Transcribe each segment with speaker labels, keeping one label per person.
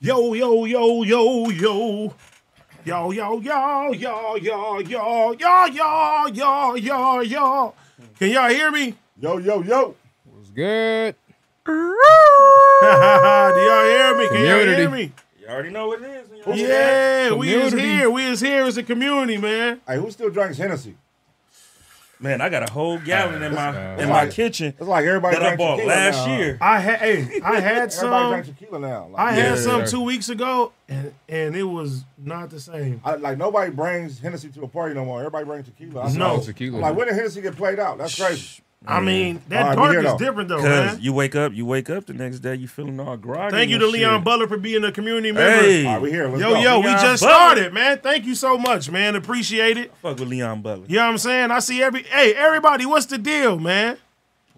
Speaker 1: yo, yo, yo, yo, yo. Yo, yo, yo, yo, yo, yo, yo, yo, yo, yo, yo. Can y'all hear me?
Speaker 2: Yo, yo, yo.
Speaker 3: It's good.
Speaker 1: Do y'all hear me? Can y'all hear
Speaker 3: Community.
Speaker 1: me?
Speaker 2: You already know what it is. when y'all-
Speaker 1: Yeah, we is
Speaker 3: Community.
Speaker 1: here. We is here as a community, man.
Speaker 2: Hey, who still drinks Hennessy?
Speaker 4: Man, I got a whole gallon in my in my
Speaker 2: Like-
Speaker 4: kitchen
Speaker 2: It's like everybody
Speaker 4: that I
Speaker 2: drinks
Speaker 4: bought
Speaker 2: tequila
Speaker 4: last
Speaker 2: now.
Speaker 4: year.
Speaker 1: I had, hey, I had
Speaker 2: Everybody
Speaker 1: some,
Speaker 2: drinks tequila now. Like,
Speaker 1: I had
Speaker 3: Yeah.
Speaker 1: some two weeks ago, and and it was not the same.
Speaker 2: I- like nobody brings Hennessy to a party no more. Everybody brings tequila. I
Speaker 1: No.
Speaker 2: said,
Speaker 3: Oh, tequila.
Speaker 2: I'm like when did Hennessy get played out? That's crazy.
Speaker 1: I mean,
Speaker 2: All
Speaker 1: that
Speaker 2: right, we
Speaker 1: dark
Speaker 2: here,
Speaker 1: is
Speaker 2: though.
Speaker 1: different though,
Speaker 4: Cause
Speaker 1: man.
Speaker 4: you wake up, you wake up the next day, you feeling all groggy.
Speaker 1: Thank you to
Speaker 4: and
Speaker 1: Leon
Speaker 4: shit.
Speaker 1: Butler for being a community member.
Speaker 4: Hey,
Speaker 2: All right, we here. Let's
Speaker 1: Yo,
Speaker 2: go.
Speaker 1: yo, we
Speaker 4: Leon
Speaker 1: just
Speaker 4: Butler.
Speaker 1: started, man. Thank you so much, man. Appreciate it.
Speaker 4: fuck with Leon Butler.
Speaker 1: You know what I'm saying? I see every hey, everybody, what's the deal, man?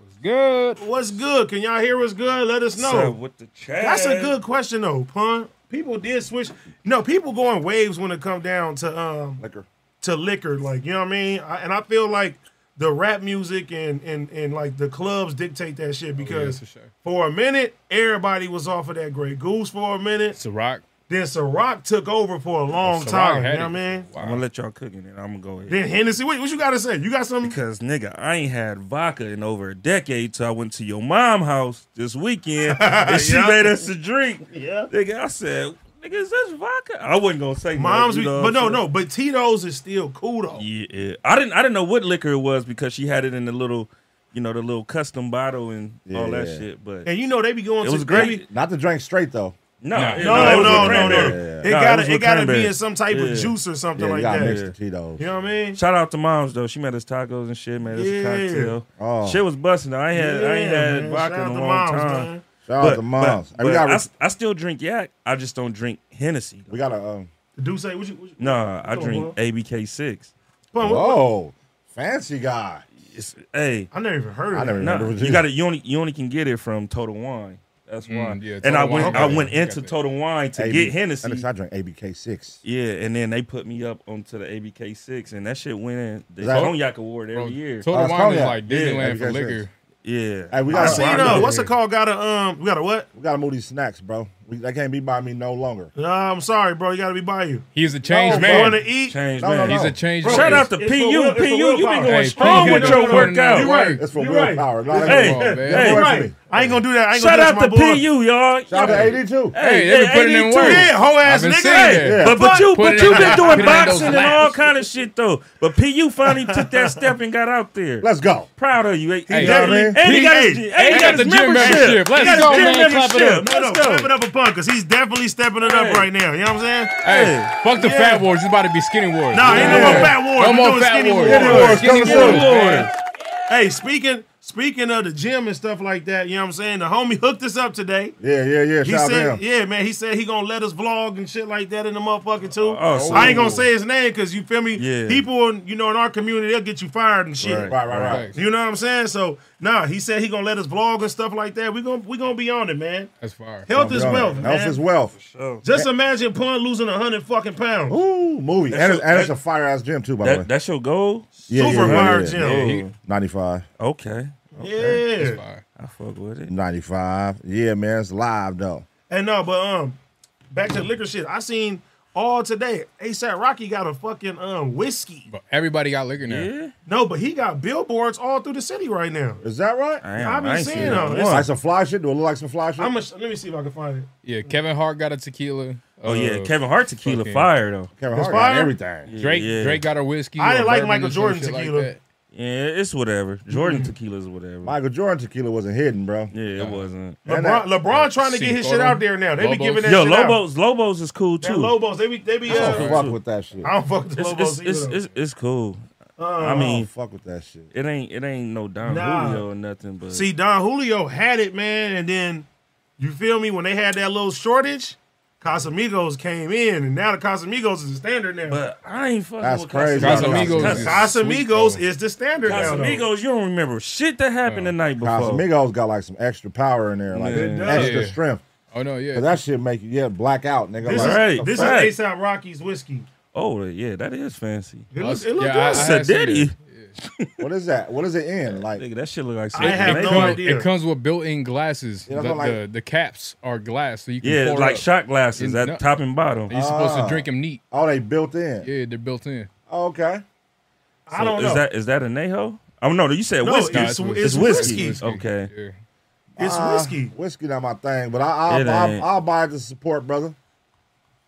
Speaker 3: It's good.
Speaker 1: What's good? Can y'all hear what's good? Let us know.
Speaker 4: So with the chat.
Speaker 1: That's a good question though, pun. People did switch. No, people go in waves when it come down to um
Speaker 2: liquor.
Speaker 1: to liquor, like you know what I mean. I, and I feel like the rap music and and and like the clubs dictate that
Speaker 4: Oh,
Speaker 1: shit because
Speaker 3: for sure.
Speaker 1: for a minute everybody was off of that Great Goose for a minute.
Speaker 3: It's a rock.
Speaker 1: Then Ciroc took over for a long
Speaker 3: Ciroc
Speaker 1: time. You
Speaker 3: had
Speaker 1: know what I
Speaker 3: it.
Speaker 1: mean?
Speaker 4: I'm gonna let y'all cook in it. I'm gonna go ahead.
Speaker 1: Then Hennessy, what, what you got to say? You got something?
Speaker 4: Cause nigga, I ain't had vodka in over a decade till I went to your mom house this weekend and she
Speaker 1: Yeah.
Speaker 4: made us a drink.
Speaker 1: Yeah.
Speaker 4: Nigga, I said, nigga, is this vodka? I wasn't gonna say
Speaker 1: Moms,
Speaker 4: no,
Speaker 1: we,
Speaker 4: you know
Speaker 1: but
Speaker 4: what
Speaker 1: no,
Speaker 4: I'm saying?
Speaker 1: no, but Tito's is still cool though.
Speaker 4: Yeah, yeah. I didn't I didn't know what liquor it was because she had it in the little, you know, the little custom bottle and all that
Speaker 2: Yeah.
Speaker 4: shit. But
Speaker 1: And you know they be going.
Speaker 4: It
Speaker 1: to,
Speaker 4: was
Speaker 1: they
Speaker 4: great.
Speaker 1: be-
Speaker 2: Not to drink straight though.
Speaker 4: no,
Speaker 3: Nah.
Speaker 4: it-
Speaker 1: no,
Speaker 4: it
Speaker 1: no,
Speaker 4: was with
Speaker 1: no, no,
Speaker 4: cranberry.
Speaker 1: It
Speaker 4: Nah,
Speaker 1: gotta,
Speaker 4: was
Speaker 1: it,
Speaker 4: with
Speaker 1: gotta be
Speaker 4: cranberry.
Speaker 1: in some type
Speaker 4: Yeah.
Speaker 1: of juice or something
Speaker 2: Yeah,
Speaker 1: like
Speaker 2: you got
Speaker 1: that.
Speaker 2: mixed Tito's.
Speaker 1: You know what I mean?
Speaker 4: Shout out to moms though. She made us tacos and shit. Made us
Speaker 1: Yeah.
Speaker 4: a cocktail.
Speaker 2: Oh.
Speaker 4: Shit was busting. though. I ain't had I ain't
Speaker 1: Yeah,
Speaker 4: had
Speaker 1: man.
Speaker 4: vodka in
Speaker 1: Shout out
Speaker 4: a
Speaker 1: to
Speaker 4: long
Speaker 1: moms,
Speaker 4: time.
Speaker 1: man.
Speaker 2: Shout out to moms. Hey,
Speaker 4: but
Speaker 2: we got
Speaker 4: I,
Speaker 2: a,
Speaker 4: s- I still drink yak. I just don't drink Hennessy.
Speaker 2: we got a um,
Speaker 1: Do say what you? What you
Speaker 4: Nah, I
Speaker 1: Come on,
Speaker 4: drink
Speaker 1: boy.
Speaker 4: ABK six.
Speaker 1: Pun, what- what-
Speaker 2: whoa fancy guy.
Speaker 4: It's hey,
Speaker 1: I never even heard of
Speaker 2: I
Speaker 1: it.
Speaker 2: never
Speaker 4: nah,
Speaker 2: remember what
Speaker 4: you got to you only you only can get it from Total Wine. That's why.
Speaker 3: Mm, yeah,
Speaker 4: and
Speaker 3: Total
Speaker 4: I went
Speaker 3: Wine.
Speaker 4: I went
Speaker 3: Okay.
Speaker 4: into Total Wine to
Speaker 2: AB
Speaker 4: get Hennessy.
Speaker 2: I drink ABK six.
Speaker 4: Yeah, and then they put me up onto the ABK six, and that shit went in the
Speaker 2: that-
Speaker 4: cognac award every
Speaker 3: Bro,
Speaker 4: year.
Speaker 3: Total
Speaker 2: Oh,
Speaker 3: Wine is
Speaker 2: cognac.
Speaker 3: like
Speaker 4: Yeah,
Speaker 3: Disneyland
Speaker 2: like
Speaker 3: for
Speaker 2: you guys
Speaker 3: liquor.
Speaker 2: said.
Speaker 4: yeah,
Speaker 2: Hey, we
Speaker 1: I
Speaker 2: got
Speaker 1: see
Speaker 2: a,
Speaker 1: though. What's the call? Got a um? We got a what?
Speaker 2: we got to move these snacks, bro. We, they can't be by me no longer.
Speaker 1: Uh, I'm sorry, bro. You gotta be by you.
Speaker 3: He's a changed
Speaker 2: No,
Speaker 1: You
Speaker 3: man.
Speaker 1: wanna Oh, eat?
Speaker 4: change
Speaker 2: No, no,
Speaker 4: man.
Speaker 2: no.
Speaker 3: He's a changed man.
Speaker 4: Shout out to
Speaker 1: It's for
Speaker 4: PU.
Speaker 1: will- it's for
Speaker 4: PU, you been
Speaker 1: willpower.
Speaker 4: going
Speaker 3: Hey,
Speaker 4: strong
Speaker 3: PU
Speaker 4: with
Speaker 3: been
Speaker 4: your
Speaker 3: putting in
Speaker 4: workout.
Speaker 3: that
Speaker 1: You right.
Speaker 2: It's for
Speaker 1: You right.
Speaker 2: willpower. No,
Speaker 3: Hey,
Speaker 2: that ain't
Speaker 3: hey,
Speaker 2: wrong, man.
Speaker 3: hey.
Speaker 2: Don't
Speaker 1: You
Speaker 2: worry
Speaker 1: right.
Speaker 2: for me.
Speaker 1: I ain't gonna do that. I ain't
Speaker 4: Shout
Speaker 1: gonna touch
Speaker 4: out to
Speaker 1: my boy.
Speaker 4: PU, y'all.
Speaker 2: Shout out to AD too.
Speaker 3: Hey, they been putting in
Speaker 4: 82.
Speaker 3: work.
Speaker 1: Yeah, whole ass
Speaker 3: I've been
Speaker 1: nigga.
Speaker 3: seeing
Speaker 4: Hey,
Speaker 3: that.
Speaker 2: Yeah.
Speaker 4: but but you
Speaker 3: Put
Speaker 4: but
Speaker 3: it
Speaker 4: you been
Speaker 3: in those- put it
Speaker 4: doing
Speaker 3: in those
Speaker 4: boxing and all
Speaker 3: laps.
Speaker 4: kind of shit though. But PU finally took that step and got out there.
Speaker 2: Let's go.
Speaker 4: Proud of you. Hey,
Speaker 3: Hey,
Speaker 4: you know what I mean?
Speaker 2: man.
Speaker 4: and he got his,
Speaker 1: Hey,
Speaker 4: and he
Speaker 3: he
Speaker 4: got
Speaker 3: got
Speaker 4: his
Speaker 3: the gym
Speaker 4: membership.
Speaker 3: membership. Let's
Speaker 4: He got his
Speaker 3: go,
Speaker 4: gym
Speaker 3: man. Clap it
Speaker 4: membership.
Speaker 3: up.
Speaker 1: No, no,
Speaker 4: Let's go.
Speaker 1: clap it up for Pun, cause he's definitely stepping it up
Speaker 4: Hey.
Speaker 1: right now. You know what I'm saying?
Speaker 3: Hey, fuck the fat wars. It's about to be skinny wars.
Speaker 1: Nah, ain't no more fat wars.
Speaker 3: No
Speaker 1: We
Speaker 3: more
Speaker 1: doing
Speaker 3: fat
Speaker 1: skinny
Speaker 3: wars.
Speaker 1: wars.
Speaker 3: Skinny
Speaker 2: Skinny wars.
Speaker 3: wars, man.
Speaker 1: Hey, speaking speaking of the gym and stuff like that, you know what I'm saying? The homie hooked us up today.
Speaker 2: Yeah, yeah, yeah.
Speaker 1: He
Speaker 2: Shout out to him.
Speaker 1: said, yeah, man, he said he gonna let us vlog and shit like that in the motherfucker too.
Speaker 4: Oh, so-
Speaker 1: I ain't gonna say his name because you feel me?
Speaker 4: Yeah.
Speaker 1: People in, you know in our community, they'll get you fired and shit.
Speaker 2: Right, right, right.
Speaker 3: Thanks.
Speaker 1: You know what I'm saying? So nah, he said he gonna let us vlog and stuff like that. We gonna we gonna be on it, man.
Speaker 3: That's fire.
Speaker 1: Health is
Speaker 2: Yeah.
Speaker 1: wealth, man.
Speaker 2: Health is wealth.
Speaker 1: Just imagine Pun losing hundred fucking pounds.
Speaker 2: Ooh, movie. And, it's,
Speaker 4: your-
Speaker 2: and it's a fire ass gym too, by the way.
Speaker 4: That, that's your goal?
Speaker 2: yeah,
Speaker 1: Super
Speaker 2: yeah,
Speaker 1: fire
Speaker 2: yeah.
Speaker 1: gym.
Speaker 3: Yeah, he,
Speaker 2: Ninety five.
Speaker 4: Okay.
Speaker 1: Yeah.
Speaker 3: that's fire.
Speaker 4: I fuck with it.
Speaker 2: Ninety five. Yeah, man. It's live though.
Speaker 1: And no, but um, back to the liquor shit. I seen all today. ASAP Rocky got a fucking um whiskey.
Speaker 3: But everybody got liquor now.
Speaker 4: Yeah.
Speaker 1: No, but he got billboards all through the city right now.
Speaker 2: Is that right?
Speaker 4: I ain't,
Speaker 1: I be
Speaker 4: I ain't
Speaker 1: seeing
Speaker 4: seen
Speaker 1: them.
Speaker 4: it.
Speaker 1: It's-
Speaker 2: Like some fly shit. Do it look like some fly shit?
Speaker 1: I'm gonna, let me see if I can find it.
Speaker 3: Yeah, Kevin Hart got a tequila.
Speaker 4: Oh yeah,
Speaker 3: uh,
Speaker 4: Kevin Hart tequila
Speaker 3: fucking-
Speaker 4: fire though.
Speaker 2: Kevin
Speaker 1: It's
Speaker 2: Hart got
Speaker 1: fire.
Speaker 2: everything.
Speaker 3: Drake
Speaker 4: Yeah.
Speaker 3: Drake got her whiskey.
Speaker 1: I
Speaker 3: or
Speaker 1: didn't like
Speaker 3: bourbon
Speaker 1: Michael
Speaker 3: and some
Speaker 1: Jordan
Speaker 3: shit like
Speaker 1: tequila.
Speaker 3: that.
Speaker 4: Yeah, it's whatever. Jordan
Speaker 3: Mm-hmm.
Speaker 4: tequila's whatever.
Speaker 2: Michael Jordan tequila wasn't hidden, bro.
Speaker 4: yeah, it wasn't.
Speaker 2: And
Speaker 1: LeBron,
Speaker 2: that-
Speaker 1: LeBron trying to get his shit
Speaker 3: Cinco.
Speaker 1: out there now. They be
Speaker 3: Lobos.
Speaker 1: giving that
Speaker 4: Yo,
Speaker 1: shit out.
Speaker 4: Lobos, Lobos is cool
Speaker 1: That
Speaker 4: too.
Speaker 1: Lobos, they be they be.
Speaker 2: I don't
Speaker 1: Uh,
Speaker 2: fuck with that shit.
Speaker 1: I
Speaker 2: I
Speaker 1: don't fuck with the
Speaker 4: It's,
Speaker 1: Lobos
Speaker 4: it's, it's,
Speaker 1: either.
Speaker 4: it's, it's cool. I mean,
Speaker 2: don't fuck with that shit.
Speaker 4: it ain't it ain't no Don
Speaker 1: Nah.
Speaker 4: Julio or nothing, but
Speaker 1: See, Don Julio had it, man, and then you feel me when they had that little shortage, Casamigos came in, and now the Casamigos is the standard now.
Speaker 4: but I ain't fucking
Speaker 2: That's
Speaker 4: with
Speaker 2: crazy.
Speaker 3: Casamigos
Speaker 4: Casamigos.
Speaker 3: is-
Speaker 1: Casamigos
Speaker 3: Sweet, though.
Speaker 1: is the standard now. though.
Speaker 4: Casamigos, you don't remember shit that happened the night before.
Speaker 2: Casamigos got like some extra power in there, like
Speaker 4: It
Speaker 1: does.
Speaker 2: extra
Speaker 3: Yeah.
Speaker 2: strength.
Speaker 3: Oh no, yeah.
Speaker 2: Cause that shit make you yeah black out, nigga.
Speaker 1: This
Speaker 2: like,
Speaker 1: is
Speaker 4: Right.
Speaker 1: this
Speaker 4: Right.
Speaker 1: is ASAP Rocky's whiskey.
Speaker 4: Oh yeah, that is fancy.
Speaker 1: It
Speaker 3: Us-
Speaker 1: looks, it looks
Speaker 3: yeah, I- I
Speaker 1: good.
Speaker 3: had seen
Speaker 4: Sedity.
Speaker 3: it.
Speaker 2: What is that? What is it in? Like
Speaker 4: Nigga, that shit look like
Speaker 1: I
Speaker 4: something
Speaker 1: have
Speaker 3: it,
Speaker 4: made.
Speaker 1: no
Speaker 3: comes,
Speaker 1: idea.
Speaker 3: it comes with built-in glasses.
Speaker 2: Yeah, that's
Speaker 3: the,
Speaker 2: what I
Speaker 3: the,
Speaker 2: like.
Speaker 3: the caps are glass, so you can
Speaker 4: Yeah,
Speaker 3: pour
Speaker 4: like
Speaker 3: up.
Speaker 4: shot glasses
Speaker 3: It's
Speaker 4: at
Speaker 3: not-
Speaker 4: top and bottom.
Speaker 3: And You're supposed to drink them neat.
Speaker 2: oh, they built in.
Speaker 3: Yeah, they're built in.
Speaker 2: Oh, okay.
Speaker 1: I don't
Speaker 4: is
Speaker 1: know.
Speaker 4: that is that a Neho? Oh no, you said
Speaker 1: No,
Speaker 4: whiskey.
Speaker 1: it's-
Speaker 3: Nah,
Speaker 1: it's
Speaker 4: whiskey.
Speaker 1: whiskey.
Speaker 4: Okay.
Speaker 3: Yeah.
Speaker 1: it's
Speaker 2: Uh,
Speaker 1: whiskey.
Speaker 2: Whiskey not my thing, but I, I'll,
Speaker 4: It
Speaker 2: I'll,
Speaker 4: ain't.
Speaker 2: I'll buy it to support, brother.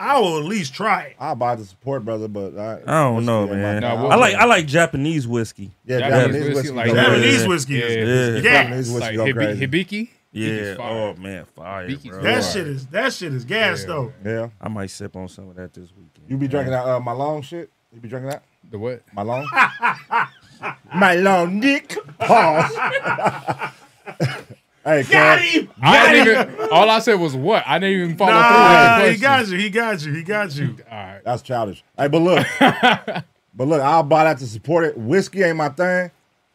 Speaker 1: I will at least try it.
Speaker 2: I'll buy it to support, brother. But I,
Speaker 4: I don't
Speaker 2: whiskey
Speaker 4: know,
Speaker 2: ain't my
Speaker 4: man.
Speaker 2: thing.
Speaker 3: Nah, what-
Speaker 4: I like I like Japanese whiskey.
Speaker 2: yeah,
Speaker 3: Japanese
Speaker 2: Japanese
Speaker 3: whiskey,
Speaker 2: whiskey.
Speaker 3: like
Speaker 2: go
Speaker 3: that.
Speaker 2: crazy.
Speaker 1: Japanese
Speaker 3: Yeah.
Speaker 1: whiskey
Speaker 3: Yeah.
Speaker 1: is
Speaker 4: Yeah.
Speaker 1: gas.
Speaker 2: Japanese whiskey
Speaker 3: Like
Speaker 2: go
Speaker 3: Hibi-
Speaker 2: crazy.
Speaker 3: Hibiki.
Speaker 4: Yeah.
Speaker 3: Hibiki's fire.
Speaker 4: Oh man, fire,
Speaker 3: Hibiki's
Speaker 4: bro.
Speaker 1: That
Speaker 3: fire.
Speaker 1: shit is that shit is gas though.
Speaker 2: Yeah,
Speaker 4: I might sip on some of that this weekend.
Speaker 2: you be drinking that uh, my long shit. You be drinking that
Speaker 3: The what?
Speaker 2: my long. my long dick. Pause. hey,
Speaker 1: Got
Speaker 2: Kev,
Speaker 1: him.
Speaker 3: I didn't even. All I said was what. I didn't even follow
Speaker 1: Nah,
Speaker 3: through.
Speaker 1: he
Speaker 3: with the
Speaker 1: got
Speaker 3: question.
Speaker 1: you. He got you. He got you.
Speaker 3: All right.
Speaker 2: that's childish. Hey, but look, but look, I'll buy that to support it. Whiskey ain't my thing.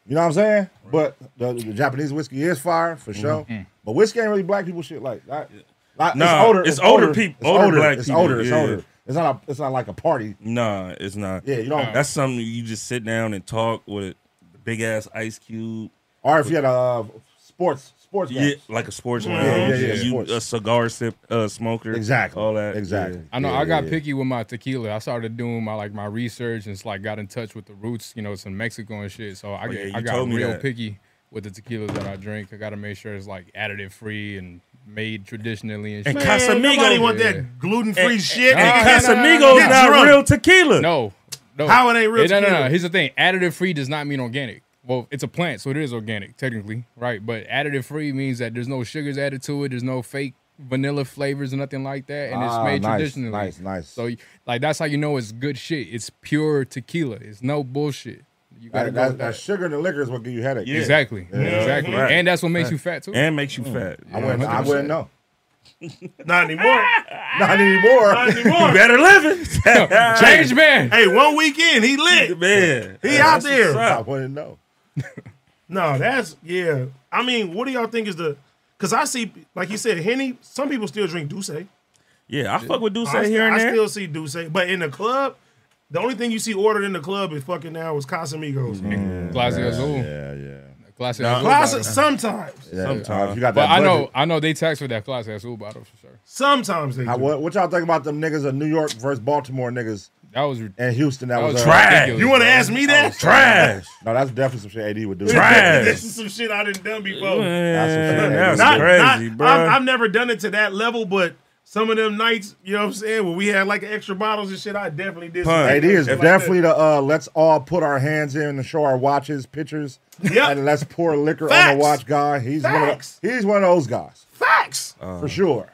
Speaker 2: You know what I'm saying? But the, the Japanese whiskey is fire for sure. But whiskey ain't really black people shit like that. Like,
Speaker 4: Nah, it's older peop-
Speaker 2: It's
Speaker 4: older
Speaker 2: older.
Speaker 4: black
Speaker 2: it's
Speaker 4: people,
Speaker 2: older. It's
Speaker 4: yeah.
Speaker 2: older. It's not. A, it's not like a party.
Speaker 4: Nah, it's not.
Speaker 2: Yeah, you don't.
Speaker 4: That's something you just sit down and talk with a big ass ice cube.
Speaker 2: Or if you had a uh, sports sports
Speaker 4: Yeah,
Speaker 2: match.
Speaker 4: like a sports lounge.
Speaker 2: yeah, yeah,
Speaker 4: You-
Speaker 2: sports.
Speaker 4: You a cigar sip uh, smoker.
Speaker 2: Exactly.
Speaker 4: All that.
Speaker 2: Exactly.
Speaker 3: I know
Speaker 2: Yeah,
Speaker 3: I got
Speaker 2: yeah, yeah.
Speaker 3: picky with my tequila. I started doing my like my research and it's like got in touch with the roots, you know, it's in Mexico and shit. So I, get,
Speaker 4: Oh, yeah, you
Speaker 3: I got
Speaker 4: told me
Speaker 3: real
Speaker 4: that.
Speaker 3: picky with the tequilas that I drink. I got to make sure it's like additive free and made traditionally and shit.
Speaker 4: And
Speaker 1: Man,
Speaker 4: Casamigos.
Speaker 1: nobody want
Speaker 3: Yeah.
Speaker 1: that gluten free
Speaker 4: And-
Speaker 1: shit.
Speaker 4: And
Speaker 1: Nigga,
Speaker 4: Casamigos
Speaker 1: Get
Speaker 4: not
Speaker 1: drunk.
Speaker 4: real tequila.
Speaker 3: no, no.
Speaker 1: How it ain't real
Speaker 3: Hey, No, no, no.
Speaker 1: tequila?
Speaker 3: Here's the thing: additive free does not mean organic. Well, it's a plant, so it is organic technically, right? But additive free means that there's no sugars added to it. There's no fake vanilla flavors or nothing like that, and it's
Speaker 2: Ah,
Speaker 3: made
Speaker 2: nice,
Speaker 3: traditionally.
Speaker 2: nice, nice.
Speaker 3: So, you- like, that's how you know it's good shit. It's pure tequila. It's no bullshit. You gotta
Speaker 2: That,
Speaker 3: go
Speaker 2: that,
Speaker 3: with
Speaker 2: that
Speaker 3: that.
Speaker 2: sugar and the liquor is what give you headache.
Speaker 4: Yeah.
Speaker 3: Exactly, exactly,
Speaker 4: Right.
Speaker 3: and that's what makes you fat too.
Speaker 4: And makes you fat.
Speaker 2: I wouldn't. I wouldn't know.
Speaker 1: Not anymore.
Speaker 2: Not anymore.
Speaker 1: Not
Speaker 4: You
Speaker 1: anymore.
Speaker 4: better live it.
Speaker 3: Change man.
Speaker 1: hey, one weekend he lit.
Speaker 4: Man.
Speaker 1: He out there.
Speaker 2: I wouldn't know.
Speaker 1: No, that's yeah. I mean, what do y'all think is the? Because I see, like you said, Henny. Some people still drink Douce.
Speaker 4: Yeah, I fuck with Duce
Speaker 1: I,
Speaker 4: here and
Speaker 1: I
Speaker 4: there.
Speaker 1: still see Douce, but in the club, the only thing you see ordered in the club is fucking now is Casamigos.
Speaker 4: Mm-hmm.
Speaker 3: Glass of Azul.
Speaker 2: Yeah, yeah.
Speaker 3: Glass of
Speaker 4: Nah.
Speaker 3: Azul.
Speaker 1: Class-
Speaker 3: bottle.
Speaker 1: sometimes,
Speaker 2: Sometimes you got that.
Speaker 3: But I know,
Speaker 2: budget.
Speaker 3: I know they tax with that Glass of Azul bottle for sure.
Speaker 1: sometimes they.
Speaker 2: How-
Speaker 1: do.
Speaker 2: what, what y'all think about them niggas of New York versus Baltimore niggas
Speaker 3: That was. Ridiculous.
Speaker 2: and Houston? That,
Speaker 3: That
Speaker 2: was,
Speaker 3: was
Speaker 2: uh,
Speaker 4: trash.
Speaker 3: ridiculous,
Speaker 1: You want to
Speaker 3: bro.
Speaker 1: ask me that?
Speaker 4: Trash.
Speaker 2: No, that's definitely some shit AD would do.
Speaker 4: Trash.
Speaker 1: this is some shit I didn't done before.
Speaker 4: Man, that's
Speaker 2: That's some
Speaker 1: Not,
Speaker 4: crazy,
Speaker 1: not-
Speaker 4: bro.
Speaker 1: I've, I've never done it to that level, but some of them nights, you know what I'm saying, where we had like extra bottles and shit, I definitely did. some
Speaker 4: Pun.
Speaker 1: shit
Speaker 2: AD is
Speaker 1: like that.
Speaker 2: definitely the uh, let's all put our hands in and show our watches, pictures,
Speaker 1: Yep.
Speaker 2: and let's pour liquor on
Speaker 1: Facts.
Speaker 2: the watch guy. He's one of
Speaker 1: Facts.
Speaker 2: he's one of those guys
Speaker 1: facts.
Speaker 4: Uh,
Speaker 2: for sure.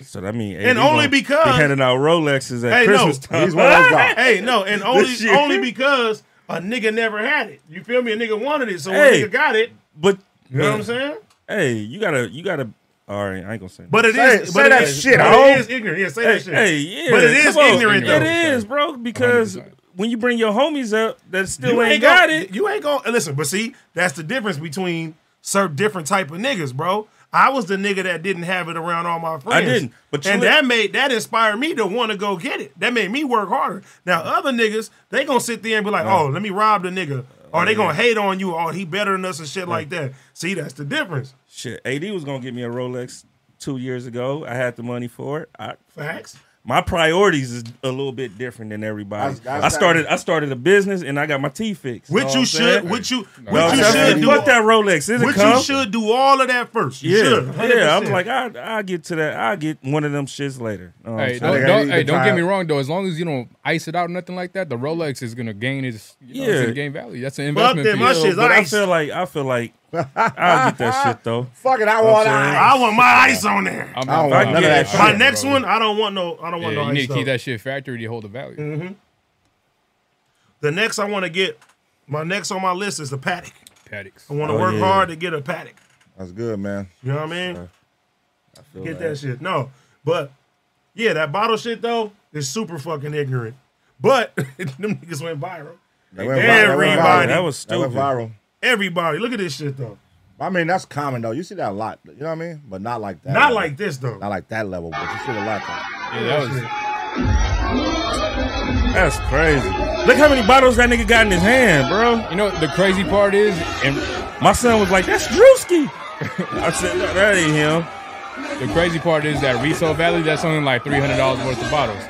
Speaker 4: so that mean,
Speaker 1: And only because-
Speaker 4: they handing out Rolexes at
Speaker 1: Hey, no.
Speaker 4: Christmas time.
Speaker 2: He's one of those guys.
Speaker 1: hey, no, and only
Speaker 4: shit.
Speaker 1: only because a nigga never had it. You feel me? A nigga wanted it, so
Speaker 4: Hey.
Speaker 1: a nigga got it.
Speaker 4: But
Speaker 1: You know what I'm saying?
Speaker 4: Hey, you gotta, you gotta. All right, I ain't gonna say.
Speaker 1: But it
Speaker 2: Say-
Speaker 1: is-
Speaker 2: say
Speaker 1: but
Speaker 2: that
Speaker 1: it is,
Speaker 2: shit,
Speaker 1: but
Speaker 2: ho.
Speaker 1: it is ignorant. Yeah, say
Speaker 4: hey,
Speaker 1: that shit.
Speaker 4: hey, yeah,
Speaker 1: But it is
Speaker 4: come on.
Speaker 1: ignorant though.
Speaker 4: It is, bro, because
Speaker 3: 100%.
Speaker 4: when you bring your homies up that still
Speaker 1: You
Speaker 4: ain't, got
Speaker 1: gon-
Speaker 4: it.
Speaker 1: You ain't gonna listen, but see, that's the difference between certain different type of niggas, bro. I was the nigga that didn't have it around all my friends.
Speaker 4: didn't, but you
Speaker 1: and
Speaker 4: li-
Speaker 1: that made that inspired me to want to go get it. That made me work harder. Now other niggas, they gonna sit there and be like, "Oh, let me rob the nigga," or they gonna hate on you, "Oh, he better than us" and shit like that. See, that's the difference.
Speaker 4: Shit, AD was gonna get me a Rolex two years ago. I had the money for it. I
Speaker 1: Facts.
Speaker 4: my priorities is a little bit different than everybody.
Speaker 2: That's- that's
Speaker 4: I started I started a business and I got my teeth fixed.
Speaker 1: Which
Speaker 4: Know
Speaker 1: you
Speaker 4: what I'm saying?
Speaker 1: should, which you,
Speaker 4: Know what
Speaker 1: which you
Speaker 4: I'm saying?
Speaker 1: should do.
Speaker 4: Fuck that Rolex. It'll
Speaker 1: Which
Speaker 4: come.
Speaker 1: you should do all of that first. You
Speaker 4: Yeah,
Speaker 1: should.
Speaker 4: yeah. I'm
Speaker 1: 100%.
Speaker 4: like, I I get to that. I get one of them shits later. Know what I'm
Speaker 3: Hey,
Speaker 4: saying?
Speaker 3: don't,
Speaker 2: think I
Speaker 3: don't,
Speaker 2: need
Speaker 3: hey,
Speaker 2: to
Speaker 3: don't
Speaker 2: try
Speaker 3: get
Speaker 2: it.
Speaker 3: me wrong though. As long as you don't ice it out, or nothing like that, the Rolex is gonna gain its you know, it's
Speaker 4: Yeah.
Speaker 3: gonna gain value. That's an
Speaker 1: Fuck
Speaker 3: investment.
Speaker 1: that, my
Speaker 3: piece.
Speaker 1: shit's
Speaker 4: but I
Speaker 1: ice.
Speaker 4: feel like I feel like I'll get that shit though.
Speaker 2: Fuck it, I want
Speaker 4: saying?
Speaker 2: ice.
Speaker 1: I want my ice on there.
Speaker 3: I'm
Speaker 2: I don't
Speaker 3: not-
Speaker 2: want none of that
Speaker 1: My
Speaker 2: shit,
Speaker 1: next
Speaker 3: bro.
Speaker 1: one, I don't want no, I don't
Speaker 3: Yeah,
Speaker 1: want no
Speaker 3: you
Speaker 1: ice.
Speaker 3: need to
Speaker 1: though.
Speaker 3: keep that shit factory to hold the value.
Speaker 1: The next I want to get, my next on my list is the paddock.
Speaker 3: Paddocks.
Speaker 1: I want to
Speaker 4: Oh,
Speaker 1: work
Speaker 4: yeah.
Speaker 1: hard to get a paddock.
Speaker 2: That's good, man.
Speaker 1: You know what I mean?
Speaker 4: I feel
Speaker 1: Get
Speaker 4: like-
Speaker 1: that shit. No, but yeah, that bottle shit though is super fucking ignorant. But them niggas went viral.
Speaker 2: That went vi- that went
Speaker 1: Everybody.
Speaker 2: viral.
Speaker 4: That was
Speaker 2: That went
Speaker 4: stupid.
Speaker 2: viral.
Speaker 1: Everybody, look at this shit though.
Speaker 2: I mean, that's common though. You see that a lot. You know what I mean? But not like that.
Speaker 1: Not
Speaker 2: level.
Speaker 1: like this though.
Speaker 2: Not like that level, but you see it a lot. Though.
Speaker 3: Yeah, that was
Speaker 4: That's crazy. Look how many bottles that nigga got in his hand, bro.
Speaker 3: You know the crazy part is, and
Speaker 4: My son was like, "That's Drewski." I said, no, "That ain't him."
Speaker 3: the crazy part is that resale value that's only like three hundred dollars worth of bottles.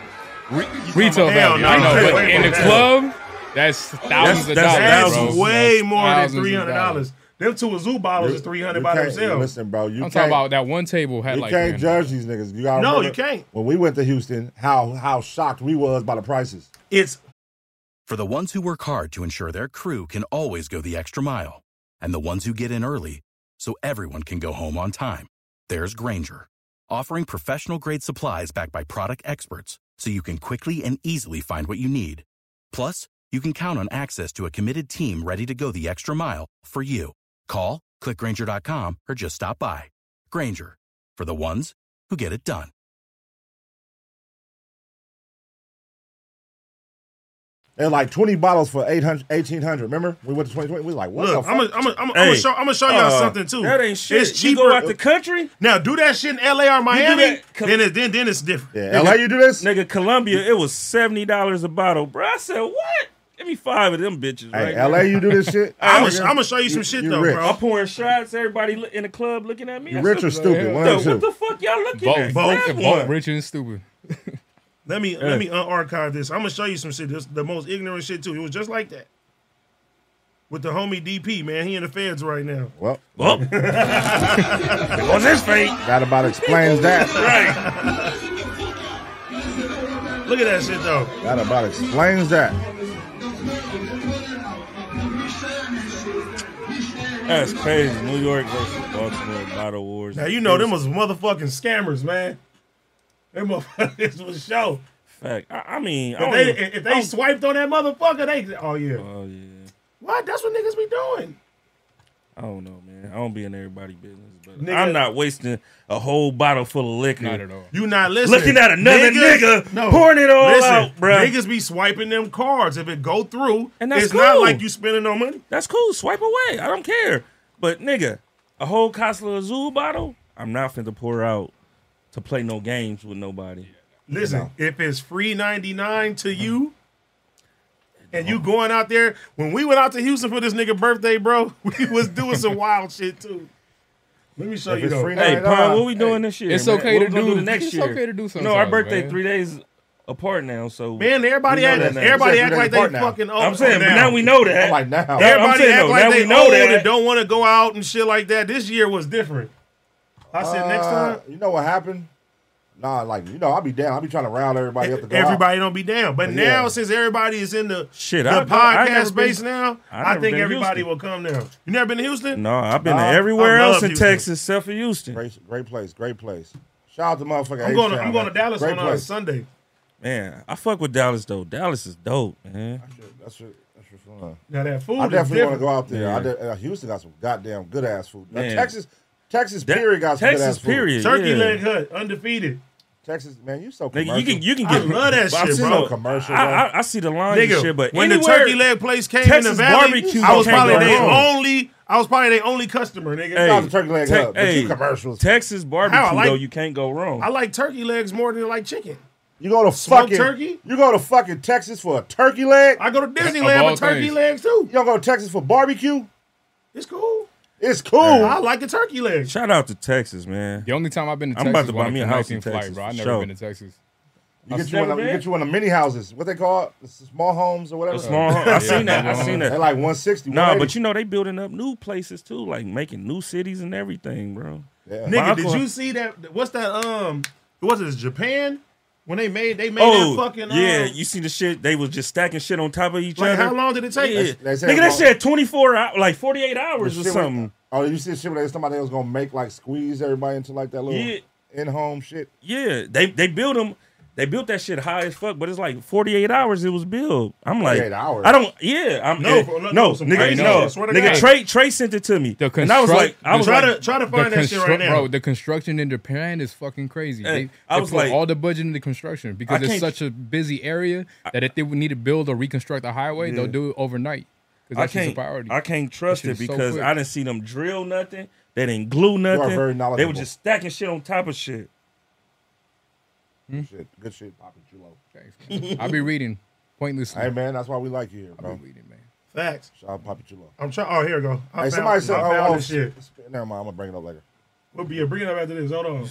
Speaker 3: Re- retail
Speaker 1: Hell
Speaker 3: value,
Speaker 1: no,
Speaker 3: I
Speaker 1: you
Speaker 3: know,
Speaker 1: can't
Speaker 3: but
Speaker 1: wait
Speaker 3: in
Speaker 1: for
Speaker 3: the
Speaker 1: that.
Speaker 3: club, that's thousands of
Speaker 4: that's
Speaker 3: dollars.
Speaker 1: That's
Speaker 4: thousands,
Speaker 3: bro.
Speaker 1: way more than
Speaker 3: Thousands of
Speaker 1: three hundred dollars. Them two Azu bottles is three hundred by
Speaker 2: You can't-
Speaker 1: themselves.
Speaker 2: Listen, bro, you
Speaker 3: I'm
Speaker 2: can't,
Speaker 3: talking about that one table had
Speaker 2: you
Speaker 3: like
Speaker 2: can't
Speaker 3: 300.
Speaker 2: judge these niggas. You gotta
Speaker 1: No,
Speaker 2: remember
Speaker 1: you can't.
Speaker 2: When we went to Houston, how how shocked we was by the prices.
Speaker 1: It's
Speaker 5: For the ones who work hard to ensure their crew can always go the extra mile, and the ones who get in early so everyone can go home on time, there's Granger, offering professional grade supplies backed by product experts so you can quickly and easily find what you need. Plus, you can count on access to a committed team ready to go the extra mile for you. Call, clickgranger.com, or just stop by. Granger, for the ones who get it done.
Speaker 2: They're like twenty bottles for 800, 1800 Remember, we went to twenty twenty. We was like, what?
Speaker 1: look,
Speaker 2: the
Speaker 1: I'm
Speaker 2: fuck?
Speaker 1: gonna I'm gonna
Speaker 4: Hey,
Speaker 1: show I'm gonna show y'all
Speaker 4: uh,
Speaker 1: something too.
Speaker 4: That ain't shit.
Speaker 1: It's
Speaker 4: You go out
Speaker 1: cheaper.
Speaker 4: the country,
Speaker 1: now do that shit in L.A. or Miami,
Speaker 4: that-
Speaker 1: then it then then it's different.
Speaker 2: yeah, LA, you do this?
Speaker 4: nigga. Columbia, it was seventy dollars a bottle, bro. I said, "What? Give me five of them bitches."
Speaker 2: Hey,
Speaker 4: right
Speaker 2: LA, you do this shit?
Speaker 1: I'm
Speaker 2: Nigga,
Speaker 1: gonna I'm gonna show you some shit
Speaker 2: you
Speaker 1: though,
Speaker 2: rich.
Speaker 4: I'm
Speaker 1: bro.
Speaker 4: pouring shots. Everybody li- in the club looking at me.
Speaker 2: You
Speaker 4: I
Speaker 2: rich or
Speaker 4: said,
Speaker 2: stupid? One or
Speaker 4: "What the-
Speaker 2: two.
Speaker 4: What the fuck y'all looking
Speaker 3: Both,
Speaker 4: at?
Speaker 3: both,
Speaker 4: Grab
Speaker 3: both
Speaker 4: one."
Speaker 3: rich and stupid.
Speaker 1: Let me let me unarchive this. I'm gonna show you some shit. This the most ignorant shit too. It was just like that. With the homie DP, man, he in the feds right now.
Speaker 2: Well,
Speaker 4: Well, on this fate,
Speaker 2: that about explains that.
Speaker 4: right?
Speaker 1: Look at that shit though.
Speaker 2: That about explains that.
Speaker 4: That's crazy. New York versus Baltimore bottle wars.
Speaker 1: Now you know them was motherfucking scammers, man. Them motherfuckers was show.
Speaker 4: Fact. I, I mean, I
Speaker 1: If
Speaker 4: don't
Speaker 1: they,
Speaker 4: even-
Speaker 1: if
Speaker 4: I
Speaker 1: they
Speaker 4: don't-
Speaker 1: swiped on that motherfucker, they oh yeah.
Speaker 4: oh yeah,
Speaker 1: What? That's what niggas be doing.
Speaker 4: I don't know, man. I don't be in everybody's business, but
Speaker 1: Nigga-
Speaker 4: I'm not wasting a whole bottle full of liquor.
Speaker 3: Not at all.
Speaker 1: You not listening.
Speaker 4: Looking at another nigga, pouring it all
Speaker 1: Listen,
Speaker 4: out, bro.
Speaker 1: Niggas be swiping them cards. If it go through,
Speaker 4: And that's
Speaker 1: it's not
Speaker 4: cool.
Speaker 1: like you spending no money.
Speaker 4: That's cool. Swipe away. I don't care. But nigga, a whole Castle Azul bottle, I'm not finna pour out to play no games with nobody.
Speaker 1: Listen, if it's free ninety nine to you, and you going out there, when we went out to Houston for this nigga birthday, bro, we was doing some wild shit too. Let me show
Speaker 2: If
Speaker 1: you
Speaker 2: it's
Speaker 1: though.
Speaker 2: free
Speaker 4: Hey,
Speaker 2: Nah,
Speaker 4: Pine,
Speaker 2: nah.
Speaker 4: what we doing this year?
Speaker 3: It's
Speaker 4: man?
Speaker 3: okay
Speaker 4: What
Speaker 3: to
Speaker 4: we gonna
Speaker 3: do-
Speaker 4: the next
Speaker 3: it's
Speaker 4: year.
Speaker 3: okay to do
Speaker 4: No, our
Speaker 3: sometimes,
Speaker 4: birthday
Speaker 3: man.
Speaker 4: three days apart now, so
Speaker 1: Man, everybody
Speaker 4: We know
Speaker 1: act,
Speaker 4: that now.
Speaker 1: everybody
Speaker 2: You said
Speaker 1: act
Speaker 2: you
Speaker 1: like
Speaker 2: didn't
Speaker 1: they
Speaker 2: fart now.
Speaker 1: fucking old.
Speaker 4: I'm saying,
Speaker 1: now.
Speaker 4: but now we know that.
Speaker 2: I'm like now.
Speaker 4: That-
Speaker 1: everybody
Speaker 4: I'm saying,
Speaker 1: act
Speaker 4: though,
Speaker 1: like
Speaker 4: now
Speaker 1: they
Speaker 4: we know
Speaker 1: old
Speaker 4: that.
Speaker 1: and don't want to go out and shit like that. This year was different. I said next
Speaker 2: Uh,
Speaker 1: time
Speaker 2: you know what happened? Nah, like you know, I'll be down. I'll be trying to round everybody up to go out.
Speaker 1: E-, everybody don't be down. But
Speaker 2: Yeah.
Speaker 1: now since everybody is in the
Speaker 4: Shit,
Speaker 1: the
Speaker 4: I- I- I
Speaker 1: podcast
Speaker 4: never been-
Speaker 1: space now,
Speaker 4: I
Speaker 1: I,
Speaker 4: never
Speaker 1: think
Speaker 4: been to
Speaker 1: everybody
Speaker 4: Houston.
Speaker 1: will come now. You never been to Houston?
Speaker 4: No, I've been to
Speaker 2: Nah,
Speaker 4: everywhere
Speaker 1: I love
Speaker 4: else in
Speaker 1: Houston.
Speaker 4: Texas except for Houston.
Speaker 2: Great, great place, great place. Shout out to motherfucker.
Speaker 1: I'm going. To,
Speaker 2: H-Town,
Speaker 1: I'm going to
Speaker 2: man.
Speaker 1: Dallas
Speaker 2: great
Speaker 1: on uh,
Speaker 2: place.
Speaker 1: Sunday.
Speaker 4: Man, I fuck with Dallas though. Dallas is dope, man.
Speaker 2: That's your, that's your fun.
Speaker 1: Now that food
Speaker 2: I
Speaker 1: is
Speaker 2: definitely want to
Speaker 1: different.
Speaker 2: go out there. I
Speaker 4: Yeah.
Speaker 2: de- uh, Houston got some goddamn good ass food. Now,
Speaker 4: Man.
Speaker 2: Texas, Texas
Speaker 4: That-
Speaker 2: period got some good ass
Speaker 4: Texas
Speaker 2: food.
Speaker 4: period.
Speaker 1: Turkey
Speaker 4: yeah.
Speaker 1: leg hut, undefeated.
Speaker 2: Texas, man, you so commercial.
Speaker 4: Nigga, you can you can
Speaker 1: I
Speaker 4: get
Speaker 1: love that
Speaker 4: I've
Speaker 1: shit,
Speaker 4: seen
Speaker 1: bro.
Speaker 4: no
Speaker 2: Commercial,
Speaker 4: I,
Speaker 2: bro.
Speaker 4: I, I see the line and
Speaker 1: Nigga,
Speaker 4: shit, but
Speaker 1: when
Speaker 4: anywhere,
Speaker 1: the turkey leg place came in
Speaker 4: Texas
Speaker 1: the valley,
Speaker 4: barbecue
Speaker 1: I was
Speaker 4: can't
Speaker 1: probably
Speaker 4: go
Speaker 1: their
Speaker 4: wrong.
Speaker 1: only. I was probably their only customer, nigga.
Speaker 4: Hey,
Speaker 2: Shout out to Turkey Leg
Speaker 4: Tex-
Speaker 2: Hub, but
Speaker 4: hey,
Speaker 2: you commercials.
Speaker 4: Texas barbecue
Speaker 1: How I like-
Speaker 4: though, you can't go wrong.
Speaker 1: I like turkey legs more than I like chicken.
Speaker 2: you go to
Speaker 1: smoked
Speaker 2: fucking
Speaker 1: turkey?
Speaker 2: You go to fucking Texas for a turkey leg.
Speaker 1: I go to
Speaker 3: Of
Speaker 1: Disneyland
Speaker 3: all
Speaker 1: with turkey
Speaker 3: things.
Speaker 1: legs too.
Speaker 2: you don't go to Texas for barbecue.
Speaker 1: It's cool.
Speaker 2: It's cool.
Speaker 1: I like the turkey legs.
Speaker 4: Shout out to Texas, man.
Speaker 3: The only time I've been to
Speaker 4: I'm
Speaker 3: Texas,
Speaker 4: about to
Speaker 3: was
Speaker 4: buy
Speaker 3: on
Speaker 4: me
Speaker 3: the
Speaker 4: a house in
Speaker 3: Canadian flight,
Speaker 4: Texas,
Speaker 3: bro. I
Speaker 4: for
Speaker 3: never
Speaker 4: sure.
Speaker 3: been to Texas.
Speaker 2: You
Speaker 4: A
Speaker 2: get you, one of,
Speaker 4: stepper
Speaker 2: you
Speaker 4: bed?
Speaker 2: get you one of the mini houses. What they call it? Small homes or whatever.
Speaker 4: A small home. I seen that. I seen
Speaker 2: They're
Speaker 4: that.
Speaker 2: like 160.
Speaker 4: Nah,
Speaker 2: 180.
Speaker 4: but you know they building up new places too, like making new cities and everything, bro. My
Speaker 2: Yeah.
Speaker 1: Nigga, did
Speaker 4: uncle-
Speaker 1: you see that? What's that? Um, was it Japan when they made they made
Speaker 4: Oh,
Speaker 1: that fucking?
Speaker 4: yeah.
Speaker 1: um,
Speaker 4: You see the shit? They was just stacking shit on top of each
Speaker 1: like
Speaker 4: other.
Speaker 1: how long did it take?
Speaker 4: Yeah.
Speaker 2: They said
Speaker 4: Nigga,
Speaker 2: about-
Speaker 4: that shit twenty four hours, like forty eight
Speaker 2: The
Speaker 4: hours or
Speaker 2: shit where-
Speaker 4: something.
Speaker 2: Oh, you see the shit where they- somebody was gonna make like squeeze everybody into like that little
Speaker 4: Yeah.
Speaker 2: in-home shit.
Speaker 4: Yeah, they they built them. They built that shit high as fuck, but it's like 48 hours it was built. I'm like,
Speaker 2: 48 hours?
Speaker 4: I don't. Yeah, I'm
Speaker 1: No,
Speaker 4: no,
Speaker 1: for-
Speaker 4: no,
Speaker 1: no, some
Speaker 4: nigga,
Speaker 1: crazy
Speaker 4: no,
Speaker 1: shit, swear to
Speaker 4: nigga.
Speaker 1: God.
Speaker 4: Trey Trey sent it to me,
Speaker 3: The
Speaker 4: and I was like,
Speaker 3: construct-
Speaker 4: I was
Speaker 1: try
Speaker 4: like,
Speaker 1: to try to
Speaker 3: The
Speaker 1: find that shit right
Speaker 3: construct-
Speaker 1: now.
Speaker 3: Bro, the construction in Japan is fucking crazy.
Speaker 4: Hey,
Speaker 3: they
Speaker 4: I
Speaker 3: they
Speaker 4: was
Speaker 3: put
Speaker 4: like-
Speaker 3: all the budget into construction because
Speaker 4: I
Speaker 3: it's
Speaker 4: can't-
Speaker 3: such a busy area that if they would need to build or reconstruct a highway, they'll do it overnight. Because
Speaker 4: I
Speaker 3: that's just a
Speaker 4: can't,
Speaker 3: priority.
Speaker 4: I can't trust
Speaker 3: That
Speaker 4: it
Speaker 3: shit is so
Speaker 4: because
Speaker 3: quick.
Speaker 4: I didn't see them drill nothing. They didn't glue nothing.
Speaker 2: very
Speaker 4: they
Speaker 2: knowledgeable.
Speaker 4: were just stacking shit on top of shit. Mm-hmm.
Speaker 2: Shit, good shit, Papa Chulo.
Speaker 3: Thanks, man. I'll be reading pointlessly.
Speaker 2: Hey man, that's why we like you here,
Speaker 3: I'll
Speaker 2: bro.
Speaker 3: be reading, man.
Speaker 1: Facts.
Speaker 2: Shout out Papa Chulo.
Speaker 1: I'm trying. Oh, here we go. I
Speaker 2: Hey,
Speaker 1: found,
Speaker 2: somebody said,
Speaker 1: I
Speaker 2: "Oh,
Speaker 1: found
Speaker 2: oh
Speaker 1: this shit."
Speaker 2: shit." Never mind, I'm gonna bring it up later.
Speaker 1: We'll be bring it up after this. Hold on.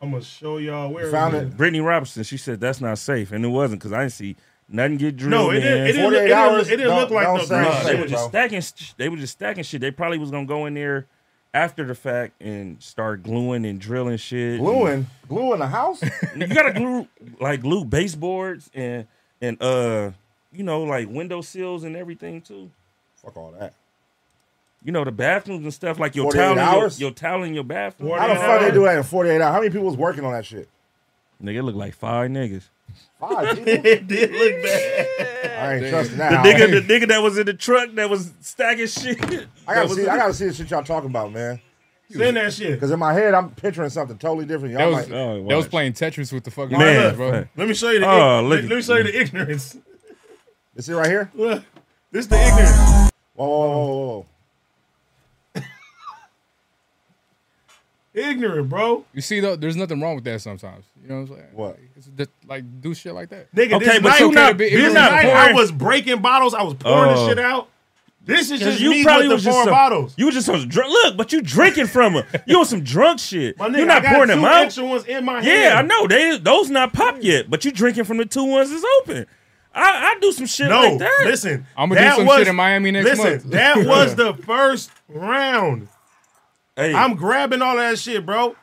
Speaker 1: I'm gonna show y'all where
Speaker 2: Found
Speaker 1: is
Speaker 2: it.
Speaker 4: Brittany Robertson, she said that's not safe, and it wasn't because I didn't see nothing get drilled.
Speaker 1: No, it didn't.
Speaker 4: in.
Speaker 1: It didn't. look- It
Speaker 2: 48
Speaker 1: didn't,
Speaker 2: hours,
Speaker 1: look- it didn't
Speaker 2: don't-
Speaker 1: look like
Speaker 2: don't
Speaker 1: no
Speaker 2: say
Speaker 1: ground
Speaker 4: Nah,
Speaker 2: shit,
Speaker 4: they
Speaker 1: shit.
Speaker 4: were just
Speaker 2: bro.
Speaker 4: stacking. sh- They were just stacking shit. They probably was gonna go in there after the fact and start gluing and drilling shit.
Speaker 2: Gluing, glue in the house.
Speaker 4: And You gotta glue like glue baseboards and and uh you know like window sills and everything too.
Speaker 2: Fuck all that.
Speaker 4: You know the bathrooms and stuff like your
Speaker 2: 48
Speaker 4: towel, and your,
Speaker 2: hours?
Speaker 4: your towel in your bathroom.
Speaker 1: Forty-
Speaker 2: How the
Speaker 1: Yeah.
Speaker 2: fuck they do that in 48 hours? How many people was working on that shit?
Speaker 4: Nigga, it look like five niggas.
Speaker 2: Five people.
Speaker 1: it did look bad.
Speaker 2: I ain't trusting that.
Speaker 4: The
Speaker 2: I-
Speaker 4: nigga, the nigga that was in the truck that was stacking shit.
Speaker 2: I
Speaker 4: that
Speaker 2: gotta
Speaker 4: was
Speaker 2: see.
Speaker 4: in
Speaker 2: I
Speaker 4: the-
Speaker 2: gotta see the shit y'all talking about, man.
Speaker 1: Send that shit.
Speaker 2: Because in my head, I'm picturing something totally different.
Speaker 3: That
Speaker 2: Y'all
Speaker 3: was,
Speaker 2: like,
Speaker 3: uh,
Speaker 4: oh,
Speaker 3: that was
Speaker 4: watch.
Speaker 3: playing Tetris with the fucking
Speaker 4: Man,
Speaker 3: hands, bro.
Speaker 4: fuck.
Speaker 1: Let me show you the.
Speaker 4: Oh,
Speaker 1: ig-
Speaker 4: look
Speaker 1: let,
Speaker 4: at-
Speaker 1: me show you the ignorance.
Speaker 2: this it right here? Whoa,
Speaker 1: Look, this the ignorance.
Speaker 2: whoa, whoa, whoa, whoa.
Speaker 1: Ignorant, bro.
Speaker 3: You see, though, there's nothing wrong with that sometimes. You know what I'm saying?
Speaker 2: What?
Speaker 3: Like, it's just, like do shit like that.
Speaker 1: Nigga,
Speaker 4: Okay,
Speaker 1: this
Speaker 4: but
Speaker 1: night,
Speaker 4: you
Speaker 3: okay
Speaker 4: not,
Speaker 3: to be
Speaker 4: you
Speaker 1: this
Speaker 3: ignorant.
Speaker 4: not
Speaker 1: night
Speaker 4: pouring.
Speaker 1: I was breaking bottles. I was pouring
Speaker 4: Oh.
Speaker 1: the shit out. This is just
Speaker 4: Cause you
Speaker 1: me
Speaker 4: probably
Speaker 1: with
Speaker 4: was
Speaker 1: the
Speaker 4: just
Speaker 1: four
Speaker 4: some,
Speaker 1: bottles.
Speaker 4: You was just on drunk. Look, but you drinking from her. You on some drunk shit.
Speaker 1: My nigga,
Speaker 4: You're
Speaker 1: I
Speaker 4: not
Speaker 1: got
Speaker 4: pouring
Speaker 1: two
Speaker 4: them out.
Speaker 1: extra ones in my hand.
Speaker 4: Yeah, I know. They those not pop yet, but you drinking from the two ones that's open. I, I do some shit
Speaker 1: No,
Speaker 4: like that.
Speaker 1: listen.
Speaker 3: I'ma do
Speaker 1: that
Speaker 3: some
Speaker 1: was-
Speaker 3: shit in Miami next
Speaker 1: listen,
Speaker 3: month.
Speaker 1: that was the first round.
Speaker 4: hey,
Speaker 1: I'm grabbing all that shit, bro.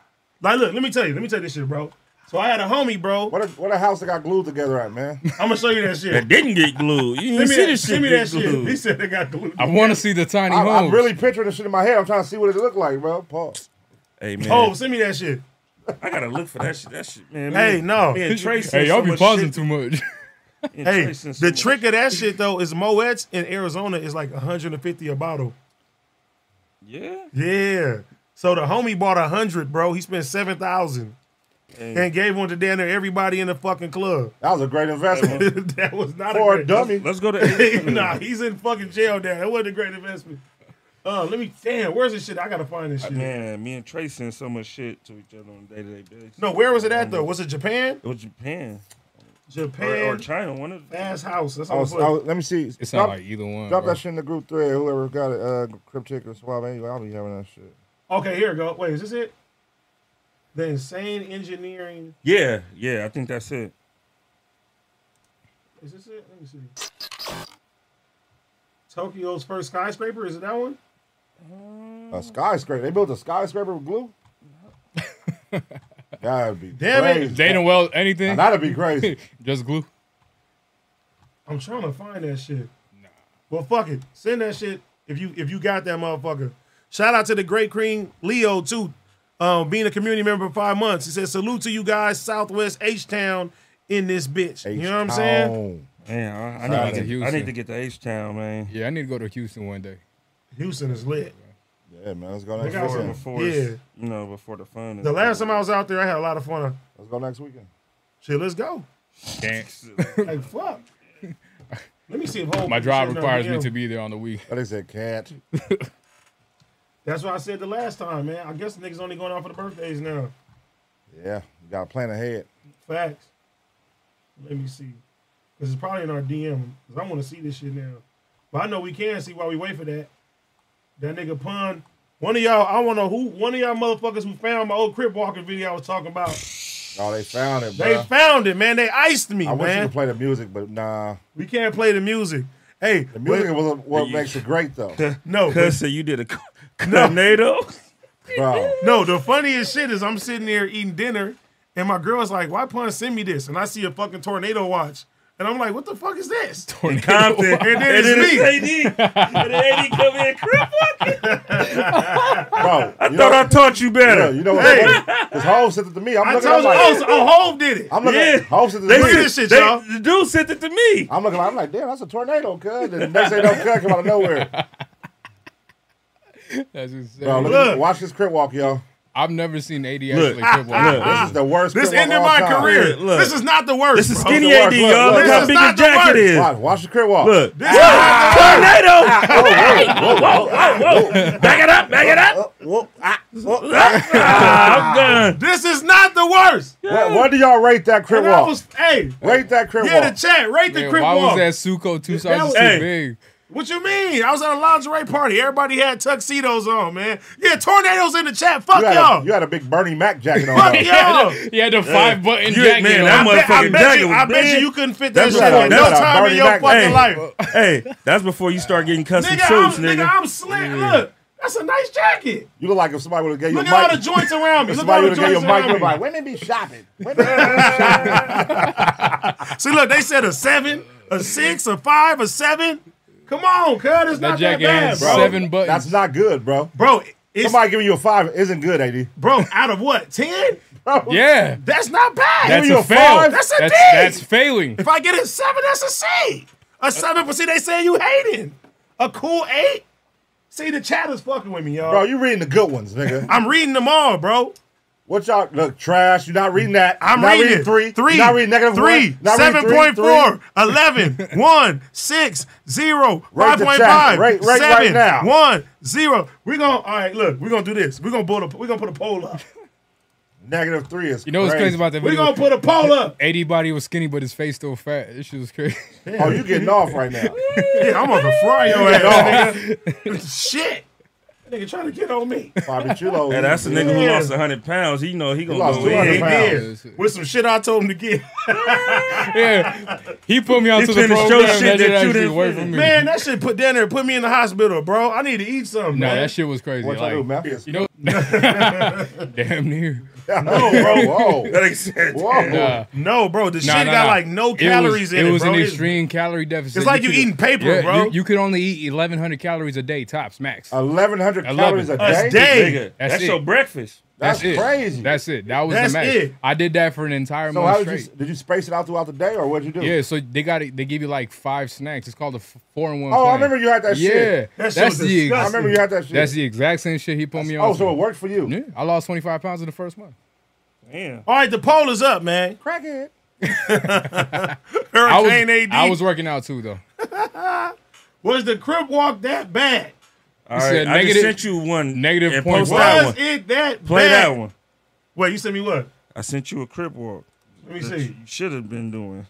Speaker 1: Like, look, let me tell you. Let me tell you this shit, bro. So I had a homie, bro.
Speaker 2: What a, what a house that got glued together at, man.
Speaker 1: I'm gonna show you that
Speaker 4: that
Speaker 1: shit.
Speaker 4: didn't get glued. You didn't
Speaker 1: Give me,
Speaker 4: see
Speaker 1: that,
Speaker 4: this shit.
Speaker 1: give me
Speaker 4: get
Speaker 1: that shit.
Speaker 4: glued.
Speaker 1: He said they got glued.
Speaker 3: I want to see the tiny
Speaker 2: I,
Speaker 3: homes.
Speaker 2: am really picturing this shit in my head. I'm trying to see what it looked like, bro. Pause.
Speaker 4: Hey man,
Speaker 1: Oh, send me that shit.
Speaker 4: I gotta look for that shit. That shit, man.
Speaker 1: Hey,
Speaker 4: me,
Speaker 1: no.
Speaker 4: Me and Trey
Speaker 3: hey, y'all be pausing too much.
Speaker 1: Hey, the trick of that shit though is Moets in Arizona is like 150 a bottle.
Speaker 4: Yeah.
Speaker 1: Yeah. So the homie bought a hundred, bro. He spent seven thousand and gave one to damn near everybody in the fucking club.
Speaker 2: That was a great investment.
Speaker 1: that was not
Speaker 2: For
Speaker 1: a
Speaker 2: a
Speaker 1: great
Speaker 2: dummy.
Speaker 4: Let's go to.
Speaker 1: nah, he's in fucking jail now. That wasn't a great investment. Uh, let me. Damn, where's this shit? I gotta find
Speaker 2: Ah,
Speaker 1: this shit.
Speaker 4: Man, me and Trey send so much shit to each other on a day to day basis.
Speaker 1: No, where was it at though? Was it Japan?
Speaker 4: It was Japan or,
Speaker 1: Japan.
Speaker 4: or China. One of the,
Speaker 1: Ass house. That's
Speaker 2: I
Speaker 1: all.
Speaker 2: was,
Speaker 1: I'm
Speaker 2: I was, let me see.
Speaker 3: It's not
Speaker 2: Drop,
Speaker 3: like either one.
Speaker 2: drop
Speaker 3: bro.
Speaker 2: that shit in the group thread. Whoever got it, uh, cryptic or swab, anyway, I'll be having that shit.
Speaker 1: Okay, here we go. Wait, is this it? The insane engineering.
Speaker 4: yeah, yeah. I think that's it.
Speaker 1: Is this it? Let me see. Tokyo's first skyscraper. Is it that one?
Speaker 2: A skyscraper. They built a skyscraper with glue. That'd be
Speaker 1: Damn it.
Speaker 2: crazy.
Speaker 3: They don't weld anything.
Speaker 2: Now, that'd be crazy.
Speaker 3: Just glue.
Speaker 1: I'm trying to find that shit. Well, fuck it. Send that shit if you if you got that motherfucker. Shout out to the great cream Leo too, um, being a community member for five months. He said salute to you guys, Southwest H Town in this bitch. You know what I'm saying?
Speaker 2: H-Town.
Speaker 4: Man, I,
Speaker 3: Shout
Speaker 4: I,
Speaker 3: out
Speaker 4: need,
Speaker 3: to
Speaker 4: to get, I
Speaker 3: Houston.
Speaker 4: need to get to H Town, man.
Speaker 3: Yeah, I need to go to Houston one day.
Speaker 1: Houston is lit.
Speaker 2: Yeah, man. Let's go
Speaker 1: They
Speaker 2: next
Speaker 1: got
Speaker 4: Before, before
Speaker 2: weekend.
Speaker 1: Yeah. some-
Speaker 4: it's- you know, before the fun.
Speaker 1: The last time I was out there, I had a lot of fun.
Speaker 2: Let's go next weekend.
Speaker 1: Shit, let's go.
Speaker 3: Dance.
Speaker 1: Like fuck. Let me see if whole
Speaker 3: My job requires me to be there on the week.
Speaker 2: But they said can't.
Speaker 1: That's what I said the last time, man. I guess niggas only going out for the birthdays now.
Speaker 2: Yeah, you gotta plan ahead.
Speaker 1: Facts. Let me see. This is probably in our DM. 'cause I want to see this shit now. But I know we can see while we wait for that. That nigga pun. One of y'all, I want to know who, one of y'all motherfuckers who found my old crib walking video I was talking about.
Speaker 2: Oh, they found it, bro.
Speaker 1: They found it, man. They iced me,
Speaker 2: I wish you
Speaker 1: man.
Speaker 2: could play the music, but nah.
Speaker 1: we can't play the music. Hey,
Speaker 2: The music
Speaker 1: but-
Speaker 2: was what makes it great, though.
Speaker 1: no, but-
Speaker 4: Cuz so you did a c- tornado.
Speaker 2: Bro,
Speaker 1: No, the funniest shit is I'm sitting there eating dinner, and my girl's like, "Why pun send me this?" And I see a fucking tornado watch, and I'm like, "What the fuck is this?"
Speaker 4: in Compton.
Speaker 1: And then
Speaker 4: And then
Speaker 1: it's me.
Speaker 4: it's AD. And then AD come in crippled.
Speaker 2: bro. I
Speaker 4: Thought I taught you
Speaker 2: yeah,
Speaker 4: better.
Speaker 2: you know what? This Hove sent it to me. I'm
Speaker 1: I
Speaker 2: looking at
Speaker 1: told
Speaker 2: it
Speaker 1: you,
Speaker 2: like,
Speaker 1: oh, so, oh, Hove did it.
Speaker 2: I'm looking
Speaker 4: Yeah.
Speaker 2: at Hove sent it
Speaker 4: They
Speaker 2: to
Speaker 1: Look at
Speaker 4: sent
Speaker 2: me.
Speaker 1: this shit,
Speaker 4: they-
Speaker 1: y'all.
Speaker 4: The dude sent it to me.
Speaker 2: I'm looking, I'm like, damn, that's a tornado, cuz. The next thing, no cuz come out of nowhere.
Speaker 3: That's insane.
Speaker 2: Bro, look,
Speaker 1: Look.
Speaker 2: watch this crip walk, yo.
Speaker 3: I've never seen AD actually
Speaker 4: Look,
Speaker 2: Ah,
Speaker 3: crip walk.
Speaker 4: look.
Speaker 2: This is the worst.
Speaker 1: Ah. This
Speaker 2: crip walk
Speaker 1: ended
Speaker 2: of all
Speaker 1: my
Speaker 2: time.
Speaker 1: career.
Speaker 4: Look, look.
Speaker 1: This is not the worst.
Speaker 4: This is
Speaker 1: bro.
Speaker 4: skinny
Speaker 2: Look,
Speaker 4: AD,
Speaker 2: look,
Speaker 4: y'all.
Speaker 2: look,
Speaker 4: Look how
Speaker 1: look.
Speaker 4: big his
Speaker 1: This is not the
Speaker 4: jacket
Speaker 1: worst.
Speaker 4: is.
Speaker 2: Watch, watch the crip walk.
Speaker 4: Look.
Speaker 1: This is not the worst. Ah,
Speaker 4: Tornado. Whoa, whoa, whoa, whoa, whoa. Back it up, back it
Speaker 1: Oh,
Speaker 4: up.
Speaker 2: Whoa, ah, whoa.
Speaker 4: Ah, I'm done.
Speaker 1: This is not the worst.
Speaker 2: What, what do y'all rate that crip
Speaker 1: And I
Speaker 2: walk?
Speaker 1: was, hey,
Speaker 2: rate that crip
Speaker 1: yeah,
Speaker 2: walk.
Speaker 1: the chat, right? The
Speaker 3: Man,
Speaker 1: crip
Speaker 3: why
Speaker 1: walk.
Speaker 3: was that Suco two sizes
Speaker 1: was-
Speaker 3: too
Speaker 4: Hey.
Speaker 3: big?
Speaker 1: What you mean? I was at a lingerie party. Everybody had tuxedos on, man. Yeah, tornadoes in the chat. Fuck
Speaker 2: you, had
Speaker 1: y'all.
Speaker 2: a, you had a big Bernie Mac jacket on.
Speaker 1: Fuck
Speaker 2: though.
Speaker 1: y'all.
Speaker 3: He had the five button
Speaker 4: You-
Speaker 3: jacket.
Speaker 4: man,
Speaker 3: on.
Speaker 4: that
Speaker 1: I bet- I
Speaker 4: Motherfucking
Speaker 1: bet,
Speaker 4: jacket
Speaker 1: you, I
Speaker 4: was
Speaker 1: bet you
Speaker 4: big.
Speaker 1: you couldn't fit that
Speaker 2: That's
Speaker 1: shit
Speaker 2: what I-
Speaker 1: at no
Speaker 2: that's what I
Speaker 1: time in
Speaker 2: Bernie
Speaker 1: your
Speaker 2: Mac-
Speaker 1: fucking
Speaker 4: Hey,
Speaker 1: life.
Speaker 4: hey, that's before you start getting custom
Speaker 1: Nigga,
Speaker 4: suits,
Speaker 1: I'm, nigga.
Speaker 4: nigga.
Speaker 1: I'm slick. Look, that's a nice jacket.
Speaker 2: You look like if somebody would have gave you a
Speaker 1: Look
Speaker 2: mic.
Speaker 1: at all the joints around me.
Speaker 2: if
Speaker 1: Look
Speaker 2: somebody
Speaker 1: at all the
Speaker 2: would have gave you
Speaker 1: joints
Speaker 2: a mic.
Speaker 1: around
Speaker 2: you'd
Speaker 1: me.
Speaker 2: be Like, women be shopping. Women be shopping.
Speaker 1: See, look, they said a seven, a six, a five, a seven. Come on, cuz. It's
Speaker 3: That
Speaker 1: not that
Speaker 3: jacket
Speaker 1: bad,
Speaker 3: has
Speaker 1: bro.
Speaker 3: seven buttons.
Speaker 2: That's not good, bro.
Speaker 1: Bro, it's,
Speaker 2: Somebody giving you a five isn't good, AD.
Speaker 1: bro, out of what? Ten?
Speaker 3: yeah,
Speaker 1: That's not bad.
Speaker 3: that's
Speaker 2: you
Speaker 3: a
Speaker 2: a
Speaker 3: fail.
Speaker 2: five?
Speaker 1: That's a
Speaker 3: that's,
Speaker 1: D.
Speaker 3: that's failing.
Speaker 1: If I get a seven, that's a C. A seven, but see, they saying you hating. A cool eight? See, the chat is fucking with me, y'all.
Speaker 2: Bro, you reading the good ones, nigga.
Speaker 1: I'm reading them all, bro.
Speaker 2: What y'all look trash? You're not reading that.
Speaker 1: I'm
Speaker 2: You're not
Speaker 1: reading, it.
Speaker 2: three.
Speaker 1: three,
Speaker 2: You're not reading negative
Speaker 1: three,
Speaker 2: one. You're not reading
Speaker 1: seven
Speaker 2: three,
Speaker 1: point
Speaker 2: three.
Speaker 1: four, 11, 1, 6, 0,
Speaker 2: Rate the
Speaker 1: 5.5,
Speaker 2: chat. Rate- rate right
Speaker 1: 7,
Speaker 2: now.
Speaker 1: 1, 0. We're gonna all right, look, we're gonna do this. We're gonna build a we're gonna put a poll up.
Speaker 2: Negative three is.
Speaker 3: You know what's crazy about that
Speaker 1: We're
Speaker 3: video?
Speaker 1: gonna put a poll up.
Speaker 3: AD body was skinny, but his face still fat. This shit was crazy.
Speaker 2: Oh, you getting off right now?
Speaker 1: Yeah, I'm gonna fry your
Speaker 2: Get
Speaker 1: ass.
Speaker 2: off.
Speaker 1: nigga. Shit. Nigga trying to get on me.
Speaker 2: Bobby Chulo.
Speaker 4: Hey, that's a nigga who
Speaker 1: Yeah.
Speaker 4: lost 100 pounds. He know he gonna
Speaker 2: lost
Speaker 4: go
Speaker 2: 200
Speaker 4: in.
Speaker 2: pounds.
Speaker 1: Yeah, with some shit I told him to get.
Speaker 3: yeah, he put me
Speaker 4: He
Speaker 3: onto the
Speaker 4: finished your
Speaker 3: program.
Speaker 4: shit
Speaker 3: that
Speaker 4: that
Speaker 3: shit
Speaker 4: you
Speaker 3: actually
Speaker 4: didn't
Speaker 3: worked for
Speaker 4: finish.
Speaker 3: me.
Speaker 1: Man, that shit put down there and put me in the hospital, bro. I need to eat something.
Speaker 3: nah,
Speaker 1: man.
Speaker 3: that shit was crazy.
Speaker 2: What y'all do,
Speaker 3: Like,
Speaker 2: Memphis?
Speaker 3: you know, damn near.
Speaker 2: no, bro. Whoa,
Speaker 4: That ain't sense.
Speaker 2: whoa.
Speaker 3: Nah.
Speaker 1: No, bro, the
Speaker 3: Nah,
Speaker 1: shit
Speaker 3: nah,
Speaker 1: got
Speaker 3: nah.
Speaker 1: like no
Speaker 3: It
Speaker 1: calories
Speaker 3: was,
Speaker 1: in it,
Speaker 3: It was
Speaker 1: bro.
Speaker 3: an
Speaker 1: It's-
Speaker 3: extreme calorie deficit.
Speaker 1: It's like you
Speaker 3: could-
Speaker 1: eating paper,
Speaker 3: yeah,
Speaker 1: bro.
Speaker 3: You, you could only eat 1,100 calories a day, tops, max.
Speaker 2: Eleven hundred
Speaker 3: Eleven.
Speaker 2: calories a
Speaker 1: Us
Speaker 2: day.
Speaker 1: day.
Speaker 4: Nigga,
Speaker 3: That's
Speaker 4: that's,
Speaker 3: it.
Speaker 4: your breakfast.
Speaker 2: That's,
Speaker 3: it.
Speaker 2: crazy.
Speaker 3: That's it. That was
Speaker 1: That's
Speaker 3: the max.
Speaker 1: it.
Speaker 3: I did that for an entire
Speaker 2: so.
Speaker 3: month
Speaker 2: How did
Speaker 3: straight.
Speaker 2: you did you space it out throughout the day, or what did you do?
Speaker 3: Yeah, so they got it. They give you like five snacks. It's called a f- four in one.
Speaker 2: Oh, I
Speaker 3: plan.
Speaker 2: remember you had that
Speaker 3: yeah,
Speaker 2: shit.
Speaker 1: That shit
Speaker 3: that's
Speaker 1: was
Speaker 3: the
Speaker 2: I
Speaker 1: disgusting.
Speaker 2: remember you had that shit.
Speaker 3: that's the exact same shit he put me on.
Speaker 2: oh, so it worked for you.
Speaker 3: yeah, I lost twenty five pounds in the first month.
Speaker 4: Damn.
Speaker 1: All right, the poll is up, man.
Speaker 2: Crackhead.
Speaker 3: I was,
Speaker 1: Hurricane AD.
Speaker 3: I was working out too though.
Speaker 1: Was the crib walk that bad?
Speaker 4: All
Speaker 3: said
Speaker 4: right, I
Speaker 3: negative-
Speaker 4: just sent you one.
Speaker 3: negative
Speaker 4: and
Speaker 3: point
Speaker 4: post
Speaker 3: one.
Speaker 4: that
Speaker 1: Was
Speaker 4: one.
Speaker 1: it that
Speaker 4: Play
Speaker 1: bad?
Speaker 4: that one.
Speaker 1: Wait, you sent me what?
Speaker 4: I sent you a crip walk.
Speaker 1: Let me
Speaker 4: That you
Speaker 1: see.
Speaker 4: should have been doing.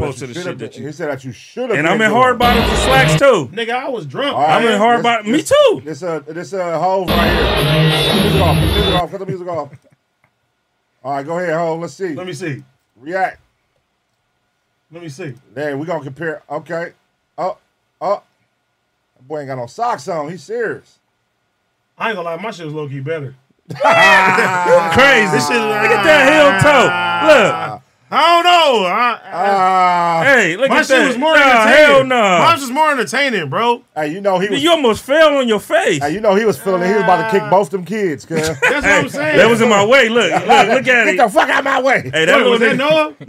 Speaker 4: Posted
Speaker 2: that
Speaker 4: the
Speaker 2: you
Speaker 4: shit
Speaker 2: should've
Speaker 4: that
Speaker 2: been-
Speaker 4: you-
Speaker 2: He said that you should have.
Speaker 4: And I'm in hard bottoms and slacks too.
Speaker 1: Nigga, I was drunk.
Speaker 2: All right.
Speaker 4: I'm in hard
Speaker 2: Let's-
Speaker 4: bottom. Me too.
Speaker 2: This uh this uh hove right here. Cut the music off. Cut the music off. Cut the music off. All right, go ahead, hove. Let's see.
Speaker 1: Let me see.
Speaker 2: React.
Speaker 1: Let me see.
Speaker 2: Then we gonna compare. Okay. Oh, oh. That boy ain't got no socks on. He's serious.
Speaker 1: I ain't gonna lie, my shit was low key better.
Speaker 4: Crazy.
Speaker 1: This shit.
Speaker 4: Look at that heel toe. Look.
Speaker 1: I don't know. I,
Speaker 2: Ah.
Speaker 4: Hey, look
Speaker 1: my
Speaker 4: at
Speaker 1: shit
Speaker 4: that.
Speaker 1: was more
Speaker 4: nah,
Speaker 1: entertaining.
Speaker 4: hell no.
Speaker 1: Mine was more entertaining, bro.
Speaker 2: Hey, you know he was.
Speaker 4: You almost fell on your face.
Speaker 2: hey, you know he was feeling. it. He was about to kick both them kids. Cause
Speaker 1: That's what I'm saying.
Speaker 4: That was in my way. Look, look, look at
Speaker 2: get
Speaker 4: it.
Speaker 2: the fuck out of my way.
Speaker 4: Hey, that
Speaker 1: Wait, was
Speaker 4: little
Speaker 1: that
Speaker 4: nigga.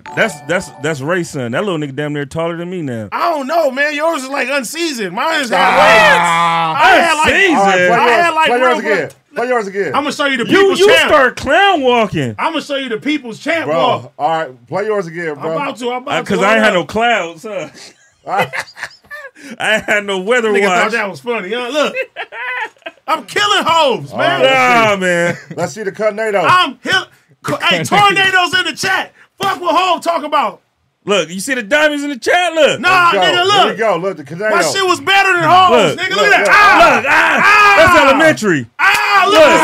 Speaker 4: Nah, that's that's that's Ray's son. That little nigga damn near taller than me now.
Speaker 1: I don't know, man. Yours is like unseasoned. Mine is halfway.
Speaker 2: Ah.
Speaker 1: I had like
Speaker 4: Unseasoned?
Speaker 2: All right, play
Speaker 1: I
Speaker 2: yours,
Speaker 1: had like
Speaker 2: play yours
Speaker 1: real
Speaker 2: again. Play yours again.
Speaker 1: I'm gonna show you the
Speaker 4: You
Speaker 1: people's
Speaker 4: you
Speaker 1: champ.
Speaker 4: start clown walking
Speaker 1: I'm gonna show you the people's champ
Speaker 2: bro.
Speaker 1: walk.
Speaker 2: All right, play yours again,
Speaker 1: I'm
Speaker 2: bro.
Speaker 1: about to. I'm about to.
Speaker 4: because Uh, I ain't had no clouds. Huh? Ah. I ain't had no weather
Speaker 1: Nigga thought
Speaker 4: watch.
Speaker 1: that was funny. Huh? Look, I'm killing hoes, man.
Speaker 4: Nah, man.
Speaker 2: Let's see the tornado.
Speaker 1: I'm hill. Hey, tornadoes in the chat. Fuck what home talk about.
Speaker 4: Look, you see the diamonds in the chat. Look,
Speaker 1: Nah,
Speaker 2: Go.
Speaker 1: nigga,
Speaker 2: Here we
Speaker 1: look.
Speaker 2: go. Look, the tornado.
Speaker 1: My shit was better than hoes,
Speaker 4: Look, ah!
Speaker 1: nigga. Look,
Speaker 2: look,
Speaker 1: at
Speaker 2: look.
Speaker 1: that.
Speaker 4: look, ah, that's elementary.
Speaker 1: Ah, ah, Wow, look at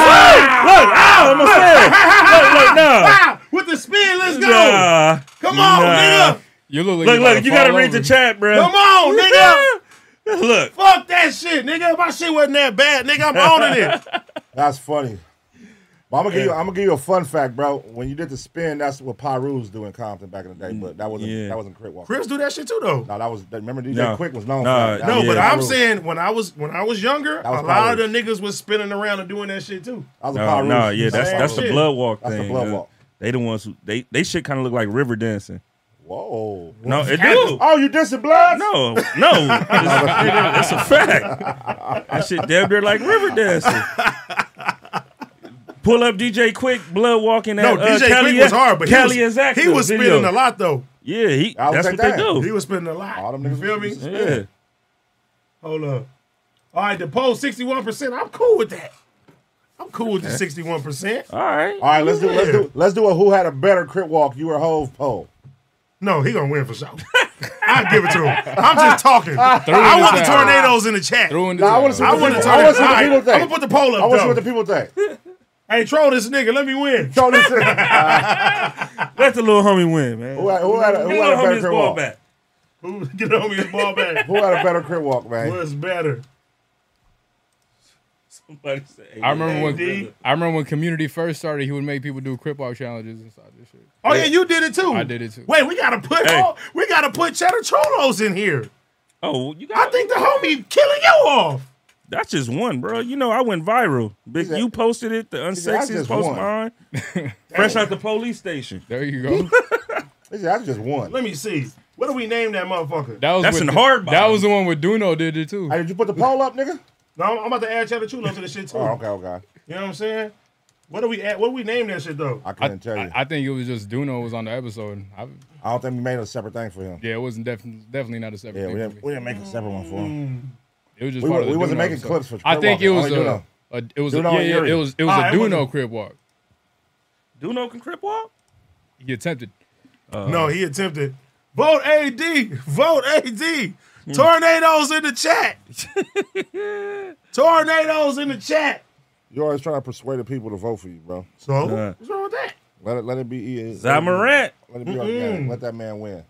Speaker 4: Ah, Look, ow, I'm a fan. Look, look, nah.
Speaker 1: Wow, with the spin, let's go.
Speaker 4: Nah.
Speaker 1: Come on,
Speaker 4: Nah.
Speaker 1: nigga.
Speaker 3: You look like
Speaker 4: Look,
Speaker 3: about
Speaker 4: look,
Speaker 3: to
Speaker 4: you gotta
Speaker 3: fall
Speaker 4: read
Speaker 3: over.
Speaker 4: the chat, bro.
Speaker 1: Come on, nigga.
Speaker 4: Look,
Speaker 1: Fuck that shit, nigga. My shit wasn't that bad, nigga. I'm owning it.
Speaker 2: That's funny. But I'm gonna give you. I'm gonna give you a fun fact, bro. When you did the spin, that's what Pyru's doing Compton back in the
Speaker 1: Mm,
Speaker 2: day. But that wasn't.
Speaker 4: Yeah.
Speaker 2: That wasn't crit walk.
Speaker 1: Crips do that shit too, though.
Speaker 2: No, that was. Remember DJ
Speaker 4: No.
Speaker 2: Quick was known
Speaker 4: Nah,
Speaker 2: for that.
Speaker 1: No,
Speaker 4: Yeah.
Speaker 1: but
Speaker 2: That
Speaker 1: I'm
Speaker 2: was-
Speaker 1: saying when I was when I was younger,
Speaker 2: That was
Speaker 1: a lot of the
Speaker 2: Pyro.
Speaker 1: niggas was spinning around and doing that shit too.
Speaker 2: that was a
Speaker 4: no,
Speaker 2: Pyru's.
Speaker 4: no, yeah, that's
Speaker 1: Same
Speaker 4: that's the
Speaker 1: shit.
Speaker 4: blood walk
Speaker 2: That's the
Speaker 4: thing.
Speaker 2: blood
Speaker 4: dude.
Speaker 2: walk.
Speaker 4: They the ones who they they shit kind of look like river dancing.
Speaker 2: Whoa.
Speaker 4: No, it do.
Speaker 2: Oh, you did some blood?
Speaker 4: No, no, that's a fact. That shit damn near like river dancing. Pull up DJ Quick, blood walking.
Speaker 1: No,
Speaker 4: at, uh,
Speaker 1: DJ
Speaker 4: Cali,
Speaker 1: Quick was hard, but
Speaker 4: Cali
Speaker 1: he was,
Speaker 4: is active
Speaker 1: he was spinning
Speaker 4: video.
Speaker 1: a lot though.
Speaker 4: Yeah, he,
Speaker 2: I would
Speaker 4: that's what
Speaker 2: take
Speaker 4: they
Speaker 2: that.
Speaker 4: do.
Speaker 1: He was spinning a lot.
Speaker 2: All them
Speaker 1: you
Speaker 2: niggas
Speaker 1: feel me?
Speaker 2: was
Speaker 4: yeah.
Speaker 1: Hold up. All right, the poll sixty one percent. I'm cool with that. I'm cool with the sixty one percent.
Speaker 4: All right.
Speaker 2: All right, let's do let's do let's do a who had a better crit walk, you or Hove poll.
Speaker 1: No, he gonna win for sure. I give it to him. I'm just talking. I want the
Speaker 3: down.
Speaker 1: tornadoes in the chat.
Speaker 3: Throw in the
Speaker 2: Nah, I want to see
Speaker 3: towel.
Speaker 1: I
Speaker 2: what the
Speaker 1: want to
Speaker 2: people,
Speaker 1: turn
Speaker 2: I
Speaker 1: it.
Speaker 2: wanna see what the people
Speaker 1: I'm
Speaker 2: think.
Speaker 1: gonna put the poll
Speaker 2: I
Speaker 1: up.
Speaker 2: want to see
Speaker 1: Though.
Speaker 2: what the people think.
Speaker 1: hey, troll this nigga. Let me win.
Speaker 2: So this is-
Speaker 4: Let the little homie win, man.
Speaker 2: who had, who had, a,
Speaker 4: Give
Speaker 2: who
Speaker 4: little
Speaker 2: had a
Speaker 4: homie
Speaker 2: better
Speaker 4: his
Speaker 2: crit
Speaker 4: ball
Speaker 2: walk?
Speaker 4: back.
Speaker 1: Who- Get on me his ball back.
Speaker 2: Who had a better crit walk, man?
Speaker 1: What's better?
Speaker 4: Somebody say, hey,
Speaker 3: I remember
Speaker 1: AD.
Speaker 3: when I remember when Community first started, he would make people do crip walk challenges and stuff. This shit.
Speaker 1: Oh yeah, you did it too.
Speaker 3: I did it too.
Speaker 1: Wait, we gotta put
Speaker 4: Hey.
Speaker 1: all, we gotta put cheddar cholos in here.
Speaker 4: Oh, you got
Speaker 1: I think the homie killing you off.
Speaker 4: That's just one, bro. You know, I went viral. Big,
Speaker 2: said-
Speaker 4: you posted it. The
Speaker 2: said, "That's
Speaker 4: unsexiest
Speaker 2: just
Speaker 4: post
Speaker 2: one."
Speaker 4: mine. Fresh out the police station.
Speaker 3: There you go.
Speaker 2: This is- That's just one.
Speaker 1: Let me see. What do we name that motherfucker?
Speaker 3: That was
Speaker 4: That's
Speaker 3: with
Speaker 4: in
Speaker 3: the-
Speaker 4: hard
Speaker 3: That
Speaker 4: body.
Speaker 3: was the one with Duno did it too.
Speaker 2: Hey, did you put the poll up, nigga?
Speaker 1: No, I'm about to add cheddar cholos to this shit too.
Speaker 2: Oh, okay, okay.
Speaker 1: You know what I'm saying? What do we add? What do we name that shit though?
Speaker 2: I
Speaker 3: I,
Speaker 2: couldn't tell you.
Speaker 3: I, I think it was just Duno was on the episode. I,
Speaker 2: I don't think we made a separate thing for him.
Speaker 3: yeah, it wasn't definitely definitely not a separate.
Speaker 2: Yeah,
Speaker 3: thing
Speaker 2: we
Speaker 3: for
Speaker 2: didn't,
Speaker 3: me.
Speaker 2: we didn't make a separate one for him.
Speaker 3: It was just
Speaker 2: We
Speaker 3: part
Speaker 2: wa-
Speaker 3: of the
Speaker 2: we wasn't
Speaker 3: Duno
Speaker 2: making
Speaker 3: episode.
Speaker 2: clips for
Speaker 3: I
Speaker 2: crip
Speaker 3: think it
Speaker 2: walking,
Speaker 3: was
Speaker 2: only
Speaker 3: a, a it was a,
Speaker 2: Duno
Speaker 3: yeah,
Speaker 2: and
Speaker 3: yeah,
Speaker 2: Yuri.
Speaker 3: it was it was
Speaker 1: Ah, it
Speaker 3: a
Speaker 1: wasn't-
Speaker 3: Duno crib walk.
Speaker 4: Duno can crip walk?
Speaker 3: He attempted.
Speaker 4: Oh.
Speaker 1: no, he attempted. Vote AD. Vote AD.
Speaker 4: Hmm.
Speaker 1: Tornadoes in the chat. Tornadoes in the chat.
Speaker 2: You're always trying to persuade the people to vote for you, bro.
Speaker 1: So
Speaker 4: Uh.
Speaker 1: what's wrong with that?
Speaker 2: Let it let it be. let it be-
Speaker 4: Zamorant.
Speaker 2: Let it be organic.
Speaker 4: Mm-hmm.
Speaker 2: Let that man win.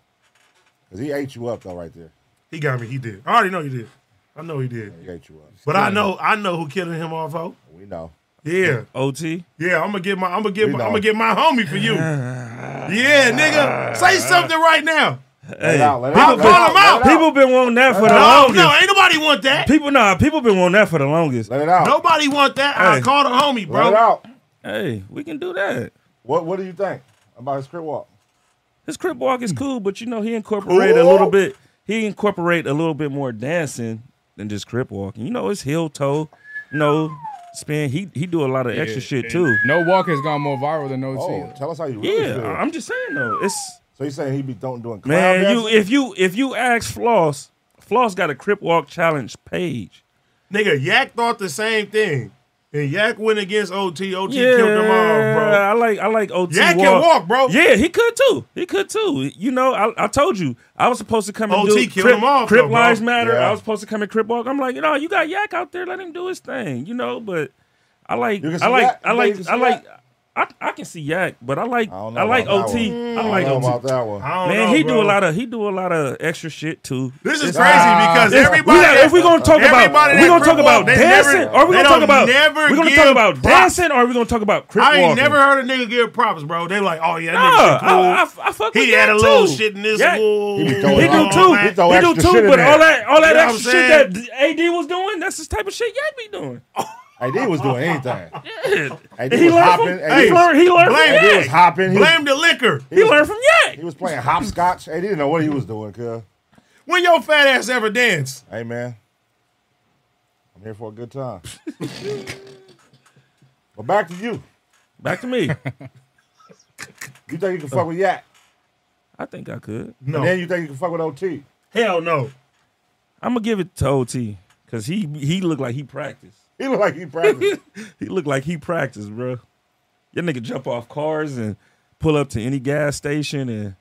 Speaker 2: Cause he ate you up though, right there.
Speaker 1: He got me. He did. I already know he did. I know he did.
Speaker 2: He ate you up.
Speaker 1: But I know I know who killing him off. Ho.
Speaker 2: We know.
Speaker 1: Yeah.
Speaker 4: OT.
Speaker 1: Yeah, I'm gonna get my I'm gonna get
Speaker 2: We
Speaker 1: my,
Speaker 2: know.
Speaker 1: I'm gonna get my homie for you. Yeah, nigga, say something right now.
Speaker 2: Let it out. Let it
Speaker 1: People
Speaker 2: out. Let it
Speaker 1: call
Speaker 2: Let
Speaker 1: him out.
Speaker 2: it out.
Speaker 4: People been wanting that for the
Speaker 1: No,
Speaker 4: longest.
Speaker 1: no, ain't nobody want that.
Speaker 4: People, nah, people been wanting that for the longest.
Speaker 2: Let it out.
Speaker 1: Nobody want that. I
Speaker 4: Hey.
Speaker 1: call the homie,
Speaker 2: Let it
Speaker 1: bro.
Speaker 2: out.
Speaker 4: Hey, we can do that.
Speaker 2: What What do you think about his crit walk?
Speaker 4: His crip walk is cool, but you know he incorporate a little bit. He incorporate a little bit more dancing than just crip walking. You know, it's heel toe, you know, spin. He he do a lot of extra
Speaker 3: Yeah,
Speaker 4: shit
Speaker 3: and
Speaker 4: too.
Speaker 3: No walk has gone more viral than no
Speaker 2: Oh,
Speaker 3: T.
Speaker 2: tell us how you really
Speaker 4: Yeah,
Speaker 2: feel.
Speaker 4: I- I'm just saying though. It's
Speaker 2: so you saying he be don't doing clown
Speaker 4: man, you
Speaker 2: dancing?
Speaker 4: if you if you ask Floss, Floss got a crip walk challenge page.
Speaker 1: Nigga, Yak thought the same thing, and Yak went against OT. OT
Speaker 4: Yeah,
Speaker 1: killed him off, bro.
Speaker 4: I like I like OT.
Speaker 1: Yak
Speaker 4: walk.
Speaker 1: can walk, bro.
Speaker 4: Yeah, he could too. He could too. You know, I, I told you I was supposed to come and
Speaker 1: OT
Speaker 4: do
Speaker 1: killed
Speaker 4: Crip,
Speaker 1: him off,
Speaker 4: Crip
Speaker 1: though, bro.
Speaker 4: Lives Matter.
Speaker 2: Yeah.
Speaker 4: I was supposed to come and Crip Walk. I'm like, you know, you got Yak out there, let him do his thing. You know, but I like,
Speaker 2: You can
Speaker 4: I
Speaker 2: see
Speaker 4: like,
Speaker 2: Yak?
Speaker 4: I
Speaker 2: You think
Speaker 4: like,
Speaker 2: you
Speaker 4: I
Speaker 2: can see
Speaker 4: like, I, I can see Yak, but I like,
Speaker 2: I
Speaker 4: I,
Speaker 2: don't know
Speaker 4: like
Speaker 2: about that
Speaker 4: OT.
Speaker 2: one.
Speaker 4: I like
Speaker 2: I don't know
Speaker 4: OT.
Speaker 2: about that one.
Speaker 1: I don't
Speaker 4: Man,
Speaker 1: know,
Speaker 4: he
Speaker 1: bro.
Speaker 4: do a lot of he do a lot of extra shit too.
Speaker 1: This is
Speaker 4: It's-
Speaker 1: crazy because
Speaker 4: it's-
Speaker 1: everybody.
Speaker 4: we gotta- if we gonna talk about,
Speaker 1: everybody
Speaker 4: we
Speaker 1: that
Speaker 4: gonna
Speaker 1: crip
Speaker 4: talk about
Speaker 1: walk, they never-
Speaker 4: dancing, or we gonna
Speaker 1: they
Speaker 4: talk
Speaker 1: don't
Speaker 4: about,
Speaker 1: never
Speaker 4: we gonna
Speaker 1: give
Speaker 4: talk about
Speaker 1: props.
Speaker 4: dancing, or we gonna talk about crip
Speaker 1: I ain't
Speaker 4: walking?
Speaker 1: never heard a nigga give props, bro. They like, oh yeah, that
Speaker 4: Nah,
Speaker 1: nigga cool.
Speaker 4: I, I, I fuck with
Speaker 1: he
Speaker 4: that
Speaker 1: had a little
Speaker 4: too.
Speaker 1: shit in this.
Speaker 4: Yeah.
Speaker 1: woo.
Speaker 2: He be
Speaker 4: He
Speaker 2: throwing
Speaker 4: do
Speaker 2: all
Speaker 4: too.
Speaker 2: that-
Speaker 4: He,
Speaker 2: He throw
Speaker 4: do
Speaker 2: extra
Speaker 4: too.
Speaker 2: shit in
Speaker 4: But
Speaker 2: there.
Speaker 4: all that, all that
Speaker 1: You know what I'm
Speaker 4: extra shit that AD was doing, that's the type of shit Yak be doing.
Speaker 2: Hey, he was doing anything. Hey,
Speaker 4: And
Speaker 2: he
Speaker 4: he
Speaker 2: was
Speaker 4: learned from,
Speaker 2: hopping. Hey,
Speaker 4: he
Speaker 2: he
Speaker 4: learned,
Speaker 2: was-
Speaker 4: he learned from
Speaker 1: Blame
Speaker 2: he was
Speaker 4: Yak.
Speaker 2: hopping. He was,
Speaker 1: Blame the liquor.
Speaker 4: He learned from
Speaker 2: he
Speaker 4: Yak.
Speaker 2: was playing hopscotch. Hey, he didn't know what he was doing, cuz.
Speaker 1: When your fat ass ever dance?
Speaker 2: Hey, man. I'm here for a good time. but back to you.
Speaker 4: Back to me.
Speaker 2: You think you can fuck with Yak?
Speaker 4: I think I could.
Speaker 1: No,
Speaker 2: And then you think you can fuck with OT?
Speaker 1: hell no.
Speaker 4: I'm gonna give it to OT because he he looked like he practiced.
Speaker 2: He look like he practiced.
Speaker 4: He looked like he practiced, bro. Your nigga jump off cars and pull up to any gas station and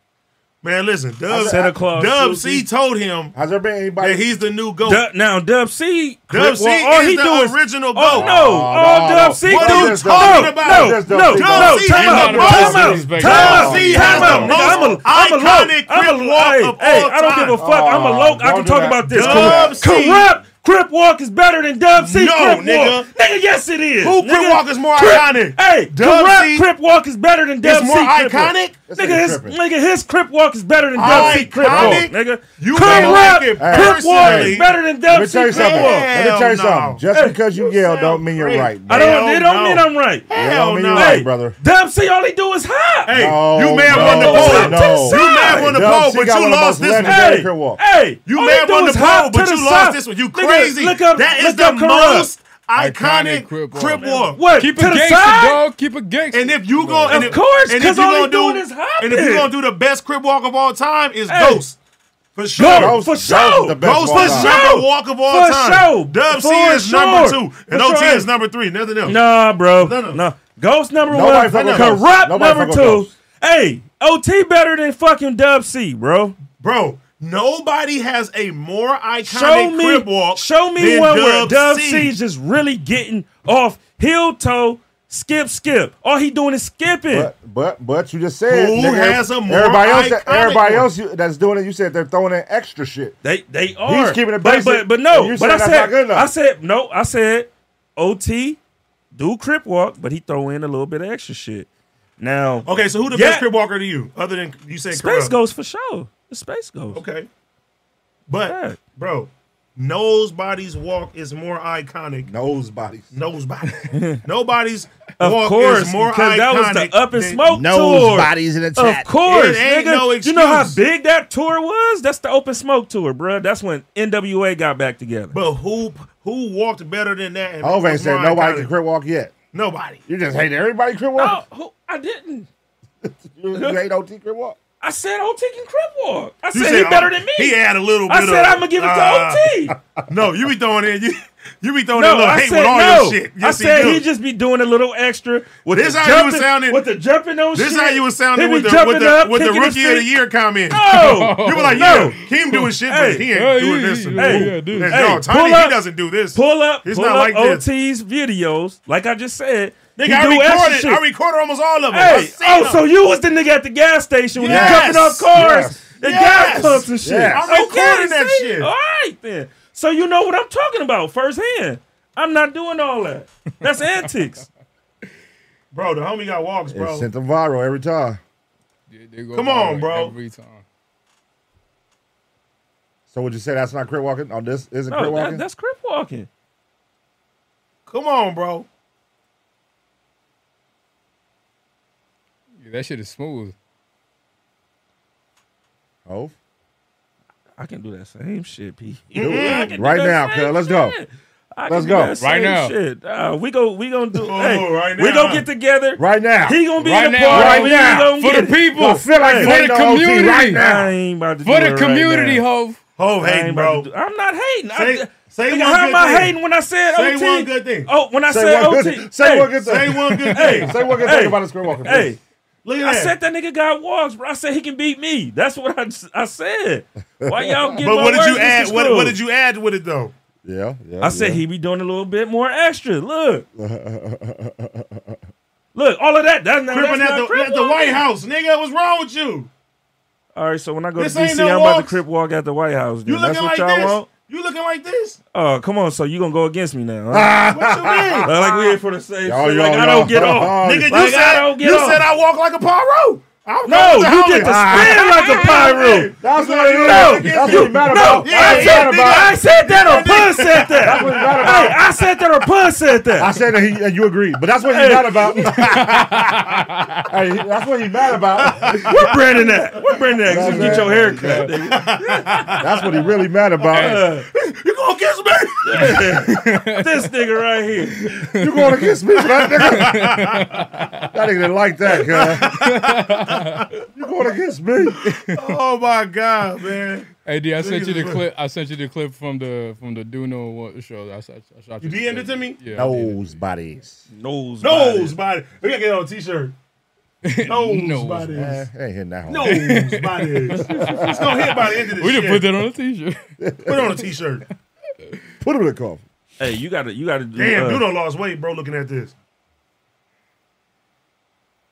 Speaker 1: Man, listen, Dub,
Speaker 4: Santa Claus,
Speaker 1: Dub
Speaker 4: Susie.
Speaker 1: C told him
Speaker 2: Has there been anybody?
Speaker 1: that he's the new GOAT.
Speaker 4: Dub, now Dub C,
Speaker 1: Dub C
Speaker 4: well, all
Speaker 1: is
Speaker 4: he
Speaker 1: the
Speaker 4: do is
Speaker 1: original
Speaker 4: Oh
Speaker 1: GOAT.
Speaker 4: no, all
Speaker 2: Oh, no,
Speaker 4: Dub
Speaker 2: no.
Speaker 4: C
Speaker 2: What
Speaker 4: do
Speaker 1: are you
Speaker 4: no,
Speaker 1: talking
Speaker 4: no,
Speaker 1: about?
Speaker 4: No,
Speaker 2: That's
Speaker 4: no, no,
Speaker 2: Dub C.
Speaker 4: no,
Speaker 1: Dub C
Speaker 4: time
Speaker 1: has
Speaker 4: out,
Speaker 1: the
Speaker 4: time
Speaker 1: most-
Speaker 4: out,
Speaker 3: Dub
Speaker 4: time
Speaker 1: C
Speaker 4: out,
Speaker 1: has the
Speaker 4: time out.
Speaker 1: most
Speaker 4: I'm a, I'm a
Speaker 1: iconic
Speaker 4: loke. I'm a
Speaker 1: Crip walk
Speaker 4: hey,
Speaker 1: of
Speaker 4: hey,
Speaker 1: all
Speaker 4: I don't give a
Speaker 1: time.
Speaker 4: fuck. I'm a
Speaker 2: Oh,
Speaker 4: loke. I
Speaker 2: don't
Speaker 4: can
Speaker 2: do
Speaker 4: talk
Speaker 2: that.
Speaker 4: about this.
Speaker 1: Dub
Speaker 4: Corrupt,
Speaker 1: C.
Speaker 4: corrupt. Crip walk is better than Dub C.
Speaker 1: No,
Speaker 4: Crip
Speaker 1: nigga.
Speaker 4: walk. nigga. Yes, it is.
Speaker 1: Who Crip
Speaker 4: nigga.
Speaker 1: walk is more
Speaker 4: Crip-
Speaker 1: iconic?
Speaker 4: Hey,
Speaker 1: Dub
Speaker 4: corrupt
Speaker 1: C?
Speaker 4: Crip walk is better than Dub C.
Speaker 1: more
Speaker 4: Crip walk.
Speaker 1: iconic?
Speaker 2: This
Speaker 4: Nigga,
Speaker 2: nigga
Speaker 4: his
Speaker 2: tripping.
Speaker 4: nigga, his Crip walk is better than Dub C. Crip walk.
Speaker 1: Iconic?
Speaker 4: Nigga,
Speaker 1: You
Speaker 4: Crip
Speaker 1: don't
Speaker 4: walk.
Speaker 1: like it
Speaker 4: Crip walk
Speaker 1: personally.
Speaker 4: is better than
Speaker 2: Let
Speaker 4: Dub
Speaker 2: me
Speaker 4: C.
Speaker 2: tell you
Speaker 4: Crip
Speaker 2: something.
Speaker 4: walk.
Speaker 2: Let me tell you
Speaker 1: Hell no.
Speaker 2: something. Just
Speaker 4: Hey,
Speaker 2: because you yell don't mean you're
Speaker 1: great.
Speaker 2: right.
Speaker 4: I
Speaker 2: Bro.
Speaker 4: don't. It
Speaker 1: Hell
Speaker 4: don't mean
Speaker 1: no.
Speaker 4: I'm right.
Speaker 2: It
Speaker 1: Hell
Speaker 2: don't mean you're
Speaker 1: no.
Speaker 2: right, brother.
Speaker 4: Dub C, all he do is hop.
Speaker 1: Hey,
Speaker 2: No,
Speaker 1: you may have
Speaker 2: no,
Speaker 1: won the poll.
Speaker 2: no.
Speaker 1: You may have won the
Speaker 2: Dub
Speaker 1: poll,
Speaker 2: C
Speaker 1: but
Speaker 2: got
Speaker 1: you
Speaker 2: one of the
Speaker 1: lost
Speaker 2: most
Speaker 1: this
Speaker 2: legendary
Speaker 1: one.
Speaker 2: Hey, Crip walk.
Speaker 4: Hey,
Speaker 1: You
Speaker 4: all
Speaker 1: may
Speaker 4: they
Speaker 1: have
Speaker 4: do
Speaker 1: won the
Speaker 4: is hop
Speaker 1: poll,
Speaker 4: to
Speaker 1: but
Speaker 4: the
Speaker 1: you lost
Speaker 4: side.
Speaker 1: this one. You
Speaker 4: Nigga,
Speaker 1: crazy.
Speaker 4: Look up,
Speaker 1: that is
Speaker 4: look
Speaker 1: the
Speaker 4: up Corrupt.
Speaker 1: most iconic
Speaker 3: Iconic Crip walk.
Speaker 1: Crip Walk.
Speaker 4: What?
Speaker 3: Keep
Speaker 4: to
Speaker 3: it
Speaker 4: the
Speaker 3: gangster,
Speaker 4: side?
Speaker 3: dog. Keep it gangster.
Speaker 1: And if you go, and
Speaker 4: Of
Speaker 1: if,
Speaker 4: course,
Speaker 1: and
Speaker 4: 'cause
Speaker 1: if you
Speaker 4: all
Speaker 1: gonna
Speaker 4: he doing
Speaker 1: do,
Speaker 4: is hopping.
Speaker 1: and if you gonna do the best crib walk of all time, is
Speaker 4: Hey.
Speaker 1: Ghost for sure.
Speaker 4: Ghost, for
Speaker 2: Ghost is
Speaker 4: sure.
Speaker 2: the best
Speaker 1: Ghost
Speaker 2: walk
Speaker 1: is
Speaker 2: out.
Speaker 1: number walk of all
Speaker 4: For
Speaker 1: time.
Speaker 4: sure.
Speaker 1: Dub C
Speaker 4: For
Speaker 1: is number
Speaker 4: sure.
Speaker 1: two, and
Speaker 4: For
Speaker 1: OT
Speaker 4: sure.
Speaker 1: is number three. Nothing else.
Speaker 4: Nah, bro.
Speaker 1: Oh. No, no.
Speaker 4: No, Ghost number
Speaker 2: Nobody fuck
Speaker 4: one.
Speaker 2: with
Speaker 4: Corrupt
Speaker 2: Ghost. Nobody
Speaker 4: number
Speaker 2: fuck
Speaker 4: two.
Speaker 2: with Ghost.
Speaker 4: Hey, OT better than fucking Dub C, bro.
Speaker 1: bro. Nobody has a more
Speaker 4: Show
Speaker 1: iconic crib
Speaker 4: me,
Speaker 1: walk.
Speaker 4: show me
Speaker 1: than
Speaker 4: one
Speaker 1: Dub
Speaker 4: where Dub
Speaker 1: C.
Speaker 4: C is just really getting off heel toe, skip, skip. All he doing is skipping.
Speaker 2: But, but but you just said
Speaker 1: Who
Speaker 2: nigga,
Speaker 1: has a more
Speaker 2: everybody else that,
Speaker 1: iconic
Speaker 2: everybody
Speaker 1: one?
Speaker 2: else you, that's doing it. You said they're throwing in extra shit.
Speaker 4: They they are.
Speaker 2: keeping it
Speaker 4: but,
Speaker 2: basic,
Speaker 4: but but
Speaker 2: and
Speaker 4: no.
Speaker 2: you
Speaker 4: But I
Speaker 2: saying that's not good
Speaker 4: said
Speaker 2: enough.
Speaker 4: I said no. I said OT do crip walk, but he throw in a little bit of extra shit. Now
Speaker 1: Okay, so who the
Speaker 4: Yeah.
Speaker 1: best crib walker to you, other than you saying
Speaker 4: space
Speaker 1: Corrupt?
Speaker 4: goes for sure. The space goes.
Speaker 1: Okay, but
Speaker 4: Yeah.
Speaker 1: bro, nobody's walk is more iconic
Speaker 2: Nose bodies.
Speaker 1: Nobody. Nobody's
Speaker 4: Of
Speaker 1: walk
Speaker 4: course,
Speaker 1: is more
Speaker 4: because
Speaker 1: iconic.
Speaker 4: that was the up and
Speaker 1: than-
Speaker 4: smoke tour.
Speaker 6: Nose bodies in the
Speaker 4: Of
Speaker 6: chat.
Speaker 4: course,
Speaker 1: It ain't
Speaker 4: nigga.
Speaker 1: no
Speaker 4: you know how
Speaker 1: excuse.
Speaker 4: big that tour was? That's the open smoke tour, bruh. That's when NWA got back together.
Speaker 1: But who who walked better than that? and
Speaker 2: Hove ain't
Speaker 1: was more
Speaker 2: said nobody
Speaker 1: iconic?
Speaker 2: can crip walk yet.
Speaker 1: Nobody.
Speaker 2: You just hate everybody crip
Speaker 4: oh,
Speaker 2: walk.
Speaker 4: who, I didn't.
Speaker 2: You, you hate OT crip walk.
Speaker 4: I said OT can crip walk. I
Speaker 1: You
Speaker 4: said, he
Speaker 1: oh,
Speaker 4: better than me.
Speaker 1: He had a little bit
Speaker 4: I said
Speaker 1: of,
Speaker 4: I'm gonna give it to
Speaker 1: uh,
Speaker 4: OT.
Speaker 1: No, you be throwing in you you be throwing in a
Speaker 4: No,
Speaker 1: little
Speaker 4: I
Speaker 1: hate
Speaker 4: said
Speaker 1: with all
Speaker 4: no.
Speaker 1: your shit.
Speaker 4: I
Speaker 1: Yes,
Speaker 4: said
Speaker 1: do.
Speaker 4: he just be doing a little extra with
Speaker 1: This
Speaker 4: the
Speaker 1: how you
Speaker 4: jumping,
Speaker 1: was sounding-
Speaker 4: with the jumping on
Speaker 1: This
Speaker 4: shit.
Speaker 1: how you was
Speaker 4: He
Speaker 1: sounding
Speaker 4: be
Speaker 1: with the
Speaker 4: jumping
Speaker 1: with the
Speaker 4: up,
Speaker 1: with the
Speaker 4: kicking his
Speaker 1: rookie of the
Speaker 4: feet.
Speaker 1: year comment.
Speaker 4: No,
Speaker 1: You were like,
Speaker 4: no.
Speaker 1: yeah, Keem doing shit,
Speaker 4: Hey.
Speaker 1: but he ain't
Speaker 3: Yeah,
Speaker 1: doing
Speaker 3: yeah,
Speaker 1: this. and
Speaker 3: yeah,
Speaker 1: that.
Speaker 3: yeah, dude.
Speaker 1: This-
Speaker 4: Hey,
Speaker 1: no,
Speaker 4: pull
Speaker 1: Tony, he
Speaker 4: up.
Speaker 1: doesn't do this.
Speaker 4: Pull up,
Speaker 1: It's
Speaker 4: pull
Speaker 1: not
Speaker 4: up
Speaker 1: like this.
Speaker 4: OT's videos. Like I just said,
Speaker 1: Nigga,
Speaker 4: he
Speaker 1: I
Speaker 4: do extra
Speaker 1: recorded.
Speaker 4: shit.
Speaker 1: I recorded almost all of them. I
Speaker 4: Hey,
Speaker 1: seen
Speaker 4: oh,
Speaker 1: them.
Speaker 4: so you was the nigga at the gas station when you
Speaker 1: Yes.
Speaker 4: jumping off cars
Speaker 2: Yes.
Speaker 4: and
Speaker 1: Yes.
Speaker 4: gas pumps and shit.
Speaker 2: Yes.
Speaker 1: I'm recording that
Speaker 4: see?
Speaker 1: shit.
Speaker 4: All right then. So you know what I'm talking about firsthand. I'm not doing all that. That's antics.
Speaker 1: bro, the homie got walks,
Speaker 2: It
Speaker 1: bro.
Speaker 2: sent them viral every time.
Speaker 3: Yeah, they go
Speaker 1: Come
Speaker 3: all
Speaker 1: on,
Speaker 3: right
Speaker 1: bro.
Speaker 3: Every time.
Speaker 2: So would you say that's not crip walking? Oh, this isn't crip
Speaker 4: No, that,
Speaker 2: walking.
Speaker 4: that's crip walking.
Speaker 1: Come on, bro.
Speaker 3: Yeah, that shit is smooth.
Speaker 2: Hove.
Speaker 4: I can do that same shit, P.
Speaker 2: it.
Speaker 4: I can do
Speaker 2: Right
Speaker 4: that
Speaker 2: now,
Speaker 4: same
Speaker 2: cuz. Let's go.
Speaker 4: shit. I
Speaker 2: Let's
Speaker 4: can do
Speaker 2: go.
Speaker 4: that
Speaker 2: Right
Speaker 4: same
Speaker 3: now.
Speaker 4: Shit. Uh, we go. We gonna do.
Speaker 1: Oh,
Speaker 4: hey,
Speaker 1: right
Speaker 4: we
Speaker 1: now,
Speaker 4: gonna
Speaker 1: huh?
Speaker 4: get together.
Speaker 2: Right now.
Speaker 4: He gonna be
Speaker 3: Right
Speaker 4: in the
Speaker 3: now,
Speaker 4: party.
Speaker 2: right
Speaker 4: we
Speaker 2: now.
Speaker 4: gonna
Speaker 3: For
Speaker 4: get
Speaker 3: the
Speaker 4: it.
Speaker 3: people.
Speaker 2: Don't feel like
Speaker 4: Hey,
Speaker 2: you
Speaker 3: for
Speaker 2: hate
Speaker 3: the
Speaker 2: no OT
Speaker 3: community.
Speaker 2: right
Speaker 4: I
Speaker 2: now.
Speaker 4: ain't about to
Speaker 3: For
Speaker 4: do
Speaker 3: the
Speaker 4: it right
Speaker 3: community,
Speaker 4: now.
Speaker 3: Hov.
Speaker 1: Hove
Speaker 4: I ain't
Speaker 1: hating,
Speaker 4: about
Speaker 1: bro.
Speaker 4: to do- I'm not hating.
Speaker 1: Say-
Speaker 4: I, nigga,
Speaker 1: say one
Speaker 4: how
Speaker 1: good
Speaker 4: am I
Speaker 1: thing.
Speaker 4: hating when I said
Speaker 1: Say
Speaker 4: OT?
Speaker 1: one good thing.
Speaker 4: Oh, when I
Speaker 2: Say
Speaker 4: said
Speaker 2: one
Speaker 4: OT.
Speaker 2: good- say
Speaker 4: hey,
Speaker 2: one good thing.
Speaker 1: Say one good thing.
Speaker 2: Say what good
Speaker 4: Hey.
Speaker 2: thing about this crip walking.
Speaker 4: Hey,
Speaker 1: Look at
Speaker 4: I
Speaker 1: that.
Speaker 4: said that nigga got walks, bro. I said he can beat me. That's what I, I said. Why y'all getting
Speaker 1: but
Speaker 4: my
Speaker 1: what did you
Speaker 4: words
Speaker 1: add?
Speaker 4: mixed
Speaker 1: What,
Speaker 4: up?
Speaker 1: what did you add with it though?
Speaker 2: Yeah, yeah.
Speaker 4: I said
Speaker 2: yeah.
Speaker 4: he be doing a little bit more extra. Look. Look, all of that. That's, now, that's
Speaker 1: Cripping
Speaker 4: not
Speaker 1: at the,
Speaker 4: crip
Speaker 1: at the
Speaker 4: walking.
Speaker 1: White House, nigga. What's wrong with you?
Speaker 4: All right, so when I go
Speaker 1: This
Speaker 4: to
Speaker 1: ain't
Speaker 4: DC,
Speaker 1: no
Speaker 4: I'm about to
Speaker 1: walks.
Speaker 4: crip walk at the White House.
Speaker 1: You
Speaker 4: Then. That's
Speaker 1: looking
Speaker 4: what
Speaker 1: like
Speaker 4: y'all
Speaker 1: this?
Speaker 4: want?
Speaker 1: You looking like this?
Speaker 4: Oh, come on. So you gonna go against me now? Huh?
Speaker 1: What you mean?
Speaker 4: like we here for the same.
Speaker 2: Y'all,
Speaker 4: shit. Like
Speaker 2: y'all,
Speaker 4: I
Speaker 2: y'all.
Speaker 4: don't get off.
Speaker 1: nigga, you
Speaker 4: Like, I
Speaker 1: said
Speaker 4: don't get
Speaker 1: you
Speaker 4: off.
Speaker 1: said I walk like a pyro. I'm
Speaker 4: No,
Speaker 1: coming to
Speaker 4: you
Speaker 1: homie. Ah.
Speaker 4: get to spin like a pyro.
Speaker 2: That's
Speaker 1: You
Speaker 2: what it
Speaker 1: know,
Speaker 2: is.
Speaker 1: no,
Speaker 2: That's
Speaker 1: you-
Speaker 2: what you mad
Speaker 4: No,
Speaker 2: about.
Speaker 1: yeah,
Speaker 4: I,
Speaker 2: That's what
Speaker 4: said,
Speaker 2: I'm mad
Speaker 1: nigga,
Speaker 2: about.
Speaker 4: I said that or Pun said that.
Speaker 2: That's what you mad about.
Speaker 4: Hey, I said that or Pun said
Speaker 2: I
Speaker 4: that.
Speaker 2: said that he, and you agreed, but that's what he's mad about. hey, he- that's what he's mad about.
Speaker 4: We're branding that. We're branding that. 'cause You
Speaker 2: That's
Speaker 4: get
Speaker 2: it.
Speaker 4: your hair cut. nigga.
Speaker 2: That's what he really mad about.
Speaker 1: You gonna kiss me?
Speaker 4: This nigga right here.
Speaker 2: you going against me for that nigga? that nigga didn't like that, cuz. you going against me?
Speaker 1: oh my god, man.
Speaker 3: Hey, D, I sent you the
Speaker 1: Jesus.
Speaker 3: clip. I sent you the clip from the from the Duno What show. I, s- I shot
Speaker 1: You
Speaker 3: the
Speaker 1: DM'd
Speaker 3: clip.
Speaker 1: it to me?
Speaker 3: Yeah. I did.
Speaker 2: Nose bodies.
Speaker 4: Nose.
Speaker 1: Nose body. We gotta get on a t-shirt. Nose
Speaker 3: Nose.
Speaker 1: by this.
Speaker 2: Eh, it ain't hitting that hard.
Speaker 1: Nose by this. It's gonna hit by the end of this.
Speaker 3: We
Speaker 1: shit.
Speaker 3: didn't put that on a t-shirt.
Speaker 1: Put it on a t-shirt.
Speaker 2: Put him in the coffin.
Speaker 4: Hey, you gotta you gotta do
Speaker 1: Damn,
Speaker 4: uh,
Speaker 1: dude, done lost weight, bro. Looking at this,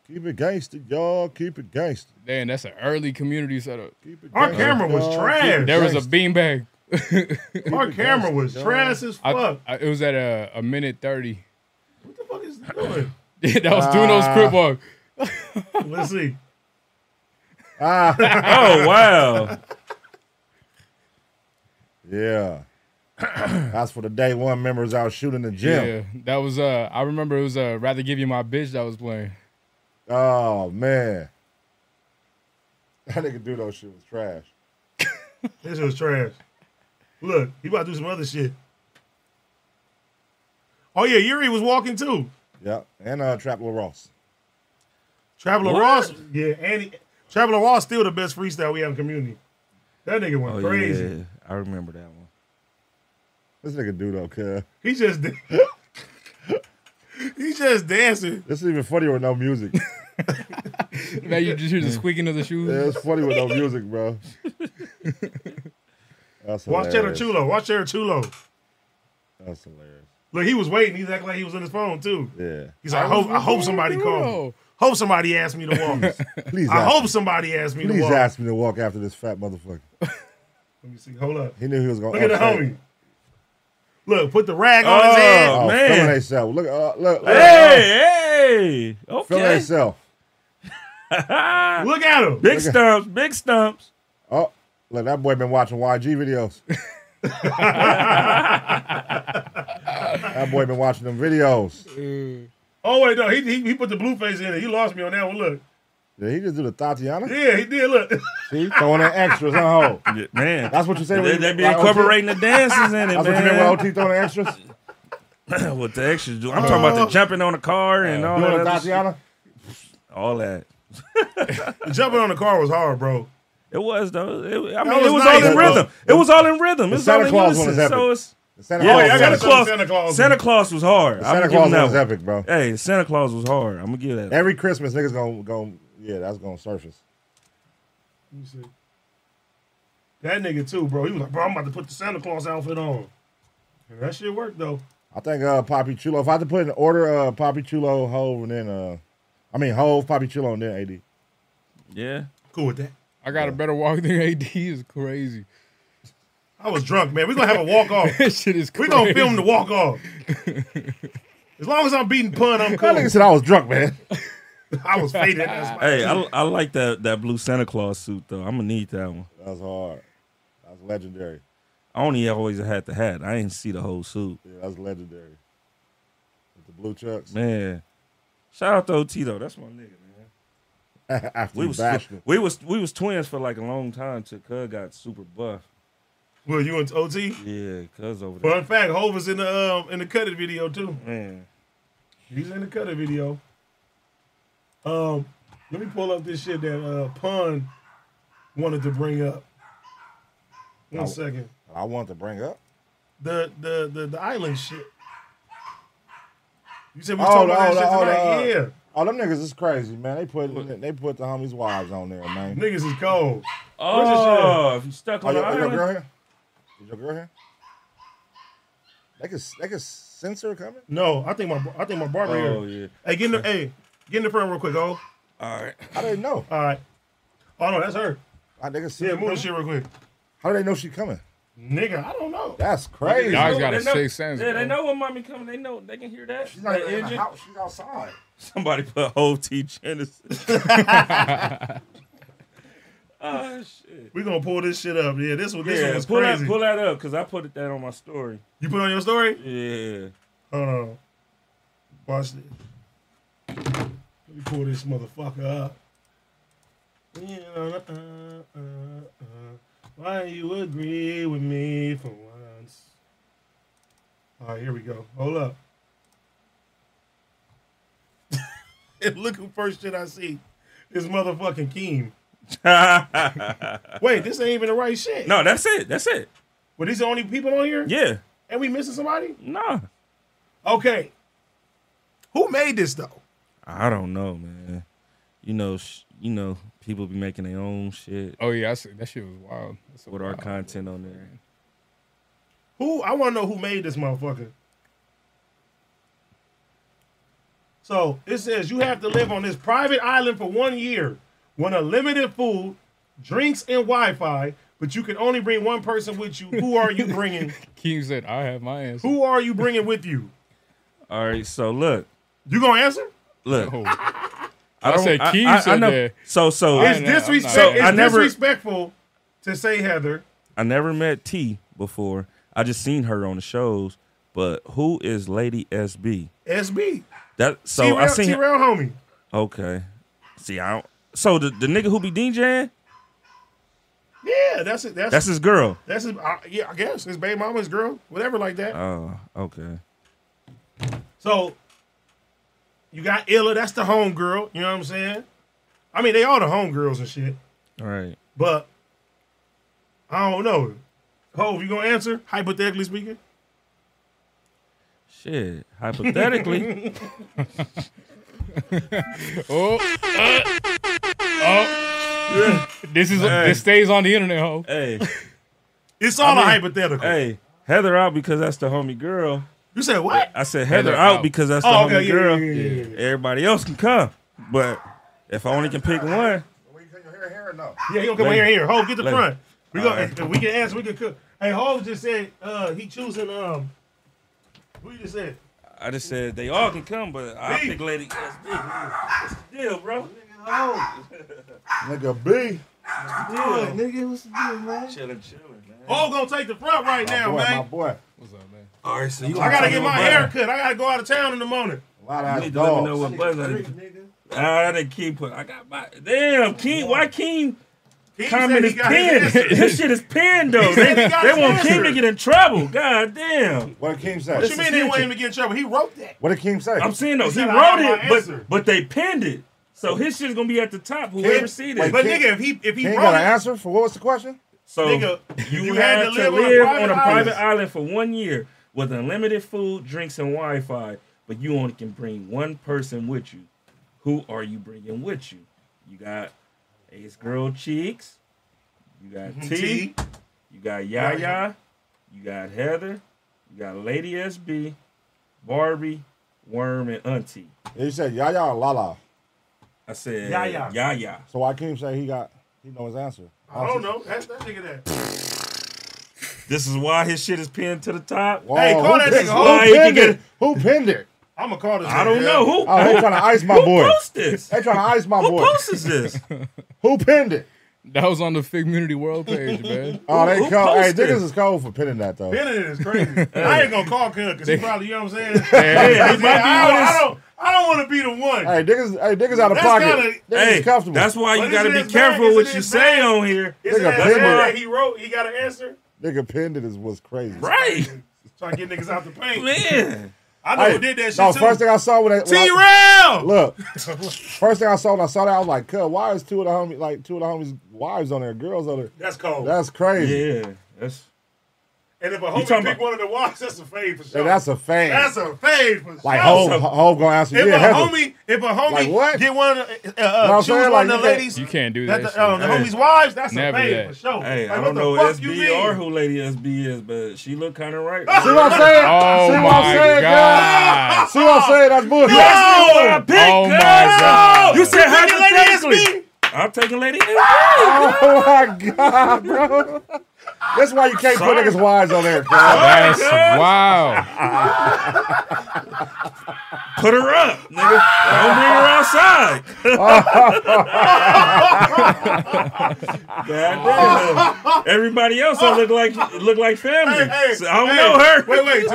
Speaker 2: Keep it gangster, y'all. Keep it gangster.
Speaker 3: Damn, that's an early community setup.
Speaker 2: Keep it
Speaker 1: our
Speaker 2: gangsta,
Speaker 1: camera was
Speaker 2: y'all.
Speaker 1: trash.
Speaker 3: There was a
Speaker 2: Gangsta.
Speaker 3: beanbag.
Speaker 1: Our camera was trash as
Speaker 3: I-
Speaker 1: fuck.
Speaker 3: I- it was at a, a minute thirty.
Speaker 1: What the fuck is doing?
Speaker 3: that was
Speaker 4: Ah.
Speaker 3: Duno's crib walk.
Speaker 1: Let's see.
Speaker 4: Oh wow.
Speaker 2: Yeah. That's for the day one members out shooting the
Speaker 3: Yeah.
Speaker 2: gym.
Speaker 3: that was. Uh, I remember it was. Uh, rather give you my bitch that was playing.
Speaker 2: Oh man. That nigga do those shit was trash.
Speaker 1: This was trash. Look, he about to do some other shit. Oh yeah, Yuri was walking too.
Speaker 2: Yep. And uh Trap Lil Ross.
Speaker 1: Traveler
Speaker 4: What?
Speaker 1: Ross, yeah, and he, Traveler Ross still the best freestyle we have in community. That nigga went
Speaker 4: Oh,
Speaker 1: crazy.
Speaker 4: Yeah, I remember that one.
Speaker 2: This nigga do though, cuz.
Speaker 1: He just he just dancing.
Speaker 2: This is even funnier with no music.
Speaker 3: Now you just hear the squeaking of the shoes.
Speaker 2: yeah, it's funny with no music, bro. That's
Speaker 1: Watch Cheddar
Speaker 2: hilarious.
Speaker 1: Chulo. Watch Cheddar Chulo.
Speaker 2: That's hilarious.
Speaker 1: Look, he was waiting. He's acting like he was on his phone too.
Speaker 2: Yeah.
Speaker 1: He's like, I hope, I hope somebody called. me. Hope somebody asked me to walk.
Speaker 2: Please
Speaker 1: I
Speaker 2: ask,
Speaker 1: hope somebody asked me to
Speaker 2: please
Speaker 1: walk.
Speaker 2: ask me to walk after this fat motherfucker.
Speaker 1: Let me see. Hold up.
Speaker 2: He knew he was gonna
Speaker 1: Look at the
Speaker 2: upset.
Speaker 1: homie. Look, put the rag on his head.
Speaker 4: Oh,
Speaker 2: Oh,
Speaker 4: man.
Speaker 2: feeling himself. Look, uh, look, look.
Speaker 4: Hey, hey.
Speaker 2: Feeling
Speaker 4: Okay.
Speaker 2: himself.
Speaker 1: Look at him.
Speaker 4: Big stumps, big stumps.
Speaker 2: Oh, look, that boy been watching YG videos. that boy been watching them videos.
Speaker 1: Oh wait, no, he, he he put the blue face in it. He lost me on that one. Look,
Speaker 2: Did he just do the Tatiana?
Speaker 1: yeah, he did. Look,
Speaker 2: See, throwing in extras, huh? ho?
Speaker 4: Yeah, man.
Speaker 2: That's what you say.
Speaker 4: they,
Speaker 2: when
Speaker 4: they
Speaker 2: you-
Speaker 4: be
Speaker 2: like, OT?
Speaker 4: incorporating the dances in it,
Speaker 2: That's what you
Speaker 4: man.
Speaker 2: meant with OT throwing in extras.
Speaker 4: what the extras do. I'm talking about the jumping on the car Uh-huh. and
Speaker 1: Oh,
Speaker 4: all
Speaker 2: Doing
Speaker 4: that.
Speaker 2: the
Speaker 4: other shit.
Speaker 2: Tatiana.
Speaker 4: All that.
Speaker 1: jumping on the car was hard, bro.
Speaker 4: It was though. It, I mean,
Speaker 1: was
Speaker 4: it was
Speaker 1: nice,
Speaker 4: all in
Speaker 1: though.
Speaker 4: rhythm. It was all in rhythm. It was
Speaker 2: Santa
Speaker 4: all in
Speaker 2: Claus one
Speaker 4: unison.
Speaker 2: is epic.
Speaker 4: So it's
Speaker 2: The Santa
Speaker 4: yeah,
Speaker 2: Claus.
Speaker 1: yeah, I
Speaker 2: was
Speaker 1: gotta
Speaker 4: Santa Claus.
Speaker 2: epic.
Speaker 1: show Santa Claus.
Speaker 4: Santa Claus was hard. I'm
Speaker 2: Santa
Speaker 4: giving
Speaker 2: Claus
Speaker 4: that
Speaker 2: was
Speaker 4: one.
Speaker 2: epic, bro.
Speaker 4: Hey, Santa Claus was hard. I'm gonna give that.
Speaker 2: Every Christmas, niggas gonna go. Yeah, that's gonna surface.
Speaker 1: Let me see. That nigga too, bro. He was like, bro, I'm about to put the Santa Claus outfit on. And that shit worked though.
Speaker 2: I think uh, Poppy Chulo. If I had to put in order, uh, Poppy Chulo, Hove, and then uh, I mean Hove, Poppy Chulo, and then AD.
Speaker 4: Yeah.
Speaker 1: Cool with that.
Speaker 3: I got a better walk than AD is crazy.
Speaker 1: I was drunk, man. We're gonna have a walk off.
Speaker 3: That shit is
Speaker 1: We're
Speaker 3: crazy.
Speaker 1: gonna film the walk off. As long as I'm beating pun, I'm
Speaker 2: That
Speaker 1: cool.
Speaker 2: nigga said I was drunk, man.
Speaker 1: I was faded. at that spot.
Speaker 4: Hey, I, I like that that blue Santa Claus suit though. I'm gonna need that one.
Speaker 2: That's hard. That's legendary.
Speaker 4: I only always had the hat. I didn't see the whole suit.
Speaker 2: Yeah, that's legendary. With the blue chucks.
Speaker 4: Man, shout out to OT though. That's my nigga, man.
Speaker 2: After
Speaker 4: We
Speaker 2: you
Speaker 4: was
Speaker 2: bashed him.
Speaker 4: we was we was twins for like a long time. Till Cuz got super buff.
Speaker 1: Well, you and OT.
Speaker 4: Yeah, Cuz over there.
Speaker 1: Fun fact, Hov is in the um, in the cutted video too.
Speaker 4: Man,
Speaker 1: He's in the cutter video. Um, let me pull up this shit that uh Pun wanted to bring up. One second.
Speaker 2: I wanted to bring up.
Speaker 1: The the the the island shit. You said we
Speaker 2: Oh,
Speaker 1: talking
Speaker 2: oh,
Speaker 1: about
Speaker 2: oh,
Speaker 1: that shit tonight?
Speaker 2: oh, Oh, them niggas is crazy, man. They put they put the homies' wives on there,
Speaker 1: yeah.
Speaker 2: man.
Speaker 1: Niggas is cold.
Speaker 4: oh, if you stuck
Speaker 2: Oh,
Speaker 4: on the
Speaker 2: your, your
Speaker 4: island,
Speaker 2: girl here? Is your girl here? They could they could censor her coming.
Speaker 1: No, I think my I think my barber
Speaker 4: Oh
Speaker 1: here.
Speaker 4: yeah.
Speaker 1: Hey, get in the hey, get in the front real quick, oh.
Speaker 4: All right.
Speaker 2: How do they know?
Speaker 1: All right. Oh no, that's her.
Speaker 2: How they can censor
Speaker 1: Yeah,
Speaker 2: her
Speaker 1: move the
Speaker 2: coming?
Speaker 1: shit real quick.
Speaker 2: How do they know she coming?
Speaker 1: Nigga, I don't know.
Speaker 2: That's crazy.
Speaker 3: Y'all
Speaker 4: They
Speaker 3: got a
Speaker 4: know-
Speaker 3: sixth sense.
Speaker 4: Yeah, they
Speaker 3: bro.
Speaker 4: know when mommy coming. They know they can hear that.
Speaker 2: She's not
Speaker 4: That
Speaker 2: even in the
Speaker 4: engine.
Speaker 2: house. She's outside.
Speaker 4: Somebody put whole T Genesis. oh shit.
Speaker 1: We gonna pull this shit up. Yeah, this one this one
Speaker 4: Yeah,
Speaker 1: was
Speaker 4: pull
Speaker 1: crazy.
Speaker 4: that pull that up because I put that on my story.
Speaker 1: You put on your story?
Speaker 4: Yeah.
Speaker 1: Hold on. Watch this. Let me pull this motherfucker up. Yeah, uh, uh, uh. Why you agree with me for once? All right, here we go. Hold up. and look who first shit I see. This motherfucking Keem. Wait, this ain't even the right shit.
Speaker 4: No, that's it. That's it.
Speaker 1: Were these the only people on here?
Speaker 4: Yeah.
Speaker 1: And we missing somebody?
Speaker 4: Nah.
Speaker 1: Okay. Who made this though?
Speaker 4: I don't know, man. you know, sh- you know, people be making their own shit
Speaker 3: Oh yeah, I see. that shit was wild. That's a
Speaker 4: with our
Speaker 3: wild-
Speaker 4: content on there.
Speaker 1: Who I want to know who made this motherfucker. So it says you have to live on this private island for one year, want unlimited food, drinks, and Wi-Fi, but you can only bring one person with you. Who are you bringing?
Speaker 3: King said, "I have my answer."
Speaker 1: who are you bringing with you?
Speaker 4: All right, so look,
Speaker 1: You gonna answer?
Speaker 4: look.
Speaker 3: Oh,
Speaker 4: I, don't,
Speaker 3: said Keith said
Speaker 4: know-
Speaker 3: that.
Speaker 4: So so
Speaker 3: I
Speaker 1: It's
Speaker 3: know, I know.
Speaker 1: disrespect.
Speaker 3: So,
Speaker 1: it's
Speaker 4: I never-
Speaker 1: disrespectful to say Heather.
Speaker 4: I never met T before. I just seen her on the shows. But who is Lady SB?
Speaker 1: SB.
Speaker 4: That so
Speaker 1: T-Rail,
Speaker 4: I seen.
Speaker 1: T-Rail homie.
Speaker 4: Okay, see, I don't. So the, the nigga who be DJing,
Speaker 1: Yeah, that's it. That's
Speaker 4: that's
Speaker 1: that's,
Speaker 4: his girl.
Speaker 1: that's his, I, yeah, I guess his baby mama, his girl, whatever like that.
Speaker 4: Oh, okay.
Speaker 1: So you got Illa, that's the home girl, you know what I'm saying? I mean, they all the home girls and shit,
Speaker 4: All right.
Speaker 1: but I don't know. Hove, you gonna answer? Hypothetically speaking,
Speaker 4: Shit. Hypothetically,
Speaker 3: this is this stays on the internet, ho.
Speaker 4: hey,
Speaker 1: it's all
Speaker 4: mean,
Speaker 1: a hypothetical.
Speaker 4: hey, Heather out because that's the homie girl.
Speaker 1: You said what?
Speaker 4: I said Heather,
Speaker 3: Heather
Speaker 4: out
Speaker 3: out.
Speaker 4: because that's the homie
Speaker 1: Oh, okay, yeah,
Speaker 4: girl.
Speaker 1: yeah, yeah, yeah,
Speaker 4: Everybody else can come, but if I only can pick one,
Speaker 2: When you cut your hair, hair or no?
Speaker 1: yeah, he gonna come
Speaker 4: Lady.
Speaker 1: here, here. Hove, get the
Speaker 4: Lady.
Speaker 1: front. We
Speaker 4: All
Speaker 1: gonna if we can answer. We can cook. Hey, Hove just said uh, he choosing um. Who you just said?
Speaker 4: I just said they all can come, but I
Speaker 1: Me.
Speaker 4: pick Lady SB. What's the deal, bro?
Speaker 2: Nigga B.
Speaker 4: Chilling, chilling, man.
Speaker 1: Hove gonna take the front right now,
Speaker 2: Boy, my
Speaker 1: man.
Speaker 2: boy.
Speaker 3: What's up, man?
Speaker 6: All right, so you
Speaker 1: I gotta get my hair cut. I gotta go out of town in the morning.
Speaker 2: A lot of
Speaker 4: Need to let me know
Speaker 2: dogs.
Speaker 4: what buzz I Ah, that Keen put. I got my damn Keen. Why Keen
Speaker 1: He said
Speaker 4: comment
Speaker 1: he
Speaker 4: is
Speaker 1: got his
Speaker 4: pinned?
Speaker 1: answer.
Speaker 4: This shit is pinned though. They,
Speaker 1: said he got
Speaker 4: they
Speaker 1: his
Speaker 4: want Keen
Speaker 1: answer.
Speaker 4: to get in trouble. God damn.
Speaker 2: What did Keem
Speaker 1: What you
Speaker 2: say?
Speaker 1: mean they want him to get in trouble? He wrote that.
Speaker 2: What did Keem say?
Speaker 4: I'm saying though, he
Speaker 1: said, I
Speaker 4: wrote
Speaker 1: have my
Speaker 4: it,
Speaker 1: answer.
Speaker 4: but but they pinned it. So his shit's gonna be at the top. Whoever
Speaker 2: Keen-
Speaker 4: see this.
Speaker 2: wait,
Speaker 1: But
Speaker 2: Can't-
Speaker 1: nigga, if he if he
Speaker 2: Keem
Speaker 1: wrote
Speaker 2: got
Speaker 1: it,
Speaker 2: an answer for what was the question?
Speaker 4: So
Speaker 1: nigga,
Speaker 4: you,
Speaker 1: you
Speaker 4: had, to live, on a private
Speaker 1: island.
Speaker 4: island for one year with unlimited food, drinks, and Wi-Fi, but you only can bring one person with you. Who are you bringing with you? You got Ace Girl Cheeks, you got T,
Speaker 1: Mm-hmm. T.
Speaker 4: you got Yaya, you got Heather, you got Lady SB, Barbie, Worm, and Auntie.
Speaker 2: He said Yaya or Lala.
Speaker 4: I said
Speaker 1: Yaya.
Speaker 4: Yaya.
Speaker 2: So why Keem say he got he know his answer?
Speaker 1: I don't know. That's that nigga that.
Speaker 4: This is why his shit is pinned to the top.
Speaker 2: Whoa,
Speaker 1: Hey, call
Speaker 2: who
Speaker 1: that
Speaker 2: pinned-
Speaker 1: nigga
Speaker 4: Why he
Speaker 2: Who
Speaker 4: can
Speaker 2: pinned
Speaker 4: get-
Speaker 2: it? Who pinned it?
Speaker 1: I'm gonna call this.
Speaker 4: I don't
Speaker 1: nigga.
Speaker 4: know who.
Speaker 2: Oh, they trying to ice my boy.
Speaker 4: Who posts this?
Speaker 2: They trying to ice my
Speaker 4: Who
Speaker 2: boy.
Speaker 4: posts this?
Speaker 2: Who pinned it?
Speaker 3: That was on the Figmunity World page, man.
Speaker 2: Oh, they
Speaker 4: who
Speaker 2: cold. Hey,
Speaker 4: posted?
Speaker 2: niggas is cold for pinning that though.
Speaker 1: Bennett is crazy. I ain't gonna call Cud because he probably, you know what I'm saying?
Speaker 4: Hey,
Speaker 1: I,
Speaker 4: he might
Speaker 1: don't,
Speaker 4: be on his-
Speaker 1: I don't, I don't want to be the one.
Speaker 2: Hey, niggas, hey, niggas out of
Speaker 1: That's
Speaker 2: pocket.
Speaker 1: kinda-
Speaker 2: niggas
Speaker 4: Hey,
Speaker 2: is comfortable.
Speaker 4: that's why you
Speaker 1: But
Speaker 4: got to
Speaker 1: isn't
Speaker 4: be
Speaker 1: his
Speaker 4: careful
Speaker 1: bag-
Speaker 4: what
Speaker 1: isn't
Speaker 4: you
Speaker 1: his
Speaker 4: say
Speaker 1: bag-
Speaker 4: on here.
Speaker 1: Isn't
Speaker 2: nigga
Speaker 1: that sad
Speaker 2: Bennett.
Speaker 1: that he wrote? He got an answer.
Speaker 2: nigga pinned it is what's crazy.
Speaker 4: Right.
Speaker 1: Trying to get niggas out the paint.
Speaker 4: Man.
Speaker 1: I know
Speaker 2: Hey,
Speaker 1: who did that shit
Speaker 2: no,
Speaker 1: too.
Speaker 2: first thing I saw when, I, when I-
Speaker 1: T-Rail.
Speaker 2: look, first thing I saw when I saw that I was like, "Cuz, why is two of the homies like two of the homies wives on there, girls on there?
Speaker 1: That's cold.
Speaker 2: That's crazy.
Speaker 4: Yeah. That's
Speaker 1: and if a
Speaker 4: You
Speaker 1: homie
Speaker 4: talking
Speaker 1: pick
Speaker 4: about-
Speaker 1: one of the walks, that's a fade for sure.
Speaker 2: Hey, that's a fan.
Speaker 1: That's a fade for
Speaker 2: like Hov,
Speaker 1: sure.
Speaker 2: Hov gonna answer.
Speaker 1: If
Speaker 2: yeah,
Speaker 1: a
Speaker 2: Heather.
Speaker 1: homie, if a homie
Speaker 2: Like what?
Speaker 1: get one of the, uh, uh,
Speaker 2: Know what I'm
Speaker 1: choose
Speaker 2: saying?
Speaker 1: one
Speaker 2: Like,
Speaker 1: of the
Speaker 2: you can't-
Speaker 1: ladies,
Speaker 3: You can't do
Speaker 1: that
Speaker 3: that.
Speaker 1: the, uh,
Speaker 3: shit.
Speaker 1: the
Speaker 4: Hey.
Speaker 1: homies' wives, that's
Speaker 3: Never
Speaker 1: a fade
Speaker 3: that.
Speaker 1: for sure.
Speaker 4: hey,
Speaker 1: like,
Speaker 4: I
Speaker 1: what
Speaker 4: don't know
Speaker 1: the fuck you
Speaker 4: SB
Speaker 1: mean?
Speaker 4: or who Lady SB is, but she look kind of right.
Speaker 2: See what I'm saying?
Speaker 3: Oh
Speaker 2: See what
Speaker 3: my
Speaker 2: I'm saying,
Speaker 3: God.
Speaker 2: cuz? See what I'm saying? That's bullshit.
Speaker 4: Oh,
Speaker 3: Oh my God.
Speaker 4: You said
Speaker 1: Look at
Speaker 4: hypothetically.
Speaker 1: Lady SB.
Speaker 4: I'm taking Lady SB.
Speaker 2: Oh my god, bro. That's why you can't put niggas' wives on there, cuz.
Speaker 3: That's wow.
Speaker 4: Put her up, nigga. Don't bring her outside. God damn. Everybody else I look like look like family.
Speaker 1: Hey, hey,
Speaker 4: So I don't
Speaker 1: hey.
Speaker 4: know her.
Speaker 1: Wait, wait. To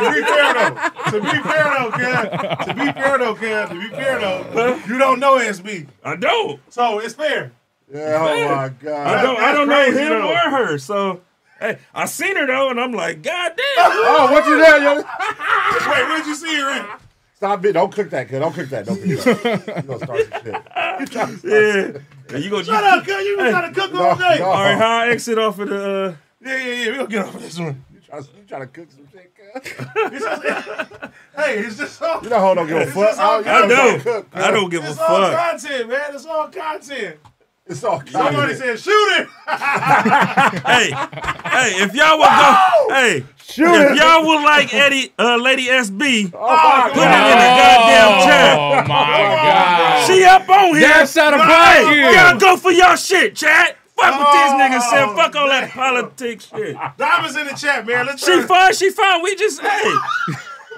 Speaker 1: be fair though, to be fair though, Kev, to be fair though, Kev, to be fair though, you don't know SB,
Speaker 4: I don't.
Speaker 1: so it's fair.
Speaker 2: Yeah, oh my
Speaker 4: I
Speaker 2: god.
Speaker 4: don't. I
Speaker 1: that's
Speaker 4: don't know
Speaker 1: crazy,
Speaker 4: him
Speaker 1: though.
Speaker 4: or her. So, hey, I seen her though, and I'm like, God damn.
Speaker 2: Oh, what you doing? yo?
Speaker 1: Wait, where'd you see her? At?
Speaker 2: Stop it. Don't cook that, cuz. Don't cook that. Don't cook that. You gonna start some shit.
Speaker 4: yeah. And you go.
Speaker 1: Shut up, Kev. You was trying to cook all
Speaker 2: No,
Speaker 1: day.
Speaker 2: no.
Speaker 4: All right, how I exit off of the. Uh,
Speaker 1: Yeah, yeah, yeah. We'll get off of this one.
Speaker 2: You trying to cook some shit? cuz?
Speaker 1: Hey, it's just all,
Speaker 2: You know how I don't give a
Speaker 1: It's
Speaker 2: fuck. Oh,
Speaker 1: just all
Speaker 2: you know
Speaker 4: I
Speaker 2: I'm trying to
Speaker 4: don't.
Speaker 2: cook,
Speaker 4: I
Speaker 2: cuz.
Speaker 4: don't give a
Speaker 1: it's all
Speaker 4: fuck.
Speaker 1: content, man. It's all content.
Speaker 2: It's all
Speaker 1: Somebody
Speaker 2: content.
Speaker 1: said, shoot him.
Speaker 4: hey, hey, if y'all would go, hey,
Speaker 2: Shoot
Speaker 4: if
Speaker 2: it.
Speaker 4: y'all would like Eddie, uh, Lady SB,
Speaker 2: Oh, my
Speaker 4: put it in the
Speaker 2: God.
Speaker 4: goddamn chat.
Speaker 3: Oh my god.
Speaker 4: She up on here.
Speaker 3: That's out of
Speaker 4: Hey, y'all
Speaker 3: pocket.
Speaker 4: go for y'all shit, chat. Fuck with these
Speaker 1: Oh,
Speaker 4: niggas, Sam. Fuck all that politics shit.
Speaker 1: Diamonds in the chat, man. Let's
Speaker 4: She
Speaker 1: turn-
Speaker 4: fine, she fine. We just, hey.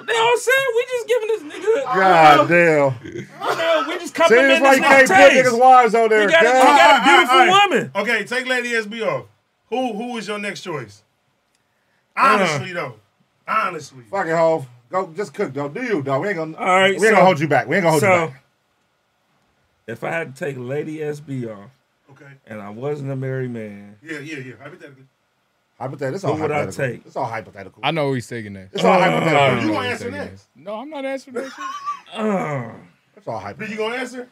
Speaker 4: They all said we just giving this nigga.
Speaker 2: God damn.
Speaker 4: You know, we just
Speaker 2: See, that's
Speaker 4: complimenting
Speaker 2: why
Speaker 4: this
Speaker 2: you can't
Speaker 4: nigga's
Speaker 2: put niggas'
Speaker 4: taste.
Speaker 2: wives on there.
Speaker 4: We got, a, we
Speaker 2: cuz.
Speaker 4: got a beautiful
Speaker 1: All right, all right.
Speaker 4: woman.
Speaker 1: Okay, take Lady SB off. Who who is your next choice? Honestly though, honestly,
Speaker 2: Uh-huh. Fuck it, Hov. Go, just cook, though. Do you, though? We ain't gonna,
Speaker 4: All right,
Speaker 2: we ain't
Speaker 4: so-
Speaker 2: gonna hold you back. We ain't gonna hold you
Speaker 4: So,
Speaker 2: back.
Speaker 4: if I had to take Lady SB off
Speaker 1: okay,
Speaker 4: and I wasn't a married man,
Speaker 1: yeah, yeah, yeah. Hypothetically,
Speaker 2: Hypothetical. It's all
Speaker 4: Who would I
Speaker 2: hypothetical.
Speaker 4: take? Uh,
Speaker 2: It's all hypothetical.
Speaker 3: I know he's taking that.
Speaker 2: It's all hypothetical.
Speaker 1: you gonna answer next?
Speaker 3: No, I'm not answering that. shit.
Speaker 2: It's all
Speaker 1: Then
Speaker 2: hypothetical.
Speaker 1: you gonna answer?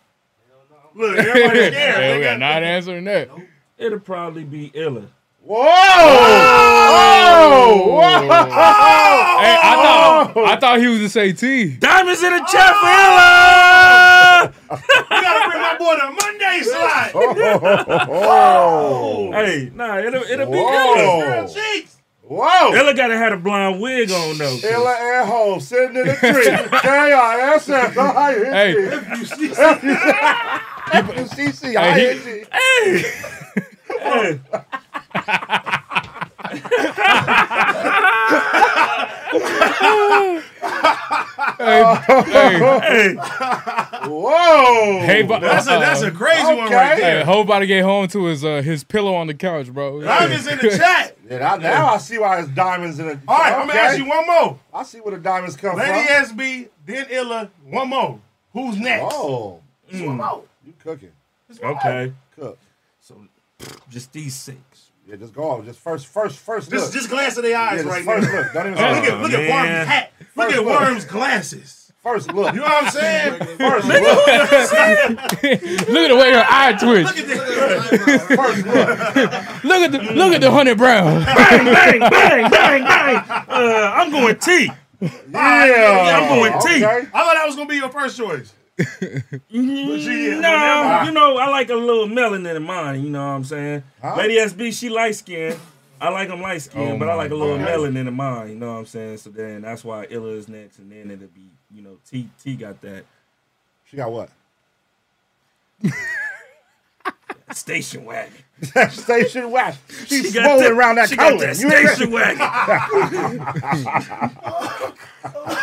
Speaker 1: Look, everybody's scared.
Speaker 3: Yeah,
Speaker 1: They
Speaker 3: we are
Speaker 1: got-
Speaker 3: not answering that.
Speaker 4: it'll probably be Illa.
Speaker 2: Whoa!
Speaker 1: Oh,
Speaker 2: Whoa!
Speaker 3: Hey, I thought I thought he was to say T.
Speaker 4: Diamonds in the chat for Illa.
Speaker 1: You gotta bring my boy to Monday slide.
Speaker 2: Oh. Whoa!
Speaker 4: Hey, nah, it'll, it'll be Illa.
Speaker 2: Whoa!
Speaker 1: Cheeks.
Speaker 2: Whoa!
Speaker 4: Illa gotta had a blonde wig on though.
Speaker 2: Ella and Ho sitting in the tree. K-I-S-S. I
Speaker 3: Hey.
Speaker 2: hit you. F-U-C-C. I
Speaker 3: Hey,
Speaker 2: hit you.
Speaker 4: Hey,
Speaker 3: Hey, hey,
Speaker 4: hey,
Speaker 2: Whoa!
Speaker 3: hey, uh, bu-
Speaker 1: That's a that's a crazy one right
Speaker 2: Okay.
Speaker 1: there.
Speaker 3: Hey, Hope about to get home to his uh, his pillow on the couch, bro.
Speaker 1: Diamonds in the chat.
Speaker 2: Yeah, now, now I see why it's diamonds in it.
Speaker 1: All right, I'm gonna ask you one more.
Speaker 2: I see where the diamonds come
Speaker 1: Lady
Speaker 2: from.
Speaker 1: SB, then Illa. One more. Who's next?
Speaker 2: Oh,
Speaker 1: One more.
Speaker 2: you cooking?
Speaker 4: okay.
Speaker 2: Cook.
Speaker 4: So, just these six.
Speaker 2: Yeah, just go on. Just first, first, first
Speaker 1: Just
Speaker 2: look.
Speaker 1: just glance at their
Speaker 2: yeah,
Speaker 1: eyes
Speaker 2: just
Speaker 1: right now.
Speaker 2: first
Speaker 1: Look
Speaker 2: look. Don't even look
Speaker 1: at
Speaker 2: at
Speaker 1: look at
Speaker 4: man.
Speaker 1: Worm's hat. Look
Speaker 2: First
Speaker 1: at
Speaker 2: look.
Speaker 1: Worm's glasses.
Speaker 2: first look.
Speaker 1: You know what I'm saying?
Speaker 2: First look.
Speaker 3: Look at the way her eye twitch.
Speaker 1: Look at this.
Speaker 2: First look.
Speaker 3: Look at the look at the hunted brown.
Speaker 4: Bang, bang, bang, bang, bang. Uh, I'm going T.
Speaker 2: Yeah,
Speaker 4: I'm going T.
Speaker 2: Okay.
Speaker 1: I thought that was gonna be your first choice. but she, yeah,
Speaker 4: No, you know, I like a little melanin in mine, you know what I'm saying? Lady SB, she light skinned. I like them light skinned,
Speaker 3: Oh
Speaker 4: but I
Speaker 3: my
Speaker 4: like a little
Speaker 3: God.
Speaker 4: melanin in mine, you know what I'm saying? So then that's why Illa is next, and then it'll be, you know, T T got that
Speaker 2: She got what?
Speaker 4: station wagon.
Speaker 2: That station wagon. She's
Speaker 4: got
Speaker 2: swollen
Speaker 4: that-
Speaker 2: around that
Speaker 4: She got
Speaker 2: colon.
Speaker 4: that
Speaker 2: You ain't-
Speaker 4: station wagon.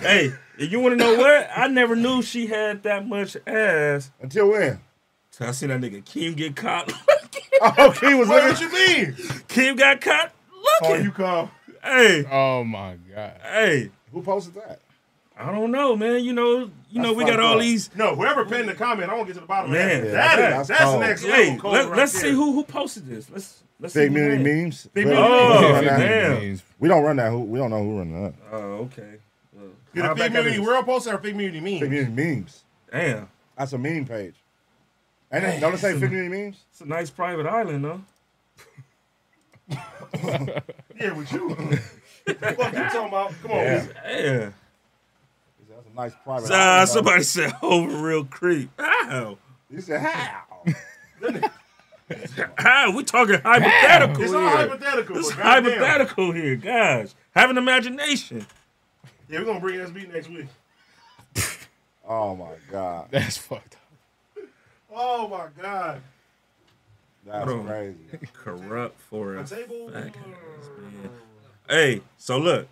Speaker 4: hey, if you wanna know what? I never knew she had that much ass.
Speaker 2: Until when?
Speaker 4: So I seen that nigga Kim get caught.
Speaker 2: Oh, he was
Speaker 1: What,
Speaker 2: looking.
Speaker 1: what you mean?
Speaker 4: Kim got caught
Speaker 1: Oh,
Speaker 4: looking.
Speaker 1: you call.
Speaker 4: Hey,
Speaker 3: Oh my god.
Speaker 4: hey.
Speaker 2: Who posted that?
Speaker 4: I don't know, man. You know, you know, we got
Speaker 2: fucked
Speaker 4: all
Speaker 2: up.
Speaker 4: these.
Speaker 1: No, whoever pinned the comment, I want to get to the bottom
Speaker 4: Man, yeah,
Speaker 1: of that. that
Speaker 2: that's- that's
Speaker 1: is, that's,
Speaker 2: cold.
Speaker 1: next level.
Speaker 4: Hey,
Speaker 1: code
Speaker 4: let,
Speaker 1: right
Speaker 4: us
Speaker 1: there.
Speaker 4: see who who posted this. Let's let's
Speaker 2: Big
Speaker 4: see.
Speaker 2: mini
Speaker 4: who had it.
Speaker 2: memes.
Speaker 1: Big
Speaker 2: But
Speaker 1: mini
Speaker 2: we
Speaker 4: memes.
Speaker 2: don't
Speaker 4: Oh,
Speaker 2: run that.
Speaker 4: damn.
Speaker 2: We don't run that. Who we don't know who run that.
Speaker 4: Oh, okay. Well,
Speaker 1: Did
Speaker 4: how
Speaker 1: a
Speaker 4: back
Speaker 1: fake
Speaker 4: out
Speaker 1: community
Speaker 4: is-
Speaker 1: world post or a fake community
Speaker 2: Big
Speaker 1: meme?
Speaker 2: mini memes.
Speaker 4: Damn,
Speaker 2: That's a meme page. And it, don't it say fifty million memes?
Speaker 4: it's a nice private island, though.
Speaker 1: Yeah, with you. what you talking about? Come on. man.
Speaker 4: Yeah.
Speaker 2: That's a nice private.
Speaker 4: Uh,
Speaker 2: island, though.
Speaker 4: somebody said over real creep. How?
Speaker 2: He said, "How?"
Speaker 4: How? We talking hypothetical
Speaker 1: It's
Speaker 4: here.
Speaker 1: all hypothetical.
Speaker 4: This is
Speaker 1: but goddamn.
Speaker 4: hypothetical here, guys. Have an imagination.
Speaker 1: Yeah, we're going to bring SB next week.
Speaker 2: oh my god,
Speaker 3: That's fucked up.
Speaker 1: Oh, my God.
Speaker 2: that's
Speaker 4: Bro.
Speaker 2: crazy.
Speaker 4: Corrupt for us.
Speaker 1: Table.
Speaker 4: Hey, so look,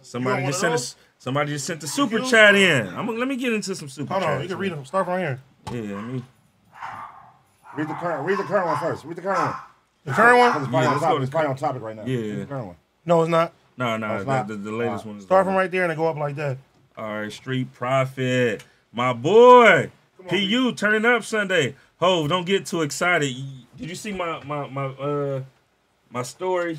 Speaker 4: somebody
Speaker 1: You want
Speaker 4: just
Speaker 1: one
Speaker 4: sent
Speaker 1: of
Speaker 4: us. Somebody just sent the super chat in. I'm gonna let me get into some super
Speaker 1: Hold
Speaker 4: chats.
Speaker 1: on. You can read them. Start from here.
Speaker 4: Yeah, let me.
Speaker 2: Read the current. Read the current one first. Read the current one.
Speaker 1: The current one?
Speaker 2: It's probably,
Speaker 4: Yeah,
Speaker 2: on,
Speaker 4: let's go
Speaker 2: topic.
Speaker 4: to
Speaker 2: It's probably on topic right now. Read
Speaker 4: Yeah.
Speaker 2: the current one.
Speaker 1: No, it's not.
Speaker 4: No, no,
Speaker 2: not-
Speaker 4: the, the, the latest one. Is
Speaker 1: Start from right there and then go up like that.
Speaker 4: All right, Street Profit, my boy, PU turning up Sunday. Ho, don't get too excited. You- Did you see my my my uh my story?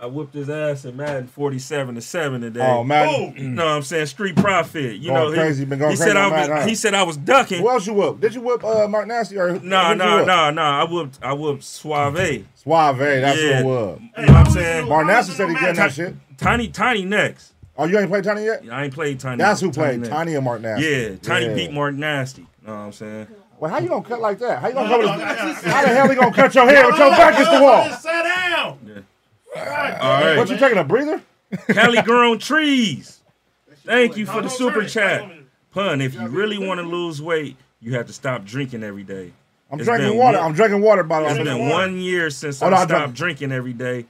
Speaker 4: I whooped his ass in Madden 47 to 7 today.
Speaker 2: Oh, Madden.
Speaker 4: Boom. No, I'm saying street profit. You know,
Speaker 2: Going crazy,
Speaker 4: he,
Speaker 2: been going
Speaker 4: he
Speaker 2: crazy
Speaker 4: said I
Speaker 2: on
Speaker 4: was
Speaker 2: Madden, huh?
Speaker 4: he said I was ducking.
Speaker 2: Who else you whoop? Did you whoop uh, Mark Nasty or who-
Speaker 4: No,
Speaker 2: who'd you
Speaker 4: no,
Speaker 2: whoop?
Speaker 4: no, no. I whooped I whooped Suave.
Speaker 2: Suave, that's
Speaker 4: Yeah.
Speaker 2: who it was.
Speaker 4: You know what I'm saying?
Speaker 2: Mark Nasty said he getting that shit.
Speaker 4: Tiny Tiny next.
Speaker 2: Oh, you ain't played Tiny yet?
Speaker 4: I ain't played Tiny.
Speaker 2: That's who
Speaker 4: Tiny
Speaker 2: played
Speaker 4: Next.
Speaker 2: Tiny and Mark Nasty.
Speaker 4: Yeah, Tiny
Speaker 2: Yeah.
Speaker 4: beat Mark Nasty. Know what I'm saying?
Speaker 2: Well, how you gonna cut like that? How you gonna cover this? How the hell he gonna cut your hair with your back against the wall?
Speaker 1: Sit down.
Speaker 4: All right.
Speaker 2: What you taking a breather?
Speaker 4: Cali grown trees. Thank you for the
Speaker 1: Don't
Speaker 4: super
Speaker 1: drink.
Speaker 4: chat. Pun, if you really want to lose weight, you have to stop drinking every day.
Speaker 2: I'm
Speaker 4: It's
Speaker 2: drinking
Speaker 4: been
Speaker 2: water.
Speaker 4: one-
Speaker 2: I'm drinking water by the way.
Speaker 4: It's been one year since
Speaker 2: Hold
Speaker 4: I
Speaker 2: on, I
Speaker 4: stopped
Speaker 2: drank-
Speaker 4: drinking every day.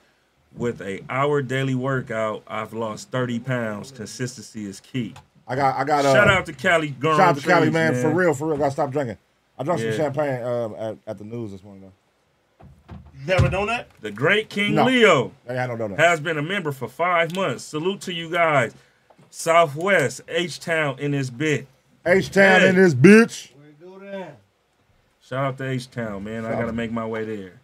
Speaker 4: With a hour daily workout, I've lost 30 pounds. Consistency is key.
Speaker 2: I got I got uh,
Speaker 4: Shout out to Cali grown
Speaker 2: shout out to
Speaker 4: trees,
Speaker 2: Cali man, for real for real. Gotta stop drinking. I drank
Speaker 4: Yeah.
Speaker 2: some champagne um, at, at the news this morning though.
Speaker 1: Never done that?
Speaker 4: The great King
Speaker 2: No.
Speaker 4: Leo.
Speaker 2: They had no donut.
Speaker 4: has been a member for five months. Salute to you guys. Southwest, H Town in this bit.
Speaker 2: H Town
Speaker 4: Hey.
Speaker 2: in this bitch.
Speaker 4: Shout out to H Town, man. I gotta make my way there.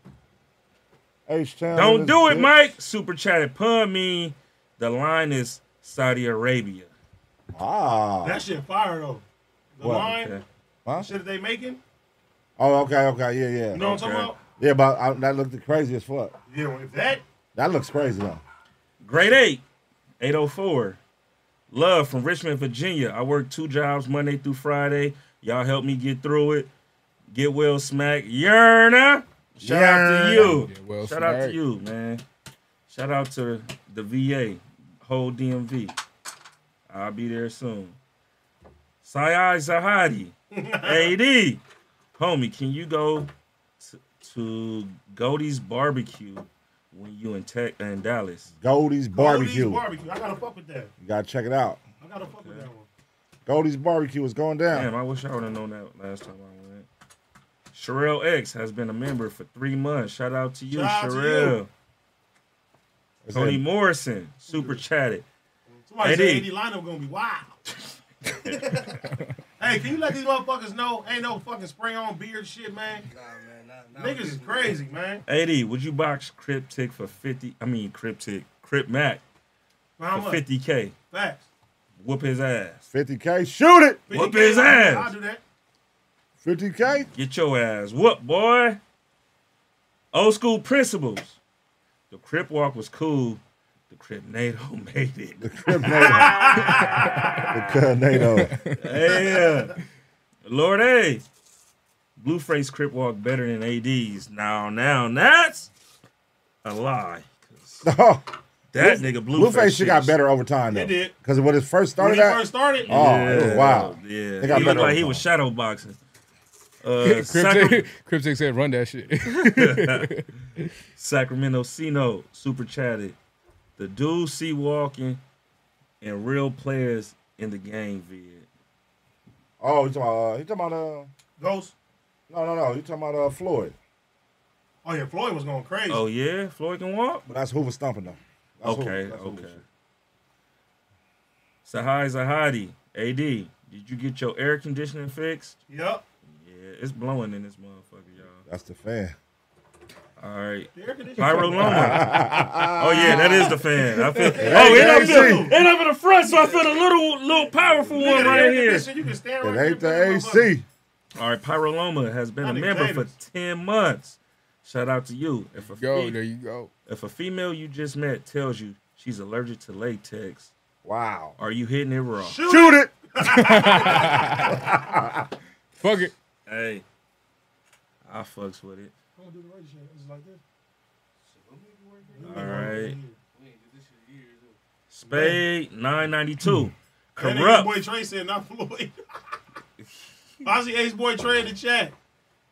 Speaker 2: H Town.
Speaker 4: Don't do it, Mike. Super chatted pun me. The line is Saudi Arabia.
Speaker 2: Ah.
Speaker 1: That shit fire though. The
Speaker 2: What?
Speaker 1: line
Speaker 4: Okay.
Speaker 2: Huh?
Speaker 1: shit that they making.
Speaker 2: Oh, okay, okay, yeah, yeah.
Speaker 1: You know what I'm
Speaker 4: Okay.
Speaker 1: talking about?
Speaker 2: Yeah, but I, that looked crazy as fuck.
Speaker 1: Yeah, with that.
Speaker 2: That looks crazy though.
Speaker 4: Grade eight, 804. Love from Richmond, Virginia. I work two jobs Monday through Friday. Y'all help me get through it. Get well smack. Yerna. Shout out
Speaker 2: Yerna.
Speaker 4: to you.
Speaker 3: Get well
Speaker 4: Shout out to
Speaker 3: smack.
Speaker 4: you, man. Shout out to the VA, whole DMV. I'll be there soon. Sayai Zahadi, AD. Homie, can you go t- to Goldie's Barbecue when you in, tech in Dallas?
Speaker 2: Goldie's barbecue.
Speaker 1: Goldie's barbecue. I gotta fuck with that.
Speaker 2: you gotta check it out.
Speaker 1: I gotta fuck with that one.
Speaker 2: Goldie's barbecue is going down.
Speaker 4: Damn, I wish I would have known that last time I went. Sherelle X has been a member for three months. Shout out to you,
Speaker 1: Shout out to
Speaker 4: Sherelle.
Speaker 2: It's
Speaker 4: Tony
Speaker 2: in-
Speaker 4: Morrison, super chatted.
Speaker 1: Somebody
Speaker 4: AD.
Speaker 1: said AD lineup gonna be wild. hey, can you let these motherfuckers know ain't no fucking spray on beard shit, man? Niggas is crazy, man.
Speaker 4: AD, would you box Cryptic for 50? I mean, Cryptic, Crypt Mac
Speaker 1: For how
Speaker 4: for
Speaker 1: much?
Speaker 4: 50K.
Speaker 1: Facts.
Speaker 4: Whoop his ass.
Speaker 2: 50K, shoot it!
Speaker 1: 50K,
Speaker 4: Whoop his ass.
Speaker 1: I'll do that.
Speaker 2: 50K?
Speaker 4: Get your ass whooped, boy. Old school principles. The Crip Walk was cool. The Crip NATO made it.
Speaker 2: Crip NATO.
Speaker 4: Ah.
Speaker 2: the NATO.
Speaker 4: yeah. Lord A. Blueface Crip Walk better than AD's. Now, now, that's a lie. 'Cause
Speaker 2: Oh,
Speaker 4: That nigga Blueface.
Speaker 2: Blueface shit got
Speaker 4: is-
Speaker 2: better over time, though.
Speaker 1: It did.
Speaker 2: Because when it first
Speaker 1: When
Speaker 2: started
Speaker 1: he
Speaker 2: out,
Speaker 1: first started,
Speaker 2: oh, it was wild.
Speaker 4: Yeah.
Speaker 2: They got
Speaker 4: he
Speaker 2: better
Speaker 4: looked like
Speaker 2: over
Speaker 4: he was
Speaker 2: time.
Speaker 4: shadow boxing. Uh, Sacra-
Speaker 3: Cryptic, Cryptic said, "Run that shit."
Speaker 4: Sacramento Sino super chatted. The dude see walking and real players in the game vid.
Speaker 2: Oh, you talking about, uh, you talking about, uh,
Speaker 1: Ghost.
Speaker 2: no, no, no, you talking about uh, Floyd.
Speaker 1: Oh yeah, Floyd was going crazy.
Speaker 4: Oh yeah, Floyd can walk.
Speaker 2: But that's Hoover stomping, though. That's
Speaker 4: Okay,
Speaker 2: Hoover. That's Hoover
Speaker 4: okay.
Speaker 2: shit.
Speaker 4: Sahai Zahadi, AD, did you get your air conditioning fixed?
Speaker 1: Yep.
Speaker 4: Yeah, it's blowing in this motherfucker, y'all.
Speaker 2: That's the fan.
Speaker 4: All right.
Speaker 1: The air conditioning.
Speaker 4: Pyro Loma. oh yeah, that is the fan. I feel, oh,
Speaker 2: ain't
Speaker 4: it up,
Speaker 2: the
Speaker 4: in the, it up in the front, so I feel a little little powerful
Speaker 1: Yeah,
Speaker 4: one
Speaker 1: the
Speaker 4: right
Speaker 1: air
Speaker 4: here.
Speaker 1: conditioning, You can stand right
Speaker 2: It ain't
Speaker 1: there,
Speaker 2: the
Speaker 1: put it on
Speaker 2: AC.
Speaker 4: All right, Pyro Loma has been a
Speaker 1: Not
Speaker 4: member for
Speaker 1: invaders.
Speaker 4: ten months. Shout out to you. If a
Speaker 3: Yo,
Speaker 4: fe-
Speaker 3: there you go.
Speaker 4: if a female you just met tells you she's allergic to latex,
Speaker 2: Wow.
Speaker 4: are you hitting it raw?
Speaker 1: my- Shoot.
Speaker 2: Shoot it!
Speaker 3: Fuck it.
Speaker 4: Hey, I fucks with it.
Speaker 1: Don't do the right shit. It's like this.
Speaker 4: All right. Spade nine ninety two.
Speaker 1: That nigga
Speaker 4: Corrupt.
Speaker 1: boy Trey said not Floyd. I see Ace Boy Trey in the chat.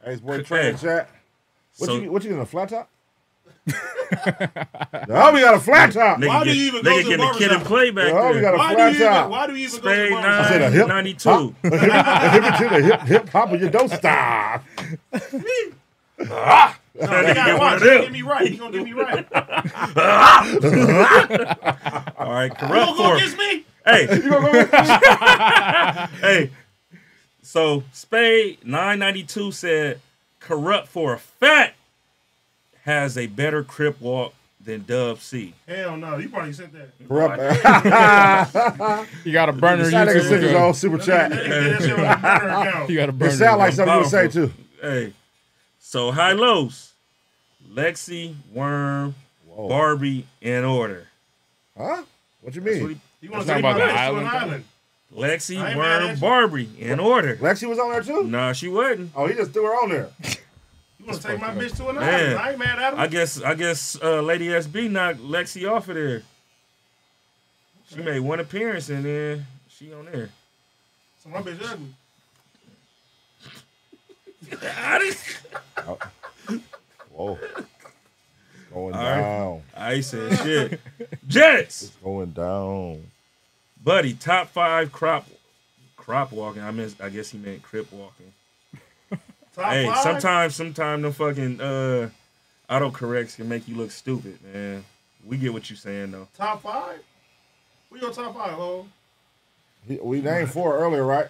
Speaker 2: Hey, it's boy, train
Speaker 4: Hey.
Speaker 2: chat. What,
Speaker 4: So-
Speaker 2: you, what you getting, a flat top? no, we got a flat top.
Speaker 4: Nigga
Speaker 1: Why
Speaker 4: get,
Speaker 1: do you even go
Speaker 4: nigga
Speaker 1: to the
Speaker 4: getting a kid
Speaker 1: barbershop?
Speaker 4: and play back
Speaker 2: Yo, we
Speaker 4: there.
Speaker 2: gotta-
Speaker 1: Why do
Speaker 2: flat
Speaker 1: you even,
Speaker 2: top.
Speaker 1: why do you even go to
Speaker 4: Spade
Speaker 1: the barbershop?
Speaker 2: said a
Speaker 4: nine
Speaker 2: hip-
Speaker 4: ninety two.
Speaker 2: Hip it to the hip, hip hop or you don't stop.
Speaker 1: No, they
Speaker 4: Get
Speaker 1: gotta
Speaker 4: one of
Speaker 1: watch. He
Speaker 4: them.
Speaker 1: gonna get me right. He gonna get me right.
Speaker 4: All right,
Speaker 1: You
Speaker 4: corrupt
Speaker 1: gonna go
Speaker 4: form.
Speaker 1: against me?
Speaker 4: Hey, hey. So Spade nine ninety two said corrupt for a fact has a better crip walk than Dub C.
Speaker 1: Hell no, you probably sent that.
Speaker 2: Corrupt.
Speaker 3: You got a burner.
Speaker 2: Shout out to
Speaker 3: YouTube
Speaker 2: send his
Speaker 3: account.
Speaker 2: own super
Speaker 1: They
Speaker 2: chat.
Speaker 1: did that shit on the burner account.
Speaker 3: You got a
Speaker 2: It
Speaker 3: burner.
Speaker 2: sounds like
Speaker 3: account.
Speaker 2: something you say too.
Speaker 4: Hey, so high lows, Lexi, Worm, Barbie in order.
Speaker 2: Huh? What you
Speaker 4: what
Speaker 2: mean?
Speaker 4: he-
Speaker 1: You want
Speaker 3: That's
Speaker 1: to take
Speaker 3: not about
Speaker 1: my
Speaker 3: the
Speaker 1: bitch to an
Speaker 3: island thing.
Speaker 1: island?
Speaker 4: Lexi,
Speaker 1: I ain't mad at
Speaker 4: Worm,
Speaker 1: you.
Speaker 4: Barbie in order.
Speaker 2: Lexi was on there too.
Speaker 4: Nah, she wasn't.
Speaker 2: Oh, he just threw her on there.
Speaker 1: You want to take my bitch to an
Speaker 4: Man.
Speaker 1: island? I ain't mad at him.
Speaker 4: I guess I guess uh, Lady SB knocked Lexi off of there. She made one appearance and then she on there.
Speaker 1: so my bitch ugly.
Speaker 4: I just-
Speaker 2: Whoa. Going
Speaker 4: right.
Speaker 2: down.
Speaker 4: I ain't saying shit. Jets,
Speaker 2: Going down.
Speaker 4: buddy, top five crop crop walking. I mean, I guess he meant crip walking.
Speaker 1: Top
Speaker 4: hey,
Speaker 1: five?
Speaker 4: sometimes, sometimes them fucking uh, autocorrects can make you look stupid, man. We get what you saying though.
Speaker 1: Top five? Who your top five, ho?
Speaker 2: He- We named four earlier, right?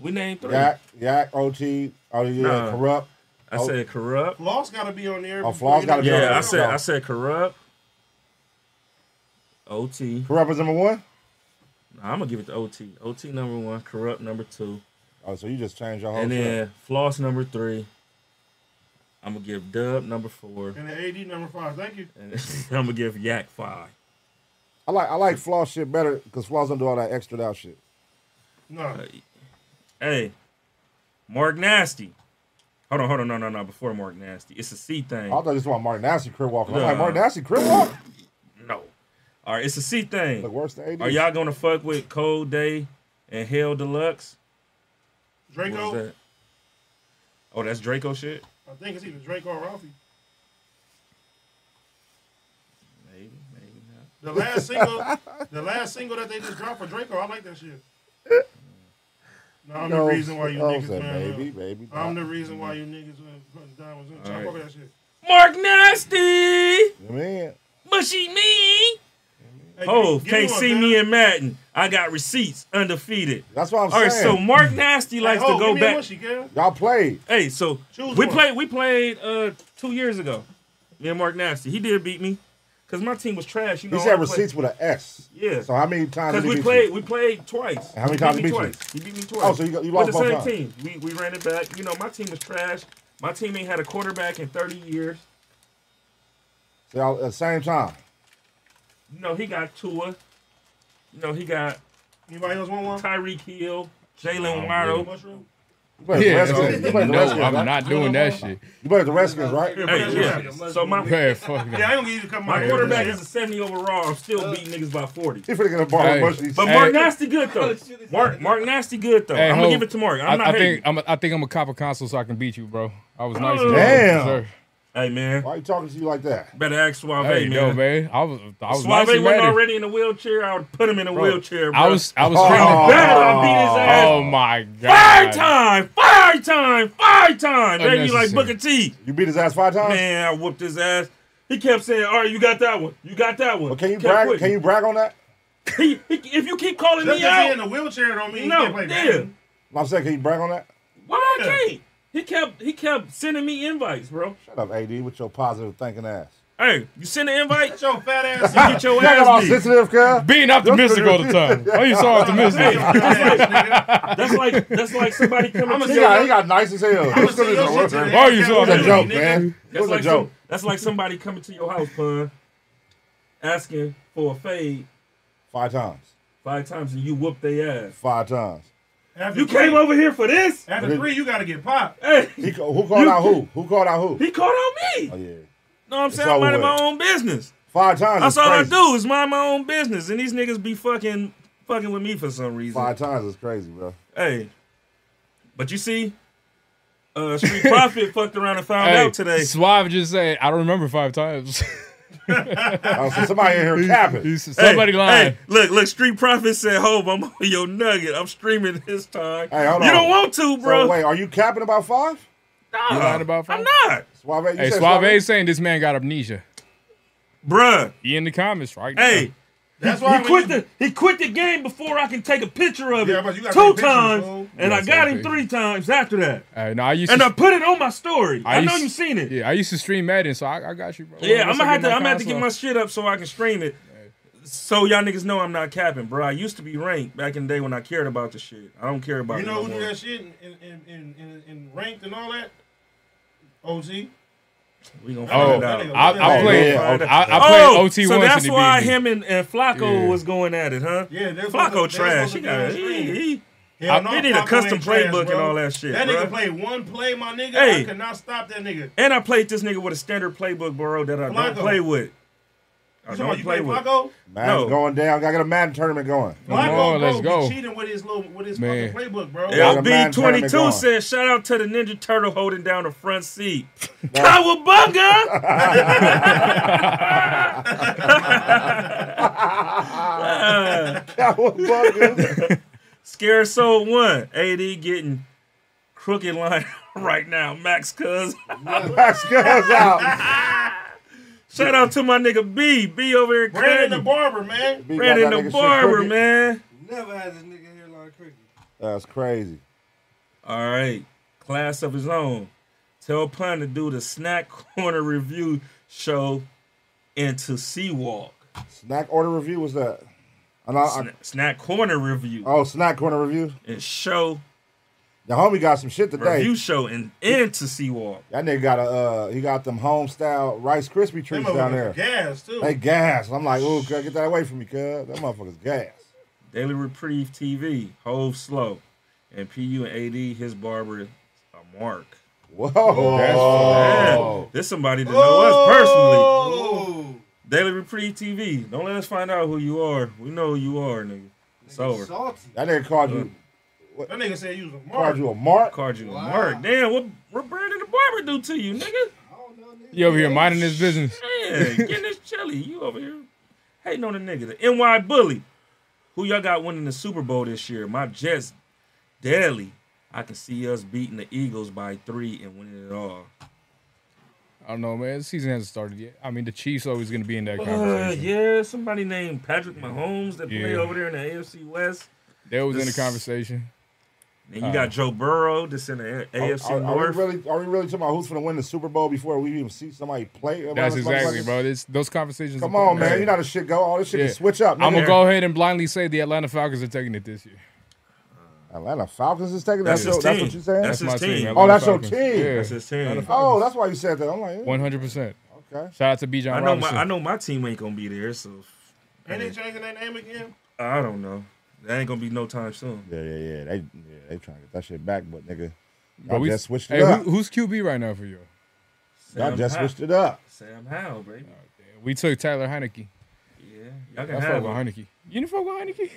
Speaker 4: We named three.
Speaker 2: Yak, Yak, OT, oh yeah,
Speaker 4: Nah.
Speaker 2: corrupt.
Speaker 4: I said corrupt.
Speaker 1: Floss got to be on there.
Speaker 2: Oh,
Speaker 1: before
Speaker 2: Floss
Speaker 1: you
Speaker 2: gotta
Speaker 1: know
Speaker 2: be
Speaker 1: who
Speaker 2: on
Speaker 1: you
Speaker 2: there.
Speaker 4: Yeah, I
Speaker 1: are.
Speaker 4: said I said corrupt. OT.
Speaker 2: Corrupt is number one.
Speaker 4: Nah, I'm gonna give it to OT. OT number one, corrupt number two,
Speaker 2: Oh, so you just changed your whole
Speaker 4: and
Speaker 2: shit.
Speaker 4: then floss number three. I'm gonna give Dub number four,
Speaker 1: And the AD number five. Thank you.
Speaker 4: and I'm gonna give Yak five.
Speaker 2: I like I like Flaw shit better because Flaws don't do all that extra out shit.
Speaker 1: No.
Speaker 4: Hey, Mark Nasty. Hold on, hold on, no, no, no. Before Mark Nasty, it's a C thing.
Speaker 2: I thought this was Martin Nasty crib walking. I'm like
Speaker 4: Nah.
Speaker 2: Martin Nasty crib walk.
Speaker 4: No, all right, it's a C thing.
Speaker 2: Look worse than AD.
Speaker 4: Are y'all gonna fuck with Cold Day and Hell Deluxe? What was
Speaker 1: Draco.
Speaker 4: that? Oh, that's Draco shit.
Speaker 1: I think it's either Draco or Ralphie.
Speaker 4: Maybe, maybe not.
Speaker 1: The last single, the last single that they just dropped for Draco, I like that shit. No, I'm
Speaker 2: No,
Speaker 1: the reason why you
Speaker 2: I
Speaker 1: niggas
Speaker 2: said
Speaker 1: man.
Speaker 2: maybe, maybe
Speaker 1: I'm
Speaker 2: not.
Speaker 1: the reason why you niggas man, putting diamonds in. Chop
Speaker 4: Alright.
Speaker 1: over that shit.
Speaker 4: Mark Nasty,
Speaker 2: You mean?
Speaker 4: mushy me.
Speaker 1: Hey,
Speaker 4: Oh,
Speaker 1: give me
Speaker 4: can't
Speaker 1: one,
Speaker 4: see
Speaker 1: man.
Speaker 4: me in Madden. I got receipts, undefeated.
Speaker 2: That's what I'm
Speaker 4: All right,
Speaker 2: saying.
Speaker 4: so Mark Nasty likes
Speaker 1: Hey,
Speaker 4: to
Speaker 1: ho,
Speaker 4: go
Speaker 1: give me a
Speaker 4: back.
Speaker 1: Mushy, girl.
Speaker 2: y'all played.
Speaker 4: Hey, so
Speaker 1: Choose
Speaker 4: we
Speaker 1: one.
Speaker 4: played. We played uh two years ago. Me and Mark Nasty. He did beat me because my team was trash. You
Speaker 2: He
Speaker 4: know.
Speaker 2: said
Speaker 4: I played-
Speaker 2: receipts with an S.
Speaker 4: Yeah.
Speaker 2: So how many times
Speaker 4: Cause
Speaker 2: did he
Speaker 4: we
Speaker 2: beat
Speaker 4: played,
Speaker 2: you?
Speaker 4: we played twice.
Speaker 2: How many
Speaker 4: He
Speaker 2: times
Speaker 4: beat me
Speaker 2: did he beat you?
Speaker 4: twice. He beat me twice.
Speaker 2: Oh, so you got- you lost
Speaker 4: With the
Speaker 2: both
Speaker 4: same
Speaker 2: times.
Speaker 4: team. We we ran it back. You know, my team was trash. My team ain't had a quarterback in thirty years.
Speaker 2: So y'all at the uh, same time.
Speaker 4: You know, he got Tua. You know, he got
Speaker 1: Anybody else want one?
Speaker 4: Tyreek Hill,
Speaker 2: Oh,
Speaker 4: Jalen Waddle.
Speaker 1: Mushroom.
Speaker 2: You played
Speaker 3: Yeah,
Speaker 2: the Redskins. You played the
Speaker 3: no,
Speaker 2: Redskins,
Speaker 3: I'm
Speaker 2: right?
Speaker 3: not doing that shit.
Speaker 2: You played the Redskins, right?
Speaker 1: Here, put
Speaker 4: Hey,
Speaker 1: that
Speaker 4: yeah.
Speaker 1: shit out.
Speaker 4: So my
Speaker 3: Yeah, fuck
Speaker 1: Yeah,
Speaker 3: that.
Speaker 1: I ain't gonna give you a couple.
Speaker 4: My quarterback is a 70 overall. I'm
Speaker 2: Uh,
Speaker 4: still beating niggas by 40.
Speaker 2: He finna get a ball
Speaker 3: Hey.
Speaker 2: with Bushy.
Speaker 4: But
Speaker 3: Hey.
Speaker 4: Mark Nasty good
Speaker 2: Oh,
Speaker 4: though. Mark Mark Nasty good though.
Speaker 3: Hey,
Speaker 4: I'm gonna
Speaker 3: Ho,
Speaker 4: give it to Mark. I'm
Speaker 3: I,
Speaker 4: not
Speaker 3: I
Speaker 4: hating.
Speaker 3: think I'm a, I think I'm a cop a console so I can beat you, bro. I was nice.
Speaker 4: Oh.
Speaker 3: and
Speaker 2: Damn.
Speaker 3: sir.
Speaker 4: Hey man,
Speaker 2: Why are you talking to you like that?
Speaker 4: better ask Suave
Speaker 3: Hey, yo,
Speaker 4: man.
Speaker 3: man. I was I was
Speaker 4: Suave
Speaker 3: nice and
Speaker 4: wasn't
Speaker 3: ready.
Speaker 4: already in a wheelchair. I would put him in a wheelchair. Bro.
Speaker 3: I was I was
Speaker 4: better. I beat his ass.
Speaker 3: Oh my
Speaker 4: Fire
Speaker 3: god.
Speaker 4: time! Fire time! Fire time! Baby, like
Speaker 3: Unnecessary.
Speaker 4: Booker T.
Speaker 2: You beat his ass five times?
Speaker 4: Man, I whooped his ass. He kept saying, "All right, you got that one. You got that one."
Speaker 2: But can you
Speaker 4: Kept
Speaker 2: brag?
Speaker 4: quitting.
Speaker 2: Can you brag on that?
Speaker 4: He- he- if you keep calling
Speaker 1: Just
Speaker 4: me
Speaker 1: 'cause he in
Speaker 4: out,
Speaker 1: a wheelchair don't mean he
Speaker 4: no,
Speaker 1: can't play
Speaker 4: yeah.
Speaker 1: badminton.
Speaker 2: I'm saying, can you brag on that?
Speaker 4: Why I
Speaker 1: Yeah.
Speaker 4: can't? He kept he kept sending me invites, bro.
Speaker 2: Shut up, AD, with your positive thinking ass.
Speaker 4: Hey, you send an invite,
Speaker 1: Get your fat ass.
Speaker 4: you get your
Speaker 2: Talking about
Speaker 4: ass beat.
Speaker 2: sensitive, cuz.
Speaker 3: Being optimistic all the time. Why you so optimistic?
Speaker 4: That's like that's like somebody coming
Speaker 1: I'ma
Speaker 4: to
Speaker 2: He
Speaker 1: say
Speaker 4: your
Speaker 2: got, he got nice as hell.
Speaker 1: I'ma send your shit to the
Speaker 3: Why you so
Speaker 2: It
Speaker 1: Cowboys,
Speaker 2: was a joke,
Speaker 1: nigga.
Speaker 2: man. It
Speaker 4: that's
Speaker 2: was a
Speaker 4: like some,
Speaker 2: joke.
Speaker 4: that's like somebody coming to your house, pun, asking for a fade
Speaker 2: Five times.
Speaker 4: five times and you whoop their ass.
Speaker 2: Five times.
Speaker 1: After
Speaker 4: You
Speaker 1: three-
Speaker 4: came over here for this?
Speaker 1: After three, you gotta get popped.
Speaker 4: Hey,
Speaker 2: He, ca- who called out who? Who called out who?
Speaker 4: he called on me.
Speaker 2: Oh, yeah.
Speaker 4: No, I'm saying
Speaker 2: all
Speaker 4: I'm minding
Speaker 2: with.
Speaker 4: my own business.
Speaker 2: Five times.
Speaker 4: That's
Speaker 2: is
Speaker 4: all I
Speaker 2: crazy.
Speaker 4: do is mind my own business, and these niggas be fucking fucking with me for some reason.
Speaker 2: Five times is crazy, bro.
Speaker 4: Hey, but you see, uh, Street Profit fucked around and found
Speaker 3: Hey,
Speaker 4: out today.
Speaker 3: Suave just said I don't remember five times.
Speaker 2: Oh, so somebody in here capping.
Speaker 3: He said, Somebody
Speaker 4: hey,
Speaker 3: lying.
Speaker 4: Hey, look, look, Street Profit said, Hope, I'm on your nugget. I'm streaming this time.
Speaker 2: Hey, hold
Speaker 4: you
Speaker 2: on.
Speaker 4: don't want to, bro.
Speaker 2: So, wait, are you capping about five?
Speaker 4: Nah,
Speaker 3: lying about
Speaker 4: Uh-uh. I'm
Speaker 3: five?
Speaker 4: not.
Speaker 2: Suave, you
Speaker 3: Hey,
Speaker 2: said
Speaker 3: Suave saying this man got amnesia.
Speaker 4: Bruh.
Speaker 3: He in the comments right now.
Speaker 4: Hey,
Speaker 1: That's
Speaker 4: he
Speaker 1: why when
Speaker 4: quit
Speaker 1: you-
Speaker 4: the he quit the game before I can take a picture of
Speaker 1: Yeah,
Speaker 4: it
Speaker 1: but you gotta
Speaker 4: two
Speaker 1: take pictures,
Speaker 4: times,
Speaker 1: fool.
Speaker 4: and I
Speaker 3: Yes,
Speaker 4: got him
Speaker 3: okay.
Speaker 4: three times after that.
Speaker 3: Uh, no, I used
Speaker 4: And
Speaker 3: to,
Speaker 4: I put it on my story. I, know
Speaker 3: used-
Speaker 4: you seen it. Yeah,
Speaker 3: Yeah, I used to stream Madden, so I, I got you, bro.
Speaker 4: I'm
Speaker 3: Once
Speaker 4: gonna
Speaker 3: I
Speaker 4: have to
Speaker 3: get
Speaker 4: I'm gonna have to get my
Speaker 3: console-
Speaker 4: shit up so I can stream it. So y'all niggas know I'm not capping, bro. I used to be ranked back in the day when I cared about the shit. I don't care about
Speaker 1: You
Speaker 4: it
Speaker 1: know
Speaker 4: no
Speaker 1: who
Speaker 4: more.
Speaker 1: do that shit in, in, in, in, in ranked and all that? OG.
Speaker 4: We gonna
Speaker 1: Oh,
Speaker 4: find out.
Speaker 1: that nigga
Speaker 3: I, I
Speaker 1: Oh,
Speaker 3: played.
Speaker 2: yeah,
Speaker 3: I,
Speaker 2: okay.
Speaker 3: I played OT
Speaker 4: Oh, so
Speaker 3: once in
Speaker 4: that's
Speaker 3: the
Speaker 4: why
Speaker 3: BB.
Speaker 4: him and, and Flacco
Speaker 3: Yeah.
Speaker 4: was going at it, huh?
Speaker 1: Yeah, they're supposed to-
Speaker 4: Flacco
Speaker 1: they're
Speaker 4: trash.
Speaker 1: supposed
Speaker 4: He
Speaker 1: to
Speaker 4: got
Speaker 1: be on
Speaker 4: he,
Speaker 1: screen.
Speaker 4: he,
Speaker 1: Hell
Speaker 4: I-
Speaker 1: no,
Speaker 4: they need a
Speaker 1: Flacco
Speaker 4: custom
Speaker 1: ain't trash,
Speaker 4: playbook and
Speaker 1: bro.
Speaker 4: all that shit,
Speaker 1: That
Speaker 4: bro.
Speaker 1: nigga played one play, my nigga.
Speaker 4: Hey.
Speaker 1: I could not stop that nigga.
Speaker 4: And I played this nigga with a standard playbook, bro, that I don't
Speaker 1: Flacco.
Speaker 4: play with. I
Speaker 1: You
Speaker 4: don't
Speaker 1: talking about you
Speaker 4: play
Speaker 1: play
Speaker 4: with.
Speaker 1: Flacco?
Speaker 2: Madden's
Speaker 4: No.
Speaker 2: going down. Gotta get a Madden tournament going.
Speaker 1: Flacco,
Speaker 3: on,
Speaker 1: bro,
Speaker 3: let's go.
Speaker 1: Be cheating with his little with his
Speaker 3: Man.
Speaker 1: fucking playbook, bro.
Speaker 2: Yeah. tournament
Speaker 4: LB22
Speaker 2: going.
Speaker 4: said, shout out to the Ninja Turtle holding down the front seat. Cowabunga! Scare Soul 1. AD getting crooked line right now. Max Cuz.
Speaker 2: That's good. out.
Speaker 4: shout out to my nigga B. B over here.
Speaker 1: Brandon
Speaker 4: cracking.
Speaker 1: the barber, man.
Speaker 2: B got that
Speaker 4: Brandon
Speaker 2: nigga
Speaker 4: the
Speaker 2: shit
Speaker 4: barber,
Speaker 2: crooked.
Speaker 4: man.
Speaker 6: Never had this nigga hairline crooked.
Speaker 2: That's crazy.
Speaker 4: All right, class of his own. Tell Pun to do the snack corner review show into Seawalk.
Speaker 2: Snack order review was that? And I, I,
Speaker 4: Sna- snack corner review
Speaker 2: oh, snack corner review.
Speaker 4: and show
Speaker 2: The homie got some shit today.
Speaker 4: review show and into Seawalk.
Speaker 2: That nigga got a uh, he got them home style Rice Krispie
Speaker 1: Them
Speaker 2: treats down there.
Speaker 1: motherfuckers Gas too.
Speaker 2: They gas. I'm like, ooh, girl, get that away from me, cuz. That motherfucker's gas.
Speaker 4: Daily Reprieve TV. Hove slow, and PU and AD his barber a mark.
Speaker 2: Whoa.
Speaker 4: Man, this somebody to know us personally.
Speaker 6: Oh,
Speaker 4: Daily Reprieve TV. Don't let us find out who you are. We know who you are, nigga. It's over.
Speaker 6: salty.
Speaker 2: That nigga called you
Speaker 1: That nigga said you was a
Speaker 2: called
Speaker 1: mark.
Speaker 2: you a mark.
Speaker 4: Card you a mark. Damn, what what Brandon the barber do to you, nigga?
Speaker 3: You over here minding his business.
Speaker 4: Man, getting this chili. You over here hating on a nigga. The NY bully. Who y'all got winning the Super Bowl this year? My Jets daily. I can see us beating the Eagles by three and winning it all.
Speaker 3: I don't know, man. The season hasn't started yet. I mean, the Chiefs always going to be in that
Speaker 4: Uh,
Speaker 3: conversation.
Speaker 4: yeah, somebody named Patrick Mahomes that play
Speaker 3: Yeah.
Speaker 4: over there in the AFC West. Uh,
Speaker 3: They always in the
Speaker 4: This-
Speaker 3: conversation.
Speaker 4: Then you got Joe Burrow that's in the A- AFC
Speaker 2: Are, are we
Speaker 4: North.
Speaker 2: really are we really talking about who's gonna win the Super Bowl before we even see somebody play?
Speaker 3: That's
Speaker 2: Everybody's
Speaker 3: exactly,
Speaker 2: like-
Speaker 3: bro. This, those conversations.
Speaker 2: Come
Speaker 3: are-
Speaker 2: on, man. You know how this shit go. All this shit
Speaker 3: Yeah.
Speaker 2: can switch up.
Speaker 3: I'm
Speaker 2: nigga.
Speaker 3: gonna go ahead and blindly say the Atlanta Falcons are taking it this year.
Speaker 2: Atlanta Falcons is taking
Speaker 4: That's
Speaker 2: that's,
Speaker 4: his
Speaker 2: your, that's
Speaker 4: team.
Speaker 2: what you saying?
Speaker 4: That's his
Speaker 3: my
Speaker 4: team.
Speaker 3: team.
Speaker 4: That's
Speaker 2: oh,
Speaker 3: Atlanta
Speaker 2: that's your
Speaker 3: Falcons.
Speaker 2: team.
Speaker 3: Yeah.
Speaker 4: his team.
Speaker 2: Oh, that's why you said that. I'm like, yeah,
Speaker 3: One hundred percent.
Speaker 2: okay.
Speaker 3: Shout out to B. John
Speaker 4: I know my
Speaker 3: Robinson.
Speaker 4: I know my team ain't gonna be there, so
Speaker 1: And they changing their name again.
Speaker 4: I don't know. That ain't gonna be no time soon.
Speaker 2: Yeah, yeah, yeah. They, yeah, they trying to get that shit back, but nigga,
Speaker 3: But
Speaker 2: y'all
Speaker 3: we-
Speaker 2: just switched it
Speaker 3: hey,
Speaker 2: up.
Speaker 3: who- who's QB right now for you?
Speaker 2: y'all just
Speaker 4: Howe.
Speaker 2: switched it up.
Speaker 4: Sam Howell, baby.
Speaker 3: We took Tyler Heineke.
Speaker 4: Yeah, y'all
Speaker 3: I
Speaker 4: can
Speaker 3: fuck
Speaker 4: have
Speaker 3: with
Speaker 4: him.
Speaker 3: Heineke. You didn't fuck with Heineke?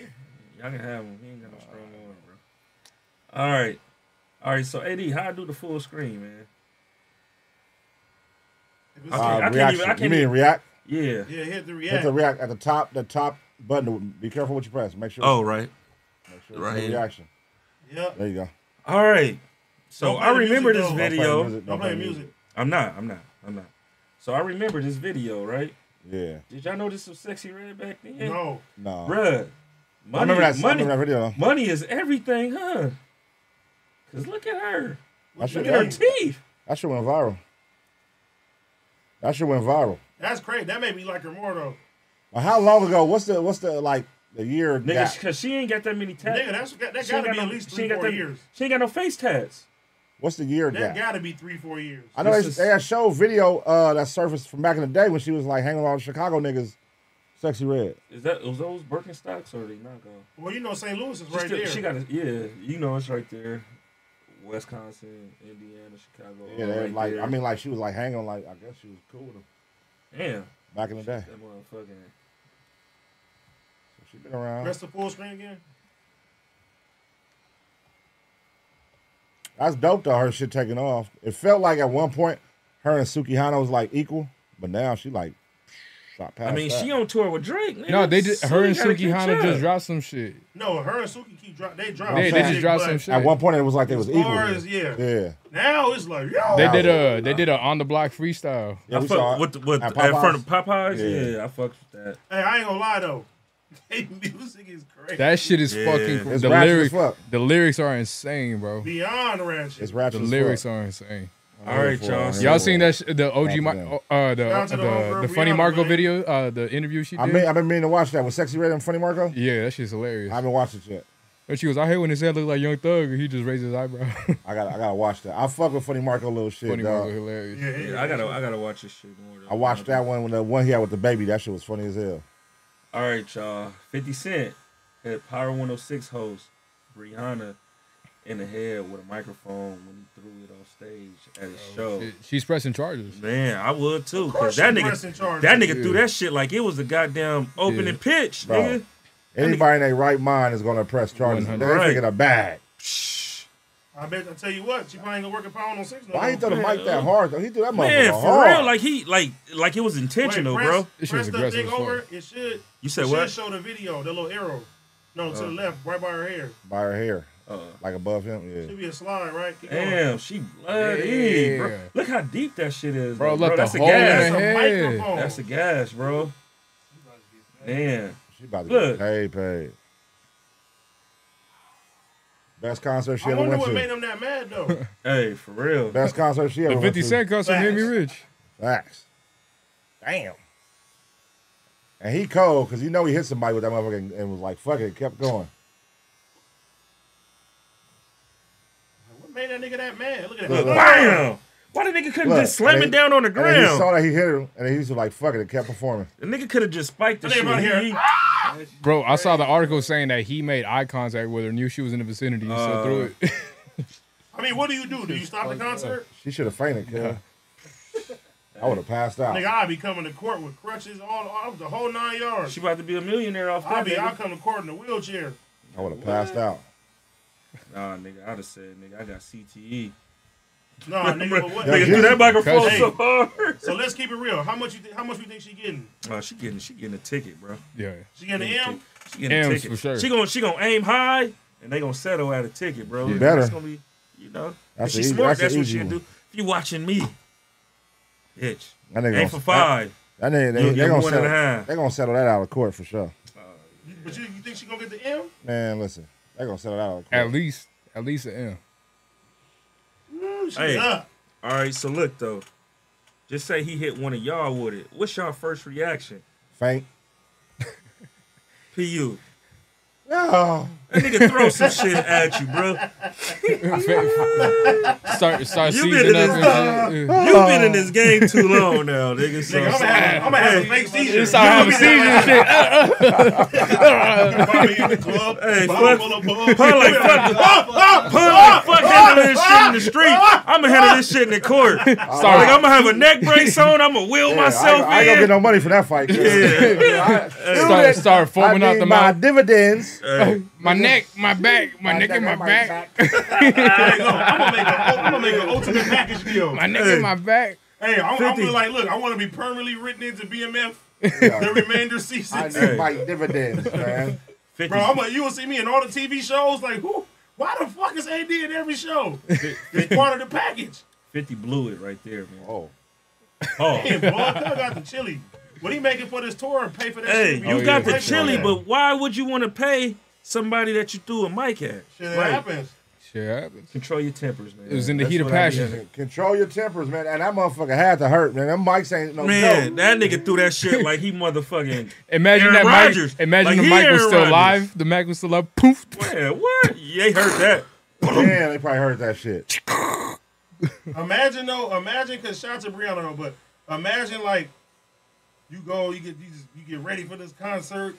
Speaker 4: Y'all can have him. He ain't got no strong arm, bro. All right, all right. So AD, how I do the full screen, man? I
Speaker 2: Uh,
Speaker 4: can't, I can't
Speaker 2: reaction.
Speaker 4: even. I can't
Speaker 2: you mean
Speaker 4: even,
Speaker 2: react?
Speaker 4: yeah.
Speaker 1: Yeah, hit the
Speaker 2: Hit
Speaker 1: react.
Speaker 2: the react at the top. The top button. Be careful what you press. Make sure.
Speaker 4: Oh right.
Speaker 2: make sure it's
Speaker 4: right
Speaker 2: the
Speaker 4: here.
Speaker 2: reaction.
Speaker 1: Yep.
Speaker 2: There you go.
Speaker 4: All right. So
Speaker 1: Don't play
Speaker 4: I
Speaker 1: the
Speaker 4: remember
Speaker 1: music,
Speaker 4: this
Speaker 1: though. Don't play
Speaker 4: video.
Speaker 2: music.
Speaker 1: Don't play music.
Speaker 4: I'm not. I'm not. I'm not. So I remember this video, right?
Speaker 2: Yeah.
Speaker 4: Did y'all know this was sexy red back then?
Speaker 1: No.
Speaker 2: No.
Speaker 4: Bruh. Money,
Speaker 2: I remember that. I
Speaker 4: money,
Speaker 2: remember that video.
Speaker 4: money is everything, huh? Cause look at her.
Speaker 2: That shit,
Speaker 4: Look at her
Speaker 2: that,
Speaker 4: teeth.
Speaker 2: that shit went viral. That shit went viral.
Speaker 1: That's crazy. That made me like her more though.
Speaker 2: Now, how long ago? What's the what's the like the year?
Speaker 4: Nigga,
Speaker 2: gap?
Speaker 4: cause she ain't got that many tats.
Speaker 1: Nigga, that's that, that
Speaker 4: She ain't
Speaker 1: gotta
Speaker 4: got
Speaker 1: be
Speaker 4: no-
Speaker 1: at least
Speaker 4: she
Speaker 1: three
Speaker 4: ain't got
Speaker 1: more
Speaker 4: that-
Speaker 1: years.
Speaker 4: She ain't got no face tats.
Speaker 2: What's the year gap?
Speaker 1: That gotta be three, four years.
Speaker 2: I know they,
Speaker 4: This is-
Speaker 2: they had show video uh, that surfaced from back in the day when she was like hanging around with Chicago niggas, sexy red.
Speaker 4: Is that was those Birkenstocks or they not gone?
Speaker 1: Well, you know St. Louis is
Speaker 4: She,
Speaker 1: right
Speaker 4: still-
Speaker 1: there.
Speaker 4: she got a, yeah, you know it's right there. Wisconsin, Indiana, Chicago.
Speaker 2: Yeah,
Speaker 4: all
Speaker 2: they,
Speaker 4: right
Speaker 2: like
Speaker 4: there.
Speaker 2: I mean, like she was like hanging, like I guess she was cool with them
Speaker 4: damn,
Speaker 2: back in the day.
Speaker 4: that motherfucking.
Speaker 2: She been around.
Speaker 1: Rest the full screen again.
Speaker 2: That's dope though. Her shit taking off. It felt like at one point her and Suki Hana was like equal, but now she like shot past.
Speaker 4: I mean,
Speaker 2: that.
Speaker 4: she on tour with Drake. Nigga.
Speaker 3: No, they just
Speaker 4: She
Speaker 3: her and
Speaker 4: gotta
Speaker 3: Suki
Speaker 4: catch
Speaker 3: Hana
Speaker 4: up.
Speaker 3: just dropped some shit.
Speaker 1: No, her and Suki keep drop. They drop.
Speaker 3: They,
Speaker 1: some
Speaker 3: they
Speaker 1: shit,
Speaker 3: just dropped
Speaker 1: but
Speaker 3: some shit.
Speaker 2: at one point it was like they was
Speaker 1: As
Speaker 2: equal.
Speaker 1: far as yeah.
Speaker 2: yeah,
Speaker 1: Now it's like yo.
Speaker 3: They
Speaker 2: Wow.
Speaker 3: did a they did a on the block freestyle.
Speaker 2: yeah,
Speaker 4: I
Speaker 2: we
Speaker 4: fuck
Speaker 2: saw it
Speaker 4: with, with
Speaker 2: at
Speaker 4: in front of Popeyes.
Speaker 2: Popeyes.
Speaker 4: Yeah,
Speaker 2: Yeah.
Speaker 4: I fucked with that.
Speaker 1: hey, I ain't gonna lie though. Hey, music is crazy.
Speaker 3: That shit is
Speaker 7: Yeah,
Speaker 3: fucking.
Speaker 2: it's
Speaker 3: the
Speaker 2: ratchet as
Speaker 3: lyrics,
Speaker 2: fuck.
Speaker 3: the lyrics are insane, bro.
Speaker 1: Beyond ratchet.
Speaker 2: It's rap.
Speaker 3: The lyrics are insane.
Speaker 4: All right, y'all.
Speaker 2: Yeah.
Speaker 3: Y'all seen that sh- the OG
Speaker 2: Rapid
Speaker 3: Mar-
Speaker 2: down.
Speaker 3: uh, the,
Speaker 1: Down to
Speaker 3: the,
Speaker 1: the homegirl
Speaker 3: the funny
Speaker 1: Rihanna,
Speaker 3: Marco
Speaker 1: man.
Speaker 3: video, uh, the interview she did.
Speaker 2: I mean, I've been meaning to watch that with Sexy Red and Funny Marco.
Speaker 3: yeah, that shit's hilarious.
Speaker 2: I haven't watched it yet.
Speaker 3: and she was, I hate when his head looked like Young Thug, and he just raised his eyebrow.
Speaker 2: I got I gotta watch that. I fuck with Funny Marco little shit.
Speaker 3: funny
Speaker 2: dog.
Speaker 3: Marco, hilarious.
Speaker 1: Yeah,
Speaker 4: Yeah, I gotta, I gotta watch this shit more. though.
Speaker 2: I watched that one when the one he had with the baby. That shit was funny as hell.
Speaker 4: All right, y'all. Fifty Cent hit Power 106 host Brianna in the head with a microphone when he threw it off stage at a show.
Speaker 3: Oh, Shit, She's pressing charges.
Speaker 4: Man, I would too. Cause
Speaker 1: course
Speaker 4: that
Speaker 1: she pressing
Speaker 4: nigga,
Speaker 1: charges.
Speaker 4: that nigga
Speaker 3: Yeah.
Speaker 4: threw that shit like it was a goddamn opening
Speaker 3: Yeah.
Speaker 4: pitch,
Speaker 2: Bro.
Speaker 4: nigga.
Speaker 2: Anybody in their right mind is gonna press charges. They're
Speaker 3: 100.
Speaker 2: taking a bag.
Speaker 1: I bet I tell you what, she probably ain't gonna work a pound on six. No
Speaker 2: Why he throw
Speaker 1: more.
Speaker 2: the mic that hard though? He threw that
Speaker 4: Man,
Speaker 2: motherfucker
Speaker 4: for
Speaker 2: hard.
Speaker 4: real, like he, like, like it was intentional,
Speaker 1: Wait,
Speaker 4: bro.
Speaker 3: This shit
Speaker 1: press
Speaker 3: was
Speaker 1: that
Speaker 3: aggressive
Speaker 1: thing
Speaker 3: as fuck.
Speaker 1: over. It should.
Speaker 4: You said
Speaker 1: it
Speaker 4: what? Oh.
Speaker 1: Should show the video, the little arrow. No, to the left, right by her hair.
Speaker 2: by her hair,
Speaker 4: Uh,
Speaker 2: like above him.
Speaker 1: Should
Speaker 2: Yeah.
Speaker 1: be a slide, right? Keep going.
Speaker 4: damn, she bloody, bro.
Speaker 3: Yeah.
Speaker 4: Look how deep that shit is,
Speaker 3: Bro,
Speaker 4: bro.
Speaker 3: let
Speaker 4: bro
Speaker 3: the
Speaker 4: that's a
Speaker 3: hole in
Speaker 1: That's
Speaker 4: gas.
Speaker 3: it.
Speaker 1: a
Speaker 3: Yeah.
Speaker 1: microphone.
Speaker 4: That's a gas, bro. Man,
Speaker 2: She about to
Speaker 4: Look.
Speaker 2: get paid, paid. Best concert she
Speaker 1: I
Speaker 2: ever
Speaker 1: wonder
Speaker 2: went
Speaker 1: what made
Speaker 2: to.
Speaker 1: him that mad though.
Speaker 4: hey, for real.
Speaker 2: Best concert she ever
Speaker 3: The
Speaker 2: went to.
Speaker 3: 50 Cent concert made me
Speaker 1: Facts.
Speaker 3: rich.
Speaker 2: Facts. Damn. And he cold because you know he hit somebody with that motherfucker and, and was like, fuck it, kept going.
Speaker 1: what made that nigga that mad? Look at
Speaker 2: Look, look.
Speaker 1: that.
Speaker 4: Bam! Why the nigga couldn't
Speaker 2: Look,
Speaker 4: just slam it
Speaker 2: and he-
Speaker 4: down on the
Speaker 2: And then he saw
Speaker 4: ground?
Speaker 2: that he hit him and then he was like, fuck it, and kept performing.
Speaker 4: The nigga could have just spiked the
Speaker 1: That nigga
Speaker 4: shit.
Speaker 1: about here.
Speaker 4: He-
Speaker 3: Bro, I saw the article saying that he made eye contact with her, knew she was in the vicinity, so
Speaker 4: Uh,
Speaker 3: threw it.
Speaker 1: I mean, what do you do? Do you stop the concert?
Speaker 2: She should have fainted, cuz. I would have passed out.
Speaker 1: Nigga, I'll be coming to court with crutches all, all the whole nine yards.
Speaker 4: She about to be a millionaire off
Speaker 1: I'll
Speaker 4: that.
Speaker 1: be. I'll
Speaker 4: nigga.
Speaker 1: come to court in a wheelchair.
Speaker 2: I would have passed out.
Speaker 4: Nah, nigga, I'd have said, nigga, I got CTE.
Speaker 1: Nah, nigga, but what?
Speaker 4: Nigga,
Speaker 2: yeah.
Speaker 4: threw that microphone
Speaker 3: Hey.
Speaker 4: so hard.
Speaker 1: So let's keep it real. How much you? Th- how much you think she getting?
Speaker 4: Oh, she getting, she getting a ticket, bro.
Speaker 3: yeah.
Speaker 1: She getting an M?
Speaker 4: She getting a
Speaker 3: M's
Speaker 4: ticket.
Speaker 3: for sure.
Speaker 4: She gonna, she gonna aim high, and they gonna settle at a ticket, bro.
Speaker 2: You better.
Speaker 4: It's gonna be, you know.
Speaker 2: That's
Speaker 4: if
Speaker 2: a
Speaker 4: she's
Speaker 2: easy-
Speaker 4: smart,
Speaker 2: that's a
Speaker 4: that's, what
Speaker 2: easy
Speaker 4: she'll
Speaker 2: one.
Speaker 4: do. If you watching me, bitch,
Speaker 2: That nigga
Speaker 4: aim
Speaker 2: gonna-
Speaker 4: for five.
Speaker 2: That nigga, they,
Speaker 4: You'll
Speaker 2: they
Speaker 4: get
Speaker 2: gonna
Speaker 4: one and a
Speaker 2: settle,
Speaker 4: half.
Speaker 2: they gonna settle that out of court for sure.
Speaker 1: But you, you think she gonna get the M?
Speaker 2: Man, listen, they gonna settle that out of court.
Speaker 3: At least, at least an M.
Speaker 1: Ooh, she's
Speaker 4: Hey.
Speaker 1: up.
Speaker 4: All right, so look though. Just say he hit one of y'all with it. What's y'all first reaction?
Speaker 2: Faint.
Speaker 4: Pu.
Speaker 2: No.
Speaker 4: That nigga throw some shit at you, bro.
Speaker 3: Start, start
Speaker 4: You
Speaker 3: seizing
Speaker 4: been in
Speaker 3: up and shit. Yeah.
Speaker 4: You've been in this game too long now, nigga. So,
Speaker 1: Nigga, I'm gonna have, I'm gonna have a fake seizure.
Speaker 3: Start having seizures and shit.
Speaker 1: Bobby in the club.
Speaker 4: Hey,
Speaker 1: Bobby
Speaker 4: fuck-
Speaker 1: pull up, pull up.
Speaker 4: Pun like fuck, pun like fuck handling this shit in the street. I'ma handle this shit in the court. Like
Speaker 3: Sorry.
Speaker 4: I'ma have a neck brace on. I'ma wheel
Speaker 2: Yeah,
Speaker 4: myself
Speaker 2: I, I ain't gonna
Speaker 4: in.
Speaker 2: get no money for that fight. cuz.
Speaker 3: Start, start
Speaker 2: I
Speaker 3: foaming out
Speaker 2: need
Speaker 3: the
Speaker 2: my
Speaker 3: mouth.
Speaker 2: dividends.
Speaker 4: Hey,
Speaker 3: My neck, my back, my neck and my back.
Speaker 1: There you go. I'm gonna make a, I'm gonna make an ultimate package deal.
Speaker 3: My neck and my back.
Speaker 1: Hey, I'm, I'm gonna like, look, I want to be permanently written into BMF the remainder
Speaker 2: I
Speaker 1: season.
Speaker 2: need my dividends, man.
Speaker 4: 50,
Speaker 1: Bro, I'm like, you will see me in all the TV shows. Like, who? Why the fuck is AD in every show? It's part of the package.
Speaker 4: 50 blew it right there, man.
Speaker 2: Oh,
Speaker 4: Oh.
Speaker 1: Boy, I got the chili. What he making for this tour and pay for that?
Speaker 4: Hey, Oh,
Speaker 1: shit?
Speaker 4: you
Speaker 2: oh,
Speaker 3: yeah.
Speaker 4: got
Speaker 1: Pay
Speaker 4: the
Speaker 1: for
Speaker 4: chili,
Speaker 1: that.
Speaker 4: but why would you want to pay somebody that you threw a mic at?
Speaker 1: shit
Speaker 4: Right.
Speaker 1: happens.
Speaker 3: Shit happens.
Speaker 4: Control your tempers, man.
Speaker 3: It was in the
Speaker 4: That's
Speaker 3: heat of
Speaker 4: what I be
Speaker 3: passion.
Speaker 4: having.
Speaker 2: control your tempers, man. And that motherfucker had to hurt, man. Them mics ain't no
Speaker 4: Man,
Speaker 2: joke.
Speaker 4: that nigga threw that shit like he motherfucking.
Speaker 3: Imagine
Speaker 4: Aaron
Speaker 3: that
Speaker 4: Rodgers.
Speaker 3: mic. Imagine
Speaker 4: Like,
Speaker 3: the
Speaker 4: he
Speaker 3: mic was
Speaker 4: Aaron
Speaker 3: still
Speaker 4: Rodgers.
Speaker 3: live. The mic was still up. Poof.
Speaker 4: Man, what? Yeah, they heard that.
Speaker 2: Man, they probably heard that shit.
Speaker 1: Imagine though, imagine because shout out to Brianna, but imagine like you go, you get you, just, you get ready for this concert,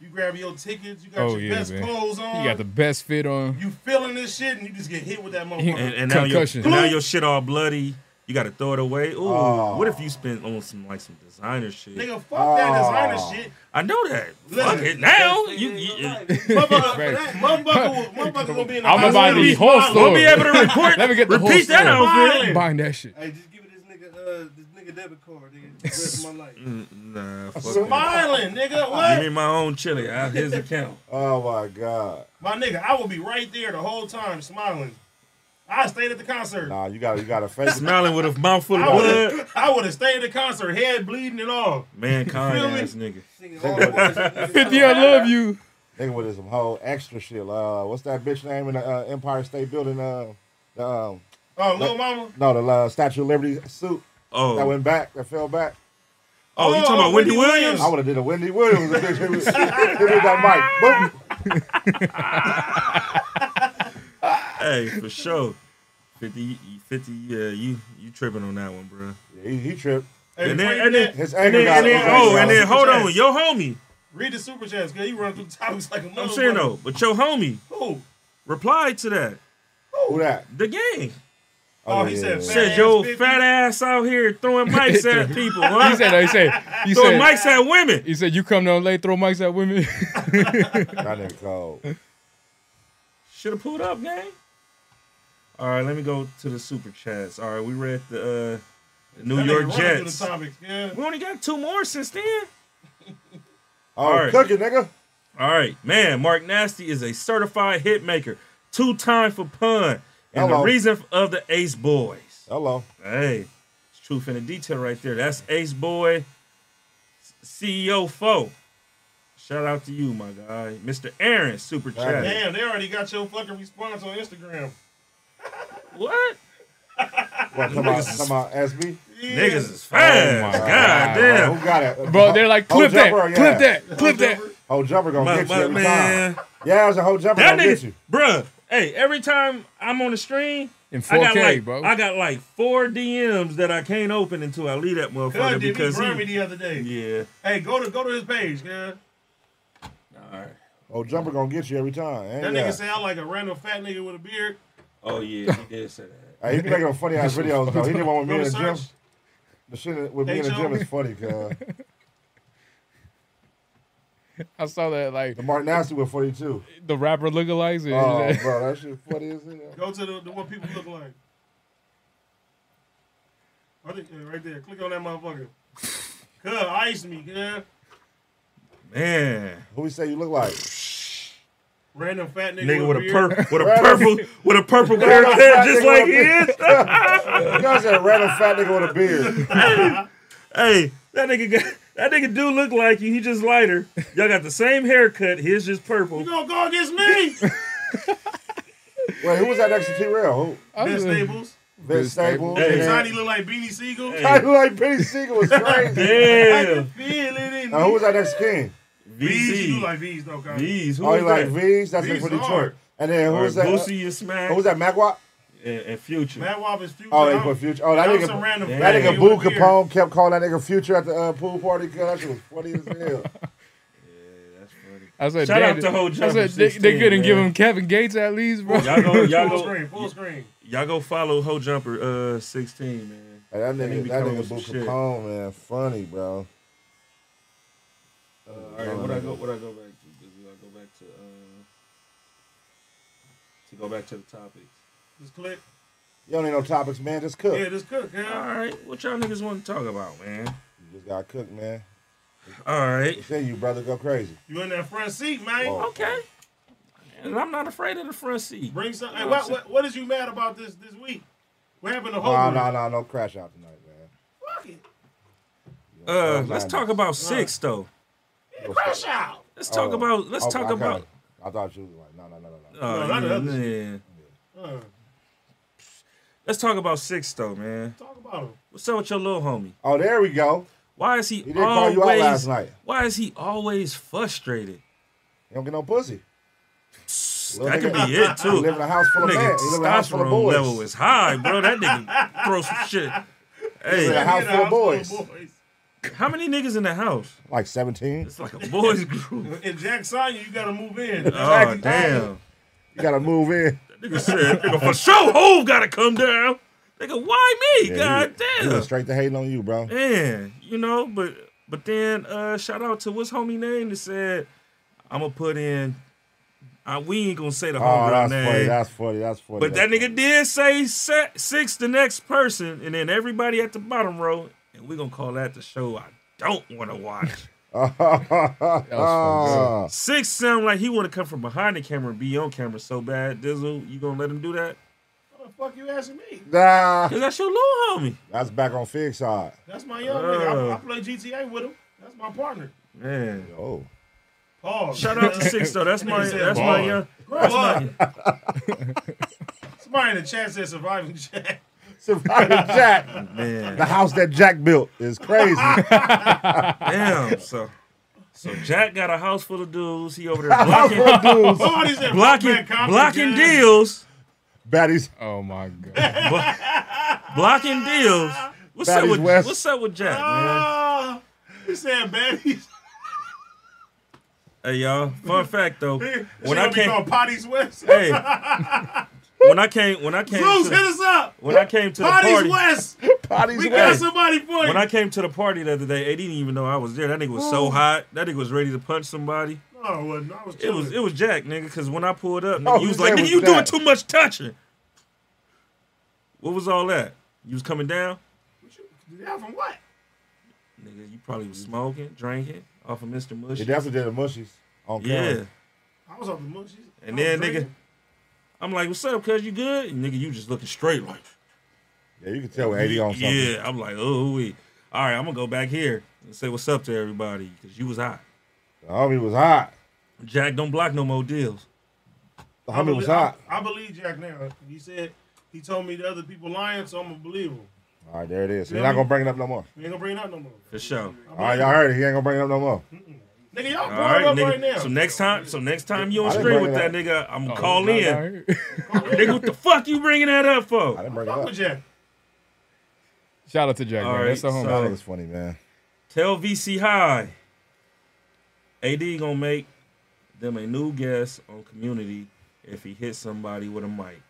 Speaker 1: you grab your tickets, you got
Speaker 3: Oh,
Speaker 1: your
Speaker 3: yeah,
Speaker 1: best
Speaker 3: man.
Speaker 1: clothes on,
Speaker 3: You
Speaker 1: you,
Speaker 3: got the best fit on.
Speaker 1: feeling this shit, and you just get hit with that motherfucker.
Speaker 4: And, and now, your,
Speaker 3: Concussion.
Speaker 4: and now your shit all bloody. You got to throw it away. Ooh, what if you spent on some like some designer shit?
Speaker 1: Nigga, fuck that
Speaker 6: Ah.
Speaker 1: designer shit.
Speaker 4: I know that. Fuck
Speaker 1: Listen,
Speaker 4: it now. You, you, you
Speaker 1: Motherfucker, that motherfucker, will, motherfucker will be in the
Speaker 3: I'ma buy
Speaker 1: hospital.
Speaker 3: the
Speaker 1: He's
Speaker 3: whole
Speaker 1: smiling.
Speaker 3: store.
Speaker 4: won't be able to report.
Speaker 3: Let me get the whole
Speaker 4: repeat that
Speaker 3: story.
Speaker 4: outfit.
Speaker 3: Buying that shit.
Speaker 6: Hey, just give me this nigga, uh, this nigga debit card, nigga. The rest of my life.
Speaker 4: Nah, fuck that.
Speaker 1: Smiling, nigga.
Speaker 4: Give
Speaker 1: What?
Speaker 4: me my own chili out of his account.
Speaker 2: Oh my god.
Speaker 1: My nigga, I will be right there the whole time smiling. I stayed at the concert.
Speaker 2: Nah, you got you got to face it.
Speaker 4: Smiling with a mouthful of
Speaker 1: I would
Speaker 4: blood.
Speaker 1: have I would have stayed at the concert, head bleeding and all.
Speaker 4: Mankind
Speaker 1: Feel me?
Speaker 4: ass nigga.
Speaker 6: Singing all the words. nigga.
Speaker 3: Fifty, I love you.
Speaker 2: Nigga with some whole extra shit. Uh, what's that bitch name in the uh, Empire State Building? Uh, the, um,
Speaker 1: Oh, little mama.
Speaker 2: no, the uh, Statue of Liberty suit
Speaker 4: Oh,
Speaker 2: that went back, that fell back.
Speaker 4: oh, you talking about Wendy Williams?
Speaker 2: I would have did a Wendy Williams. if this shit was- if it was that mic. Boom.
Speaker 4: Hey, for sure. 50, you- you- 50, yeah, you you tripping on that one, bro.
Speaker 2: Yeah, he, he tripped.
Speaker 1: Hey,
Speaker 4: And
Speaker 1: before
Speaker 4: then,
Speaker 1: you
Speaker 4: and
Speaker 1: do that,
Speaker 4: then,
Speaker 2: His
Speaker 4: and
Speaker 2: anger
Speaker 4: then,
Speaker 2: got
Speaker 4: and then, oh, and then, hold on,
Speaker 1: Yes.
Speaker 4: your homie.
Speaker 1: read the super chats, cause you run through topics like a motherfucker.
Speaker 4: I'm saying though, but your homie
Speaker 1: Who?
Speaker 4: replied to that.
Speaker 2: Who that?
Speaker 4: The gang
Speaker 1: Oh, he said fat
Speaker 4: said,
Speaker 1: ass
Speaker 4: "Yo,
Speaker 1: 50.
Speaker 4: fat ass out here throwing mics at people, huh?
Speaker 3: He said, he said, he
Speaker 4: throwing
Speaker 3: said,
Speaker 4: mics at women."
Speaker 3: he said, you come down late, throw mics at women.
Speaker 2: That nigga cold. Oh,
Speaker 4: Should have pulled up, gang. All right, let me go to the super chats. All right, we read the uh, New
Speaker 1: That nigga
Speaker 4: York
Speaker 1: running through
Speaker 4: Jets.
Speaker 1: The topics. Yeah.
Speaker 4: We only got two more since then.
Speaker 2: Oh,
Speaker 4: All right.
Speaker 2: cooking, nigga.
Speaker 4: All right, man. Mark Nasty is a certified hit maker, two time for pun, and
Speaker 2: Hello.
Speaker 4: the reason of the Ace Boys.
Speaker 2: Hello.
Speaker 4: Hey, it's truth in the detail right there. That's Ace Boy CEO Foe. Shout out to you, my guy, Mr. Aaron, super chat.
Speaker 1: Damn, they already got your fucking response on Instagram.
Speaker 4: What?
Speaker 2: Well, come on, come on, SB.
Speaker 4: Niggas is
Speaker 2: Oh
Speaker 4: fast. God, damn.
Speaker 2: Who got it?
Speaker 3: Bro, they're like,
Speaker 2: Whole
Speaker 3: clip that,
Speaker 2: jumper, yeah.
Speaker 3: clip that, clip that.
Speaker 2: Whole jumper gonna
Speaker 4: My,
Speaker 2: get you
Speaker 4: my
Speaker 2: every time.
Speaker 4: man.
Speaker 2: Yeah, it's a whole jumper
Speaker 4: That
Speaker 2: gonna get
Speaker 4: nigga,
Speaker 2: you.
Speaker 4: bruh. Hey, every time I'm on the stream,
Speaker 3: In
Speaker 4: I got
Speaker 3: 4K,
Speaker 4: like,
Speaker 3: bro.
Speaker 4: I got like four DMs that I can't open until I leave that motherfucker
Speaker 1: God, did he
Speaker 4: because
Speaker 1: grind me
Speaker 4: he,
Speaker 1: the other day?
Speaker 4: yeah.
Speaker 1: Hey, go to go to his page, man.
Speaker 4: All right.
Speaker 2: Whole jumper gonna get you every time. ain't
Speaker 1: That
Speaker 2: yeah.
Speaker 1: nigga sound like a random fat nigga with a beard.
Speaker 4: Oh yeah, he did say that.
Speaker 2: Hey, he be making funny ass videos though. He did one with me
Speaker 1: Go
Speaker 2: in
Speaker 1: to
Speaker 2: the gym.
Speaker 1: search.
Speaker 2: The shit with me in the
Speaker 1: H.O.
Speaker 2: gym is funny, cuz.
Speaker 3: I saw that like
Speaker 2: The Mark Nasty was funny too.
Speaker 3: the rapper lookalikes. And
Speaker 2: Oh, bro, that shit funny as hell.
Speaker 1: Go to the, the what people look like. I think yeah, right there. Click on that motherfucker. Cuz ice me, cuz.
Speaker 4: Man,
Speaker 2: Who we say you look like?
Speaker 1: Random fat nigga,
Speaker 4: nigga with a
Speaker 1: beard.
Speaker 4: purple, with a purple, with a purple pair of hair, just like he is.
Speaker 2: You guys said a random fat nigga with a beard.
Speaker 4: hey, that nigga, got, that nigga do look like you. He just lighter. Y'all got the same haircut. His just purple.
Speaker 1: You gonna go against me?
Speaker 2: Wait, who was that next to T-Rail? Who?
Speaker 1: Ben Staples.
Speaker 2: Vince Staples.
Speaker 4: Hey.
Speaker 2: and then-
Speaker 1: Johnny look like Beanie Siegel.
Speaker 2: I look like Benny Siegel was crazy.
Speaker 4: Damn,
Speaker 1: Feel it in
Speaker 2: Now, who
Speaker 1: me.
Speaker 2: was that next king?
Speaker 1: V's. You
Speaker 4: VZ,
Speaker 1: look like V's though, cuz.
Speaker 4: V's. Who
Speaker 2: Oh,
Speaker 4: is
Speaker 2: he like
Speaker 4: that?
Speaker 2: V's? That's
Speaker 1: V's
Speaker 2: V's for Detroit.
Speaker 1: hard.
Speaker 2: And then who
Speaker 4: Or
Speaker 2: was that?
Speaker 4: Boosie and Smack.
Speaker 2: Who was that, Magwap?
Speaker 4: And, and Future.
Speaker 1: Matt Wop is future.
Speaker 2: Oh,
Speaker 1: I'm-
Speaker 2: he put Future. Oh, that
Speaker 1: I'm
Speaker 2: nigga.
Speaker 1: some random
Speaker 2: That
Speaker 1: fat
Speaker 2: nigga
Speaker 1: with
Speaker 2: Boo
Speaker 1: a beard.
Speaker 2: Capone kept calling that nigga Future at the uh, pool party. Cause that shit was funny as hell.
Speaker 3: I said,
Speaker 4: Shout
Speaker 3: damn,
Speaker 4: out to Ho
Speaker 3: I
Speaker 4: Jumper
Speaker 3: said they,
Speaker 4: 16,
Speaker 3: they couldn't give
Speaker 4: man.
Speaker 3: him Kevin Gates at least, bro.
Speaker 4: Y'all go, y'all
Speaker 1: Full
Speaker 4: go,
Speaker 1: screen, full screen.
Speaker 4: y'all go follow Ho Jumper uh 16, man.
Speaker 2: Hey, that
Speaker 4: That nigga
Speaker 2: nigga,
Speaker 4: be
Speaker 2: that
Speaker 4: coming
Speaker 2: nigga
Speaker 4: with
Speaker 2: Boo
Speaker 4: some shit.
Speaker 2: Capone, man, funny, bro.
Speaker 4: Uh, All right, what I go, what I go back to? Do I go back to uh, to go back to the topics?
Speaker 1: Just click.
Speaker 2: You don't need no topics, man. Just cook.
Speaker 1: Yeah, just cook,
Speaker 4: All
Speaker 1: yeah.
Speaker 4: right, what y'all niggas want to talk about, man?
Speaker 2: You just gotta cook, man.
Speaker 4: All right,
Speaker 2: Say you, brother, go crazy.
Speaker 1: You in that front seat, man.
Speaker 2: Whoa.
Speaker 4: okay. And I'm not afraid of the front seat.
Speaker 1: Bring some. Hey, what, what, what is you mad about this this week? What happened
Speaker 4: Oh,
Speaker 1: to
Speaker 2: No,
Speaker 1: Homer?
Speaker 2: no, no, no crash out tonight, man.
Speaker 1: Fuck it.
Speaker 2: Oh,
Speaker 4: Uh, let's talk about six though.
Speaker 1: Crash out.
Speaker 4: Let's talk about. Let's
Speaker 2: Oh, I
Speaker 4: talk
Speaker 2: kinda-
Speaker 4: about.
Speaker 2: I thought you was like, no, no, no, no, no.
Speaker 4: Oh,
Speaker 1: No, not the other
Speaker 4: man.
Speaker 1: Uh,
Speaker 4: Let's talk about six though, man.
Speaker 1: talk about him.
Speaker 4: What's up with your little homie?
Speaker 2: Oh, there we go.
Speaker 4: Why is he,
Speaker 2: He did call
Speaker 4: always?
Speaker 2: you out last night.
Speaker 4: Why is he always frustrated?
Speaker 2: You don't get no pussy. Little
Speaker 4: that could
Speaker 2: nigga-
Speaker 4: be it
Speaker 2: He
Speaker 4: too.
Speaker 2: live in a house full of men.
Speaker 4: Nigga,
Speaker 2: He live in a house full of
Speaker 4: testosterone
Speaker 2: boys.
Speaker 4: level is high, bro. That nigga throw some shit.
Speaker 2: Yeah,
Speaker 4: Hey,
Speaker 2: house
Speaker 1: Yeah,
Speaker 2: full of
Speaker 1: house full of
Speaker 4: how many niggas in the house?
Speaker 2: Like 17.
Speaker 4: It's like a boys group.
Speaker 1: boys. And Jack Sonya, you gotta move in.
Speaker 4: Oh damn.
Speaker 2: You gotta move in.
Speaker 4: Nigga said, nigga for sure, Hove gotta come down. Nigga, why me? God
Speaker 2: He
Speaker 4: damn.
Speaker 2: was straight to hating on you, bro.
Speaker 4: Man, you know, but but then uh shout out to what's homie name that said I'ma put in I, we ain't gonna say the
Speaker 2: Oh,
Speaker 4: homie
Speaker 2: that's
Speaker 4: name.
Speaker 2: funny. That's funny. That's funny.
Speaker 4: But that
Speaker 2: that's
Speaker 4: nigga did say se- six the next person, and then everybody at the bottom row, and we're gonna call that the show I don't want to watch.
Speaker 2: Ah,
Speaker 4: six sound like he want to come from behind the camera and be on camera so bad. Dizzle, you gonna let him do that?
Speaker 1: fuck you asking me?
Speaker 2: Nah,
Speaker 4: Cause that's your little homie.
Speaker 2: that's back on Fig side.
Speaker 1: That's my young nigga. I, I
Speaker 4: Uh.
Speaker 1: play GTA with him. That's my partner.
Speaker 4: Man.
Speaker 2: Oh,
Speaker 1: Pause.
Speaker 4: Shout out to Six though. That's my that's my young
Speaker 1: Grow up. Somebody in the chat said surviving Jack.
Speaker 2: surviving Jack.
Speaker 4: man.
Speaker 2: The house that Jack built is crazy.
Speaker 4: uh, Damn. So so Jack got a house full of dudes. He over there blocking
Speaker 2: Dudes,
Speaker 1: Somebody Oh, said
Speaker 4: blocking
Speaker 1: Black Compton,
Speaker 4: blocking
Speaker 1: guys.
Speaker 4: deals.
Speaker 2: baddies,
Speaker 3: Oh my god.
Speaker 4: Blocking deals. What's up
Speaker 2: Baddies
Speaker 4: with
Speaker 2: West.
Speaker 4: what's up with Jack, man?
Speaker 1: Ah, he said baddies.
Speaker 4: Hey y'all. Fun fact though. When
Speaker 1: When
Speaker 4: I
Speaker 1: I
Speaker 4: came
Speaker 1: called Potties West.
Speaker 4: Hey. When I came when I came
Speaker 1: Zeus, hit
Speaker 4: to,
Speaker 1: us up.
Speaker 4: when I came to the
Speaker 1: Potties
Speaker 4: party
Speaker 1: West.
Speaker 2: baddies.
Speaker 1: We
Speaker 2: West.
Speaker 1: got somebody for you.
Speaker 4: when I came to the party the other day, they didn't even know I was there. That nigga was so hot. That nigga was ready to punch somebody.
Speaker 1: Oh, no, I wasn't. I was
Speaker 4: It was it was Jack, nigga, because when I pulled up,
Speaker 2: Oh,
Speaker 4: nigga, you was
Speaker 2: his
Speaker 4: like,
Speaker 2: name
Speaker 4: nigga,
Speaker 2: was
Speaker 4: you doing
Speaker 2: Jack.
Speaker 4: too much touching. What was all that? You was coming down?
Speaker 1: Yeah, from what?
Speaker 4: Nigga, you probably was smoking, drinking off of Mr. Mushy.
Speaker 2: They definitely did the mushies on camera.
Speaker 4: yeah.
Speaker 1: I was off the mushies.
Speaker 4: And
Speaker 1: I was
Speaker 4: then, nigga,
Speaker 1: drinking.
Speaker 4: I'm like, what's up, cuz you good? And nigga, you just looking straight like,
Speaker 2: Yeah, you can tell when 80 on something.
Speaker 4: yeah. I'm like, oh, we. All right, I'm going to go back here and say what's up to everybody because you was hot.
Speaker 2: The homie was hot.
Speaker 4: Jack, don't block no more deals.
Speaker 2: The
Speaker 1: I
Speaker 2: homie was
Speaker 1: believe-
Speaker 2: hot.
Speaker 1: I, I believe Jack now. He said he told me the other people lying, so I'm gonna believe him.
Speaker 2: All right, there it is. He's not gonna bring it up no more.
Speaker 1: We ain't gonna bring it up no more.
Speaker 4: For sure.
Speaker 2: All right, y'all heard it. He ain't gonna bring it up no more.
Speaker 1: Nigga, y'all
Speaker 4: All
Speaker 1: brought
Speaker 4: right,
Speaker 1: it up
Speaker 4: nigga.
Speaker 1: right now.
Speaker 4: So next time, so next time you on
Speaker 2: I didn't
Speaker 4: stream
Speaker 2: bring
Speaker 4: with
Speaker 2: it
Speaker 4: that
Speaker 2: up.
Speaker 4: nigga, I'm gonna
Speaker 3: Oh,
Speaker 4: call
Speaker 3: it's
Speaker 4: in.
Speaker 3: not down here.
Speaker 4: Nigga, what the fuck you bringing that up
Speaker 2: I
Speaker 4: for?
Speaker 2: didn't bring it
Speaker 1: fuck
Speaker 2: up.
Speaker 1: with Jack.
Speaker 3: Shout out to Jack.
Speaker 4: All
Speaker 3: man.
Speaker 4: right,
Speaker 3: That's the homie.
Speaker 4: so-
Speaker 2: That nigga's funny, man.
Speaker 4: Tell VC hi. AD gonna make them a new guest on Community if he hits somebody with a mic.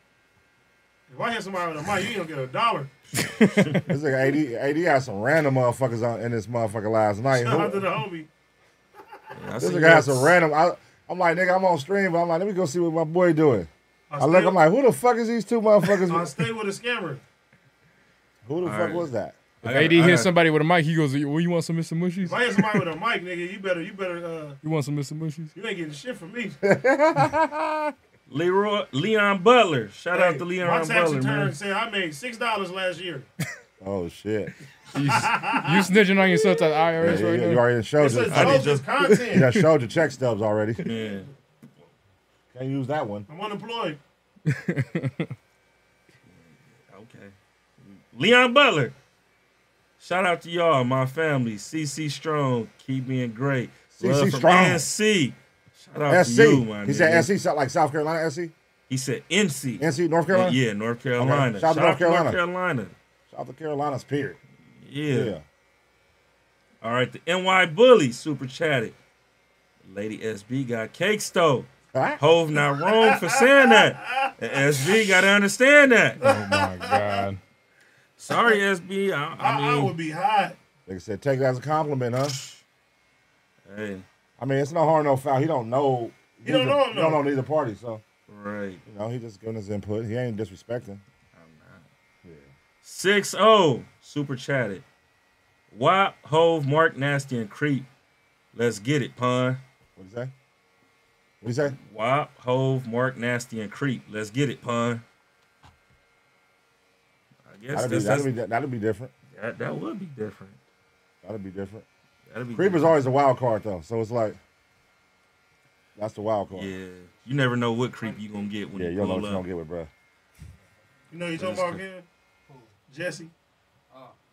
Speaker 1: If I hit somebody with a mic, you ain't gonna get a dollar.
Speaker 2: This nigga AD, AD got some random motherfuckers on, in this motherfucker last night.
Speaker 1: Shout out
Speaker 2: Who-
Speaker 1: to the homie.
Speaker 4: Yeah, I
Speaker 2: This
Speaker 4: see
Speaker 2: nigga had
Speaker 4: that.
Speaker 2: some random. I, I'm like, nigga, I'm on stream, but I'm like, let me go see what my boy doing. I, look,
Speaker 1: still-
Speaker 2: I'm like, who the fuck is these two motherfuckers?
Speaker 1: I stay with a scammer.
Speaker 2: who the fuck
Speaker 4: right.
Speaker 2: was that?
Speaker 4: I
Speaker 3: If
Speaker 4: gotta-
Speaker 3: AD
Speaker 4: I
Speaker 3: hits
Speaker 4: gotta-
Speaker 3: somebody with a mic, he goes, "Well, you want some Mr. Mushies?
Speaker 1: If I hit somebody with a mic, nigga, you better, you better, uh,
Speaker 3: You want some Mr. Mushies?"
Speaker 1: you ain't getting shit from me.
Speaker 4: Leroy Leon Butler. Shout out to
Speaker 1: My
Speaker 4: Leon
Speaker 1: tax
Speaker 4: Butler,
Speaker 1: return
Speaker 4: man.
Speaker 1: said I made six dollars last year.
Speaker 2: Oh shit!
Speaker 3: You, s- you snitching on yourself to the
Speaker 2: Yeah,
Speaker 3: IRS
Speaker 2: you,
Speaker 3: right
Speaker 2: you
Speaker 3: now?
Speaker 2: already showed
Speaker 1: It's
Speaker 2: your,
Speaker 4: I did just-
Speaker 1: just
Speaker 2: you done
Speaker 1: content.
Speaker 2: showed your check stubs already.
Speaker 4: Yeah.
Speaker 2: Can't use that one.
Speaker 1: I'm unemployed.
Speaker 4: Okay. Leon Butler. Shout out to y'all, my family. CC Strong, keep being great.
Speaker 2: CC
Speaker 4: Love from
Speaker 2: Strong.
Speaker 4: NC. Shout out
Speaker 2: SC.
Speaker 4: to you, my
Speaker 2: he
Speaker 4: nigga.
Speaker 2: said SC, something like South Carolina SC,
Speaker 4: He said NC.
Speaker 2: NC, North Carolina.
Speaker 4: Yeah, North Carolina.
Speaker 2: Shout out to North Carolina.
Speaker 4: Carolina.
Speaker 2: South Carolina's period.
Speaker 4: Yeah.
Speaker 2: yeah.
Speaker 4: All right, the NY Bully super chatted. Lady SB got cake stove.
Speaker 2: Huh?
Speaker 4: Hove not wrong for saying that. And SB got to understand that.
Speaker 3: Oh my god.
Speaker 4: Sorry, SB. I, I
Speaker 1: I, I,
Speaker 4: mean,
Speaker 1: would be hot.
Speaker 2: Like I said, take it as a compliment, huh?
Speaker 4: hey,
Speaker 2: I mean, it's no harm, no foul. He don't know.
Speaker 1: He don't
Speaker 2: neither-
Speaker 1: know him,
Speaker 2: He don't
Speaker 1: though.
Speaker 2: know neither party, so
Speaker 4: right.
Speaker 2: you know he just giving his input. He ain't disrespecting.
Speaker 4: 6 0 oh, super chatted. Wop, Hove, Mark, Nasty, and Creep. Let's get it, pun.
Speaker 2: What you say? What you say?
Speaker 4: Wop, Hove, Mark, Nasty, and Creep. Let's get it, pun. I guess
Speaker 2: That'll be,
Speaker 4: that's,
Speaker 2: that'll, be,
Speaker 4: that's-
Speaker 2: that'll be different.
Speaker 4: that, that would be different.
Speaker 2: That'll be different.
Speaker 4: That'd be
Speaker 2: Creeper's
Speaker 4: different.
Speaker 2: always a wild card though, so it's like that's the wild card.
Speaker 4: Yeah, you never know what creep you gonna get when
Speaker 2: Yeah,
Speaker 4: you
Speaker 2: you
Speaker 4: pull
Speaker 2: don't know what you're
Speaker 4: up.
Speaker 2: gonna get with, bruh.
Speaker 1: You know who you talking about again? Jesse.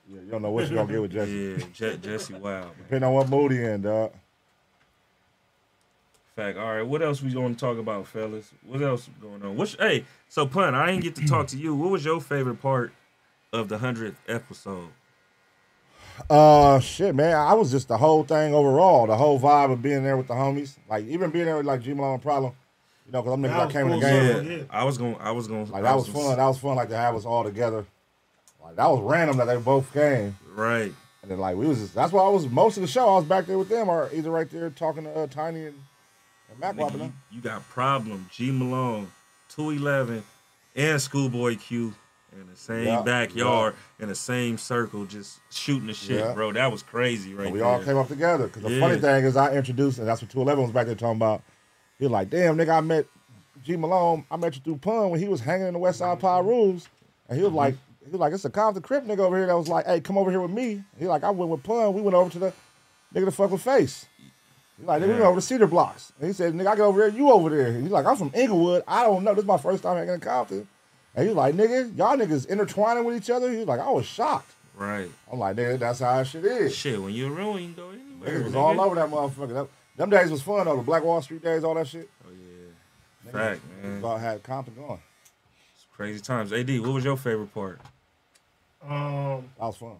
Speaker 2: Yeah, you don't know what you're gonna get with Jesse.
Speaker 4: Yeah, Je- Jesse Wild. Man.
Speaker 2: Depending on what mood he in, dog.
Speaker 4: Fact. All right, what else we gonna talk about, fellas? What else going on? What's hey? So pun, I didn't get to talk to you. What was your favorite part of the hundredth episode?
Speaker 2: Uh, shit, man. I was just the whole thing overall, the whole vibe of being there with the homies. Like even being there with like G Malone Problem, you know, because I'm niggas
Speaker 1: That
Speaker 2: I
Speaker 1: was
Speaker 2: came in
Speaker 1: cool,
Speaker 2: the game.
Speaker 1: yeah.
Speaker 2: with.
Speaker 4: I was gonna, I was gonna,
Speaker 2: Like
Speaker 4: I
Speaker 2: that was
Speaker 4: gonna-
Speaker 2: fun. That was fun. Like to have us all together. Like that was random that they both came,
Speaker 4: Right.
Speaker 2: and then like we was. Just, that's why I was most of the show. I was back there with them, or either right there talking to uh, Tiny and, and Mac
Speaker 4: Nigga,
Speaker 2: Wop and
Speaker 4: you,
Speaker 2: them.
Speaker 4: you got problem. G Malone, two eleven, and Schoolboy Q in the same
Speaker 2: Yeah,
Speaker 4: backyard, in the same circle, just shooting the shit,
Speaker 2: Yeah.
Speaker 4: bro. That was crazy, right
Speaker 2: And we
Speaker 4: there.
Speaker 2: all came up together. Because the
Speaker 4: Yeah.
Speaker 2: funny thing is, I introduced, and that's what 211 was back there talking about. He was like, damn, nigga, I met G Malone, I met you through Pun when he was hanging in the West Side Pie Rules,
Speaker 4: Mm-hmm.
Speaker 2: and he was like, he was like, it's a Compton Crip nigga over here that was like, hey, come over here with me. He like, I went with Pun. We went over to the nigga the fuck with Face. He like, they went over to Cedar Blocks. And he said, nigga, I go over there, you over there. He's like, I'm from Inglewood. I don't know. This is my first time hanging in Compton. And he was like, nigga, y'all niggas intertwining with each other. He was like, I was shocked.
Speaker 4: Right.
Speaker 2: I'm like, nigga, that's how that shit is.
Speaker 4: Shit, when you're real, you can go
Speaker 2: Niggas
Speaker 4: anywhere.
Speaker 2: was
Speaker 4: nigga.
Speaker 2: all over that motherfucker. That- them days was fun though. The Black Wall Street days, all that shit.
Speaker 4: Oh, yeah. Fact, man.
Speaker 2: About had Compton going.
Speaker 4: It's crazy times. AD, what was your favorite part?
Speaker 1: Um,
Speaker 2: That was fun.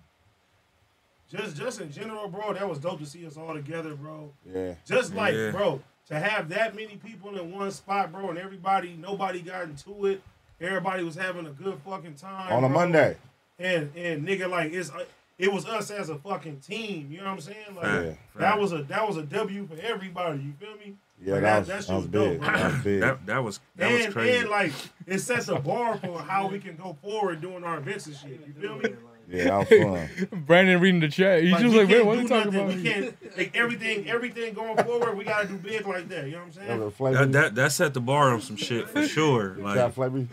Speaker 1: just just in general, bro, that was dope to see us all together, bro.
Speaker 2: Yeah.
Speaker 1: Just like,
Speaker 4: Yeah.
Speaker 1: bro, to have that many people in one spot, bro, and everybody, nobody got into it. Everybody was having a good fucking time
Speaker 2: On a
Speaker 1: bro.
Speaker 2: Monday.
Speaker 1: and and nigga, like it's uh, it was us as a fucking team. You know what I'm saying? Like
Speaker 4: Yeah.
Speaker 1: that was a that was a W for everybody. You feel me?
Speaker 2: Yeah,
Speaker 1: Like,
Speaker 2: that, was,
Speaker 1: that's
Speaker 2: that was
Speaker 1: just
Speaker 2: big.
Speaker 1: bro.
Speaker 2: That was big.
Speaker 4: That that was that
Speaker 1: and,
Speaker 4: was crazy.
Speaker 1: and like it sets a bar for how we can go forward doing our events and shit. You feel me?
Speaker 2: yeah, that was fun.
Speaker 3: Brandon reading the chat. He's just
Speaker 1: we
Speaker 3: like, man,
Speaker 1: can't
Speaker 3: what are
Speaker 1: do
Speaker 3: you talking
Speaker 1: nothing.
Speaker 3: about?
Speaker 1: We can't like everything. Everything going forward, we gotta do big like that. You know what I'm
Speaker 2: That
Speaker 1: saying?
Speaker 2: was a flavor.
Speaker 4: that, that that set the bar on some shit for sure. Like
Speaker 2: That flavor.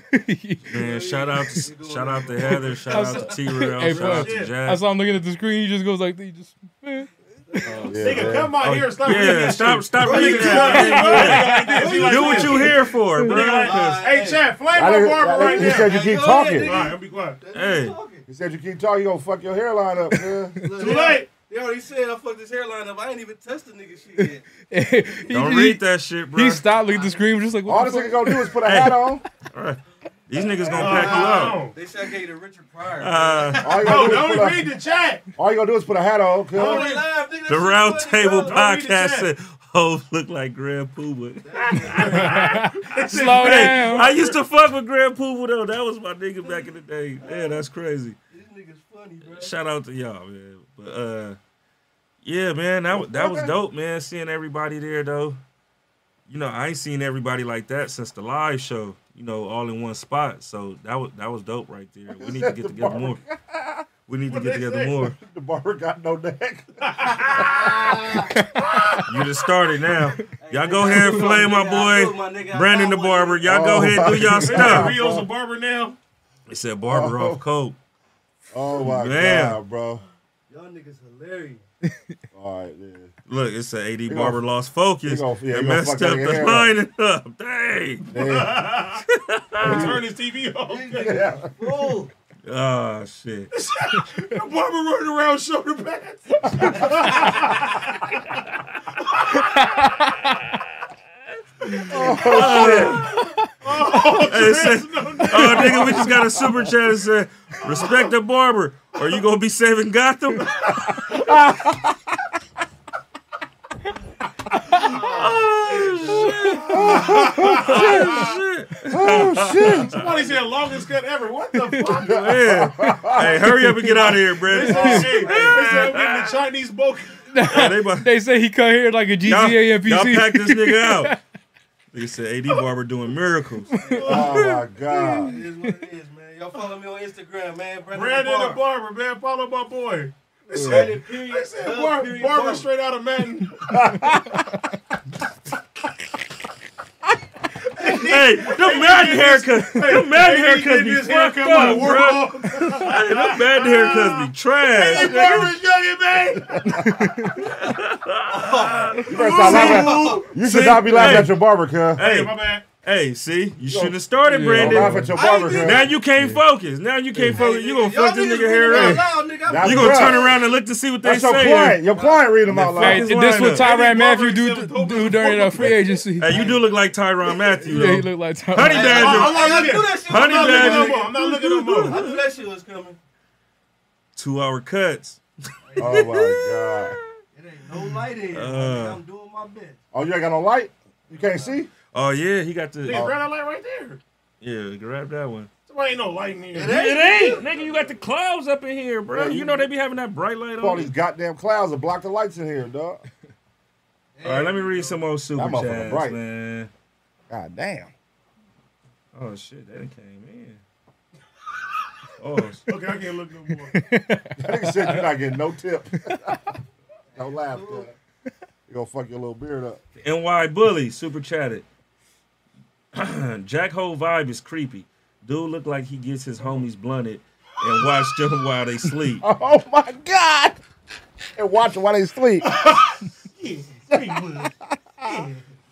Speaker 4: man, shout out to shout out to Heather, shout out to T Rail,
Speaker 3: Hey,
Speaker 4: shout out to
Speaker 1: Fred.
Speaker 3: I
Speaker 4: Jack.
Speaker 3: saw him looking at the screen. He just goes like, he just, man.
Speaker 2: Yeah,
Speaker 1: Nigga,
Speaker 2: man.
Speaker 1: come out
Speaker 4: Oh,
Speaker 1: here and stop reading
Speaker 4: yeah,
Speaker 1: that
Speaker 4: stop
Speaker 1: shit.
Speaker 4: stop
Speaker 1: Bro,
Speaker 4: reading
Speaker 1: nigga,
Speaker 4: that.
Speaker 1: like this. He like
Speaker 4: Do what
Speaker 1: that.
Speaker 4: you here for, bro.
Speaker 1: Hey, hey, chat, flame
Speaker 2: I
Speaker 1: my
Speaker 2: didn't-
Speaker 1: barber
Speaker 2: I-
Speaker 1: right
Speaker 2: he
Speaker 1: now.
Speaker 2: said you keep
Speaker 6: Go
Speaker 2: talking.
Speaker 6: ahead,
Speaker 1: All right, I'll be quiet.
Speaker 4: Hey,
Speaker 2: He said you keep talking, you gonna fuck your hairline up, man.
Speaker 6: Look,
Speaker 1: Too late.
Speaker 6: They already said I fucked this hairline up. I ain't even touched the nigga shit yet.
Speaker 3: he,
Speaker 4: don't
Speaker 3: he-
Speaker 4: read that shit, bro.
Speaker 3: He stopped looking at the screen, just like,
Speaker 2: All
Speaker 3: what
Speaker 2: this
Speaker 3: the
Speaker 2: nigga
Speaker 3: fuck?
Speaker 2: gonna do is put a hat on.
Speaker 4: These niggas gonna
Speaker 1: Uh,
Speaker 4: pack you up.
Speaker 1: no.
Speaker 6: They said I gave you to Richard Pryor.
Speaker 4: Uh,
Speaker 2: All you gonna, do,
Speaker 1: Bro,
Speaker 2: is
Speaker 1: don't
Speaker 2: put
Speaker 1: read
Speaker 2: a,
Speaker 1: the chat.
Speaker 2: all you gonna do is put a hat on.
Speaker 6: Go
Speaker 2: Cause
Speaker 6: there live, nigga. That
Speaker 4: the
Speaker 6: shit
Speaker 4: round
Speaker 6: funny,
Speaker 4: table
Speaker 6: bro.
Speaker 1: Don't read the
Speaker 4: podcast
Speaker 1: chat.
Speaker 4: said hoes look like Grand Pooba.
Speaker 3: Slow
Speaker 4: Hey,
Speaker 3: down.
Speaker 4: I used to fuck with Grand Pooba though. That was my nigga back in the day. Man, that's crazy.
Speaker 6: These niggas funny, bro.
Speaker 4: Shout out to y'all, man. But uh, yeah, man, that wa- that was dope, man. Seeing everybody there though. You know, I ain't seen everybody like that since the live show. You know, all in one spot. So that was that was dope right there. We need to get together more. We need to get
Speaker 1: they
Speaker 4: together
Speaker 1: say?
Speaker 4: more.
Speaker 2: the barber got no neck.
Speaker 4: You just started now. Y'all go ahead and flame my
Speaker 6: I told
Speaker 4: boy
Speaker 6: my nigga I
Speaker 4: Brandon the
Speaker 6: bought one.
Speaker 4: barber. Y'all go
Speaker 2: Oh,
Speaker 4: ahead and do y'all
Speaker 1: Remember
Speaker 4: stuff.
Speaker 1: Rio's a barber now.
Speaker 4: They said barber
Speaker 2: Oh.
Speaker 4: off coat.
Speaker 2: Oh my
Speaker 4: Man.
Speaker 2: god, bro.
Speaker 6: Y'all niggas hilarious.
Speaker 2: All right, man.
Speaker 4: Look, it's an AD
Speaker 2: gonna-
Speaker 4: barber lost focus.
Speaker 2: he gonna- yeah, he
Speaker 4: and
Speaker 2: gonna
Speaker 4: messed
Speaker 2: fuck
Speaker 4: up
Speaker 2: that
Speaker 4: the
Speaker 2: hair up.
Speaker 4: lining up. Dang.
Speaker 2: Yeah.
Speaker 1: Turn his TV off. the
Speaker 6: Bro,
Speaker 4: Oh shit.
Speaker 1: barber running around shoulder pads.
Speaker 4: Oh,
Speaker 1: Oh,
Speaker 4: Hey, say, oh nigga, we just got a super chat that said, respect the barber. Or you gonna be saving Gotham? oh shit.
Speaker 2: Oh shit.
Speaker 1: Somebody said longest cut ever. What the fuck?
Speaker 4: Oh, shit. Man. Hey, hurry up and get out of here, Brandon.
Speaker 1: Hey, hey, they said we in the Chinese book.
Speaker 4: Yeah, they about-
Speaker 3: They say he cut hair like a
Speaker 4: Y'all,
Speaker 3: GTA
Speaker 4: y'all pack
Speaker 3: NPC.
Speaker 4: this nigga out. Nigga said AD Barber doing miracles.
Speaker 2: Oh my god.
Speaker 6: it is what it is, man. Y'all follow me on Instagram, man. Brandon,
Speaker 1: Brandon
Speaker 6: the
Speaker 1: the barber, man. Follow my boy. They said,
Speaker 6: Brandon, period.
Speaker 1: they said
Speaker 6: Love,
Speaker 1: bar-
Speaker 6: period,
Speaker 1: barber straight out of Madden.
Speaker 4: hey, the Madden haircut, the Madden haircut be fucked up, bro. Hey, the Madden haircuts be trash. nigga.
Speaker 2: You, better stop laughing at- you should not be laughing
Speaker 4: Hey.
Speaker 2: at your barber, cuz.
Speaker 1: Hey,
Speaker 4: Hey,
Speaker 1: my bad.
Speaker 4: hey, see, you shouldn't have started, Brandon.
Speaker 2: Laugh at your
Speaker 6: I ain't
Speaker 2: barber,
Speaker 6: did-
Speaker 2: cuz.
Speaker 4: Now you can't focus. Now you can't focus. You gonna
Speaker 6: Y'all
Speaker 4: fuck this
Speaker 6: niggas
Speaker 4: nigga
Speaker 6: reading
Speaker 4: hair up.
Speaker 6: out loud, nigga. I-
Speaker 2: That's
Speaker 4: You gonna
Speaker 2: rough.
Speaker 4: turn around and look to see what they
Speaker 2: That's your
Speaker 4: say.
Speaker 2: client. Your client read them out
Speaker 4: Hey,
Speaker 3: Hey,
Speaker 2: loud.
Speaker 4: this
Speaker 3: this
Speaker 4: lineup.
Speaker 3: what Tyrann
Speaker 1: Eddie
Speaker 3: Matthew
Speaker 1: Barber
Speaker 3: do,
Speaker 1: said
Speaker 3: do,
Speaker 1: Toby
Speaker 3: during the free agency.
Speaker 4: Hey, you do look like Tyron Matthew,
Speaker 3: yeah, he
Speaker 4: though.
Speaker 3: looked like
Speaker 4: Honey
Speaker 3: Tyrann.
Speaker 6: I'm
Speaker 4: Badger,
Speaker 6: not gonna do that shit.
Speaker 4: Honey
Speaker 6: I'm not
Speaker 1: Look
Speaker 6: looking
Speaker 4: Badger.
Speaker 1: at no more. I'm not looking no more.
Speaker 6: I knew that shit was coming.
Speaker 4: two hour cuts.
Speaker 2: Oh my god.
Speaker 6: It ain't no light in here. nigga. I'm doing my best.
Speaker 2: Oh, you ain't got no light? You can't see?
Speaker 4: Oh yeah, he got the.
Speaker 1: Nigga, grab that light right there.
Speaker 4: Yeah, grab that one.
Speaker 1: There ain't no light in here.
Speaker 4: It ain't, nigga. You got the clouds up in here, bro. You know they be having that bright light
Speaker 2: All
Speaker 4: on.
Speaker 2: these goddamn clouds that block the lights in here, dog.
Speaker 4: All right, let me read some old super
Speaker 2: That motherfucker
Speaker 4: chats,
Speaker 2: bright.
Speaker 4: man.
Speaker 2: God damn.
Speaker 4: Oh shit, that done came in. Oh, shit.
Speaker 1: Okay, I can't look no more.
Speaker 2: That nigga said you're not getting no tip. Don't laugh, cuz. You gonna fuck your little beard up.
Speaker 4: NY Bully super chatted. Jack Ho vibe is creepy. Dude look like he gets his homies blunted and watch them while they sleep.
Speaker 2: Oh my God! And watch while they sleep.
Speaker 6: Greenwood.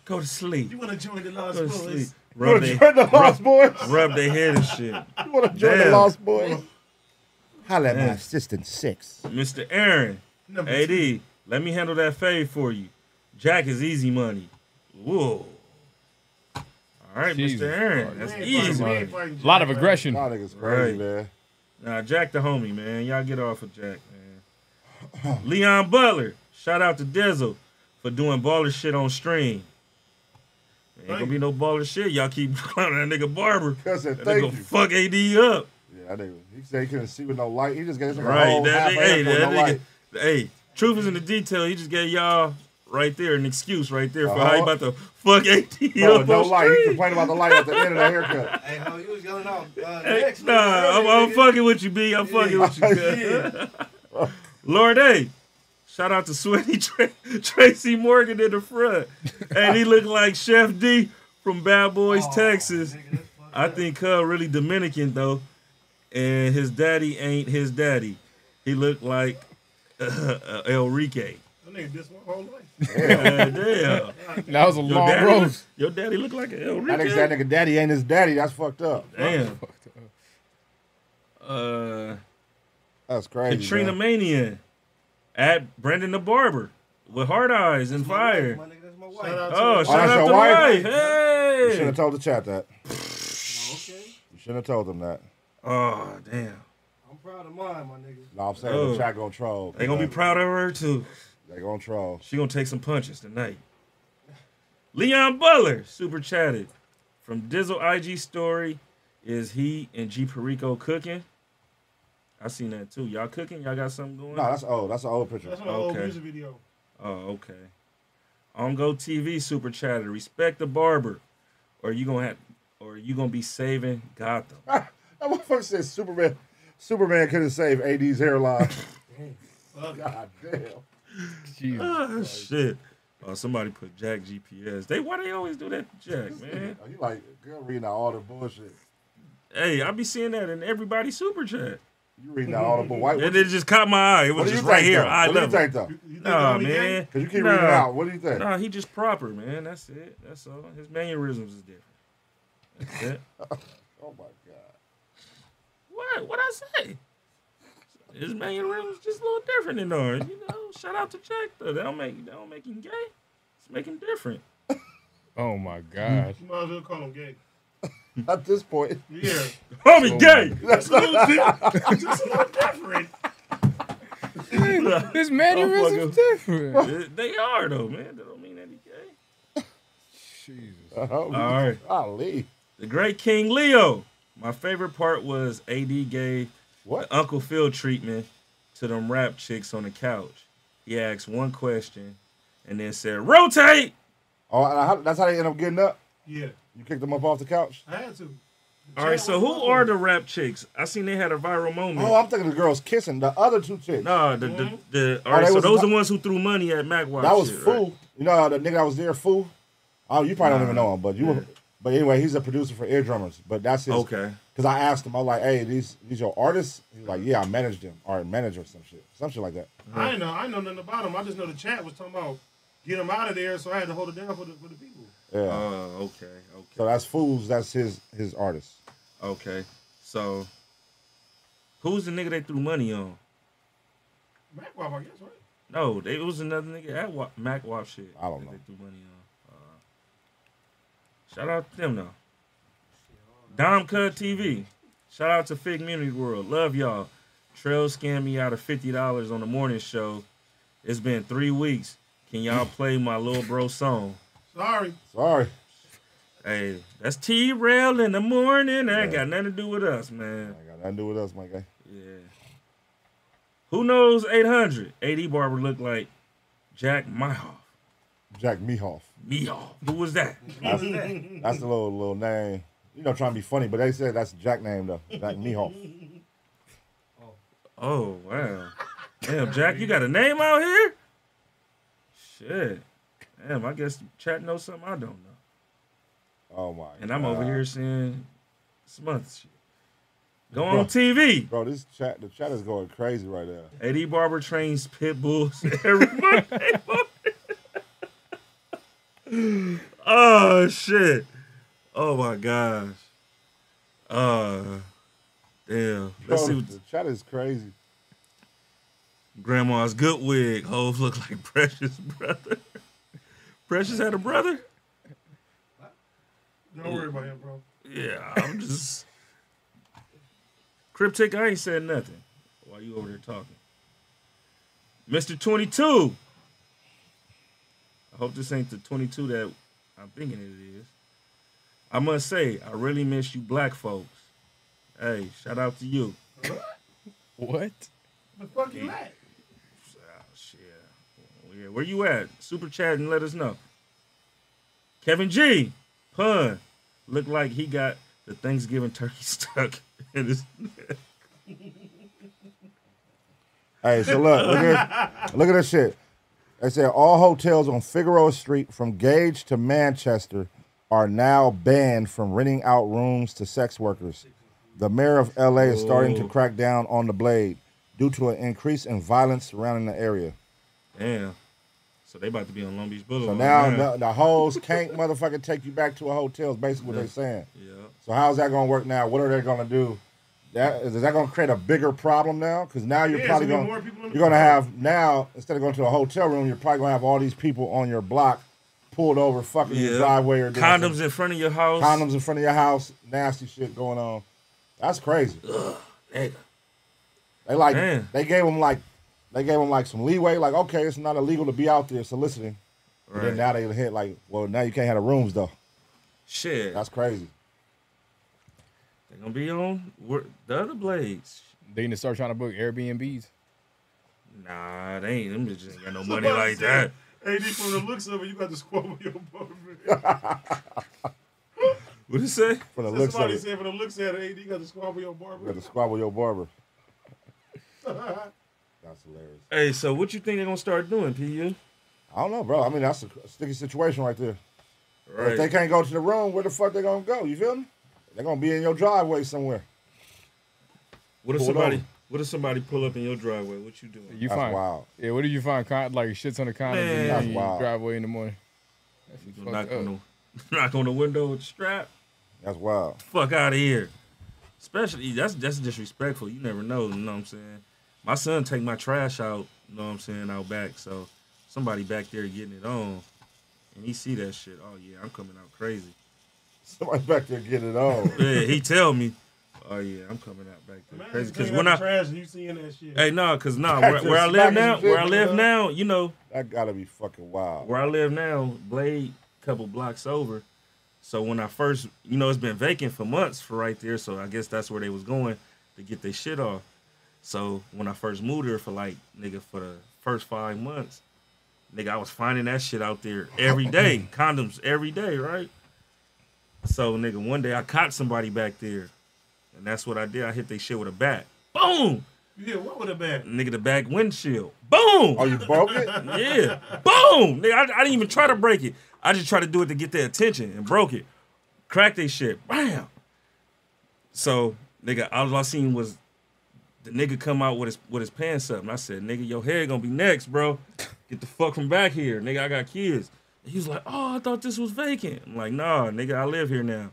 Speaker 4: Go to sleep.
Speaker 6: You want to join the Lost
Speaker 4: Go to sleep.
Speaker 6: Boys?
Speaker 4: Rub they,
Speaker 2: you want to join the Lost Boys?
Speaker 4: rub their head and shit.
Speaker 2: You want to join the
Speaker 4: Damn.
Speaker 2: Lost Boys? Holla at my
Speaker 4: Damn.
Speaker 2: assistant six.
Speaker 4: Mr. Aaron,
Speaker 6: Number
Speaker 4: AD, let me handle that fade for you. Jack is easy money. Whoa. All right,
Speaker 3: Jesus
Speaker 4: Mr. Aaron,
Speaker 3: Christ.
Speaker 4: that's
Speaker 6: We ain't
Speaker 4: easy.
Speaker 6: fighting- we
Speaker 4: money.
Speaker 6: ain't fighting
Speaker 3: A lot of
Speaker 6: Jack,
Speaker 3: aggression.
Speaker 2: Y'all niggas
Speaker 4: Right.
Speaker 2: crazy, man.
Speaker 4: Nah, Jack the homie, man. Y'all get off of Jack, man. Leon Butler, shout out to Dizzle for doing baller shit on stream. Ain't gonna
Speaker 6: Thank
Speaker 4: be no baller shit. Y'all keep clowning that nigga Barber.
Speaker 2: I said,
Speaker 4: That
Speaker 2: thank
Speaker 4: nigga
Speaker 2: you.
Speaker 4: fuck AD up.
Speaker 2: Yeah, I nigga. He said he couldn't see with no light. He just gave us a
Speaker 4: Right.
Speaker 2: whole
Speaker 4: That
Speaker 2: half
Speaker 4: nigga, hey,
Speaker 2: ankle with
Speaker 4: that
Speaker 2: no
Speaker 4: nigga,
Speaker 2: light.
Speaker 4: hey, truth is in the detail. He just gave y'all right there an excuse right there for how he
Speaker 2: Uh-huh.
Speaker 4: about to fuck AD
Speaker 2: Bro,
Speaker 4: up.
Speaker 2: no
Speaker 4: on
Speaker 2: light. He
Speaker 4: stream.
Speaker 2: complained about the light at the end of the haircut.
Speaker 6: Hey, ho, you was yelling out. Uh,
Speaker 4: Hey,
Speaker 6: next,
Speaker 4: nah,
Speaker 6: nigga,
Speaker 4: I'm,
Speaker 6: earlier,
Speaker 4: I'm
Speaker 6: nigga.
Speaker 4: fucking with you, B. I'm fucking with you. cuz. Lord A. Shout out to Sweaty Tra- Tracy Morgan in the front. And he looked like Chef D from Bad Boys, Texas.
Speaker 6: Nigga, that's fucked
Speaker 4: I
Speaker 6: up.
Speaker 4: think Cub really Dominican though, and his daddy ain't his daddy. He looked like uh, El Rique.
Speaker 6: That nigga dissed my whole life.
Speaker 4: Uh, damn,
Speaker 3: That was a
Speaker 4: your
Speaker 3: long
Speaker 4: daddy,
Speaker 3: road.
Speaker 4: your daddy looked like an El
Speaker 2: That nigga, that
Speaker 4: Rique.
Speaker 2: nigga daddy ain't his daddy. That's fucked up.
Speaker 4: Damn. Uh,
Speaker 2: That's crazy.
Speaker 4: Katrina
Speaker 2: man.
Speaker 4: Mania at Brendan the Barber with hard eyes and fire.
Speaker 6: My nigga, that's my wife.
Speaker 1: Shout out to
Speaker 4: Oh,
Speaker 1: the-
Speaker 4: shout
Speaker 2: that's
Speaker 4: out
Speaker 2: your
Speaker 4: to
Speaker 2: wife?
Speaker 4: wife.
Speaker 2: You should
Speaker 4: Hey.
Speaker 2: have told the chat that.
Speaker 6: Okay.
Speaker 2: You should have told them that.
Speaker 4: Oh, damn.
Speaker 6: I'm proud of mine, my nigga.
Speaker 2: No, I'm saying
Speaker 4: Oh.
Speaker 2: the chat gonna troll.
Speaker 4: They gonna be proud of her too.
Speaker 2: They gonna troll.
Speaker 4: She gonna take some punches tonight. Leon Butler super chatted from Dizzle IG story. Is he and G Perico cooking? I seen that too. Y'all cooking? Y'all got something going?
Speaker 2: No, that's old. That's an old picture.
Speaker 6: That's my old
Speaker 4: Okay.
Speaker 6: music video.
Speaker 4: oh, okay. On Go TV super chatted. Respect the barber, or you gonna have, or you gonna be saving Gotham.
Speaker 2: That motherfucker said Superman. Superman couldn't save AD's hairline. God damn.
Speaker 3: Jesus.
Speaker 4: Ah, shit. Oh, somebody put Jack GPS. They why they always do that, to Jack man.
Speaker 2: You like girl reading out all the bullshit.
Speaker 4: Hey, I be seeing that in everybody super chat.
Speaker 2: You reading out all the bull- white.
Speaker 4: And it just caught my eye. It
Speaker 2: What
Speaker 4: was
Speaker 2: do you
Speaker 4: just
Speaker 2: think?
Speaker 4: right here.
Speaker 2: though?
Speaker 4: Eye
Speaker 2: What do you
Speaker 4: level.
Speaker 2: think though?
Speaker 6: You think
Speaker 4: Nah,
Speaker 6: I'm gay?
Speaker 4: man.
Speaker 2: Because you keep
Speaker 4: nah.
Speaker 2: reading out. What do you think?
Speaker 4: Nah, he just proper, man. That's it. That's all. His mannerisms is different. That's it.
Speaker 2: Oh my god.
Speaker 4: what? What I say? His mannerisms just a little different than ours. You know. Shout out to Jack though. That don't make that don't make him gay. It's make him different.
Speaker 3: Oh my God.
Speaker 6: You might as well call him gay.
Speaker 2: At this point,
Speaker 6: Yeah.
Speaker 4: Homie
Speaker 2: Oh
Speaker 4: gay.
Speaker 6: That's a little different. Just a little different.
Speaker 3: This mannerism is different.
Speaker 4: They- they are though, man. That don't mean that he gay.
Speaker 3: Jesus.
Speaker 4: All
Speaker 2: oh,
Speaker 4: right.
Speaker 2: golly.
Speaker 4: The great King Leo. My favorite part was AD gave
Speaker 2: What?
Speaker 4: the Uncle Phil treatment to them rap chicks on the couch. He asked one question and then said, Rotate!
Speaker 2: Oh, and how, that's how they end up getting up.
Speaker 6: Yeah.
Speaker 2: You kicked them up off the couch.
Speaker 6: I had to.
Speaker 4: All right, so who are the rap chicks? I seen they had a viral moment.
Speaker 2: Oh, I'm thinking the girls kissing the other two chicks.
Speaker 4: nah, the, the, the, all
Speaker 2: Oh,
Speaker 4: right,
Speaker 2: they
Speaker 4: so
Speaker 2: was-
Speaker 4: those the ones who threw money at Mac Watch.
Speaker 2: that was
Speaker 4: shit, right?
Speaker 2: Fool. You know the nigga that was there, Fool. Oh, you probably don't even know him, but you. Were, but anyway, he's a producer for Ear Drummers. But that's his.
Speaker 4: Okay.
Speaker 2: Because I asked him, I was like, "Hey, these these your artists?" He's like, "Yeah, I managed them or manager or some shit, some shit like that."
Speaker 6: I ain't know. I ain't know nothing about him. I just know the chat was talking about get him out of there, so I had to hold it down for the, for the people.
Speaker 2: Yeah.
Speaker 4: Oh, okay, okay,
Speaker 2: so that's Fools. That's his his artist.
Speaker 4: okay. So, who's the nigga they threw money on?
Speaker 6: Mac Wop, I guess, right?
Speaker 4: No, they, it was another nigga at Wa- Mac Wap shit.
Speaker 2: I don't
Speaker 4: that
Speaker 2: know.
Speaker 4: They threw money on. Uh, shout out to them though. Dom Cud TV. Shout out to Fig Community World. Love y'all. Trail scammed me out of fifty dollars on the morning show. It's been three weeks. Can y'all play my little bro song?
Speaker 6: Sorry.
Speaker 2: Sorry.
Speaker 4: Hey, that's T Rail in the morning. That ain't got nothing to do with us, man.
Speaker 2: I got nothing to do with us, my guy.
Speaker 4: Yeah. Who knows? Eight hundred. AD Barber looked like Jack Myhoff.
Speaker 2: Jack Mehoff.
Speaker 4: Meow. Who was that?
Speaker 2: That's, that's the little little name. You know, trying to be funny, but they said that's Jack name though. Jack Mehoff.
Speaker 4: Oh wow. Damn, Jack, you got a name out here? Shit. Damn, I guess the chat knows something I don't know.
Speaker 2: Oh my.
Speaker 4: and I'm
Speaker 2: God.
Speaker 4: over here saying some other shit. Go on TV.
Speaker 2: Bro, this chat, the chat is going crazy right now.
Speaker 4: Eddie Barber trains pit bulls every Monday. morning. oh shit! Oh my gosh! Uh, damn. Let's
Speaker 2: Bro,
Speaker 4: see what
Speaker 2: the chat is crazy.
Speaker 4: Grandma's good wig. Hoes look like Precious brother. Precious had a brother.
Speaker 6: Don't worry about him, bro.
Speaker 4: Yeah, I'm just cryptic. I ain't said nothing. Why you over there talking, Mister Twenty Two? I hope this ain't the twenty two that I'm thinking it is. I must say, I really miss you, black folks. Hey, shout out to you.
Speaker 3: What?
Speaker 6: The fuck you at?
Speaker 4: Oh, shit. Yeah, where you at? Super chat and let us know. Kevin G. Pun. Looked like he got the Thanksgiving turkey stuck in his
Speaker 2: Hey, so look, look at, look at this shit. They said all hotels on Figueroa Street from Gage to Manchester are now banned from renting out rooms to sex workers. The mayor of LA is starting to
Speaker 4: Ooh.
Speaker 2: crack down on the blade due to an increase in violence surrounding the area.
Speaker 4: Damn. So they about to be on Long Beach Boulevard.
Speaker 2: So now
Speaker 4: Oh, man.
Speaker 2: the, the hoes can't motherfucking take you back to a hotel. Is basically what they're saying.
Speaker 4: Yeah.
Speaker 2: So how's that gonna work now? What are they gonna do? That is that gonna create a bigger problem now? Because now you're
Speaker 6: Yeah,
Speaker 2: probably
Speaker 6: it's gonna
Speaker 2: gonna
Speaker 6: be more people in the
Speaker 2: you're gonna
Speaker 6: crowd.
Speaker 2: have now instead of going to a hotel room, you're probably gonna have all these people on your block pulled over, fucking
Speaker 4: yeah.
Speaker 2: your driveway or doing
Speaker 4: Condoms
Speaker 2: some-
Speaker 4: in front of your house.
Speaker 2: condoms in front of your house, nasty shit going on. That's crazy.
Speaker 4: Nigga.
Speaker 2: They like
Speaker 4: Man.
Speaker 2: they gave them like they gave them like some leeway. Like okay, it's not illegal to be out there soliciting. But
Speaker 4: Right.
Speaker 2: then now they hit like, well, now you can't have the rooms though.
Speaker 4: Shit.
Speaker 2: That's crazy.
Speaker 4: They're gonna be on where- the other blades.
Speaker 3: They need to start trying to book Airbnbs.
Speaker 4: Nah, they ain't. Them bitches ain't got no money like that.
Speaker 6: AD, from the looks of it, you got to squabble your apartment.
Speaker 4: What it say?
Speaker 2: For the looks of
Speaker 6: Somebody
Speaker 2: it,
Speaker 6: said, for the looks at it, AD, you got to squabble your
Speaker 2: you got to
Speaker 6: apartment.
Speaker 2: squabble your barber. That's hilarious.
Speaker 4: Hey, so what you think they're gonna start doing, PU?
Speaker 2: I don't know, bro. I mean, that's a sticky situation right there.
Speaker 4: Right.
Speaker 2: If they can't go to the room, where the fuck they gonna go? You feel me? They're gonna be in your driveway somewhere.
Speaker 4: What if
Speaker 2: Pulled
Speaker 4: somebody?
Speaker 2: over.
Speaker 4: What if somebody pull up in your driveway? What you doing?
Speaker 3: You
Speaker 2: That's
Speaker 3: find
Speaker 2: wild.
Speaker 3: Yeah, what do you find? Con- like shit ton of
Speaker 4: Man.
Speaker 3: condoms
Speaker 4: That's
Speaker 3: in your
Speaker 2: wild.
Speaker 3: driveway in the morning.
Speaker 4: You
Speaker 3: fucked
Speaker 4: knock
Speaker 3: up.
Speaker 4: on the knock on the window with the strap.
Speaker 2: That's wild.
Speaker 4: Fuck out of here. Especially that's that's disrespectful. You never know. You know what I'm saying? My son take my trash out. You know what I'm saying? Out back. So somebody back there getting it on, and he see that shit. Oh yeah, I'm coming out crazy.
Speaker 2: Somebody back there getting it on.
Speaker 4: Yeah, he tell me. Oh yeah, I'm coming out back there crazy.
Speaker 6: Imagine
Speaker 4: Because
Speaker 6: cleaning
Speaker 4: when
Speaker 6: out
Speaker 4: I
Speaker 6: the trash and you seeing that shit.
Speaker 4: hey no, cause nah,
Speaker 2: Back
Speaker 4: where,
Speaker 2: to
Speaker 4: where I live
Speaker 2: smacking
Speaker 4: now,
Speaker 2: shit,
Speaker 4: where I live
Speaker 2: nigga.
Speaker 4: now, you know,
Speaker 2: that gotta be fucking wild.
Speaker 4: where I live now, Blade, couple blocks over. So when I first, you know, it's been vacant for months for right there. So I guess that's where they was going to get their shit off. So when I first moved there for like nigga for the first five months, nigga, I was finding that shit out there every day, condoms every day, right? So nigga, one day I caught somebody back there, and that's what I did. I hit they shit with a bat, boom,
Speaker 6: Yeah, what would have been?
Speaker 4: nigga, the back windshield, boom.
Speaker 2: Oh, you broke it?
Speaker 4: Yeah. Boom. Nigga, I, I didn't even try to break it. I just tried to do it to get their attention and broke it. Cracked they shit. Bam. So, nigga, all I seen was the nigga come out with his with his pants up. And I said, nigga, your head gonna be next, bro. Get the fuck from back here. Nigga, I got kids. And he was like, oh, I thought this was vacant. I'm like, nah, nigga, I live here now.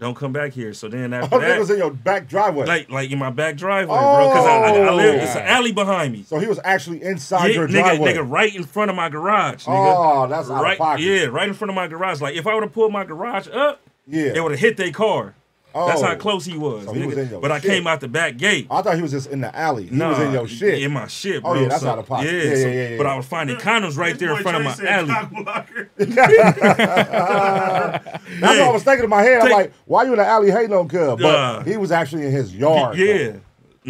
Speaker 4: Don't come back here. So then after
Speaker 2: Oh, niggas
Speaker 4: that,
Speaker 2: in your back driveway.
Speaker 4: like like in my back driveway, bro. Cause I, I, I live,
Speaker 2: Oh.
Speaker 4: it's an alley behind me.
Speaker 2: so he was actually inside
Speaker 4: Yeah,
Speaker 2: your
Speaker 4: nigga,
Speaker 2: driveway.
Speaker 4: nigga, right in front of my garage. Nigga.
Speaker 2: oh, that's out
Speaker 4: right,
Speaker 2: of pocket.
Speaker 4: yeah, right in front of my garage. Like if I would have pulled my garage up,
Speaker 2: Yeah.
Speaker 4: it would have hit their car. That's
Speaker 2: Oh.
Speaker 4: how close he was.
Speaker 2: So he
Speaker 4: nigga.
Speaker 2: was in your
Speaker 4: but I
Speaker 2: shit.
Speaker 4: came out the back gate. Uh,
Speaker 2: I thought he was just in the alley. He was in your shit.
Speaker 4: in my shit,
Speaker 2: Oh,
Speaker 4: bro.
Speaker 2: yeah, that's
Speaker 4: so-
Speaker 2: out of pocket.
Speaker 4: Yeah,
Speaker 2: Yeah, yeah,
Speaker 4: so-
Speaker 2: yeah, yeah,
Speaker 4: But
Speaker 2: yeah.
Speaker 4: I was finding condoms right there in front of my alley.
Speaker 6: Cock blocker.
Speaker 2: That's what I was thinking in my head. I'm
Speaker 4: Take-
Speaker 2: like, why you in the alley hating on Cub? But
Speaker 4: Nah.
Speaker 2: he was actually in his yard.
Speaker 4: yeah,
Speaker 2: though.
Speaker 4: know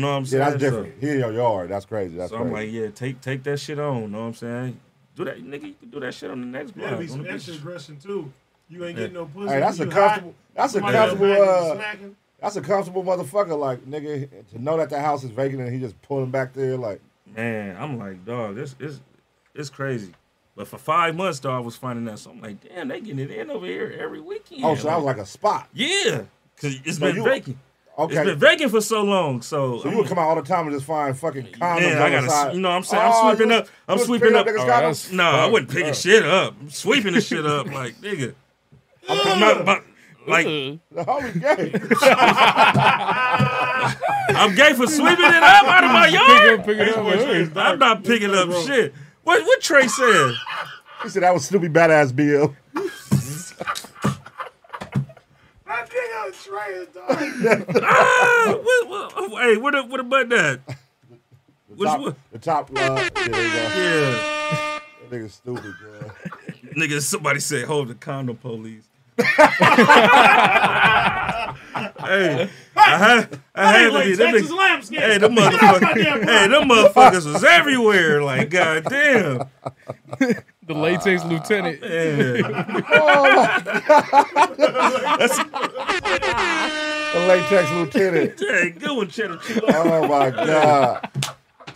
Speaker 4: what I'm
Speaker 2: Yeah,
Speaker 4: saying?
Speaker 2: that's
Speaker 4: So-
Speaker 2: different. He in your yard. That's crazy. That's
Speaker 4: So,
Speaker 2: crazy.
Speaker 4: I'm like, yeah, take take that shit on. Know what I'm saying? Do that, nigga. You can do that shit on the next
Speaker 6: Yeah,
Speaker 4: block.
Speaker 6: to be
Speaker 4: on
Speaker 6: some
Speaker 4: the
Speaker 6: extra
Speaker 4: bitch.
Speaker 6: aggression too. You ain't getting no pussy.
Speaker 2: Hey, that's
Speaker 6: you
Speaker 2: a
Speaker 6: hot.
Speaker 2: comfortable- that's a
Speaker 6: Somebody else
Speaker 2: comfortable,
Speaker 6: back there
Speaker 2: uh,
Speaker 6: smacking.
Speaker 2: That's a comfortable motherfucker. Like nigga, to know that the house is vacant and he just pulling back there. Like
Speaker 4: Man, I'm like, dog, this is it's crazy. But for five months, dog, I was finding out. So I'm like, damn, they getting it in over here every weekend.
Speaker 2: Oh, so that was like a spot.
Speaker 4: yeah, because it's
Speaker 2: So
Speaker 4: been
Speaker 2: you-
Speaker 4: vacant. It's
Speaker 2: Okay.
Speaker 4: been vacant for so long. So,
Speaker 2: So you would come out all the time and just find fucking condoms
Speaker 4: Yeah, I
Speaker 2: on the
Speaker 4: gotta,
Speaker 2: side.
Speaker 4: you know what I'm saying? I'm
Speaker 2: Oh,
Speaker 4: sweeping
Speaker 2: you-
Speaker 4: up. I'm
Speaker 2: you was
Speaker 4: sweeping
Speaker 2: picking
Speaker 4: up.
Speaker 2: niggas'
Speaker 3: Oh,
Speaker 2: condoms?
Speaker 3: that's-
Speaker 4: No, I wasn't picking shit up. I'm sweeping the shit up. Like, nigga. My- my- like,
Speaker 2: The homie gay.
Speaker 4: I'm gay for sweeping it up out of my
Speaker 3: Pick
Speaker 4: yard.
Speaker 3: up, pick it up. hey.
Speaker 4: I'm not picking up shit. What what Trey said?
Speaker 2: He said that was Snoopy badass Bill.
Speaker 6: That nigga is trash, dog.
Speaker 4: Ah, what, what, hey, where the where the button at? Which
Speaker 2: Top-
Speaker 4: one?
Speaker 2: The top. Uh, yeah, there you
Speaker 4: Yeah,
Speaker 2: go. That nigga stupid, bro.
Speaker 4: nigga. Somebody said, "Hold the condom police." hey, I had, I had to be.
Speaker 6: Like
Speaker 4: Them
Speaker 6: Texas
Speaker 4: niggas,
Speaker 6: lambskin.
Speaker 4: hey, them motherfuckers. hey, them motherfuckers was everywhere. Like, goddamn.
Speaker 3: The latex
Speaker 4: Ah.
Speaker 3: lieutenant.
Speaker 4: Yeah.
Speaker 2: The latex lieutenant.
Speaker 4: Hey, good one, Cheddar.
Speaker 2: Oh my god.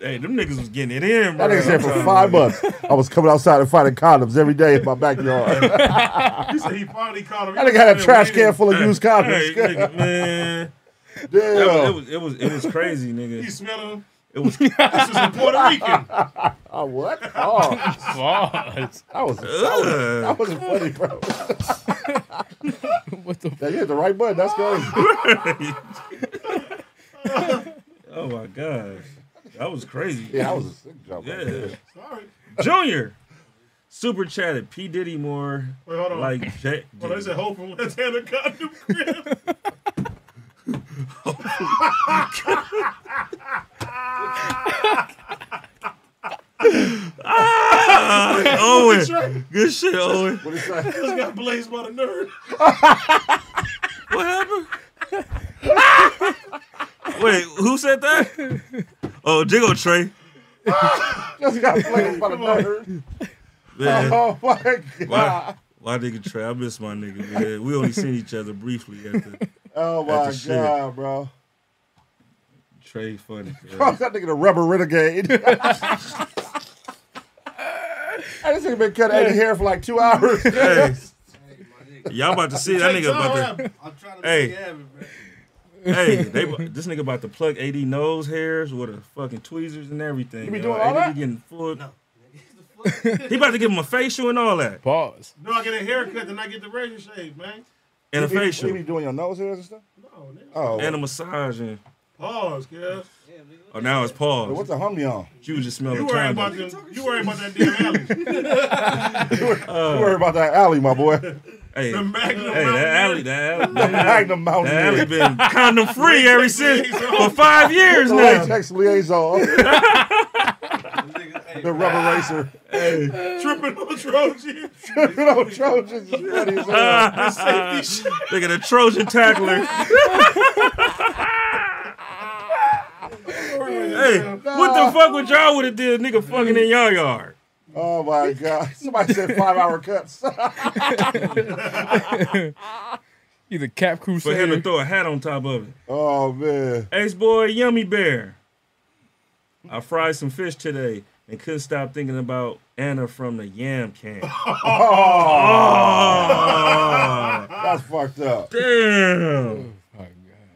Speaker 4: Hey, them niggas was getting it in, bro.
Speaker 2: That nigga said for
Speaker 4: I'm
Speaker 2: five months, I was coming outside and finding condoms every day in my backyard. That
Speaker 6: He said he finally caught him.
Speaker 2: nigga had a trash can full of used
Speaker 4: telling you. Hey,
Speaker 2: condoms.
Speaker 4: nigga, man. It
Speaker 2: Damn.
Speaker 4: was, it was it was crazy, nigga.
Speaker 6: He smelled him.
Speaker 4: It was
Speaker 6: This is a Puerto Rican.
Speaker 2: Oh, what? Oh, that
Speaker 3: Pause.
Speaker 2: was that, was,
Speaker 4: uh,
Speaker 2: that wasn't funny, bro.
Speaker 3: What the? f-
Speaker 2: Yeah, you hit the right button. That's crazy.
Speaker 4: oh my gosh, that was crazy.
Speaker 2: Yeah, I was a sick job. right there.
Speaker 4: Yeah.
Speaker 6: Sorry.
Speaker 4: Junior, super chatted P Diddy more
Speaker 6: Wait,
Speaker 1: Oh.
Speaker 6: hold on.
Speaker 4: like J-
Speaker 6: Well, they said hope from West Hand of Condom Crib.
Speaker 4: Owen. Good shit, Owen.
Speaker 2: What is that?
Speaker 6: Just got blazed by the nerd.
Speaker 4: What happened? Wait, who said that? Oh, Jiggle Trey.
Speaker 2: Just got played by the nerd.
Speaker 4: Man,
Speaker 2: Oh my god.
Speaker 4: why, why nigga Trey? I miss my nigga. Man. We only seen each other briefly at the
Speaker 2: Oh my
Speaker 4: That's the shit.
Speaker 2: god, bro.
Speaker 4: Trey funny.
Speaker 2: Bro,
Speaker 4: man.
Speaker 2: that nigga the rubber renegade. hey, this nigga been cutting 80 hair for like two hours.
Speaker 4: Hey, y'all about to see that nigga about to.
Speaker 6: I'm trying
Speaker 4: Hey.
Speaker 6: it happen, bro.
Speaker 4: Hey, they, this nigga about to plug AD nose hairs with a fucking tweezers and everything.
Speaker 2: You be
Speaker 4: y'all.
Speaker 2: doing all
Speaker 4: AD
Speaker 2: that?
Speaker 4: Getting full. he about to give him a facial and all that,
Speaker 3: Pause.
Speaker 6: No, I get a haircut, then I get the razor shave, man.
Speaker 4: and a
Speaker 2: You be- You
Speaker 4: facial,
Speaker 2: be doing your nose hairs and stuff?
Speaker 6: No, nigga.
Speaker 2: Oh.
Speaker 4: and a massage. And
Speaker 6: Pause, cuz.
Speaker 4: oh, now it's
Speaker 2: But
Speaker 4: paused.
Speaker 2: what's the homie on?
Speaker 4: You was just smelling
Speaker 6: You worry about
Speaker 4: condom.
Speaker 6: the, you worry about that damn alley.
Speaker 4: Uh.
Speaker 2: Don't worry about that alley, my boy. hey,
Speaker 4: Hey,
Speaker 6: The
Speaker 4: hey,
Speaker 6: Magnum
Speaker 4: that alley,
Speaker 6: Mountain
Speaker 4: that alley, that
Speaker 2: Magnum Mountain.
Speaker 4: alley
Speaker 2: Air.
Speaker 4: been condom free ever since
Speaker 6: oh.
Speaker 4: for five years
Speaker 2: The
Speaker 4: now.
Speaker 2: latex liaison. the rubber racer.
Speaker 6: tripping on Trojan.
Speaker 2: you know, Trojans is funny as hell.
Speaker 4: Look at the Trojan tackler. hey, what the fuck would y'all would have did, nigga, fucking in y'all yard?
Speaker 2: Oh my god. Somebody said five hour cuts.
Speaker 3: Either Cap
Speaker 4: For him to
Speaker 3: Crusader.
Speaker 4: throw a hat on top of it.
Speaker 2: oh man.
Speaker 4: Ace boy, yummy bear. I fried some fish today and couldn't stop thinking about Anna from the yam can.
Speaker 2: That's fucked up. Oh,
Speaker 4: Damn.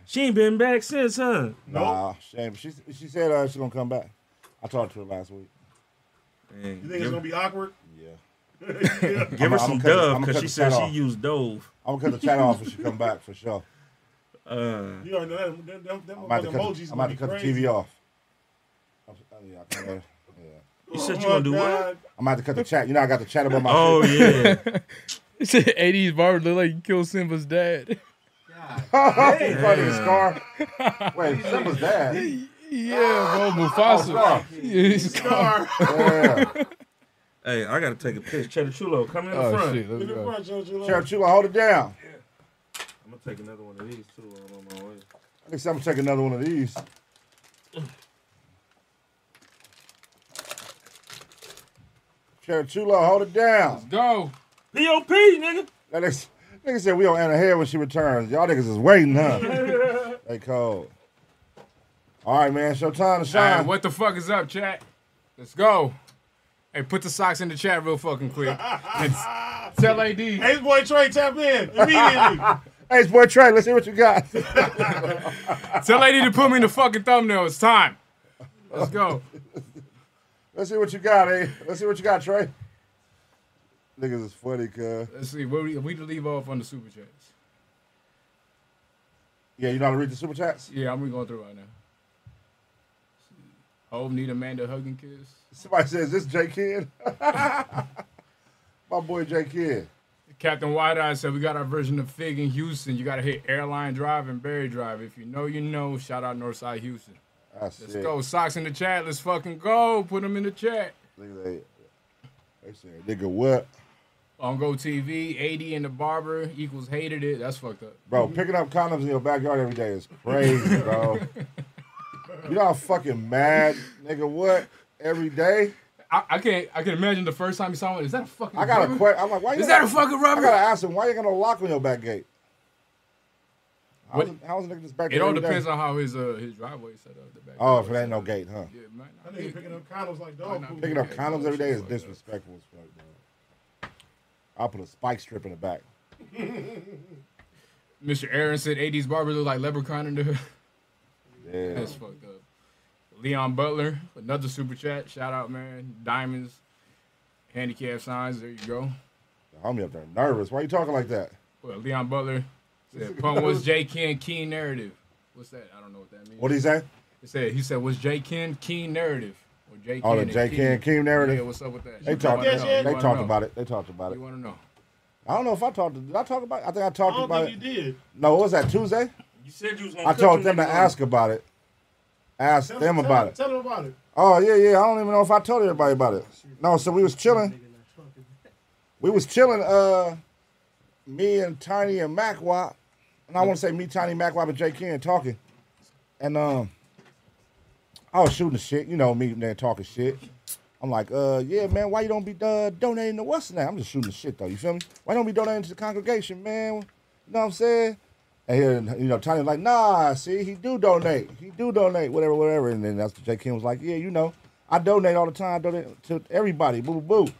Speaker 4: She ain't been back since, huh?
Speaker 2: Nah, shame. She she said uh, she gonna come back. I talked to her last week.
Speaker 4: Man,
Speaker 6: You think it's
Speaker 4: give-
Speaker 6: gonna be awkward?
Speaker 2: Yeah.
Speaker 4: give her
Speaker 2: I'ma
Speaker 4: some
Speaker 2: cut the-
Speaker 4: dove
Speaker 2: I'ma
Speaker 4: because
Speaker 2: cut
Speaker 4: she
Speaker 2: the
Speaker 4: said
Speaker 2: fat
Speaker 4: she
Speaker 2: off.
Speaker 4: used dove.
Speaker 2: I'm gonna cut the chat off when she come back for sure.
Speaker 4: Uh,
Speaker 6: You already know that. Them, them, them
Speaker 2: I'm about
Speaker 6: fucking
Speaker 2: to cut,
Speaker 6: emojis
Speaker 2: the, I'm
Speaker 6: gonna
Speaker 2: about
Speaker 6: be
Speaker 2: to cut the
Speaker 6: crazy.
Speaker 2: TV off. I'm, oh, yeah, I can't, uh, yeah.
Speaker 4: you said you gonna do
Speaker 1: Oh,
Speaker 4: what?
Speaker 2: I'm about to cut the chat. You know I got the chat about my.
Speaker 4: Oh yeah.
Speaker 3: It said 80s barber look like you killed Simba's dad.
Speaker 2: you probably the scar. Wait, Simba's dad.
Speaker 4: Ah.
Speaker 3: Yeah, bro,
Speaker 4: Oh,
Speaker 3: Mufasa.
Speaker 2: Scar.
Speaker 3: Yeah, he's gone.
Speaker 2: Yeah.
Speaker 4: hey, I gotta take a picture. Cheddar Chulo, come in the
Speaker 3: Oh
Speaker 4: front.
Speaker 3: shit, let's go.
Speaker 2: Sheriff Chula, hold it down.
Speaker 4: I'm gonna take another one of these too. while I'm on my way.
Speaker 2: I think I'm taking another one of these. Sheriff Chula, hold it down.
Speaker 3: Go.
Speaker 4: Pop, nigga.
Speaker 2: That nigga, nigga said we on Anna Head when she returns. Y'all niggas is waiting, huh? they cold. All right, man. Show time to
Speaker 3: All right,
Speaker 2: shine.
Speaker 3: what the fuck is up, chat? Let's go. Hey, put the socks in the chat real fucking quick. It's, tell AD.
Speaker 1: Ace boy Trey tap in immediately.
Speaker 2: Hey, boy Trey, let's hear what you got.
Speaker 3: Tell AD to put me in the fucking thumbnail. It's time. Let's go.
Speaker 2: let's hear what you got, eh? Let's hear what you got, Trey. Niggas is funny, cuz.
Speaker 3: Let's see. Where we, we to leave off on the super chats.
Speaker 2: Yeah, you know how to read the super chats?
Speaker 3: Yeah, I'm going through right now. Oh, need Amanda hugging kiss.
Speaker 2: Somebody says, this J Kidd? My boy J Kidd.
Speaker 3: Captain Wide Eye said, We got our version of Fig in Houston. You got to hit Airline Drive and Berry Drive. If you know, you know. Shout out Northside Houston.
Speaker 2: That's
Speaker 3: Let's
Speaker 2: it.
Speaker 3: go. Socks in the chat. Let's fucking go. Put them in the chat.
Speaker 2: Niggas ain't- They say, nigga, what?
Speaker 3: On Go TV, 80 and the barber equals hated it. That's fucked up.
Speaker 2: Bro, picking up condoms in your backyard every day is crazy, bro. you know how fucking mad, nigga, what? Every day?
Speaker 3: I, I can't. I can imagine the first time you saw one. Is that a fucking?
Speaker 2: I got a
Speaker 3: rubber?
Speaker 2: question. I'm like, why you
Speaker 3: Is that
Speaker 2: gotta-
Speaker 3: a fucking
Speaker 2: I
Speaker 3: rubber?
Speaker 2: gotta ask him, why you got no lock on your back gate? How's,
Speaker 3: What-
Speaker 2: how's the nigga just back
Speaker 3: It
Speaker 2: there
Speaker 3: all
Speaker 2: every day?
Speaker 3: depends on how his uh his driveway is set up. The back.
Speaker 2: Oh, if it ain't no gate, huh?
Speaker 3: Yeah, it might
Speaker 1: That
Speaker 3: not be.
Speaker 1: nigga picking up condoms like dog food.
Speaker 2: Picking up condoms every day is
Speaker 3: Fuck that.
Speaker 2: disrespectful as fuck, bro. I'll put a spike strip in the back.
Speaker 3: Mr. Aaron said 80s barber look like leprechaun in the hood.
Speaker 2: Yeah.
Speaker 3: That's fucked up. Leon Butler, another super chat. Shout out, man. Diamonds, handicap signs. There you go.
Speaker 2: The homie up there nervous. Why you talking like that?
Speaker 3: Well, Leon Butler said, "Pun was J Ken Keen narrative." What's that? I don't know what that means.
Speaker 2: What did he say?
Speaker 3: He said he said, "What's J Ken Keen narrative?" Or J
Speaker 2: Oh, the
Speaker 3: and
Speaker 2: J.
Speaker 3: Keen.
Speaker 2: Ken Keem
Speaker 3: Yeah,
Speaker 2: narrative.
Speaker 3: what's up with that?
Speaker 2: They
Speaker 3: You
Speaker 2: talked.
Speaker 3: wanna know. You
Speaker 2: They
Speaker 3: wanna
Speaker 2: talked
Speaker 3: know.
Speaker 2: about it. They talked about it.
Speaker 3: You want to know?
Speaker 2: I don't know if I talked. Did I talk about? it? I think I
Speaker 1: I
Speaker 2: talked
Speaker 1: don't
Speaker 2: about
Speaker 1: think you
Speaker 2: it.
Speaker 1: did.
Speaker 2: No, what was that Tuesday?
Speaker 8: You said you was gonna.
Speaker 2: I
Speaker 8: cook
Speaker 2: told
Speaker 8: them
Speaker 2: them to
Speaker 8: niggas on-
Speaker 2: ask about it. Ask
Speaker 1: Tell
Speaker 2: them
Speaker 1: tell
Speaker 2: about it.
Speaker 1: Tell them about it.
Speaker 2: Oh yeah, yeah. I don't even know if I told everybody about it. No, so we was chilling. We was chilling. Uh, me and Tiny and Macwop, and I want to say me, Tiny, Macwop, and J. Ken talking, and um, I was shooting the shit. You know me there talking shit. I'm like, uh, yeah, man. Why you don't be uh, donating to what's now? I'm just shooting the shit though. You feel me? Why don't be donating to the congregation, man? You know what I'm saying? And here, you know, Tiny was like, nah, see, he do donate. He do donate, whatever, whatever. And then that's what J. Kim was like, yeah, you know, I donate all the time, I donate to everybody, boo, boo, boo.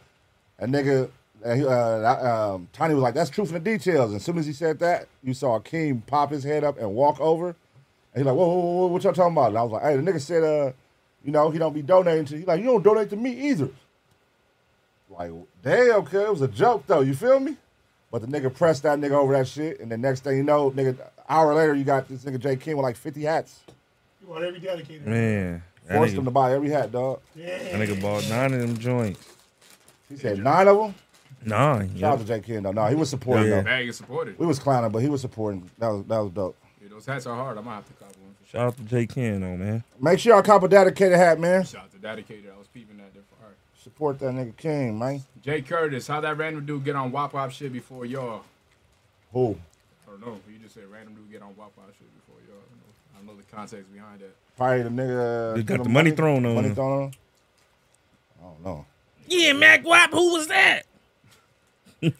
Speaker 2: And nigga, uh, he- uh, uh, um, Tiny was like, that's truth in the details. And as soon as he said that, you saw Kim pop his head up and walk over. And he's like, whoa, whoa, whoa, whoa, what y'all talking about? And I was like, hey, the nigga said, uh, you know, he don't be donating to, he like, you don't donate to me either. Like, damn, okay, it was a joke though, you feel me? But the nigga pressed that nigga over that shit, and the next thing you know, nigga, hour later, you got this nigga J. King with like 50 hats.
Speaker 1: You want every dedicated.
Speaker 4: Man, that
Speaker 2: Forced him to
Speaker 4: nigga,
Speaker 2: buy every hat, dog.
Speaker 4: that nigga bought nine of them joints.
Speaker 2: He said nine of them.
Speaker 4: Nine.
Speaker 2: Shout out
Speaker 4: Yep.
Speaker 2: to J. King, though. No, he was supporting,
Speaker 4: Yeah.
Speaker 2: though.
Speaker 3: Bag is supported.
Speaker 2: We was clowning, but he was supporting. That was, that was dope.
Speaker 3: Yeah, those hats are hard. I might have to cop one.
Speaker 4: Shout out to J. Ken, though, man.
Speaker 2: Make sure y'all cop a dedicated hat, man.
Speaker 3: Shout out to Dedicated. I was peeping at there for art.
Speaker 2: Support that nigga King, man.
Speaker 3: Jay Curtis, how that random dude get on Wop Wop shit before y'all?
Speaker 2: Who?
Speaker 3: I don't know. You just said random dude get on Wop Wop shit before y'all. I don't know, I don't know the context behind that.
Speaker 2: Probably the nigga. uh,
Speaker 4: They got
Speaker 2: took
Speaker 4: the money thrown on
Speaker 2: Money
Speaker 4: him.
Speaker 2: thrown on him? I don't know.
Speaker 4: Yeah, Mac Wap, who was that?
Speaker 2: Yeah,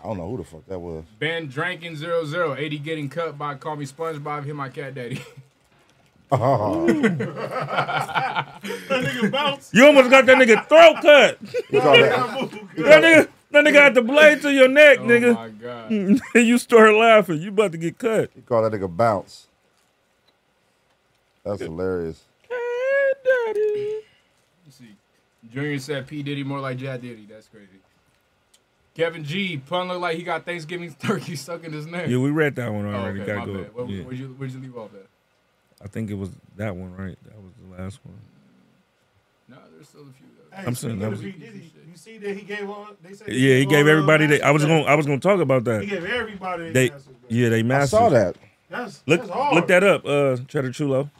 Speaker 2: I don't know who the fuck that was.
Speaker 3: Ben Drankin 00, 80 getting cut by Call Me SpongeBob, hit my cat daddy.
Speaker 1: That nigga bounce.
Speaker 4: You almost got that nigga throat cut.
Speaker 2: He called that-
Speaker 4: That nigga, that nigga had the blade to your neck,
Speaker 3: oh my
Speaker 4: nigga.
Speaker 3: god.
Speaker 4: And you start laughing. You about to get cut.
Speaker 2: he called that nigga Bounce. That's hilarious.
Speaker 4: Hey, daddy.
Speaker 3: Let's see. Junior said P. Diddy more like Jad Diddy. That's crazy. Kevin G, pun look like he got Thanksgiving turkey stuck in his neck.
Speaker 4: Yeah, we read that one
Speaker 3: Oh,
Speaker 4: already.
Speaker 3: okay, my
Speaker 4: Gotta
Speaker 3: bad.
Speaker 4: go.
Speaker 3: Where,
Speaker 4: Yeah.
Speaker 3: would you, where'd you leave off at?
Speaker 4: I think it was that one, right? That was the last one.
Speaker 3: No, there's still a few. though.
Speaker 1: Hey,
Speaker 4: I'm saying
Speaker 1: speaking
Speaker 4: that
Speaker 1: of
Speaker 4: was-
Speaker 1: P. Diddy, You see that he gave on. They said
Speaker 4: Yeah, he gave
Speaker 1: all, uh,
Speaker 4: everybody that. I was
Speaker 1: masters
Speaker 4: gonna, I was gonna talk about
Speaker 1: back. He
Speaker 4: that.
Speaker 1: gave everybody.
Speaker 4: They,
Speaker 1: masters back.
Speaker 4: yeah, they
Speaker 2: I
Speaker 4: mastered.
Speaker 2: saw that.
Speaker 1: That's
Speaker 4: Look,
Speaker 1: that's hard.
Speaker 4: look that up, uh, Cheddar Chulo.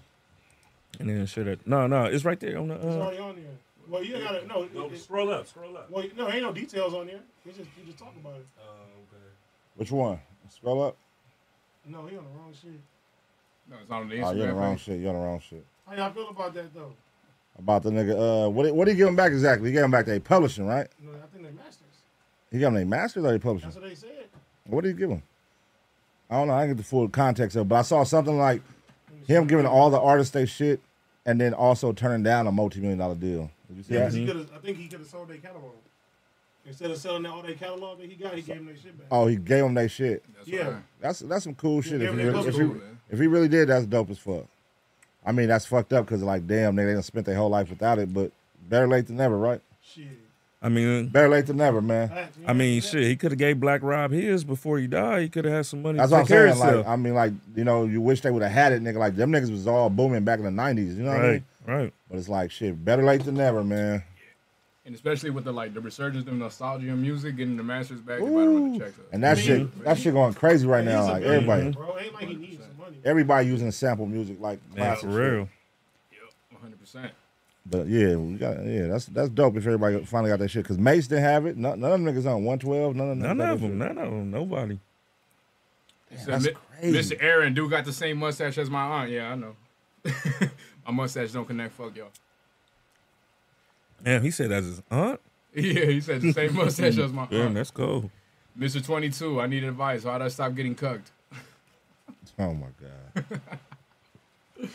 Speaker 4: And then share that. No, no, it's right there on the.
Speaker 1: It's
Speaker 4: Uh,
Speaker 1: already on there. Well, you gotta no. it-
Speaker 8: Go
Speaker 1: it-
Speaker 8: scroll up, scroll up.
Speaker 1: well, no, ain't no details on there. We just you just talking about it.
Speaker 8: Oh, okay.
Speaker 2: Which one? Scroll up.
Speaker 1: No, he on the wrong shit.
Speaker 3: No, it's not on the
Speaker 2: Oh, you're on the
Speaker 3: Instagram.
Speaker 2: wrong
Speaker 3: page.
Speaker 2: shit. You're on the wrong shit.
Speaker 1: How y'all feel about that though?
Speaker 2: About the nigga. Uh, what did- what did he give him back exactly? He gave him back they publishing, right?
Speaker 1: You know, I think they masters.
Speaker 2: He gave him they masters or they publishing?
Speaker 1: That's what they said.
Speaker 2: What did he give him? I don't know. I didn't get the full context of, it, but I saw something like him giving all the artists they shit, and then also turning down a multi million dollar deal.
Speaker 4: You see
Speaker 2: Yeah. Mm-hmm.
Speaker 4: that?
Speaker 1: He could I think he could have sold their catalog. Instead of selling all their catalog that he got, he gave them their shit back.
Speaker 2: Oh, he gave him that shit.
Speaker 1: yeah.
Speaker 2: That's that's some cool shit.
Speaker 1: Yeah,
Speaker 2: If he,
Speaker 1: they
Speaker 2: really,
Speaker 1: was
Speaker 2: if,
Speaker 1: cool,
Speaker 2: he,
Speaker 1: man.
Speaker 2: if he really did, that's dope as fuck. I mean, that's fucked up because like, damn, they didn't spent their whole life without it. But better late than never, right?
Speaker 1: Shit.
Speaker 4: I mean,
Speaker 2: Better late than never, man.
Speaker 1: Facts,
Speaker 4: I
Speaker 1: man.
Speaker 4: mean, shit. He could have gave Black Rob his before he died. He could have had some money.
Speaker 2: That's
Speaker 4: to
Speaker 2: what I'm
Speaker 4: take care of
Speaker 2: saying. Like,
Speaker 4: himself.
Speaker 2: I mean, like you know, you wish they would have had it, nigga. Like them niggas was all booming back in the '90s. You know what I
Speaker 4: right,
Speaker 2: mean?
Speaker 4: right.
Speaker 2: But it's like shit. Better late than never, man.
Speaker 3: And especially with the like the resurgence of nostalgia and music, getting the masters back, they about to run the checks up.
Speaker 2: And that
Speaker 4: Mm-hmm.
Speaker 2: shit, that shit going crazy right now.
Speaker 1: He's a
Speaker 2: Like
Speaker 1: billionaire,
Speaker 2: everybody,
Speaker 1: Bro, ain't like he needs some money.
Speaker 2: everybody using sample music like
Speaker 4: Man,
Speaker 2: classic
Speaker 4: for
Speaker 2: shit.
Speaker 4: real.
Speaker 3: 100. percent
Speaker 2: But yeah, we got yeah. That's that's dope if everybody finally got that shit. Cause Mace didn't have it. None, none of them niggas on 112. None of them.
Speaker 4: None
Speaker 2: got
Speaker 4: of
Speaker 2: that
Speaker 4: them.
Speaker 2: shit.
Speaker 4: None of them. Nobody.
Speaker 2: that's crazy.
Speaker 3: Mr. Aaron do got the same mustache as my aunt. Yeah, I know. my mustache don't connect. Fuck y'all.
Speaker 4: Damn, he said that's his aunt.
Speaker 3: Yeah, he said the same mustache as my
Speaker 4: Damn,
Speaker 3: aunt.
Speaker 4: that's cold.
Speaker 3: Mr. 22, I need advice. How'd I stop getting cucked?
Speaker 2: Oh my god.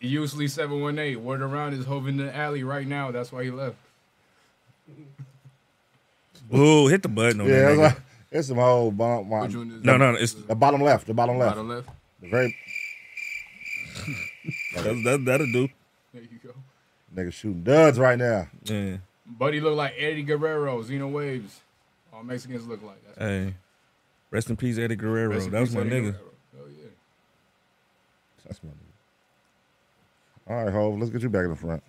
Speaker 3: Usually 718. Word around is Hov in the alley right now. That's why he left.
Speaker 4: Boo! Hit the button on
Speaker 2: yeah,
Speaker 4: that.
Speaker 2: that's
Speaker 4: nigga.
Speaker 2: like, it's some whole bottom.
Speaker 3: Which one is
Speaker 4: no,
Speaker 3: that?
Speaker 4: no, it's
Speaker 2: The bottom left. The bottom left.
Speaker 3: Bottom left.
Speaker 2: The very
Speaker 4: that's, that, that'll do.
Speaker 3: There you go.
Speaker 2: niggas shooting duds right now.
Speaker 4: Yeah.
Speaker 3: Buddy look like Eddie Guerrero, Xeno Waves. All Mexicans look like. That's
Speaker 4: Hey, rest in peace, Eddie Guerrero.
Speaker 3: Rest in
Speaker 4: that was
Speaker 3: peace,
Speaker 4: my
Speaker 3: Eddie
Speaker 4: nigga.
Speaker 3: Guerrero. Hell yeah.
Speaker 2: That's my. Nigga. All right, Hov. Let's get you back in the front.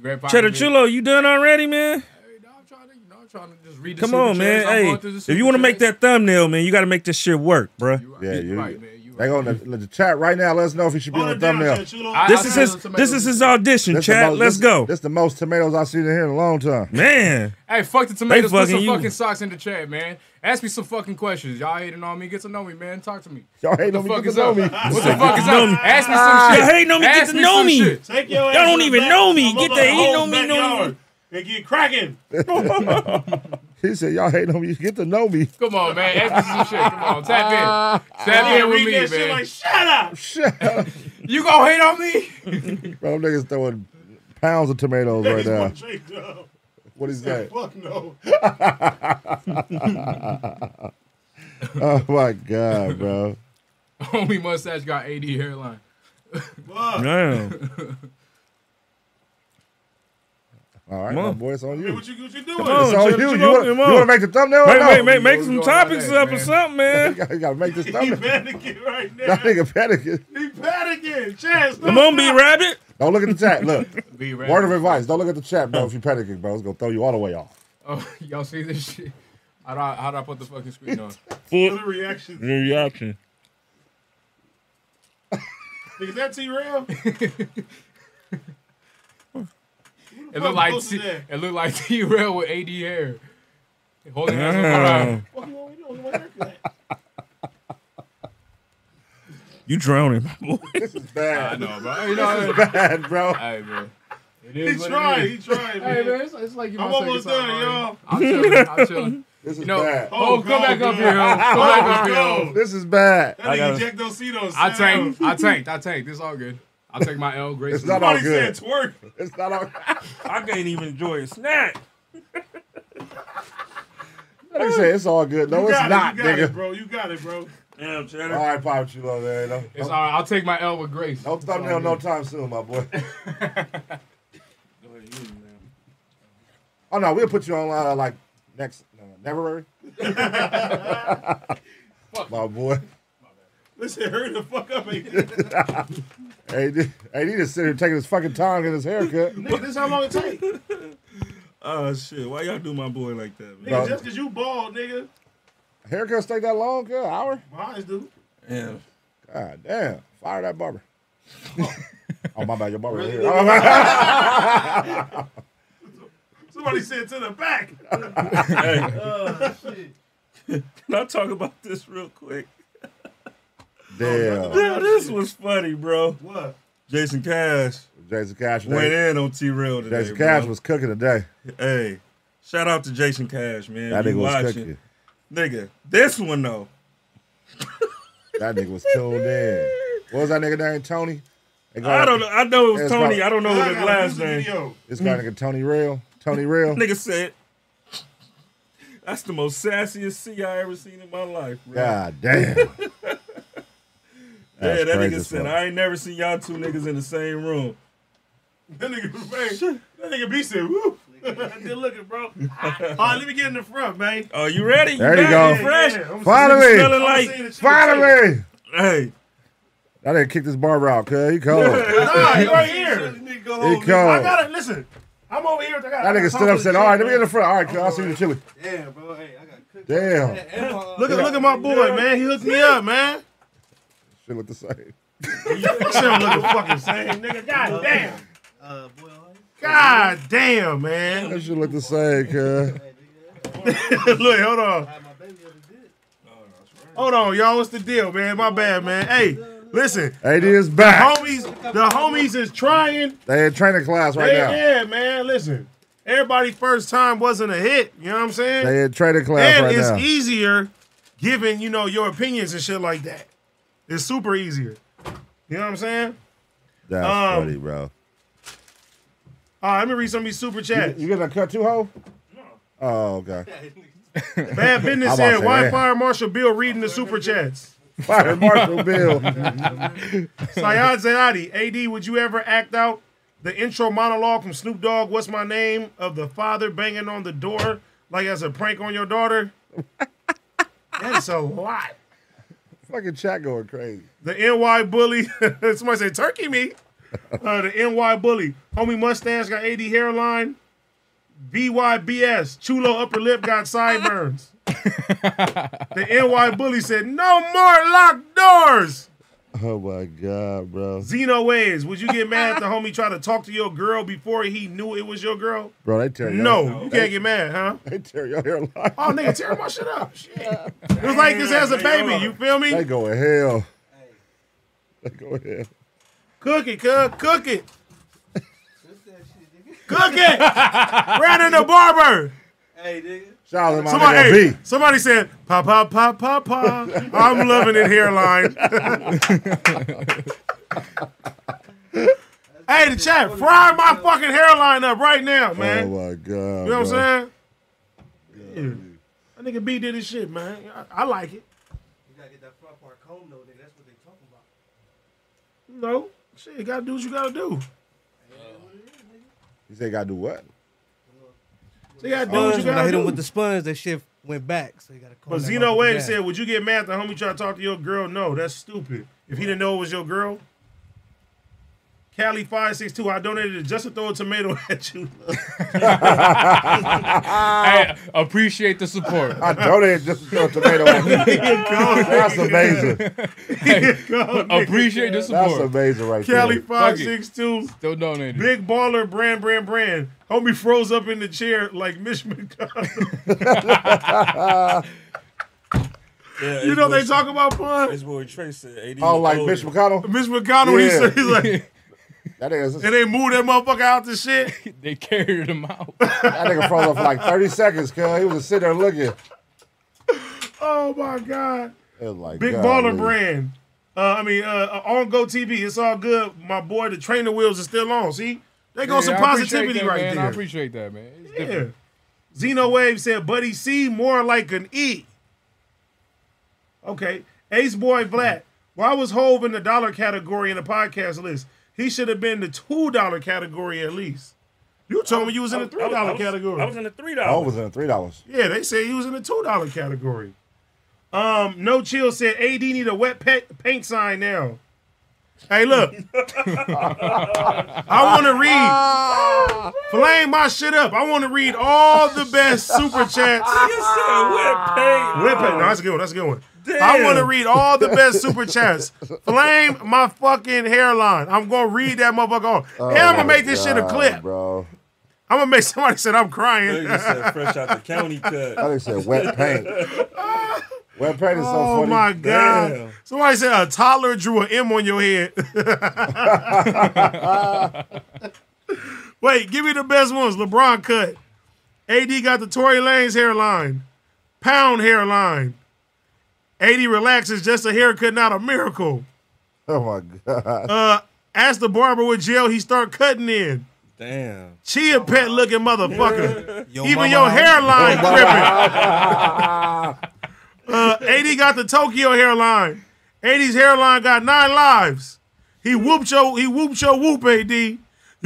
Speaker 3: Grandpa
Speaker 4: Cheddar
Speaker 3: did-
Speaker 4: Chulo, you done already, man?
Speaker 3: Hey, no, I'm trying to, you know, I'm trying to just read the
Speaker 4: Come
Speaker 3: super
Speaker 4: on, man.
Speaker 3: chats. I'm going
Speaker 4: Hey,
Speaker 3: through the
Speaker 4: if
Speaker 3: super
Speaker 4: you want to make
Speaker 3: chats.
Speaker 4: that thumbnail, man, you got to make this shit work, bruh.
Speaker 3: You right,
Speaker 2: Yeah,
Speaker 3: you
Speaker 2: you.
Speaker 3: right, man. You
Speaker 2: They
Speaker 3: right.
Speaker 2: gonna the, the chat right now. Let us know if he should be
Speaker 1: Hold
Speaker 2: on
Speaker 1: it
Speaker 2: the
Speaker 1: down,
Speaker 2: thumbnail.
Speaker 1: Judge Chulo.
Speaker 3: I-
Speaker 4: This
Speaker 3: I
Speaker 4: is
Speaker 3: said
Speaker 4: his.
Speaker 3: somebody
Speaker 4: This
Speaker 3: was-
Speaker 4: is his audition.
Speaker 2: This the
Speaker 4: Chat.
Speaker 2: most-
Speaker 4: Let's
Speaker 2: this-
Speaker 4: go,
Speaker 2: This the most tomatoes I've seen in here in a long time.
Speaker 4: man.
Speaker 3: Hey, fuck the tomatoes. Put
Speaker 4: fucking
Speaker 3: some
Speaker 4: you.
Speaker 3: fucking socks in the chat, man. Ask me some fucking questions. Y'all hating on me? Get to know me, man. Talk to me.
Speaker 2: Y'all hating
Speaker 3: What the
Speaker 2: on me,
Speaker 3: fuck
Speaker 2: get
Speaker 3: is
Speaker 2: to know
Speaker 3: up?
Speaker 2: me.
Speaker 3: What the fuck is up? Ask me some shit.
Speaker 4: Y'all hating on me? Get
Speaker 3: Ask
Speaker 4: to
Speaker 3: me
Speaker 4: know
Speaker 3: some
Speaker 4: me.
Speaker 3: shit.
Speaker 1: Take your ass
Speaker 4: Y'all don't
Speaker 1: to the
Speaker 4: even
Speaker 1: back-
Speaker 4: know me.
Speaker 1: I'm
Speaker 4: Get
Speaker 1: on
Speaker 4: the hate
Speaker 1: whole
Speaker 4: on me, no-
Speaker 1: backyard And get cracking.
Speaker 2: He said, "Y'all hating on me. Get to know me."
Speaker 3: Come on, man. Ask me some shit. Come on, tap in. Tap in with
Speaker 1: Read that
Speaker 3: me,
Speaker 1: shit
Speaker 3: man.
Speaker 1: like, shut up.
Speaker 2: Shut up,
Speaker 3: you gonna hate on me?
Speaker 2: bro. Them niggas throwing pounds of tomatoes right
Speaker 1: Niggas
Speaker 2: now.
Speaker 1: want Drake, dog.
Speaker 2: What is that?
Speaker 1: Fuck no.
Speaker 2: Oh my god, bro.
Speaker 3: Homie mustache got AD hairline.
Speaker 1: Fuck.
Speaker 4: Damn.
Speaker 2: All right,
Speaker 4: Come
Speaker 2: my
Speaker 4: on.
Speaker 2: boy, it's on you.
Speaker 1: What you, what you doing?
Speaker 4: on.
Speaker 2: It's on
Speaker 4: Judge,
Speaker 2: you.
Speaker 4: come
Speaker 2: You
Speaker 4: on,
Speaker 2: want to
Speaker 4: come on.
Speaker 2: make the thumbnail? or
Speaker 4: Make,
Speaker 2: no?
Speaker 4: make, make, make
Speaker 3: What's
Speaker 4: some
Speaker 3: going on
Speaker 4: topics
Speaker 3: there,
Speaker 4: up or
Speaker 3: man?
Speaker 4: something, man.
Speaker 2: You gotta make this
Speaker 1: He
Speaker 2: thumbnail.
Speaker 1: panicking right now.
Speaker 2: That nigga panicking.
Speaker 1: He panicking. Chance,
Speaker 4: Come on, B Rabbit.
Speaker 2: Don't look at the chat. Look,
Speaker 3: Be ready.
Speaker 2: word of advice: don't look at the chat, bro. If you panicking, bro, it's gonna throw you all the way off.
Speaker 3: Oh, y'all see this shit? How do I, how do I put the fucking screen on?
Speaker 4: Full
Speaker 1: The reaction.
Speaker 4: reaction.
Speaker 1: Is that T-Rail?
Speaker 3: It looked like
Speaker 1: Close
Speaker 3: T-
Speaker 1: to there.
Speaker 3: it looked like T Rail with AD hair. Holding hands up around.
Speaker 4: Damn.
Speaker 1: What you want me to do? What haircut?
Speaker 4: You drowning, my boy.
Speaker 2: This is bad.
Speaker 3: I know, bro. You know,
Speaker 2: bad, bro.
Speaker 3: hey, man. It
Speaker 1: He
Speaker 3: is what
Speaker 1: tried.
Speaker 3: it
Speaker 1: He
Speaker 3: is.
Speaker 1: tried,
Speaker 3: Hey,
Speaker 1: man.
Speaker 3: man, it's, it's like you
Speaker 1: I'm
Speaker 3: my
Speaker 1: almost
Speaker 3: second
Speaker 1: done,
Speaker 3: time
Speaker 1: y'all.
Speaker 3: already. I'm chilling. I'm chilling.
Speaker 2: This is
Speaker 3: You know,
Speaker 2: bad.
Speaker 3: oh, come
Speaker 1: God,
Speaker 3: back up
Speaker 1: man.
Speaker 3: here, ho. Come back up here, ho.
Speaker 2: This is bad.
Speaker 1: That nigga
Speaker 4: gotta-
Speaker 1: Jack Dosito.
Speaker 3: I
Speaker 1: sound.
Speaker 3: tanked. I tanked. I tanked. This all good. I take my L
Speaker 2: It's
Speaker 3: gracefully.
Speaker 2: not all
Speaker 1: Somebody said
Speaker 2: good.
Speaker 1: twerk.
Speaker 2: It's not all.
Speaker 4: I can't even enjoy a snack.
Speaker 2: They say it's all good. No,
Speaker 1: You
Speaker 2: it's
Speaker 1: got
Speaker 2: not,
Speaker 1: it, you got
Speaker 2: nigga.
Speaker 1: It, bro. You got it, bro.
Speaker 4: Damn,
Speaker 2: All
Speaker 4: Cheddar.
Speaker 2: right, Pop Chulo, man. No,
Speaker 3: It's all right. I'll take my L with grace.
Speaker 2: no
Speaker 3: It's all
Speaker 2: thumbnail, no
Speaker 3: good.
Speaker 2: time soon, my boy. Oh no, we'll put you on uh, like next uh, February. my boy.
Speaker 1: Listen, hurry the fuck up. Hey, nigga,
Speaker 2: Hey, th- hey, he just sitting here taking his fucking time getting his haircut.
Speaker 1: this is how long it take. Nigga,
Speaker 4: Oh shit! Why y'all do my boy like that, man?
Speaker 2: Bro.
Speaker 1: just because you bald, nigga.
Speaker 2: Haircuts take that long, girl? Hour?
Speaker 1: My eyes do.
Speaker 4: Damn.
Speaker 2: God damn. Fire that barber. oh my bad, your barber. here.
Speaker 1: Somebody said to the back.
Speaker 4: Can I talk about this real quick?
Speaker 2: Damn.
Speaker 4: Damn, this was funny, bro.
Speaker 1: What?
Speaker 4: Jason Cash
Speaker 2: Jason Cash.
Speaker 4: went
Speaker 2: Today.
Speaker 4: in on T Rail today.
Speaker 2: Jason Cash
Speaker 4: bro.
Speaker 2: was cooking today.
Speaker 4: Hey, shout out to Jason Cash, man.
Speaker 2: That
Speaker 4: You
Speaker 2: nigga was
Speaker 4: watching.
Speaker 2: cooking.
Speaker 4: Nigga, this one though.
Speaker 2: That nigga was tuned in. What was that nigga name? Tony?
Speaker 4: I don't know. I know it was
Speaker 2: It's
Speaker 4: Tony.
Speaker 2: probably-
Speaker 4: I don't know
Speaker 1: I
Speaker 4: his
Speaker 1: got a
Speaker 4: last
Speaker 1: music
Speaker 4: name.
Speaker 1: video.
Speaker 2: This guy nigga Tony Real. Tony Real.
Speaker 4: Nigga said, "That's the most sassiest C I ever seen in my life." Bro.
Speaker 2: God damn.
Speaker 4: yeah,
Speaker 2: That's
Speaker 4: that
Speaker 2: crazy
Speaker 4: nigga
Speaker 2: as
Speaker 4: said,
Speaker 2: fuck.
Speaker 4: "I ain't never seen y'all two niggas in the same room."
Speaker 1: That nigga, man, that nigga B said, woo. Good looking, bro. All right, let me get in the front, man.
Speaker 4: Are Oh, you ready?
Speaker 2: There you
Speaker 4: back?
Speaker 2: go.
Speaker 4: You Fresh.
Speaker 1: Yeah, I'm
Speaker 4: Smelling
Speaker 2: Finally.
Speaker 4: like.
Speaker 1: seeing the shit.
Speaker 2: Finally.
Speaker 4: Hey,
Speaker 2: I didn't kick this barber out, cuz. He cold. That
Speaker 1: Nah, he right here.
Speaker 2: He cold.
Speaker 1: I gotta listen. I'm over here. I gotta, I
Speaker 2: nigga
Speaker 1: gotta
Speaker 2: stood up
Speaker 1: talk to
Speaker 2: said,
Speaker 1: the
Speaker 2: all right,
Speaker 1: chick,
Speaker 2: let me in the front. All right, cuz. I'll see you in Chile.
Speaker 9: Damn, bro. Hey, I got cooked.
Speaker 2: Damn.
Speaker 9: And my, uh,
Speaker 1: Look at look at my boy, man. He hooked me up, man.
Speaker 2: Shit look the same.
Speaker 1: Shit don't look the fucking same, nigga. God damn.
Speaker 9: uh, boy, I'll-
Speaker 1: God damn, man.
Speaker 2: That shit look the same, cuz.
Speaker 1: look, hold on.
Speaker 9: my baby ever did.
Speaker 1: Hold on, y'all. What's the deal, man? My bad, man. Hey, listen.
Speaker 2: AD is back.
Speaker 1: Homies, the homies is trying.
Speaker 2: They in training class right
Speaker 1: They-
Speaker 2: now.
Speaker 1: yeah, man. Listen. Everybody's first time wasn't a hit. You know what I'm saying?
Speaker 2: They in training class
Speaker 1: And
Speaker 2: right
Speaker 1: it's
Speaker 2: now.
Speaker 1: easier giving, you know, your opinions and shit like that. It's super easier. You know what I'm saying?
Speaker 2: That's
Speaker 1: Um,
Speaker 2: funny, bro.
Speaker 1: All right, let me read some of these super chats.
Speaker 2: You getting a cut too, ho? No. Oh, okay.
Speaker 1: Bad Business
Speaker 2: I'm about
Speaker 1: said,
Speaker 2: to say
Speaker 1: why
Speaker 2: that.
Speaker 1: Fire Marshal Bill reading the super chats?
Speaker 2: Fire Marshall Bill.
Speaker 1: Sayad Zayadi, AD, would you ever act out the intro monologue from Snoop Dogg, What's My Name, of the father banging on the door like as a prank on your daughter? That's a lot.
Speaker 2: Fucking chat going crazy.
Speaker 1: The NY bully. Somebody say turkey me. Uh, the NY bully. Homie mustache got AD hairline. BYBS. Chulo upper lip got sideburns. the NY bully said, no more locked doors.
Speaker 2: Oh my god, bro.
Speaker 1: Zeno ways. Would you get mad if the homie tried to talk to your girl before he knew it was your girl?
Speaker 2: Bro, they tear your
Speaker 1: No, you can't get mad, huh?
Speaker 2: They tear your hairline.
Speaker 1: Oh, nigga, tear my shit up. Shit. It was like this as a baby. You feel me?
Speaker 2: They go to hell. They go to hell.
Speaker 1: Cook it, cook, cook it. cook it! Brandon the barber.
Speaker 9: Hey, nigga.
Speaker 2: Shout out to my
Speaker 1: Somebody,
Speaker 2: nigga
Speaker 1: hey,
Speaker 2: B.
Speaker 1: somebody said, pa pa pa pa pa. I'm loving it hairline. hey, the chat, fry my fucking hairline up right now, man.
Speaker 2: Oh my god.
Speaker 1: you know what I'm saying? Yeah. That nigga B did his shit, man. I, I like
Speaker 9: You
Speaker 1: it.
Speaker 9: gotta get that front part comb though, nigga. That's what they talking about.
Speaker 1: You know, shit, you gotta do what you gotta do.
Speaker 2: He said gotta do what?
Speaker 1: So you gotta do what you
Speaker 9: Sponge, when I
Speaker 1: gotta
Speaker 9: hit
Speaker 1: do.
Speaker 9: him with the sponge, that shit went back. So you gotta comb
Speaker 1: But
Speaker 9: that
Speaker 1: Zeno
Speaker 9: motherfucker
Speaker 1: Wave
Speaker 9: down.
Speaker 1: said, "Would you get mad if the homie try to talk to your girl? No, that's stupid. If he didn't know it was your girl." Cali five six two. I donated it just to throw a tomato at you.
Speaker 3: I appreciate the support.
Speaker 2: I donated just to throw a tomato on me. That's amazing.
Speaker 3: appreciate the
Speaker 2: That's
Speaker 3: support.
Speaker 2: amazing right
Speaker 1: Cali
Speaker 2: there.
Speaker 1: five six two.
Speaker 3: Still donating.
Speaker 1: Big baller, brand, brand, brand. Homie froze up in the chair like Mitch McConnell.
Speaker 4: yeah,
Speaker 1: You
Speaker 4: it's
Speaker 1: know
Speaker 4: what-
Speaker 1: they talk about pun.
Speaker 4: It's what Trey said. AD
Speaker 2: Oh, like
Speaker 4: older.
Speaker 2: Mitch McConnell?
Speaker 1: Mitch McConnell. He
Speaker 2: Yeah.
Speaker 1: said, he's like,
Speaker 2: That nigga,
Speaker 1: and they moved that motherfucker out the shit.
Speaker 3: They carried him out.
Speaker 2: that nigga froze up for like 30 seconds, cuz. He was just sitting there looking. It
Speaker 1: Oh my god.
Speaker 2: was like,
Speaker 1: Big
Speaker 2: God,
Speaker 1: baller
Speaker 2: dude.
Speaker 1: brand. Uh, I mean, uh, uh, on Go TV, it's all good. My boy, the trainer wheels are still on. See, they go some
Speaker 3: Yeah, I appreciate
Speaker 1: positivity
Speaker 3: that,
Speaker 1: right
Speaker 3: man. I
Speaker 1: there.
Speaker 3: appreciate that, man. It's
Speaker 1: yeah.
Speaker 3: different.
Speaker 1: Xeno Wave said, "Buddy C, more like an E." Okay, Ace Boy Black. Why was Hove in the dollar category in the podcast list? He should have been the two dollar category at least. You told me you was in the
Speaker 4: I
Speaker 1: three
Speaker 4: was- I
Speaker 1: dollar
Speaker 4: was-
Speaker 1: category.
Speaker 4: I was in the three
Speaker 2: Oh,
Speaker 4: dollars.
Speaker 2: it was in $3.
Speaker 1: Yeah, they said he was in the two dollar category. Um, no chill said AD need a wet pet paint sign now. Hey, look, I want to read. Flame my shit up. I want to read all the best super chats.
Speaker 4: You said wet paint.
Speaker 1: Wet paint. No, that's a good one. That's a good one. I want to
Speaker 4: Damn.
Speaker 1: read all the best super chats. Flame my fucking hairline. I'm gonna read that motherfucker on, and I'm gonna make this shit a
Speaker 2: Oh God,
Speaker 1: clip.
Speaker 2: Bro.
Speaker 1: I'm gonna make somebody said I'm crying.
Speaker 4: You said fresh out the county cut.
Speaker 2: That nigga said wet paint. wet paint is so
Speaker 1: Oh
Speaker 2: funny.
Speaker 1: my god! Somebody said a toddler drew an M on your head. Wait, give me the best ones. LeBron cut. AD got the Tory Lanez hairline, pound hairline. AD relaxes, just a haircut, not a miracle.
Speaker 2: Oh my god.
Speaker 1: Ask the barber what jail he start cutting in.
Speaker 4: Damn.
Speaker 1: Chia pet looking motherfucker.
Speaker 10: Yo
Speaker 1: Even
Speaker 10: mama
Speaker 1: your
Speaker 10: house.
Speaker 1: hairline gripping. uh, AD got the Tokyo hairline. AD's hairline got nine lives. He whooped your he whooped your whoop AD. You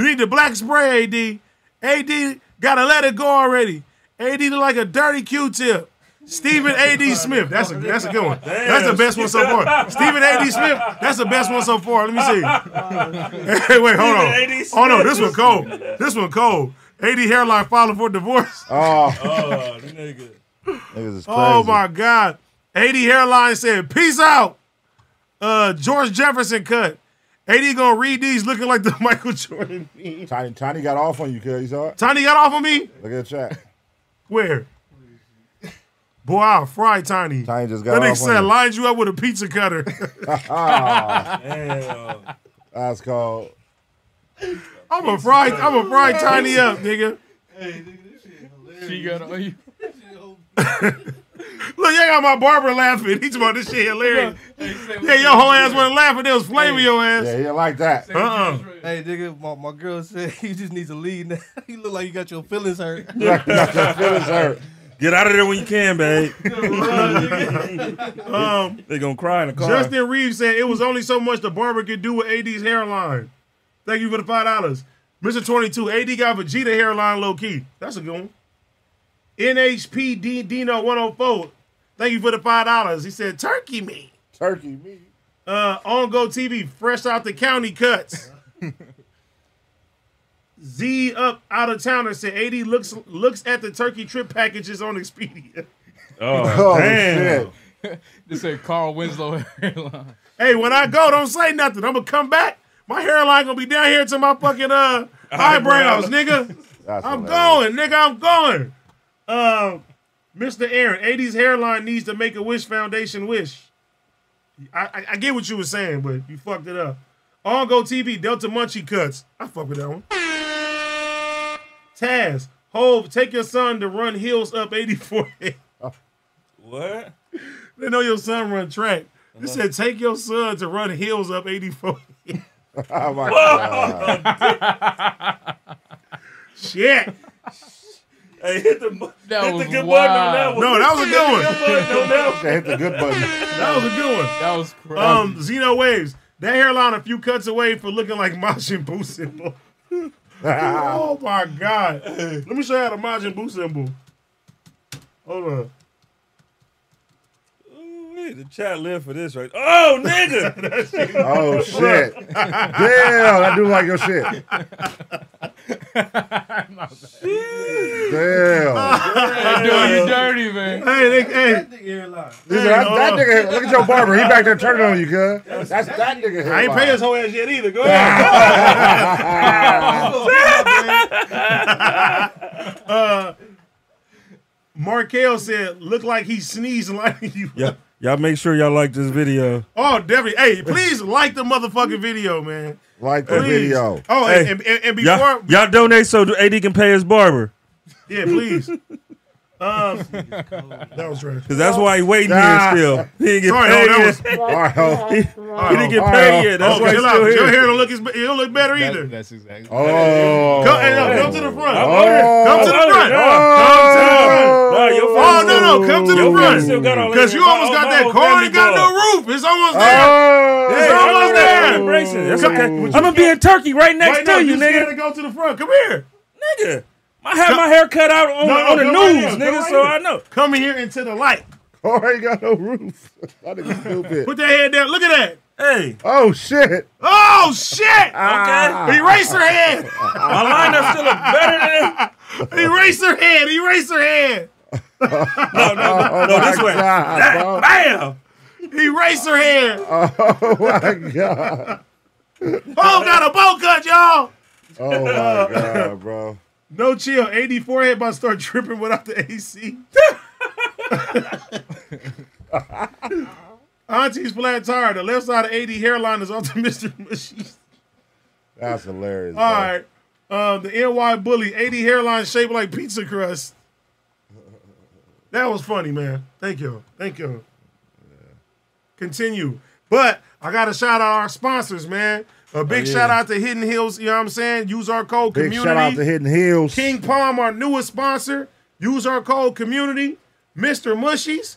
Speaker 1: need the black spray AD. AD gotta let it go already. AD look like a dirty Q-tip. Stephen A.D. Smith. That's a that's a good one. That's the best one so far. Stephen A.D. Smith. That's the best one so far. Let me see. Hey, wait, hold on.
Speaker 11: A.D.
Speaker 1: Oh no, this one
Speaker 11: Smith.
Speaker 1: cold. This one cold. A.D. hairline filing for divorce.
Speaker 2: Oh,
Speaker 11: Oh, nigga.
Speaker 2: niggas is crazy.
Speaker 1: Oh my God. AD hairline said, peace out. Uh George Jefferson cut. AD gonna read these looking like the Michael Jordan.
Speaker 2: Tiny, Tiny got off on you, cuz. You saw it?
Speaker 1: Tiny got off on me?
Speaker 2: Look at the chat.
Speaker 1: Where? Boy, I'll fry Tiny.
Speaker 2: Tiny just
Speaker 1: That
Speaker 2: got
Speaker 1: nigga
Speaker 2: off on
Speaker 1: said,
Speaker 2: you.
Speaker 1: lined you up with a pizza cutter.
Speaker 11: Damn.
Speaker 2: That's called.
Speaker 1: I'm a fry, I'm a fry Tiny up, nigga.
Speaker 3: She got on you.
Speaker 1: Look, y'all got my barber laughing. He's about this shit hilarious. Yeah, your whole ass wasn't laughing. They was flaming your
Speaker 2: Yeah,
Speaker 1: ass.
Speaker 2: he didn't like that.
Speaker 1: Uh-uh.
Speaker 10: Hey, nigga, my, my girl said you just need to leave now. you look like you got your feelings hurt.
Speaker 2: Feelings hurt.
Speaker 4: Get out of there when you can, babe.
Speaker 1: Um,
Speaker 4: they gonna cry in the car.
Speaker 1: Justin Reeves said it was only so much the barber could do with AD's hairline. Thank you for the five dollars, Mister Twenty Two. AD got Vegeta hairline low key. That's a good one. NHPD Dino One Hundred Four. Thank you for the five dollars. He said turkey meat.
Speaker 2: Turkey meat.
Speaker 1: Uh, on Go TV, fresh out the county cuts. Z up out of towner said AD looks looks at the turkey trip packages on Expedia.
Speaker 4: Oh,
Speaker 2: Oh,
Speaker 4: damn.
Speaker 2: shit.
Speaker 3: This said Carl Winslow hairline.
Speaker 1: Hey, when I go, don't say nothing. I'm gonna come back. My hairline gonna be down here to my fucking uh eyebrows, nigga.
Speaker 2: That's
Speaker 1: I'm
Speaker 2: hilarious.
Speaker 1: going, nigga. I'm going. Um, Mr. Aaron, 80s hairline needs to make a wish foundation wish. I, I, I get what you were saying, but you fucked it up. On Go TV, Delta Munchie cuts. I fuck with that one. Taz, Hove, take your son to run hills up 84.
Speaker 4: What?
Speaker 1: They know your son run track. They
Speaker 4: Uh-huh.
Speaker 1: said take your son to run hills up 84.
Speaker 2: Oh my God.
Speaker 1: Shit.
Speaker 11: Hey, hit the, bu-
Speaker 3: That
Speaker 11: hit
Speaker 3: was
Speaker 11: the good button on that
Speaker 3: wild.
Speaker 11: one.
Speaker 1: No, that was a good one.
Speaker 2: They hit the good button.
Speaker 1: That was a good one.
Speaker 3: That was crazy.
Speaker 1: Um, Xeno Waves. That hairline a few cuts away for looking like Majin Buu symbol. oh my god. Let me show you how the Majin Buu symbol. Hold on.
Speaker 4: Ooh, wait, the chat live for this, right? Oh, nigga!
Speaker 2: Oh shit. Damn, I do like your shit. Damn.
Speaker 3: They doing you dirty, man.
Speaker 1: Hey, they, hey,
Speaker 2: Listen, that's that nigga, look at your barber. He back there turning on you, cuz. That's, that nigga.
Speaker 1: I ain't
Speaker 2: headline.
Speaker 1: pay his whole ass yet either. Go ahead. uh, Markel said, "Look like he sneezed lighting you."
Speaker 4: Yeah, y'all make sure y'all like this video.
Speaker 1: Oh, definitely. Hey, please like the motherfucking video, man.
Speaker 2: Like the
Speaker 1: Please.
Speaker 2: video.
Speaker 1: Oh, and-
Speaker 4: Hey.
Speaker 1: and, and, and before,
Speaker 4: Y'all, y'all donate so the AD can pay his barber.
Speaker 1: yeah, please. Um, that was trash.
Speaker 4: Because that's why he waiting
Speaker 2: Ah.
Speaker 4: here still. He didn't get
Speaker 1: Sorry,
Speaker 4: paid
Speaker 1: oh, that
Speaker 4: yet.
Speaker 1: was.
Speaker 2: All right, oh.
Speaker 4: he didn't get
Speaker 2: Oh,
Speaker 4: paid
Speaker 2: oh.
Speaker 4: yet. That's
Speaker 1: Oh,
Speaker 4: why he's
Speaker 1: chill out.
Speaker 4: still
Speaker 1: Your
Speaker 4: here.
Speaker 1: hair don't look as it don't look better either.
Speaker 3: That, that's exactly.
Speaker 2: Oh.
Speaker 1: come, hey, no, come to the front.
Speaker 2: Oh.
Speaker 1: Come to the front.
Speaker 4: Oh,
Speaker 1: Come to the front.
Speaker 4: your
Speaker 1: Oh
Speaker 4: face-
Speaker 1: no no, come to the
Speaker 4: your face still got all
Speaker 1: front. Cause
Speaker 4: that-
Speaker 1: you almost got
Speaker 4: my
Speaker 1: that
Speaker 4: old
Speaker 1: car
Speaker 4: family
Speaker 1: and
Speaker 4: bar.
Speaker 1: got no roof. It's almost there.
Speaker 2: Oh.
Speaker 1: It's almost there.
Speaker 4: Celebration. That's
Speaker 1: Come-
Speaker 4: okay.
Speaker 1: would
Speaker 4: I'm
Speaker 1: you
Speaker 4: gonna be in Turkey right next
Speaker 1: Right now,
Speaker 4: to you,
Speaker 1: you scared
Speaker 4: nigga.
Speaker 1: to go to the front. Come here.
Speaker 4: Nigga, I had my hair cut out on,
Speaker 1: No, no,
Speaker 4: on the
Speaker 1: come right
Speaker 4: news,
Speaker 1: here, come
Speaker 4: nigga.
Speaker 1: right
Speaker 4: so
Speaker 1: here.
Speaker 4: I know.
Speaker 1: Come in here into the light.
Speaker 2: Car ain't got no roof. That nigga stupid.
Speaker 1: Put that head down. Look at that.
Speaker 4: Hey,
Speaker 2: Oh shit.
Speaker 1: Oh shit!
Speaker 2: Ah.
Speaker 4: okay.
Speaker 1: Eraser head!
Speaker 4: My lineup's still look better than him.
Speaker 1: Eraser head! Eraser head!
Speaker 4: No, no, no, this way.
Speaker 2: God, bro.
Speaker 4: Bam.
Speaker 1: Eraser head!
Speaker 2: Oh my god.
Speaker 1: Bo Oh, got a bowl cut, y'all!
Speaker 2: Oh my god, bro.
Speaker 1: No chill. 84 head about to start tripping without the AC. Auntie's flat tire. The left side of 80 hairline is off to Mr. Mushy.
Speaker 2: That's hilarious.
Speaker 1: All right. Um, the NY bully. 80 hairline shaped like pizza crust. That was funny, man. Thank you. Thank you. Continue. But I got to shout out our sponsors, man. A big
Speaker 2: Oh, yeah.
Speaker 1: shout out to Hidden Hills. You know what I'm saying? Use our code
Speaker 2: Big
Speaker 1: community.
Speaker 2: shout out to Hidden Hills.
Speaker 1: King Palm, our newest sponsor. Use our code community. Mr. Mushies.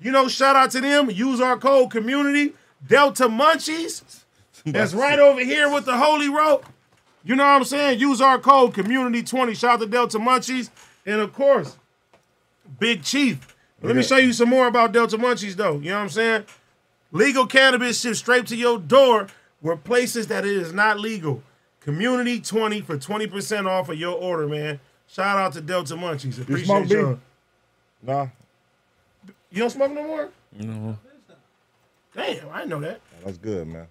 Speaker 1: You know, shout out to them. Use our code community. Delta Munchies. That's right over here with the holy rope. You know what I'm saying? Use our code community20. Shout out to Delta Munchies. And of course, Big Chief. Let me
Speaker 12: Yeah.
Speaker 1: show you some more about Delta Munchies, though. You know what I'm saying? Legal cannabis shipped straight to your door where places that it is not legal. Community 20 for 20% off of your order, man. Shout out to Delta Munchies.
Speaker 2: You smoke
Speaker 1: Appreciate
Speaker 2: B?
Speaker 1: you.
Speaker 2: Nah.
Speaker 1: You don't smoke no more?
Speaker 2: No.
Speaker 1: Damn, I didn't know that.
Speaker 2: That's good, man.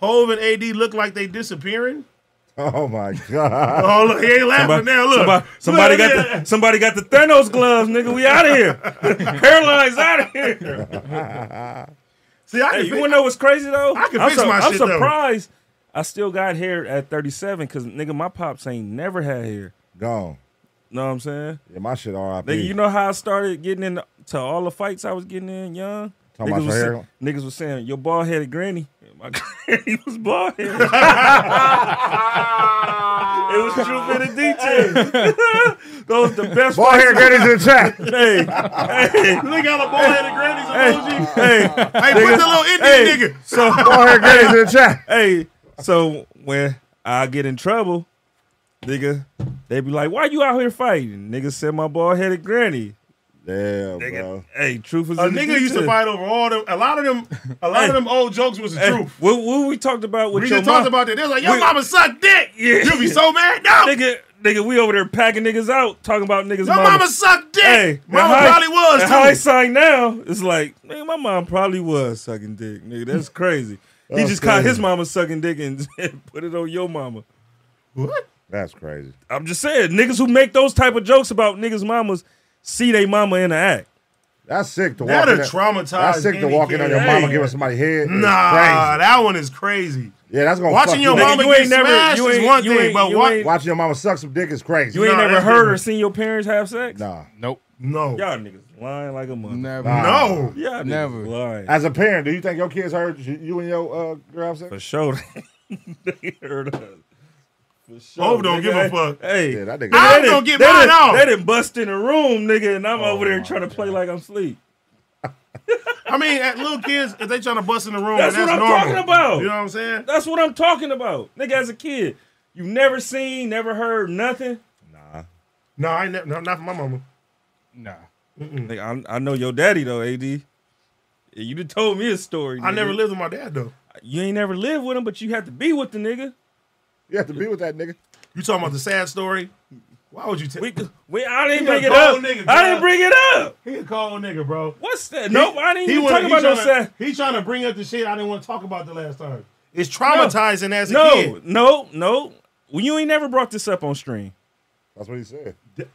Speaker 1: Hove and AD look like they disappearing.
Speaker 2: Oh my god.
Speaker 1: Oh, look, he ain't laughing now. Look,
Speaker 4: somebody, somebody
Speaker 1: Look,
Speaker 4: got
Speaker 1: yeah.
Speaker 4: the somebody got the Thanos gloves, nigga. We out of here. Hairline's out of here.
Speaker 1: See, I
Speaker 4: Hey,
Speaker 1: can
Speaker 4: you
Speaker 1: fi-
Speaker 4: wanna know what's crazy though?
Speaker 1: I can
Speaker 4: am
Speaker 1: fix my
Speaker 4: I'm
Speaker 1: shit, though.
Speaker 4: surprised. I still got hair at 37 because nigga, my pops ain't never had hair.
Speaker 2: Gone.
Speaker 4: Know what I'm saying?
Speaker 2: Yeah, my shit
Speaker 4: Nigga,
Speaker 2: RIP.
Speaker 4: you know how I started getting into to all the fights I was getting in young.
Speaker 2: Talking about
Speaker 4: was
Speaker 2: your
Speaker 4: saying, niggas was saying your bald headed granny. My granny was bald headed. it was truth in the details. Those the best.
Speaker 2: Ball
Speaker 4: fights-
Speaker 2: hair grannies in the chat.
Speaker 4: Hey, hey,
Speaker 1: They got a ball headed granny's emoji.
Speaker 4: hey,
Speaker 1: Hey, put the little Indian
Speaker 4: hey.
Speaker 1: nigga.
Speaker 4: So
Speaker 2: Ball hair grannies in the chat.
Speaker 4: hey, so when I get in trouble, nigga, they be like, "Why you out here fighting?" Nigga said my bald headed granny.
Speaker 2: Yeah,
Speaker 4: Nigga,
Speaker 2: bro.
Speaker 4: hey, truth is
Speaker 1: A
Speaker 4: in the
Speaker 1: nigga used to
Speaker 4: details.
Speaker 1: fight over all them. A lot of them, a lot of them old jokes was the
Speaker 4: Hey,
Speaker 1: truth.
Speaker 4: What, what we talked about with
Speaker 1: We
Speaker 4: your
Speaker 1: just talked
Speaker 4: mom-
Speaker 1: about that. They was like, your
Speaker 4: We-
Speaker 1: mama suck dick.
Speaker 4: Yeah.
Speaker 1: You'll be so mad. No,
Speaker 4: nigga, nigga, we over there packing niggas out, talking about niggas.
Speaker 1: your mama, sucked dick.
Speaker 4: Hey, now
Speaker 1: mama
Speaker 4: how-
Speaker 1: probably was
Speaker 4: and How I
Speaker 1: too.
Speaker 4: sign now? It's like, nigga, my mom probably was sucking dick, nigga. That's crazy. he
Speaker 2: That's
Speaker 4: just caught his
Speaker 2: crazy.
Speaker 4: mama sucking dick and put it on your mama.
Speaker 1: What?
Speaker 2: That's crazy.
Speaker 4: I'm just saying, niggas who make those type of jokes about niggas' mamas see they mama in the act.
Speaker 2: That's sick to walk
Speaker 1: That'd
Speaker 2: in.
Speaker 1: have
Speaker 2: there-
Speaker 1: traumatized.
Speaker 2: That's sick to
Speaker 1: any
Speaker 2: walk in
Speaker 1: kid.
Speaker 2: on your
Speaker 1: Hey.
Speaker 2: mama giving somebody head. It's
Speaker 1: Nah,
Speaker 2: crazy.
Speaker 1: that one is crazy.
Speaker 2: Yeah, that's gonna fuck
Speaker 1: Watching your
Speaker 2: you up.
Speaker 1: mama
Speaker 4: Oh, you
Speaker 1: get
Speaker 4: ain't never-
Speaker 1: smashed
Speaker 4: you
Speaker 1: is
Speaker 4: ain't-
Speaker 1: one
Speaker 4: you
Speaker 1: thing,
Speaker 4: ain't-
Speaker 1: but
Speaker 4: you
Speaker 1: what?
Speaker 4: ain't-
Speaker 2: Watching your mama suck some dick is crazy.
Speaker 4: You ain't
Speaker 1: Nah,
Speaker 4: never
Speaker 1: that's
Speaker 4: heard
Speaker 1: different.
Speaker 4: or seen your parents have sex?
Speaker 2: Nah.
Speaker 3: Nope.
Speaker 1: No,
Speaker 4: Y'all niggas lying like a mother.
Speaker 3: Never.
Speaker 2: Nah.
Speaker 1: no.
Speaker 4: Y'all niggas
Speaker 3: Never.
Speaker 4: lying.
Speaker 2: As a parent, do you think your kids heard you you and your uh, girl have
Speaker 4: For
Speaker 2: sex?
Speaker 4: sure. they heard us. For sure.
Speaker 1: Hov don't
Speaker 4: nigga.
Speaker 1: give a
Speaker 4: Hey,
Speaker 1: fuck.
Speaker 4: Hey.
Speaker 2: Yeah, that nigga.
Speaker 1: I- I'm
Speaker 4: They
Speaker 1: gonna
Speaker 4: done-
Speaker 1: get
Speaker 4: they
Speaker 1: mine
Speaker 4: done-
Speaker 1: off.
Speaker 4: They didn't bust in the room, nigga, and I'm
Speaker 2: Oh
Speaker 4: over there trying to play like I'm asleep.
Speaker 1: I mean, at little kids, if they trying to bust in the room,
Speaker 4: That's
Speaker 1: then
Speaker 4: what I'm
Speaker 1: normal.
Speaker 4: talking about.
Speaker 1: You know what I'm saying?
Speaker 4: That's what I'm talking about. Nigga, as a kid, you never seen, never heard nothing.
Speaker 1: No, I ain't, ne- no, not for my mama.
Speaker 3: Nah.
Speaker 4: Nigga, I, I know your daddy though, AD. You done told me a story.
Speaker 1: I
Speaker 4: nigga.
Speaker 1: never lived with my dad though.
Speaker 4: You ain't never lived with him, but you had to be with the nigga.
Speaker 2: You have to be with that nigga.
Speaker 1: You talking about the sad story? Why would you tell?
Speaker 4: We, we I
Speaker 1: He
Speaker 4: didn't
Speaker 1: a
Speaker 4: bring it up.
Speaker 1: cold nigga,
Speaker 4: I
Speaker 1: bro.
Speaker 4: didn't bring it up.
Speaker 1: He a cold nigga, bro.
Speaker 4: What's that? nope, I didn't even talk about no
Speaker 1: trying
Speaker 4: sad.
Speaker 1: to, He trying to bring up the shit I didn't want to talk about the last time. It's traumatizing as a
Speaker 4: No,
Speaker 1: kid.
Speaker 4: no, no. Well, you ain't never brought this up on stream.
Speaker 2: That's what he said. That's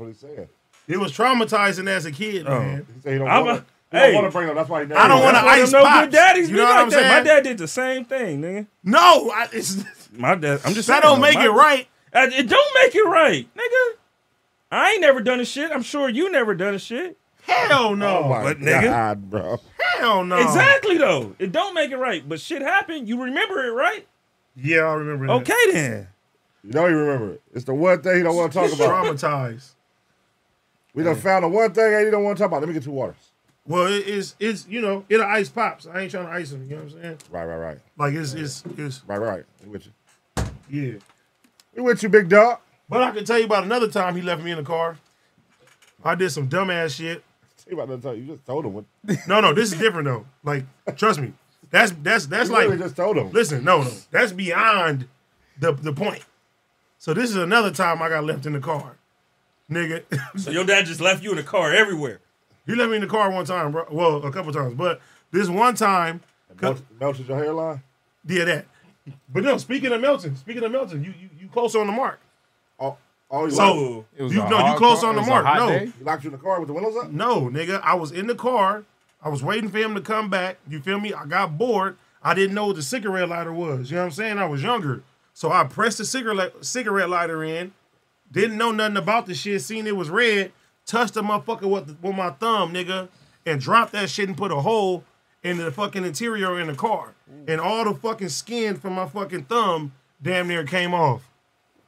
Speaker 2: what he said.
Speaker 1: It was traumatizing as a kid,
Speaker 4: Oh.
Speaker 1: man.
Speaker 2: He said he don't
Speaker 4: I'm
Speaker 2: want
Speaker 4: a-
Speaker 2: to. He
Speaker 4: hey.
Speaker 2: don't want to bring it up. That's why he never.
Speaker 1: I don't
Speaker 2: brought it
Speaker 1: wanna-
Speaker 2: up.
Speaker 4: One of
Speaker 1: ice
Speaker 4: them no
Speaker 1: box.
Speaker 4: good daddies.
Speaker 1: You
Speaker 4: be
Speaker 1: know what
Speaker 4: like
Speaker 1: I'm
Speaker 4: that. My
Speaker 1: saying?
Speaker 4: dad did the same thing, nigga.
Speaker 1: No, I, it's,
Speaker 4: My dad. I'm just saying,
Speaker 1: that don't make
Speaker 4: my-
Speaker 1: it right.
Speaker 4: Uh, It don't make it right, nigga. I ain't never done a shit. I'm sure you never done a shit.
Speaker 1: Hell no.
Speaker 2: Oh my
Speaker 4: But nigga-
Speaker 2: God, bro.
Speaker 1: Hell no.
Speaker 4: Exactly though. It don't make it right, but shit happened. You remember it, right?
Speaker 1: Yeah, I remember. that.
Speaker 4: Okay then.
Speaker 2: You know he remember it. It's the one thing he don't want to talk about.
Speaker 1: Traumatized.
Speaker 2: We done found the one thing he don't want to talk about. Let me get two waters.
Speaker 1: Well, it is. It's you know, it'll ice pops. I ain't trying to ice him. You know what I'm saying?
Speaker 2: Right, right, right,
Speaker 1: Like it's it's it's
Speaker 2: right, right. We with you.
Speaker 1: yeah.
Speaker 2: We with you, big dog.
Speaker 1: But I can tell you about another time he left me in the car. I did some dumbass shit.
Speaker 2: He about to tell you. You just told him. What,
Speaker 1: No, no, this is different though. Like, trust me, that's that's that's
Speaker 2: you
Speaker 1: like.
Speaker 2: literally just told him.
Speaker 1: Listen, no, no, that's beyond the the point. So this is another time I got left in the car, nigga.
Speaker 4: So your dad just left you in the car everywhere.
Speaker 1: he left me in the car one time, bro. Well, a couple times, but this one time,
Speaker 2: Melt- Melted your hairline.
Speaker 1: yeah, that. But no, speaking of Melton, speaking of Melton, you you, you close on the mark.
Speaker 2: Oh, oh, he locked-
Speaker 1: So
Speaker 3: It was
Speaker 1: you
Speaker 3: a
Speaker 1: know you
Speaker 3: hard
Speaker 1: close
Speaker 3: car-
Speaker 1: on the
Speaker 3: it was a
Speaker 1: mark.
Speaker 3: hot
Speaker 1: No,
Speaker 3: day.
Speaker 2: he locked you in the car with the windows up.
Speaker 1: No, nigga, I was in the car. I was waiting for him to come back. You feel me? I got bored. I didn't know what the cigarette lighter was. You know what I'm saying? I was younger. So I pressed the cigarette cigarette lighter in. Didn't know nothing about the shit. Seen it was red. Touched the motherfucker with, with my thumb, nigga, and dropped that shit and put a hole in the fucking interior in the car, and all the fucking skin from my fucking thumb damn near came off.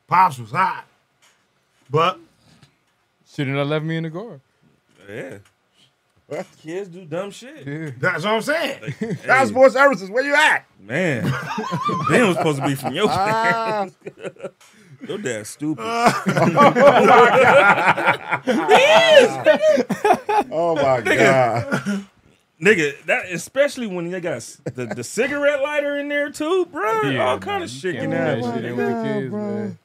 Speaker 1: Pops was hot, but
Speaker 3: shouldn't have left me in the car.
Speaker 4: Yeah. Kids do dumb shit.
Speaker 1: That's what I'm saying.
Speaker 2: Child support services, where you at?
Speaker 4: Man, Ben was supposed to be from your
Speaker 1: Ah.
Speaker 4: parents. your dad's stupid.
Speaker 2: Oh my god.
Speaker 4: Nigga, that especially when they got s- the, the cigarette lighter in there too, bro.
Speaker 3: Yeah,
Speaker 4: All kind
Speaker 3: man,
Speaker 4: of
Speaker 3: you
Speaker 4: shit
Speaker 3: can't
Speaker 4: in
Speaker 3: do
Speaker 4: that.
Speaker 3: that
Speaker 4: shit.
Speaker 3: shit. They were kids, man.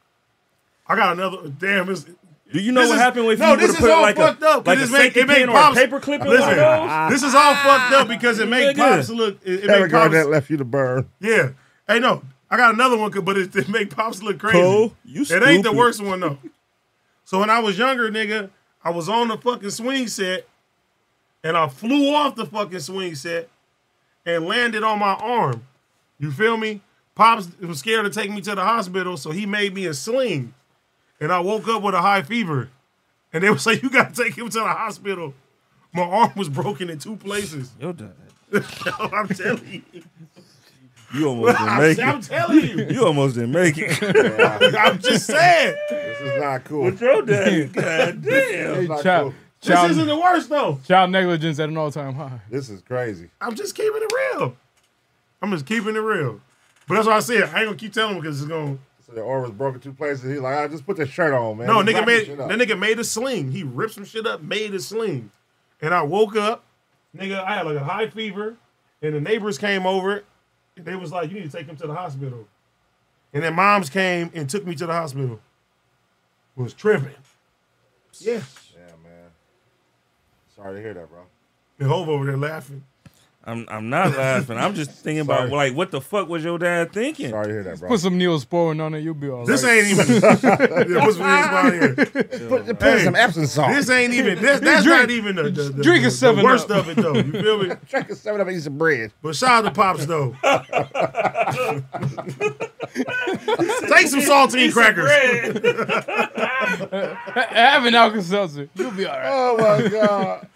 Speaker 1: I got another damn. It's,
Speaker 4: Do you know
Speaker 1: This
Speaker 4: what
Speaker 1: is-
Speaker 4: happened if
Speaker 1: no,
Speaker 4: you
Speaker 1: this
Speaker 4: would
Speaker 1: is
Speaker 4: put
Speaker 1: all
Speaker 4: like
Speaker 1: fucked
Speaker 4: a
Speaker 1: up, 'cause
Speaker 4: like a
Speaker 1: this make-
Speaker 4: safety
Speaker 1: it make
Speaker 4: pin or a
Speaker 1: pops-
Speaker 4: paper clip in one
Speaker 1: listen,
Speaker 4: of those?
Speaker 1: this is all fucked up because it make
Speaker 4: Nigga.
Speaker 1: pops look. It, it
Speaker 2: That
Speaker 1: make
Speaker 2: girl that
Speaker 1: pops.
Speaker 2: left you to burn.
Speaker 1: Yeah. Hey, no, I got another one, but it, it make pops look crazy.
Speaker 4: Cole, you
Speaker 1: it ain't the
Speaker 4: stupid.
Speaker 1: worst one though. So when I was younger, nigga, I was on the fucking swing set, and I flew off the fucking swing set, and landed on my arm. You feel me? Pops was scared to take me to the hospital, so he made me a sling, and I woke up with a high fever, and they was like, "You gotta take him to the hospital." My arm was broken in two places.
Speaker 4: Your dad.
Speaker 1: I'm telling you.
Speaker 4: You almost didn't
Speaker 1: I'm,
Speaker 4: make
Speaker 1: I'm
Speaker 4: it.
Speaker 1: telling you.
Speaker 4: You almost didn't make it.
Speaker 1: I'm just saying.
Speaker 2: This is not cool.
Speaker 4: With your dad, god damn.
Speaker 3: Hey,
Speaker 2: not
Speaker 3: child,
Speaker 1: This
Speaker 3: child,
Speaker 1: isn't the worst though.
Speaker 3: child negligence at an all time high.
Speaker 2: This is crazy.
Speaker 1: I'm just keeping it real. I'm just keeping it real. But that's why I said I ain't gonna keep telling him because it's gonna.
Speaker 2: So the aura was broken two places. He like, I just put that shirt on, man.
Speaker 1: No,
Speaker 2: Just
Speaker 1: nigga
Speaker 2: wrap
Speaker 1: made
Speaker 2: this shit up.
Speaker 1: that nigga made a sling. He ripped some shit up, made a sling, and I woke up, nigga. I had like a high fever, and the neighbors came over, and they was like, "You need to take him to the hospital." And then moms came and took me to the hospital. Was tripping. Yeah,
Speaker 2: Yeah, man. Sorry to hear that, bro.
Speaker 1: and Hov over there laughing.
Speaker 4: I'm I'm not laughing. I'm just thinking
Speaker 2: Sorry.
Speaker 4: about like what the fuck was your dad thinking?
Speaker 2: Sorry to hear that, bro.
Speaker 3: Put some neosporin on it, you'll be all right.
Speaker 1: This ain't even. Yeah, what's- what's wrong here?
Speaker 2: put,
Speaker 1: Hey,
Speaker 2: some Epsom salt.
Speaker 1: This ain't even. This, that's not even the, the, the,
Speaker 3: drink
Speaker 1: the,
Speaker 3: a
Speaker 1: the
Speaker 3: 7
Speaker 1: worst
Speaker 3: Up.
Speaker 1: of it though. You feel me?
Speaker 2: Drink some of that. Eat some bread.
Speaker 1: But shout out to pops though. Take some saltine crackers.
Speaker 4: Bread.
Speaker 3: Have an Alka Seltzer. You'll be all right.
Speaker 2: Oh my god.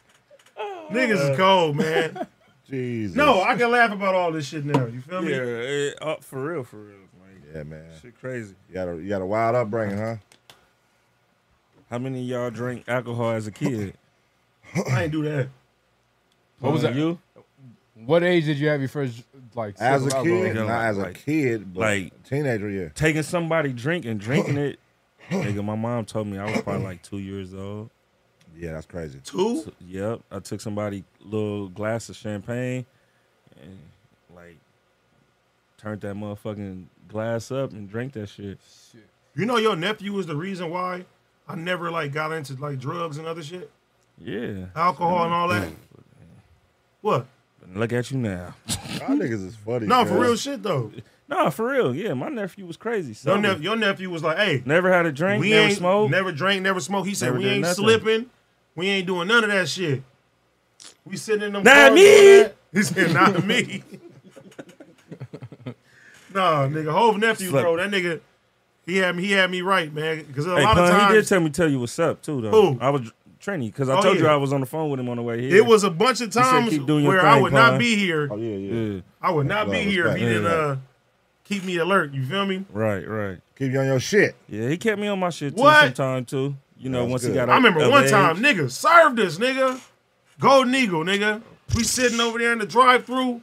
Speaker 1: Niggas is cold, man.
Speaker 2: Jesus.
Speaker 1: No, I can laugh about all this shit now. You feel
Speaker 4: yeah,
Speaker 1: me?
Speaker 4: eh, uh, for real, for real. Like,
Speaker 2: Yeah, man.
Speaker 4: Shit crazy.
Speaker 2: You got a you got a wild upbringing, huh?
Speaker 4: How many of y'all drank alcohol as a kid?
Speaker 1: I ain't do that.
Speaker 3: What was
Speaker 4: Uh,
Speaker 3: that?
Speaker 4: You?
Speaker 3: What age did you have your first like? sip
Speaker 2: As
Speaker 3: of
Speaker 2: a
Speaker 3: alcohol?
Speaker 2: kid, not as a
Speaker 4: like-
Speaker 2: kid, but
Speaker 4: like-
Speaker 2: teenager, yeah.
Speaker 4: Taking somebody drink and drinking it. Nigga, my mom told me I was probably like two years old.
Speaker 2: Yeah, that's crazy.
Speaker 1: Two?
Speaker 4: So, yep. I took somebody little glass of champagne and like turned that motherfucking glass up and drank that shit.
Speaker 1: You know your nephew was the reason why I never like got into like drugs and other shit,
Speaker 4: Yeah.
Speaker 1: alcohol and all
Speaker 3: Mm.
Speaker 1: that. What?
Speaker 4: Look at you now.
Speaker 2: Y'all niggas is funny.
Speaker 1: No, for
Speaker 2: man.
Speaker 1: real shit though.
Speaker 4: Nah, for real. Yeah, my nephew was crazy. So
Speaker 1: Your, nep- your nephew was like, "Hey,
Speaker 4: never had a drink,
Speaker 1: we
Speaker 4: never
Speaker 1: ain't
Speaker 4: smoked.
Speaker 1: never drank, never smoked." He said,
Speaker 4: Never
Speaker 1: "We
Speaker 4: did
Speaker 1: ain't
Speaker 4: nothing.
Speaker 1: slipping, we ain't doing none of that shit." We sitting in them.
Speaker 4: Not
Speaker 1: clubs
Speaker 4: me!
Speaker 1: doing that. He said, "Not me." nah, nigga, Hove nephew,
Speaker 4: Slip.
Speaker 1: bro. That nigga, he had me. He had me right, man. Because a
Speaker 4: hey,
Speaker 1: lot
Speaker 4: Pun,
Speaker 1: of
Speaker 4: he did
Speaker 1: times
Speaker 4: tell me tell you what's up too though.
Speaker 1: Who?
Speaker 4: I was Trini, because I
Speaker 1: Oh,
Speaker 4: told you
Speaker 1: yeah.
Speaker 4: I was on the phone with him on the way here.
Speaker 1: it was a bunch of times
Speaker 4: "Keep doing your
Speaker 1: where I
Speaker 4: thing,
Speaker 1: would not
Speaker 4: Pun."
Speaker 1: be here.
Speaker 2: Oh yeah, yeah.
Speaker 4: Yeah,
Speaker 1: I would not be
Speaker 2: That's
Speaker 1: here if
Speaker 2: respect.
Speaker 1: he didn't
Speaker 4: Yeah.
Speaker 1: uh, keep me alert. You feel me?
Speaker 4: right, right.
Speaker 2: Keep you on your shit.
Speaker 4: Yeah, he kept me on my shit too
Speaker 1: What?
Speaker 4: sometime too. You know,
Speaker 2: That's
Speaker 4: once he
Speaker 2: good.
Speaker 4: got
Speaker 1: I remember
Speaker 4: of
Speaker 1: one
Speaker 4: age.
Speaker 1: time, nigga, served us, nigga. Golden Eagle, nigga. We sitting over there in the drive thru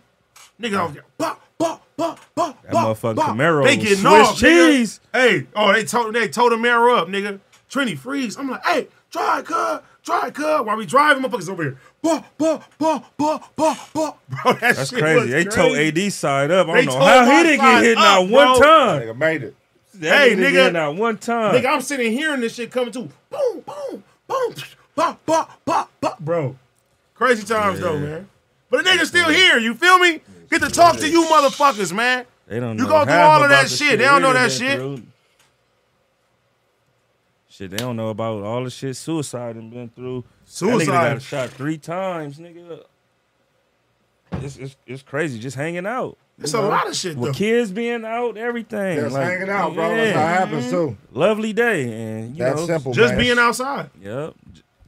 Speaker 1: Nigga, I was like, bah, bah, bah, bah,
Speaker 4: That
Speaker 1: bah,
Speaker 4: motherfucking
Speaker 1: bah.
Speaker 4: Camaro
Speaker 1: They
Speaker 4: was
Speaker 1: getting
Speaker 4: Swiss
Speaker 1: off, nigga.
Speaker 4: cheese.
Speaker 1: Hey, oh, they told they towed the Camaro up, nigga. Trini freeze. I'm like, hey, try it, cuz. Try it, cuz. While we driving, motherfuckers over here. Bah, bah, bah, bah, bah, bah. Bro, that
Speaker 4: That's
Speaker 1: shit
Speaker 4: crazy.
Speaker 1: was
Speaker 4: They towed AD side up. I
Speaker 1: They
Speaker 4: don't know
Speaker 1: towed
Speaker 4: how
Speaker 1: my
Speaker 4: he didn't get
Speaker 1: side
Speaker 4: hit
Speaker 1: up,
Speaker 4: not one
Speaker 1: bro.
Speaker 4: time.
Speaker 2: Nigga made it.
Speaker 4: That
Speaker 1: Hey,
Speaker 4: nigga,
Speaker 1: nigga.
Speaker 4: did not one time.
Speaker 1: Nigga, I'm sitting hearing this shit coming too. Boom, boom, boom, pop, pop, pop, pop, bro. Crazy times though, man. But the nigga's still here. You feel me? Get to talk to you motherfuckers, man.
Speaker 4: They don't.
Speaker 1: You
Speaker 4: know
Speaker 1: go through
Speaker 4: half
Speaker 1: all of
Speaker 4: about
Speaker 1: that
Speaker 4: the
Speaker 1: shit. They don't
Speaker 4: we
Speaker 1: know
Speaker 4: done
Speaker 1: that
Speaker 4: been
Speaker 1: shit.
Speaker 4: through. Shit, they don't know about all the shit suicide and been through. That nigga done
Speaker 1: Suicide.
Speaker 4: got shot three times, nigga. It's, it's, it's crazy just hanging out.
Speaker 1: It's a lot of shit though.
Speaker 4: With kids being out, everything.
Speaker 2: Just
Speaker 4: like,
Speaker 2: hanging out, bro. That's
Speaker 4: yeah.
Speaker 2: how it happens too.
Speaker 4: Lovely day. And, you
Speaker 2: That's
Speaker 4: know,
Speaker 2: simple.
Speaker 1: Just
Speaker 2: man.
Speaker 1: being outside.
Speaker 4: Yep.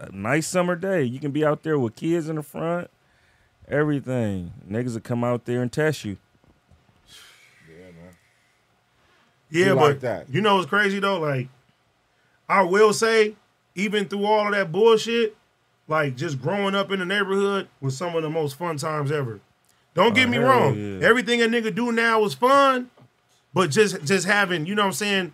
Speaker 4: A nice summer day. You can be out there with kids in the front everything. Niggas will come out there and test you.
Speaker 1: Yeah,
Speaker 4: Be
Speaker 1: but
Speaker 4: like that.
Speaker 1: you know what's crazy though? Like, I will say, even through all of that bullshit, like just growing up in the neighborhood was some of the most fun times ever. Don't get
Speaker 13: Oh,
Speaker 1: me
Speaker 13: hell
Speaker 1: wrong.
Speaker 13: yeah.
Speaker 1: Everything a nigga do now is fun, but just just having, you know what I'm saying,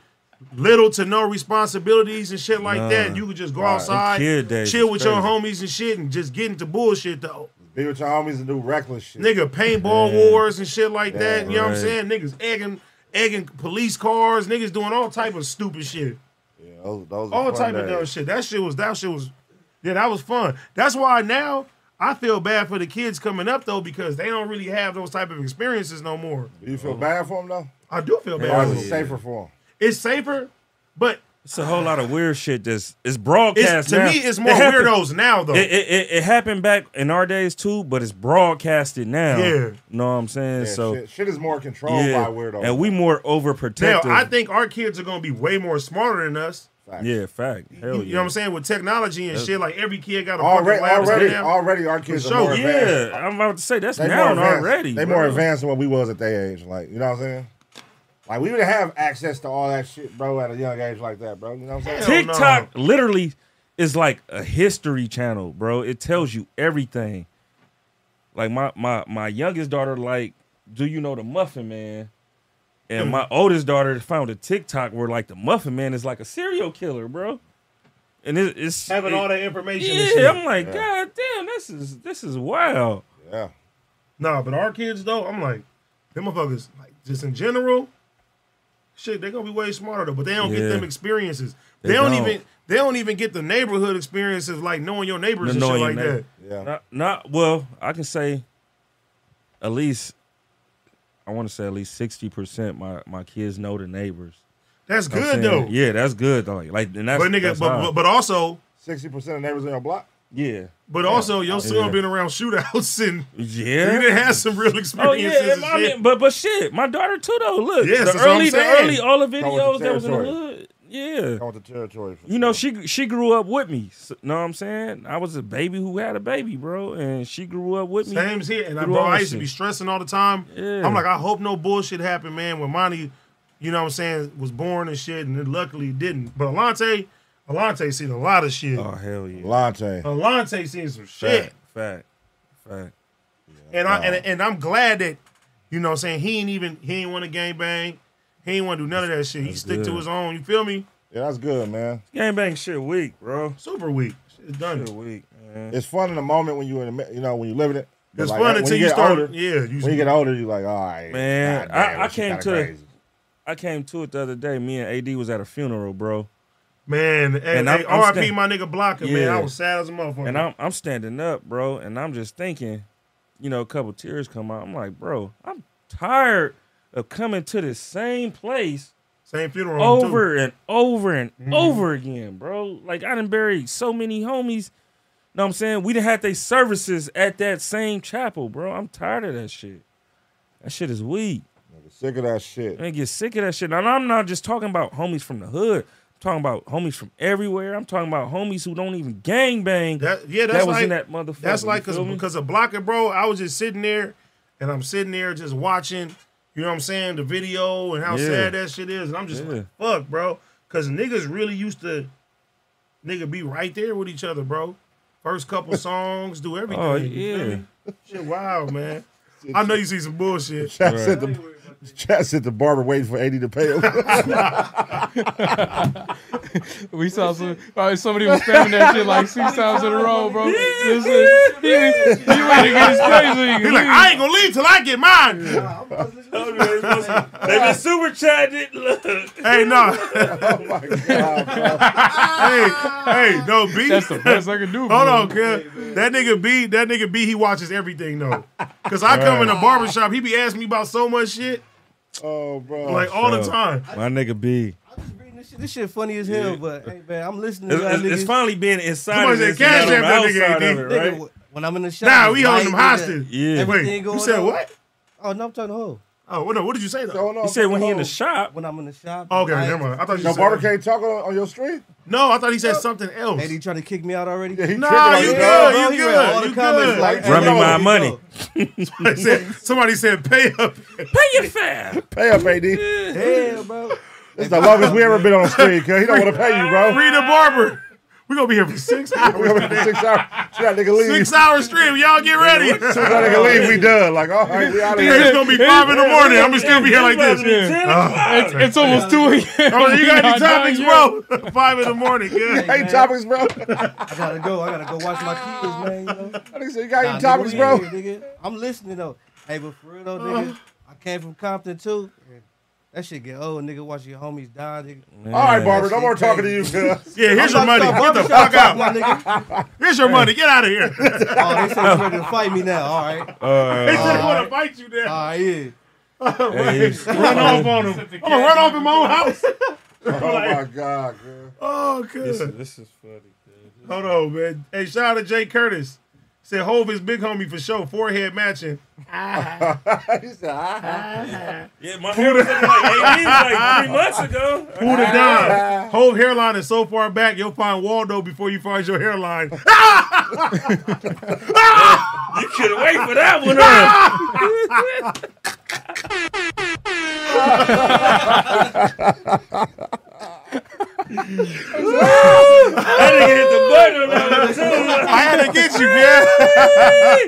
Speaker 1: little to no responsibilities and shit like that.
Speaker 4: Nah.
Speaker 1: you could just go
Speaker 4: Right.
Speaker 1: outside,
Speaker 4: Kid days
Speaker 1: chill
Speaker 4: is
Speaker 1: with your
Speaker 4: crazy.
Speaker 1: homies and shit and just get into bullshit though.
Speaker 2: Be with your homies and do reckless shit.
Speaker 1: Nigga, paintball
Speaker 2: Yeah.
Speaker 1: wars and shit like that.
Speaker 2: Yeah,
Speaker 1: You know what
Speaker 2: right.
Speaker 1: I'm saying? Niggas egging, egging police cars. Niggas doing all type of stupid shit.
Speaker 2: Yeah, those, those are
Speaker 1: all
Speaker 2: fun
Speaker 1: type of
Speaker 2: days.
Speaker 1: dumb shit. That shit was that shit was, yeah, that was fun. That's why now I feel bad for the kids coming up though because they don't really have those type of experiences no more.
Speaker 2: You feel bad for them though?
Speaker 1: I do feel bad.
Speaker 2: Or is
Speaker 1: for
Speaker 2: it
Speaker 1: them.
Speaker 2: safer for them?
Speaker 1: It's safer, but
Speaker 4: It's a whole lot of weird shit. That's it's broadcast
Speaker 1: It's- to
Speaker 4: now.
Speaker 1: me, it's more
Speaker 4: happened-
Speaker 1: weirdos now, though.
Speaker 4: It, it, it, it happened back in our days too, but it's broadcasted now.
Speaker 1: Yeah.
Speaker 4: you know what I'm saying?
Speaker 2: Yeah,
Speaker 4: so
Speaker 2: shit, shit is more controlled
Speaker 4: yeah,
Speaker 2: by weirdos.
Speaker 4: and we more
Speaker 1: now
Speaker 4: overprotective.
Speaker 1: I think our kids are gonna be way more smarter than us.
Speaker 4: yeah, fact. Hell
Speaker 1: You
Speaker 4: yeah.
Speaker 1: know what I'm saying? With technology and
Speaker 4: That's-
Speaker 1: shit, like every kid got a
Speaker 2: already,
Speaker 1: fucking lab
Speaker 2: already,
Speaker 1: now.
Speaker 2: already, our
Speaker 1: For
Speaker 2: kids
Speaker 1: sure.
Speaker 2: are more advanced.
Speaker 4: Yeah, I'm about to say that's
Speaker 2: They more
Speaker 4: now
Speaker 2: advanced-
Speaker 4: already.
Speaker 2: They
Speaker 4: bro.
Speaker 2: more advanced than what we was at their age. Like, you know what I'm saying? Like we didn't have access to all that shit, bro, at a young age like that, bro. You know what I'm saying?
Speaker 4: TikTok literally is like a history channel, bro. It tells you everything. Like my my my youngest daughter, like, do you know the Muffin Man? And
Speaker 1: Mm.
Speaker 4: my oldest daughter found a TikTok where like the Muffin Man is like a serial killer, bro. And it, it's
Speaker 1: Having
Speaker 4: it-
Speaker 1: all that information and
Speaker 4: Yeah,
Speaker 1: shit.
Speaker 4: I'm like,
Speaker 1: Yeah.
Speaker 4: God damn, this is this is wild.
Speaker 2: Yeah.
Speaker 1: Nah, but our kids though, I'm like, them motherfuckers, like just in general, shit, they're gonna be way smarter though. But they don't get
Speaker 4: Yeah.
Speaker 1: them experiences. They,
Speaker 4: They
Speaker 1: don't,
Speaker 4: don't.
Speaker 1: even they don't even get the neighborhood experiences like knowing your neighbors and shit
Speaker 4: Annoying
Speaker 1: like
Speaker 4: neighbor.
Speaker 1: that.
Speaker 2: Yeah.
Speaker 4: Not, not well. I can say, at least, I want to say at least sixty percent. My my kids know the neighbors.
Speaker 1: That's
Speaker 4: You know what
Speaker 1: good
Speaker 4: I'm saying?
Speaker 1: though.
Speaker 4: Yeah, that's good. Like, like and that's,
Speaker 1: but nigga,
Speaker 4: that's
Speaker 1: but,
Speaker 4: high.
Speaker 1: but but also,
Speaker 2: Sixty percent of neighbors in your block.
Speaker 4: yeah,
Speaker 1: but also, your son
Speaker 4: Yeah.
Speaker 1: been around shootouts and
Speaker 4: yeah.
Speaker 1: you done had some real
Speaker 4: Oh
Speaker 1: experiences.
Speaker 4: yeah,
Speaker 1: and
Speaker 4: I
Speaker 1: shit.
Speaker 4: mean, but but shit, my daughter too though. Look,
Speaker 1: Yes,
Speaker 4: the
Speaker 1: that's what I'm
Speaker 4: early the
Speaker 1: saying.
Speaker 4: early all the
Speaker 2: Go with
Speaker 4: videos
Speaker 2: the
Speaker 4: that was in the
Speaker 2: territory.
Speaker 4: hood. Yeah,
Speaker 2: Come with the territory. For
Speaker 4: you know she she grew up with me. So, know what I'm saying? I was a baby who had a baby, bro, and she grew up with me.
Speaker 1: Same's here, and I,
Speaker 4: through
Speaker 1: bro,
Speaker 4: all
Speaker 1: I
Speaker 4: that
Speaker 1: used to be
Speaker 4: shit.
Speaker 1: stressing all the time.
Speaker 4: Yeah.
Speaker 1: I'm like, I hope no bullshit happened, man. When Monty, you know what I'm saying, was born and shit, and it luckily didn't. But Alante, Alante seen a lot of shit.
Speaker 4: Oh hell yeah!
Speaker 2: Lante.
Speaker 1: Alante seen some shit,
Speaker 4: Fact, fact.
Speaker 1: and I and, and I'm glad that you know what I'm saying he ain't even he ain't want to gang bang, he ain't want to do none of that shit. He stick to
Speaker 4: good.
Speaker 1: his own. You feel me?
Speaker 2: Yeah, that's good, man.
Speaker 4: Gangbang shit weak, bro.
Speaker 1: Super weak. It's done.
Speaker 4: Shit weak, man.
Speaker 2: It's fun in the moment when you in, the, mi- you know, when you living it. But
Speaker 1: It's
Speaker 2: like,
Speaker 1: fun
Speaker 2: when
Speaker 1: until you,
Speaker 2: get
Speaker 1: start.
Speaker 2: older-
Speaker 1: yeah, you,
Speaker 2: When you get older, you like, all right,
Speaker 4: Man,
Speaker 2: goddamn,
Speaker 4: I- I
Speaker 2: this shit
Speaker 4: came
Speaker 2: kinda
Speaker 4: to the-
Speaker 2: crazy.
Speaker 4: I came to it the other day. Me and AD was at a funeral, bro.
Speaker 1: man. And,
Speaker 4: And I'm-
Speaker 1: hey,
Speaker 4: I'm
Speaker 1: R.I.P.
Speaker 4: stand-
Speaker 1: my nigga Blocker, man.
Speaker 4: Yeah.
Speaker 1: I was sad as a motherfucker.
Speaker 4: And I'm I'm standing up, bro, and I'm just thinking, you know, a couple tears come out. I'm like, bro, I'm tired of coming to the same place
Speaker 1: same funeral home, too.
Speaker 4: over and over and over again, bro. Like I done buried so many homies. Know what I'm saying? We done had their services at that same chapel, bro. I'm tired of that shit. That shit is weak.
Speaker 2: sick of that shit.
Speaker 4: Man, get sick of that shit. And I'm not just talking about homies from the hood. I'm talking about homies from everywhere. I'm talking about homies who don't even gang bang.
Speaker 1: That yeah, that's
Speaker 4: that was
Speaker 1: like
Speaker 4: in that motherfucker.
Speaker 1: that's like
Speaker 4: you
Speaker 1: cause,
Speaker 4: feel me?
Speaker 1: because of blocker, bro. I was just sitting there, and I'm sitting there just watching. You know what I'm saying? The video and how
Speaker 4: Yeah.
Speaker 1: sad that shit is, and I'm just like, fuck, bro. Cause niggas really used to, nigga, be right there with each other, bro. First couple songs, do everything.
Speaker 4: Oh
Speaker 1: you feel
Speaker 4: yeah,
Speaker 1: me? shit, wow, man. I know you see some bullshit.
Speaker 2: Chad said the Chad said the barber waiting for eighty to pay him.
Speaker 3: We saw some, probably somebody was spamming that shit like six times in a row, bro. This is- he, he waited to get his praise league.
Speaker 1: He like, I ain't gonna leave till I get mine.
Speaker 4: they been super chatted. Look,
Speaker 1: Hey, no. hey, hey, no, B.
Speaker 3: That's the best I can
Speaker 1: Hold
Speaker 3: do. bro.
Speaker 1: on, cuz. That nigga B, that nigga B, he watches everything though. Cause I come in the barbershop, he be asking me about so much shit,
Speaker 2: oh, bro.
Speaker 1: like all the time.
Speaker 4: my nigga B.
Speaker 10: I'm just reading this shit. This shit funny as hell, but hey man, I'm listening to
Speaker 4: It's,
Speaker 10: y'all
Speaker 4: it's, it's
Speaker 10: niggas.
Speaker 4: finally being inside.
Speaker 1: Somebody
Speaker 4: of this
Speaker 1: said, "Cash
Speaker 4: and
Speaker 1: app
Speaker 4: not on the
Speaker 1: that nigga,
Speaker 4: outside of it,
Speaker 1: AD."
Speaker 10: Nigga,
Speaker 4: right?
Speaker 10: wh- when I'm in the shop.
Speaker 1: Nah,
Speaker 10: it's
Speaker 1: we holding
Speaker 10: light,
Speaker 1: him
Speaker 10: nigga.
Speaker 1: hostage.
Speaker 4: Yeah.
Speaker 1: Wait,
Speaker 10: Everything
Speaker 1: you
Speaker 10: going
Speaker 1: said
Speaker 10: on.
Speaker 1: what?
Speaker 10: Oh no, I'm talking to hoe.
Speaker 1: Oh, what? what did you say though?
Speaker 2: Going on.
Speaker 4: He said when he
Speaker 1: oh.
Speaker 4: in the shop.
Speaker 10: When I'm in the shop.
Speaker 1: Okay,
Speaker 10: light.
Speaker 1: never mind. I thought you
Speaker 2: Your
Speaker 1: said
Speaker 2: barber can't talk on, on your street.
Speaker 1: No, I thought he said something else.
Speaker 10: Hey, they trying to kick me out already?
Speaker 2: Yeah, he
Speaker 1: Nah,
Speaker 2: tripping like
Speaker 1: you
Speaker 2: that.
Speaker 1: good.
Speaker 10: Bro,
Speaker 1: you
Speaker 10: he read all the
Speaker 1: good.
Speaker 10: comments
Speaker 1: You
Speaker 10: like,
Speaker 1: good.
Speaker 10: hey,
Speaker 4: Run me
Speaker 10: yo,
Speaker 4: my
Speaker 10: yo.
Speaker 4: money.
Speaker 1: somebody, said, somebody said, pay up. Pay
Speaker 4: your fab.
Speaker 2: Pay up, AD.
Speaker 4: Hell, bro.
Speaker 2: This is the longest we ever been on the screen, cuz he don't want to pay you, bro.
Speaker 1: Rita Barber. We're going to be here for six hours.
Speaker 2: We over here for six hours. See that nigga leave.
Speaker 1: Six hour stream. Y'all get ready.
Speaker 2: See that nigga leave. We done. Like, all right, we out of
Speaker 1: It's
Speaker 2: here.
Speaker 1: gonna be five in the morning. I'm gonna still be here like
Speaker 4: About to be
Speaker 1: this.
Speaker 4: 10
Speaker 3: It's, it's almost two. a.m.
Speaker 1: Oh, you got
Speaker 3: Not
Speaker 1: any
Speaker 3: done
Speaker 1: topics,
Speaker 3: yet.
Speaker 1: bro? Five in the morning. Good.
Speaker 2: Hey, topics, bro. I
Speaker 10: I gotta go. I gotta go watch my keepers, man. You know?
Speaker 2: think so. You got
Speaker 10: Nah,
Speaker 2: any
Speaker 10: nigga,
Speaker 2: topics,
Speaker 10: we
Speaker 2: bro?
Speaker 10: in here, nigga. I'm listening though. Hey, but for real though,
Speaker 1: Uh-huh.
Speaker 10: nigga, I came from Compton too. and That shit get old, nigga. Watch your homies die, nigga.
Speaker 2: All right, Barber. No more talking to you, cuz.
Speaker 1: Yeah, here's your
Speaker 10: I'm not-
Speaker 1: money.
Speaker 10: stop,
Speaker 1: Get the
Speaker 10: Bobby,
Speaker 1: fuck
Speaker 10: stop,
Speaker 1: out.
Speaker 10: nigga.
Speaker 1: Here's your money. Get out of here. They
Speaker 10: Oh, they said you ready to fight me now. All right, all
Speaker 1: didn't want to fight you there.
Speaker 10: right, yeah.
Speaker 1: Run off on him. I'm gonna run off in my own house.
Speaker 2: Oh, my God, girl.
Speaker 1: Oh, good.
Speaker 7: This is funny.
Speaker 1: Hold on, man. Hey, shout out to Jay Curtis. Said Hove is big homie for show. Forehead matching.
Speaker 2: He said, ah,
Speaker 4: Yeah, my hair was looking like AD like three months ago.
Speaker 1: Who the dime? Hove hairline is so far back, you'll find Waldo before you find your hairline.
Speaker 4: You should have waited for that one. huh? that nigga hit the button on that one, too.
Speaker 1: I had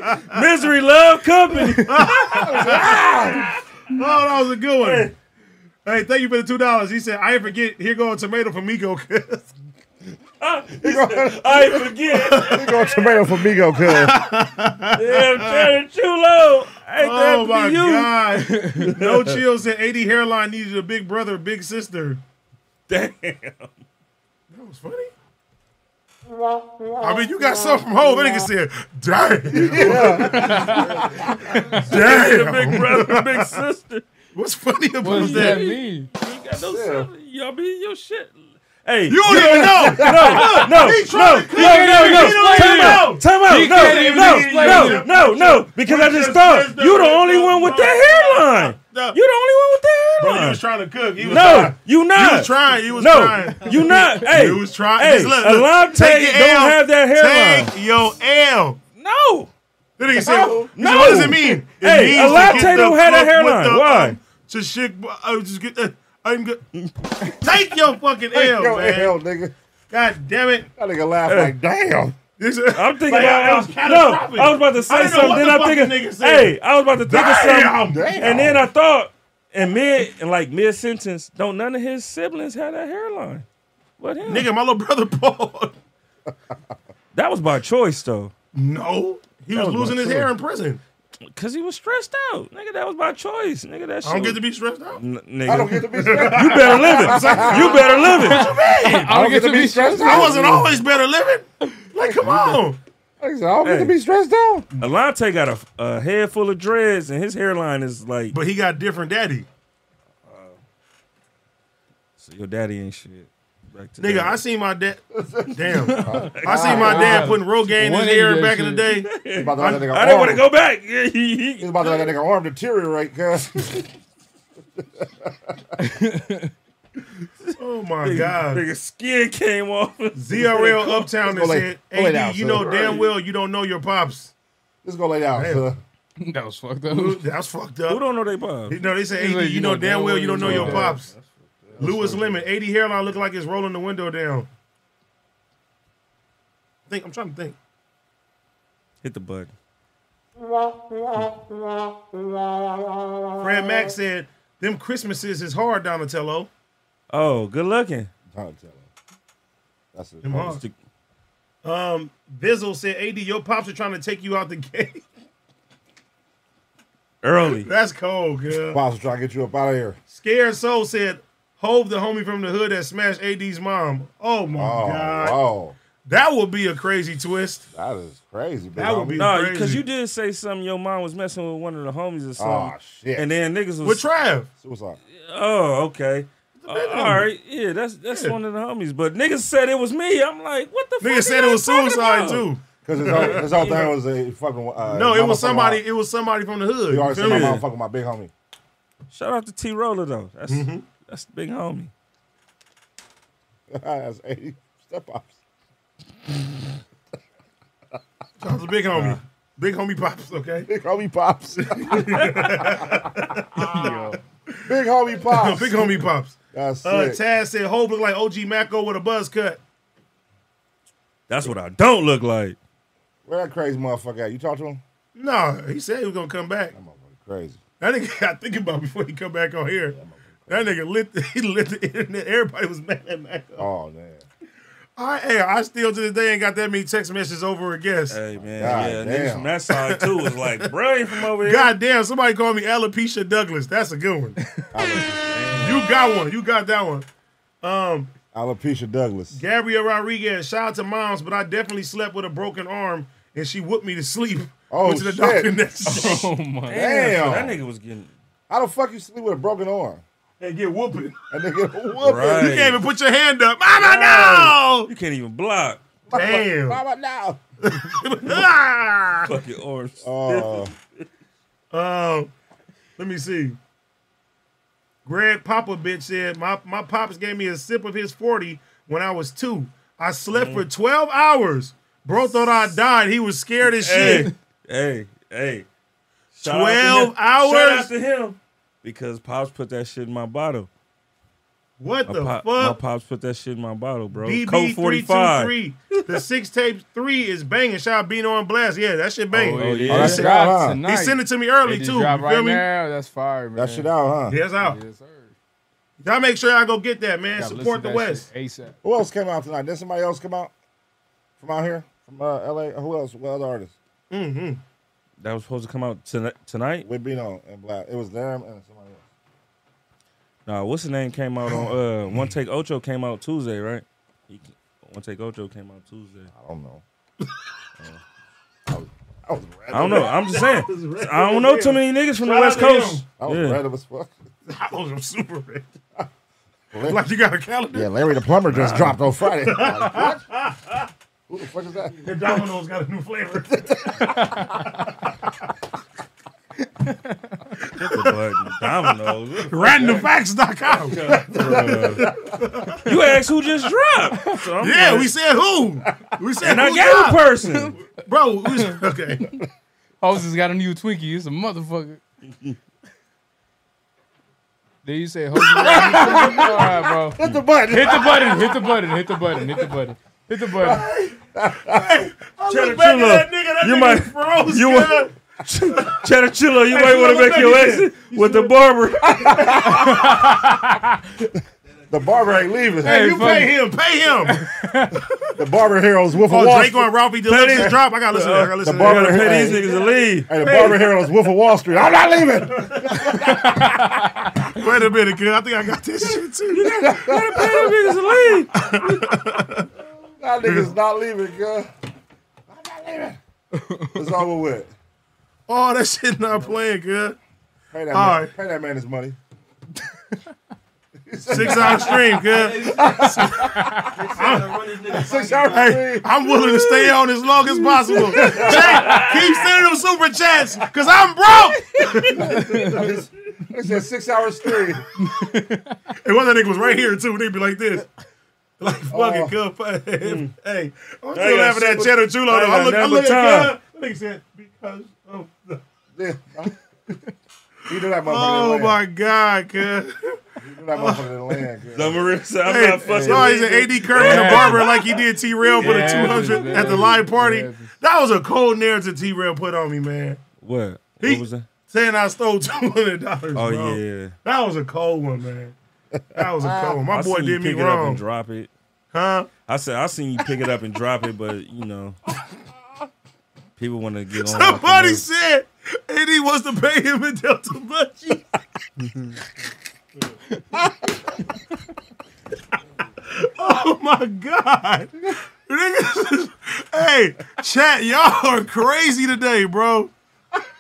Speaker 1: to get you, man.
Speaker 4: Misery love company.
Speaker 1: Oh, that was a good one. Hey, thank you for the two dollars. He said, "I ain't forget." Here go a tomato for Miko.
Speaker 4: I ain't forget.
Speaker 2: he going tomato for Migo, cuz.
Speaker 4: Damn, Cheddar Chulo. Ain't
Speaker 1: oh
Speaker 4: that
Speaker 1: my
Speaker 4: for you?
Speaker 1: god! No chill said, "AD hairline needed a big brother, big sister."
Speaker 4: Damn.
Speaker 1: That was funny. I mean, you got something from home. That nigga said, "Damn,
Speaker 4: The
Speaker 1: damn."
Speaker 4: big brother, big sister.
Speaker 1: What's funny about
Speaker 3: What does that
Speaker 1: that?
Speaker 3: mean?
Speaker 4: You got no yeah. Y'all be your shit. Hey,
Speaker 1: You don't even know.
Speaker 4: no, no,
Speaker 1: He trying to
Speaker 4: no, no, no.
Speaker 1: He don't even
Speaker 4: Time out.
Speaker 1: know.
Speaker 4: Time out.
Speaker 3: He
Speaker 4: No,
Speaker 3: can't even
Speaker 4: no,
Speaker 3: explain
Speaker 4: no,
Speaker 3: it.
Speaker 4: no, no. Because I just thought you the only one with that hairline.
Speaker 1: No.
Speaker 4: You the only
Speaker 1: Bro,
Speaker 4: one
Speaker 1: you
Speaker 4: with
Speaker 1: was
Speaker 4: that
Speaker 1: trying to cook. He was
Speaker 4: hairline.
Speaker 1: trying.
Speaker 4: No, you not.
Speaker 1: You was trying. You was
Speaker 4: No,
Speaker 1: trying.
Speaker 4: you not. Hey,
Speaker 1: You was trying.
Speaker 4: Hey,
Speaker 1: Just look,
Speaker 4: a
Speaker 1: look.
Speaker 4: live
Speaker 1: Take
Speaker 4: take
Speaker 1: your
Speaker 4: don't
Speaker 1: L.
Speaker 4: have that hairline.
Speaker 1: Take your L.
Speaker 4: No.
Speaker 1: Then he said,
Speaker 4: No.
Speaker 1: he said, "What does it mean?" It
Speaker 4: Hey,
Speaker 1: means to
Speaker 4: Olave
Speaker 1: get the
Speaker 4: don't have that
Speaker 1: fuck with
Speaker 4: hairline. Why?
Speaker 1: um, to shit, I just get the. I'm good. Take your fucking L,
Speaker 2: Yo,
Speaker 1: man.
Speaker 2: hell, nigga.
Speaker 1: God damn it!
Speaker 2: That nigga laughed like, damn.
Speaker 1: This-
Speaker 4: I'm thinking
Speaker 1: Like,
Speaker 4: about
Speaker 1: that was
Speaker 4: I was,
Speaker 1: catastrophic.
Speaker 4: no. I was about to
Speaker 1: I
Speaker 4: say
Speaker 1: didn't know
Speaker 4: something.
Speaker 1: what
Speaker 4: Then
Speaker 1: the
Speaker 4: I'm
Speaker 1: fuck the
Speaker 4: thinking,
Speaker 1: nigga said.
Speaker 4: hey, I was about to think
Speaker 1: Damn,
Speaker 4: of something,
Speaker 2: damn.
Speaker 4: and then I thought, and mid, and like mid sentence, don't none of his siblings have that hairline? What him?
Speaker 1: nigga, my little brother Paul.
Speaker 4: that was by choice though,
Speaker 1: No, he was,
Speaker 2: was my
Speaker 1: losing his
Speaker 2: choice.
Speaker 1: hair in prison.
Speaker 4: cause he was stressed out. Nigga, that was by choice. Nigga, that shit.
Speaker 1: I don't get
Speaker 4: was-
Speaker 1: to be stressed out.
Speaker 4: N- nigga,
Speaker 2: I don't get to be stressed.
Speaker 4: you better live it. you better live it.
Speaker 3: I don't get to be stressed.
Speaker 1: I wasn't always better living. Like, come on.
Speaker 2: I said, I don't get to
Speaker 4: Hey.
Speaker 2: be stressed out.
Speaker 4: Alante got a, a head full of dreads, and his hairline is like,
Speaker 1: But he got different daddy.
Speaker 4: so your daddy ain't shit. Back to
Speaker 1: Nigga,
Speaker 4: that.
Speaker 1: I seen my dad. Damn, I seen my dad putting Rogaine in his
Speaker 3: One
Speaker 1: hair
Speaker 3: idiot
Speaker 1: back in the day.
Speaker 2: He's about to let that nigga
Speaker 4: I didn't want to
Speaker 2: arm-
Speaker 4: go back.
Speaker 2: He's about to let that nigga arm deteriorate, cuz.
Speaker 1: Oh my god.
Speaker 4: Nigga, skin came off.
Speaker 1: ZRL Uptown
Speaker 2: Let's
Speaker 1: is
Speaker 2: go lay-
Speaker 1: said,
Speaker 2: go lay
Speaker 1: AD,
Speaker 2: down,
Speaker 1: you
Speaker 2: son.
Speaker 1: know damn well you don't know your pops.
Speaker 2: Let's go lay down, cuz.
Speaker 3: That was fucked up.
Speaker 1: That's fucked
Speaker 4: Who
Speaker 1: up.
Speaker 4: don't know they Bob?
Speaker 1: No, they say,
Speaker 3: He's
Speaker 1: AD,
Speaker 3: like,
Speaker 1: you know damn well you don't know your
Speaker 3: that.
Speaker 1: pops. Lewis Lemon, AD hairline look like it's rolling the window down. Think, I'm trying to think.
Speaker 4: Hit the button.
Speaker 1: Fred Mack said, them Christmases is hard, Donatello.
Speaker 4: Oh, good looking.
Speaker 2: Time to tell him. That's it.
Speaker 1: Them hard. Bizzle said, AD, your pops are trying to take you out the gate.
Speaker 4: Early.
Speaker 1: That's cold, girl.
Speaker 2: Pops trying to get you up out of here.
Speaker 1: Scared Soul said, Hove the homie from the hood that smashed AD's mom. Oh my
Speaker 2: Oh,
Speaker 1: God.
Speaker 2: wow.
Speaker 1: That would be a crazy twist.
Speaker 2: That is crazy, big
Speaker 1: That would
Speaker 2: homie.
Speaker 1: be-
Speaker 4: No,
Speaker 1: Crazy.
Speaker 4: because you did say something. Your mom was messing with one of the homies or
Speaker 2: Oh,
Speaker 4: something.
Speaker 2: shit.
Speaker 4: and then niggas was.
Speaker 1: With Trav.
Speaker 2: Suicide.
Speaker 4: oh, okay. Uh, all
Speaker 1: homie.
Speaker 4: right, yeah, that's that's
Speaker 1: Yeah.
Speaker 4: one of the homies. But niggas said it was me. I'm like, what the fuck?
Speaker 1: Nigga said
Speaker 4: are
Speaker 1: it
Speaker 4: y'all
Speaker 1: was
Speaker 4: talking
Speaker 1: suicide
Speaker 4: about?
Speaker 1: too.
Speaker 2: Because his whole, his whole thing was a fucking. Uh,
Speaker 1: No, it was somebody.
Speaker 2: You
Speaker 1: It was somebody from the hood.
Speaker 2: always
Speaker 1: You
Speaker 2: said my
Speaker 1: feel me?
Speaker 2: mom fucking my big homie.
Speaker 4: Shout out to T Roller though. That's
Speaker 1: Mm-hmm.
Speaker 4: that's the big homie.
Speaker 2: That's 80 step ups.
Speaker 1: Shout out to Big Homie. Big homie pops, okay?
Speaker 2: Big homie pops. Big homie pops.
Speaker 1: Big homie pops.
Speaker 2: That's
Speaker 1: Uh,
Speaker 2: it.
Speaker 1: Taz said Hope look like OG Macko with a buzz cut.
Speaker 4: That's what I don't look like.
Speaker 2: Where that crazy motherfucker at? You talk to him?
Speaker 1: No, he said he was gonna come back.
Speaker 2: Crazy.
Speaker 1: That nigga got to think about before he come back on here. That nigga lit. The, he lit the internet. Everybody was mad at Macko.
Speaker 2: Oh man.
Speaker 1: I, hey, I still to this day ain't got that many text messages over a guest.
Speaker 4: Hey man,
Speaker 2: God
Speaker 4: yeah,
Speaker 2: damn.
Speaker 4: niggas from that side too was like, bro, you from over here.
Speaker 1: God damn, somebody called me alopecia Douglas. That's a good one. you got one. You got that one. Um,
Speaker 2: Alopecia Douglas.
Speaker 1: Gabrielle Rodriguez. Shout out to moms, but I definitely slept with a broken arm, and she whipped me to sleep.
Speaker 2: Oh,
Speaker 1: Went to the
Speaker 2: shit.
Speaker 1: doctor next day
Speaker 3: Oh my.
Speaker 2: Damn.
Speaker 4: that nigga was getting
Speaker 2: How the fuck you sleep with a broken arm?
Speaker 1: and get whooping.
Speaker 2: That nigga whooping.
Speaker 4: Right.
Speaker 1: You can't even put your hand up. Mama,
Speaker 4: you can't even block.
Speaker 1: no! Damn.
Speaker 2: How about now?
Speaker 1: Ah!
Speaker 4: Fuck your arms.
Speaker 2: Oh,
Speaker 1: Um, let me see. Greg Papa bitch said, my, my pops gave me a sip of his 40 when I was two. I slept for 12 hours. Bro thought I died. He was scared as shit.
Speaker 4: hey, hey, hey. Shout out to
Speaker 1: 12
Speaker 4: him. Shout out
Speaker 1: hours?
Speaker 4: to him because pops put that shit in my bottle.
Speaker 1: What
Speaker 4: My,
Speaker 1: the
Speaker 4: pop, my
Speaker 1: fuck?
Speaker 4: pops put that shit in my bottle, bro. Code forty five.
Speaker 1: BB323. the six tape three is banging. Shout out Beano on blast. Yeah, that shit banging.
Speaker 4: Oh, yeah.
Speaker 2: Oh, that
Speaker 3: It
Speaker 2: shit out,
Speaker 3: dropped
Speaker 2: huh?
Speaker 3: tonight.
Speaker 1: He sent it to me
Speaker 3: It
Speaker 1: early,
Speaker 3: just
Speaker 1: too. You
Speaker 3: dropped
Speaker 1: feel
Speaker 3: right
Speaker 1: me?
Speaker 3: now. That's fire, man.
Speaker 2: that shit out, huh?
Speaker 1: Yeah, it's out.
Speaker 3: Yes, sir.
Speaker 1: Y'all make sure y'all go get that, man.
Speaker 3: Gotta listen
Speaker 1: Support
Speaker 3: to
Speaker 1: the
Speaker 3: that shit
Speaker 1: West.
Speaker 3: ASAP.
Speaker 2: Who else came out tonight? Did somebody else come out from out here? From uh, LA? Who else? What other artists?
Speaker 4: That was supposed to come out toni- tonight.
Speaker 2: With Bino and Black. It was them and somebody else.
Speaker 4: Nah, what's the name came out on uh One Take Ocho came out Tuesday, right? He, One Take Ocho came out Tuesday.
Speaker 2: I don't know. Uh, I was, I was
Speaker 4: I don't know. I'm just saying. I don't know too many niggas from the
Speaker 1: Shout
Speaker 4: West
Speaker 1: out to
Speaker 4: Coast.
Speaker 1: him.
Speaker 2: I was
Speaker 4: Yeah.
Speaker 2: random as fuck.
Speaker 1: I was super red. like you got a calendar.
Speaker 2: Yeah, Larry the Plumber just dropped on Friday. Like, what? Who the fuck is that?
Speaker 1: The Domino's got a new flavor.
Speaker 4: Hit the button. Domino's.
Speaker 1: Randomfacts.com.
Speaker 4: You asked who just dropped. So I'm
Speaker 1: Yeah,
Speaker 4: like,
Speaker 1: we said who? We said
Speaker 4: and I
Speaker 1: who?
Speaker 4: gave a
Speaker 1: dropped?
Speaker 4: person.
Speaker 1: Bro, we was- okay.
Speaker 3: Hoses got a new Twinkie. It's a motherfucker. Did you say Hoses? got a new Twinkie? All right, bro. Hit the button. Hit the button. Hit the button. Hit the button. Hit the button. Hit the button.
Speaker 1: I
Speaker 4: Cheddar
Speaker 1: look back
Speaker 4: Chulo.
Speaker 1: at that nigga, that
Speaker 4: You
Speaker 1: nigga
Speaker 4: might-
Speaker 1: froze.
Speaker 4: you
Speaker 1: You
Speaker 4: want- Cheddar Chilla, you might
Speaker 1: you
Speaker 4: want
Speaker 1: know
Speaker 4: to make
Speaker 1: what
Speaker 4: your
Speaker 1: that
Speaker 4: exit with the barber.
Speaker 2: The barber ain't leaving.
Speaker 3: Hey,
Speaker 1: you
Speaker 3: fuck.
Speaker 1: pay him, pay him.
Speaker 2: the barber heroes Wolf of
Speaker 1: Oh,
Speaker 2: Wall
Speaker 1: Drake
Speaker 2: Street.
Speaker 1: on Ralphie Deluxe
Speaker 4: is-
Speaker 1: drop. I gotta listen. to that. I gotta
Speaker 2: The
Speaker 1: listen. to
Speaker 2: barber
Speaker 1: that.
Speaker 4: Pay
Speaker 2: hey,
Speaker 4: these niggas to leave.
Speaker 2: hey, the barber heroes Wolf of Wall Street. I'm not leaving.
Speaker 1: Wait a minute, kid. I think I got this shit too.
Speaker 4: Pay them niggas to leave.
Speaker 2: That nigga's not leaving, girl. I'm not leaving. It's over with.
Speaker 1: Oh, that shit not playing, good.
Speaker 2: Pay that,
Speaker 1: All
Speaker 2: man,
Speaker 1: right.
Speaker 2: pay that man his money.
Speaker 1: Six hour stream, good.
Speaker 2: Six hours.
Speaker 1: Hey, I'm willing to stay on as long as possible. Chat, keep sending them super chats, cause I'm broke.
Speaker 2: They said six hours stream.
Speaker 1: And one of that nigga was right here too. They'd be like this. Like fucking
Speaker 2: Oh.
Speaker 1: good. Hey, I'm
Speaker 4: I
Speaker 1: still
Speaker 4: Mm. got
Speaker 1: laughing at
Speaker 4: super-
Speaker 1: Cheddar Chulo.
Speaker 4: I
Speaker 1: though. I
Speaker 4: got
Speaker 1: look, I
Speaker 4: number
Speaker 1: look
Speaker 4: time.
Speaker 1: at Cub. That nigga said, because of the.
Speaker 2: Yeah. He knew that motherfucker
Speaker 1: Oh
Speaker 2: didn't
Speaker 1: my
Speaker 2: land.
Speaker 1: God, cuz.
Speaker 2: He knew that motherfucker didn't land. girl.
Speaker 4: Maria said, I'm
Speaker 1: Hey,
Speaker 4: not fucking
Speaker 1: no, he's
Speaker 4: leaving.
Speaker 1: an AD Curry and a
Speaker 3: Yeah.
Speaker 1: barber like he did T Rail for
Speaker 3: Yeah,
Speaker 1: the 200
Speaker 3: yeah,
Speaker 1: at the live party.
Speaker 3: yeah.
Speaker 1: That was a cold narrative T Rail put on me, man.
Speaker 4: What?
Speaker 1: He-
Speaker 4: What was that?
Speaker 1: Saying I stole $200.
Speaker 4: Oh,
Speaker 1: bro.
Speaker 4: yeah.
Speaker 1: That was a cold one, man. That was a cold one. My
Speaker 4: I
Speaker 1: boy
Speaker 4: seen you
Speaker 1: did me
Speaker 4: pick it up and
Speaker 1: wrong.
Speaker 4: drop it.
Speaker 1: Huh?
Speaker 4: I said, I seen you pick it up and drop it, but, you know. People want to get on. with the
Speaker 1: Somebody
Speaker 4: news.
Speaker 1: said and he wants to pay him in Delta Munchies. oh my God. Niggas is- hey, chat, y'all are crazy today, bro.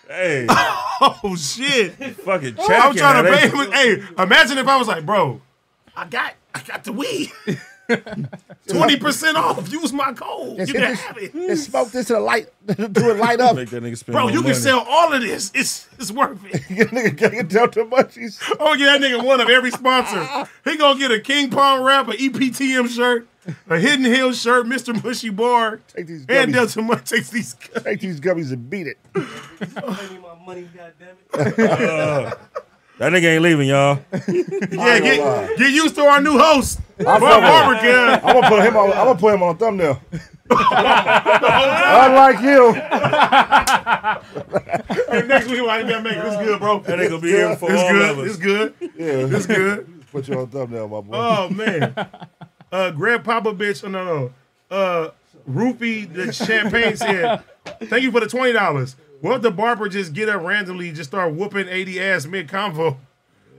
Speaker 4: Hey,
Speaker 1: Oh shit.
Speaker 4: fucking check
Speaker 1: I'm trying to pay him. with- Hey, imagine if I was like, bro, I got I got the weed. 20% off. Use my code. You
Speaker 2: Just
Speaker 1: can
Speaker 2: hit this-
Speaker 1: have it.
Speaker 2: Just smoke this to the light. Do it light up.
Speaker 4: Make that nigga spend
Speaker 1: Bro,
Speaker 4: more
Speaker 1: you can
Speaker 4: money.
Speaker 1: sell all of this. It's it's worth it.
Speaker 2: Your nigga can't get down to munchies.
Speaker 1: E Oh yeah, that nigga one of every sponsor. He gonna get a King Pong wrap, an EPTM shirt, a Hidden Hill shirt, Mr. Mushy Bar,
Speaker 2: Take these
Speaker 1: and
Speaker 2: gummies.
Speaker 1: Delta Mike takes these.
Speaker 2: Take these gummies and beat it.
Speaker 10: Pay me my money, goddamn it.
Speaker 4: That nigga ain't leaving, y'all.
Speaker 1: Yeah, get, get used to our new host,
Speaker 2: I'm,
Speaker 1: Bob Barbara.
Speaker 2: I'm gonna put him on. I'm gonna put him on a thumbnail. Unlike you,
Speaker 1: Next week, like, man, make this good, bro.
Speaker 4: That nigga be here for
Speaker 1: It's
Speaker 4: all of
Speaker 1: good.
Speaker 4: us.
Speaker 1: It's good.
Speaker 2: yeah,
Speaker 1: It's good.
Speaker 2: put you on a thumbnail, my boy.
Speaker 1: Oh man. Uh Greg Papa bitch. Oh, no no. Uh Rupee the champagne said, Thank you for the twenty dollars. What if the barber just get up randomly, just start whooping 80 ass mid convo?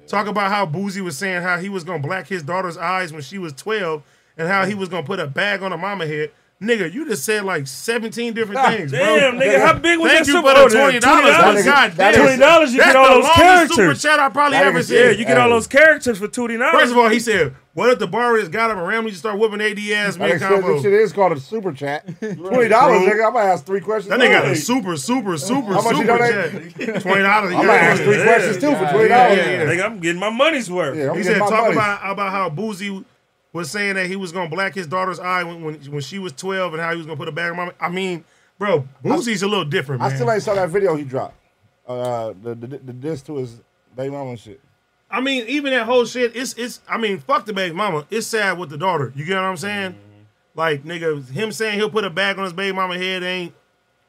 Speaker 1: Talk about how Boozy was saying how he was gonna black his daughter's eyes when she was 12 and how he was gonna put a bag on her mama head. Nigga, you just said like 17 different things, bro.
Speaker 4: Damn, nigga, how big was
Speaker 1: Thank
Speaker 4: that
Speaker 1: you
Speaker 4: Super
Speaker 1: for
Speaker 4: Bowl?
Speaker 1: the twenty dollars.
Speaker 2: is-
Speaker 1: God
Speaker 2: that
Speaker 1: damn,
Speaker 2: is-
Speaker 4: Twenty dollars, you
Speaker 1: That's
Speaker 4: get all
Speaker 1: the
Speaker 4: those
Speaker 1: longest super
Speaker 4: characters.
Speaker 1: chat I probably
Speaker 2: That
Speaker 1: ever
Speaker 2: is-
Speaker 1: seen.
Speaker 4: Yeah, you get all
Speaker 2: Hey.
Speaker 4: those characters for twenty dollars.
Speaker 1: First of all, he said, "What if the barber just got up and randomly just started whooping AD ass
Speaker 2: I
Speaker 1: mid
Speaker 2: didn't say this shit
Speaker 1: combo?"
Speaker 2: is called a super chat. Twenty dollars, nigga. I'm gonna ask three questions.
Speaker 1: That nigga got a
Speaker 2: Hey,
Speaker 1: super, super, super,
Speaker 2: How much you
Speaker 1: super
Speaker 2: donate?
Speaker 1: check. Twenty dollars.
Speaker 2: I'm gonna ask three
Speaker 4: Yeah,
Speaker 2: questions too for
Speaker 3: yeah,
Speaker 2: twenty
Speaker 1: yeah,
Speaker 2: dollars.
Speaker 1: yeah, yeah.
Speaker 4: nigga, I'm getting my money's worth.
Speaker 2: Yeah, I'm
Speaker 1: He
Speaker 2: getting
Speaker 1: said,
Speaker 2: my
Speaker 1: "Talk
Speaker 2: money.
Speaker 1: about about how Boozy was saying that he was gonna black his daughter's eye when when, when she was twelve and how he was gonna put a bag on my. I mean, bro, Boozy's a little different,
Speaker 2: I
Speaker 1: man.
Speaker 2: still ain't saw that video he dropped. Uh, the the, the diss to his baby mama and shit.
Speaker 1: I mean, even that whole shit, it's it's I mean, fuck the baby mama. It's sad with the daughter. You get what I'm saying?
Speaker 2: Mm-hmm.
Speaker 1: Like, nigga, him saying he'll put a bag on his baby mama head ain't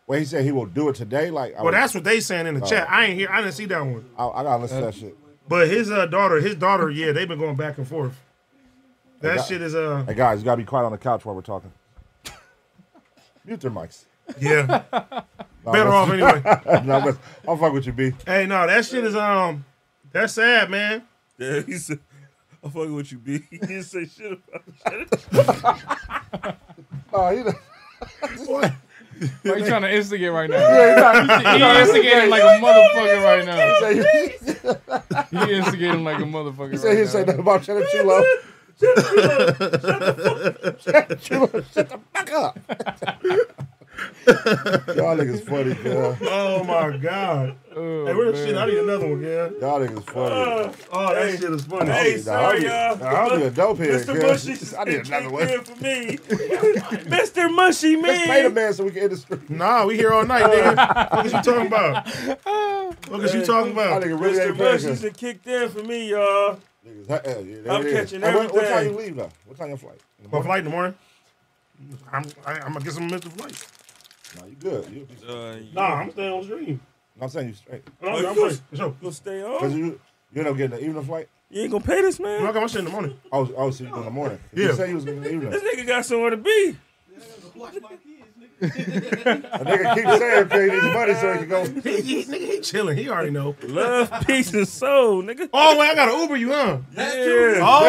Speaker 2: Where he said he will do it today. Like, I,
Speaker 1: well, that's what they saying in
Speaker 2: Oh.
Speaker 1: the chat. I ain't hear I didn't see that one.
Speaker 2: I, I gotta listen to that shit.
Speaker 1: But his uh, daughter, his daughter, yeah, they've been going back and forth. That
Speaker 2: got-
Speaker 1: shit is uh
Speaker 2: Hey guys, you gotta be quiet on the couch while we're talking. Mute their mics.
Speaker 1: yeah. Better off anyway.
Speaker 2: no, I'm, I'm fuck with you, B.
Speaker 1: Hey, no, that shit is um that's sad, man.
Speaker 4: Yeah, he said, "I'm fucking with you, B." He didn't say shit about
Speaker 2: Oh, he done-
Speaker 3: Like, he's trying to instigate right now.
Speaker 2: yeah,
Speaker 3: He instigating like a motherfucker right now.
Speaker 2: he not- he said-
Speaker 3: He instigating like a motherfucker
Speaker 2: he said he
Speaker 3: right
Speaker 2: said
Speaker 3: now.
Speaker 2: nothing about Cheddar Chulo. Chulo, shut the fuck up. Y'all niggas funny, girl.
Speaker 1: Oh my god. hey, where the shit? I need another one, yeah.
Speaker 2: Y'all niggas funny.
Speaker 1: Oh, that shit is funny.
Speaker 2: I
Speaker 4: Hey,
Speaker 2: need-
Speaker 4: sorry,
Speaker 2: I
Speaker 4: y'all.
Speaker 2: need- I need a dope
Speaker 4: Mr.
Speaker 2: head, girl.
Speaker 4: Mushy.
Speaker 2: I need another one.
Speaker 4: good for me. Mr. Mushy,
Speaker 2: Let's pay the
Speaker 4: man.
Speaker 2: man so we can end the stream.
Speaker 1: Nah, we here all night, nigga. what is you talking about? What is you talking
Speaker 2: That
Speaker 1: about?
Speaker 2: nigga really
Speaker 4: Mr.
Speaker 2: ain't paying
Speaker 4: Mushy's
Speaker 2: us.
Speaker 4: a kicked in for me, y'all.
Speaker 2: Niggas, huh, hell, yeah, there
Speaker 4: I'm
Speaker 2: it is.
Speaker 4: catching
Speaker 2: Hey, what, what time you
Speaker 4: everything.
Speaker 2: leave now? What time your flight? In the
Speaker 1: My
Speaker 2: morning?
Speaker 1: flight in the morning. I'm I, I'm gonna get some Mr. Flight.
Speaker 2: Nah, you good. You,
Speaker 4: Uh,
Speaker 1: Nah, I'm staying on stream.
Speaker 2: I'm saying you straight.
Speaker 1: I'm,
Speaker 4: Oh,
Speaker 1: I'm
Speaker 4: you-
Speaker 1: straight, for sure.
Speaker 4: gonna stay
Speaker 2: Cause
Speaker 4: on?
Speaker 2: you you end up getting the evening flight.
Speaker 4: You ain't gonna pay this man?
Speaker 1: I got my shit in the morning.
Speaker 2: I was I was sleeping in the morning.
Speaker 1: Yeah.
Speaker 2: You said you was in the evening.
Speaker 4: This nigga got somewhere to be.
Speaker 2: A nigga keep saying pay his money so he can go.
Speaker 1: He, he, nigga, he chilling. He already know.
Speaker 4: Love, peace, and soul, nigga.
Speaker 1: Oh, wait, I gotta Uber you, huh?
Speaker 4: yeah.
Speaker 1: Oh,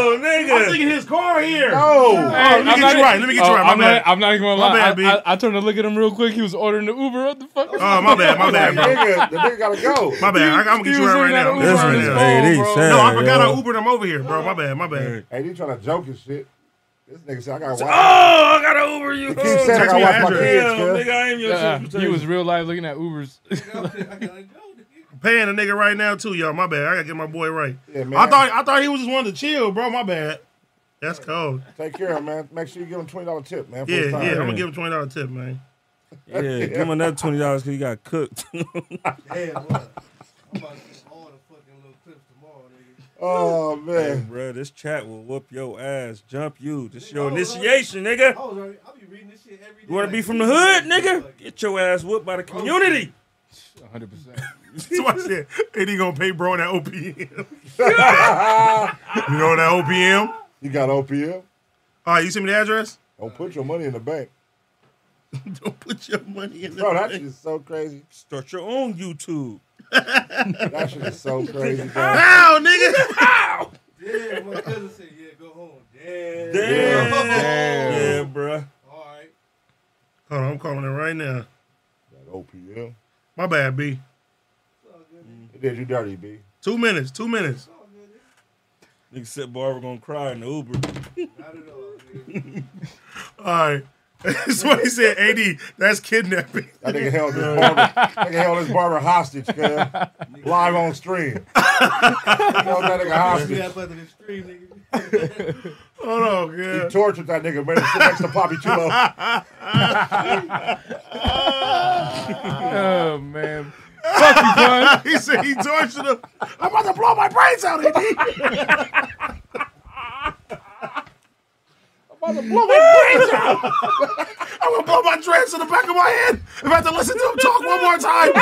Speaker 4: Oh, nigga.
Speaker 1: his car here.
Speaker 2: Oh,
Speaker 1: let me
Speaker 3: I'm
Speaker 1: get
Speaker 3: not-
Speaker 1: you right. Let me get you
Speaker 3: Oh,
Speaker 1: right. My
Speaker 3: I'm
Speaker 1: bad.
Speaker 3: not, I'm not even gonna
Speaker 1: My
Speaker 3: lie.
Speaker 1: bad, B.
Speaker 3: I, I, I turned to look at him real quick. He was ordering the Uber. What the fuck?
Speaker 1: Oh, my bad. My
Speaker 2: that
Speaker 1: bad, bro.
Speaker 2: nigga, the nigga gotta go.
Speaker 1: My bad. I, I'm gonna get you right right now. I'm
Speaker 3: This
Speaker 1: gonna get
Speaker 3: is
Speaker 1: you right now.
Speaker 3: Hey,
Speaker 4: they sad,
Speaker 1: No, I forgot I Ubered him over here, bro. My bad. My bad.
Speaker 2: Hey, they trying to joke and shit. This nigga said I gotta
Speaker 4: Oh,
Speaker 1: ah!
Speaker 2: watch.
Speaker 4: I gotta Uber you.
Speaker 2: He keep saying I
Speaker 1: text me
Speaker 2: gotta
Speaker 1: your
Speaker 2: watch my
Speaker 1: address.
Speaker 2: kids,
Speaker 4: Damn, nigga,
Speaker 2: cuz.
Speaker 4: I am your
Speaker 3: Uh,
Speaker 4: sister.
Speaker 3: he was real live looking at Ubers.
Speaker 1: Paying the nigga right now too, y'all. My bad. I gotta get my boy right.
Speaker 2: Yeah, man.
Speaker 1: I thought I thought he was just wanting to chill, bro. My bad. That's cold.
Speaker 2: Take care of him, man. Make sure you give him twenty dollar tip, man. For
Speaker 1: Yeah,
Speaker 2: his
Speaker 1: yeah.
Speaker 2: time.
Speaker 1: I'm gonna give him twenty dollar tip, man.
Speaker 4: Yeah, give him another twenty dollars because he got cooked.
Speaker 10: Damn, boy. I'm about to get all the fucking little clips tomorrow, nigga.
Speaker 2: Oh
Speaker 4: hey,
Speaker 2: man.
Speaker 4: bro, this chat will whoop your ass, jump you. This your initiation, nigga.
Speaker 10: I was already, I'll be reading this shit every day.
Speaker 4: You want to be
Speaker 10: like,
Speaker 4: from the hood, nigga? Get your ass whooped by the community.
Speaker 3: 100. percent
Speaker 1: So I said, ain't he gonna pay bro on that OPM? you know that OPM?
Speaker 2: You got OPM?
Speaker 1: All right, you send me the address.
Speaker 2: Don't put your money in the bank.
Speaker 1: Don't put your money in
Speaker 2: Bro,
Speaker 1: there.
Speaker 2: that shit is so crazy.
Speaker 4: Start your own YouTube.
Speaker 2: That shit is so crazy, bro.
Speaker 1: Ow, nigga.
Speaker 10: Yeah, my cousin said, yeah, go home. Damn.
Speaker 4: Damn.
Speaker 3: Damn.
Speaker 4: Yeah, bro.
Speaker 10: All right.
Speaker 1: Hold on, I'm calling it right now.
Speaker 2: That OPM.
Speaker 1: My bad, B.
Speaker 2: It did you dirty, B.
Speaker 1: Two minutes. Two minutes.
Speaker 4: Nigga said Barbara gonna cry in the Uber.
Speaker 1: All right. Somebody said, AD, that's kidnapping.
Speaker 2: That nigga held his barber, nigga held his barber hostage, cuz. Live on stream. He held that nigga
Speaker 10: You
Speaker 2: hostage.
Speaker 10: got to the stream, nigga.
Speaker 1: Hold on,
Speaker 2: He
Speaker 1: girl.
Speaker 2: tortured that nigga, man. Sit next to Poppy Chulo.
Speaker 3: Oh man. Fuck you, Quan.
Speaker 1: he said he tortured him. I'm about to blow my brains out, Eddie.
Speaker 2: I'm about to blow my brains out.
Speaker 1: I'm gonna blow my dreads in the back of my head. I'm about to listen to him talk one more time.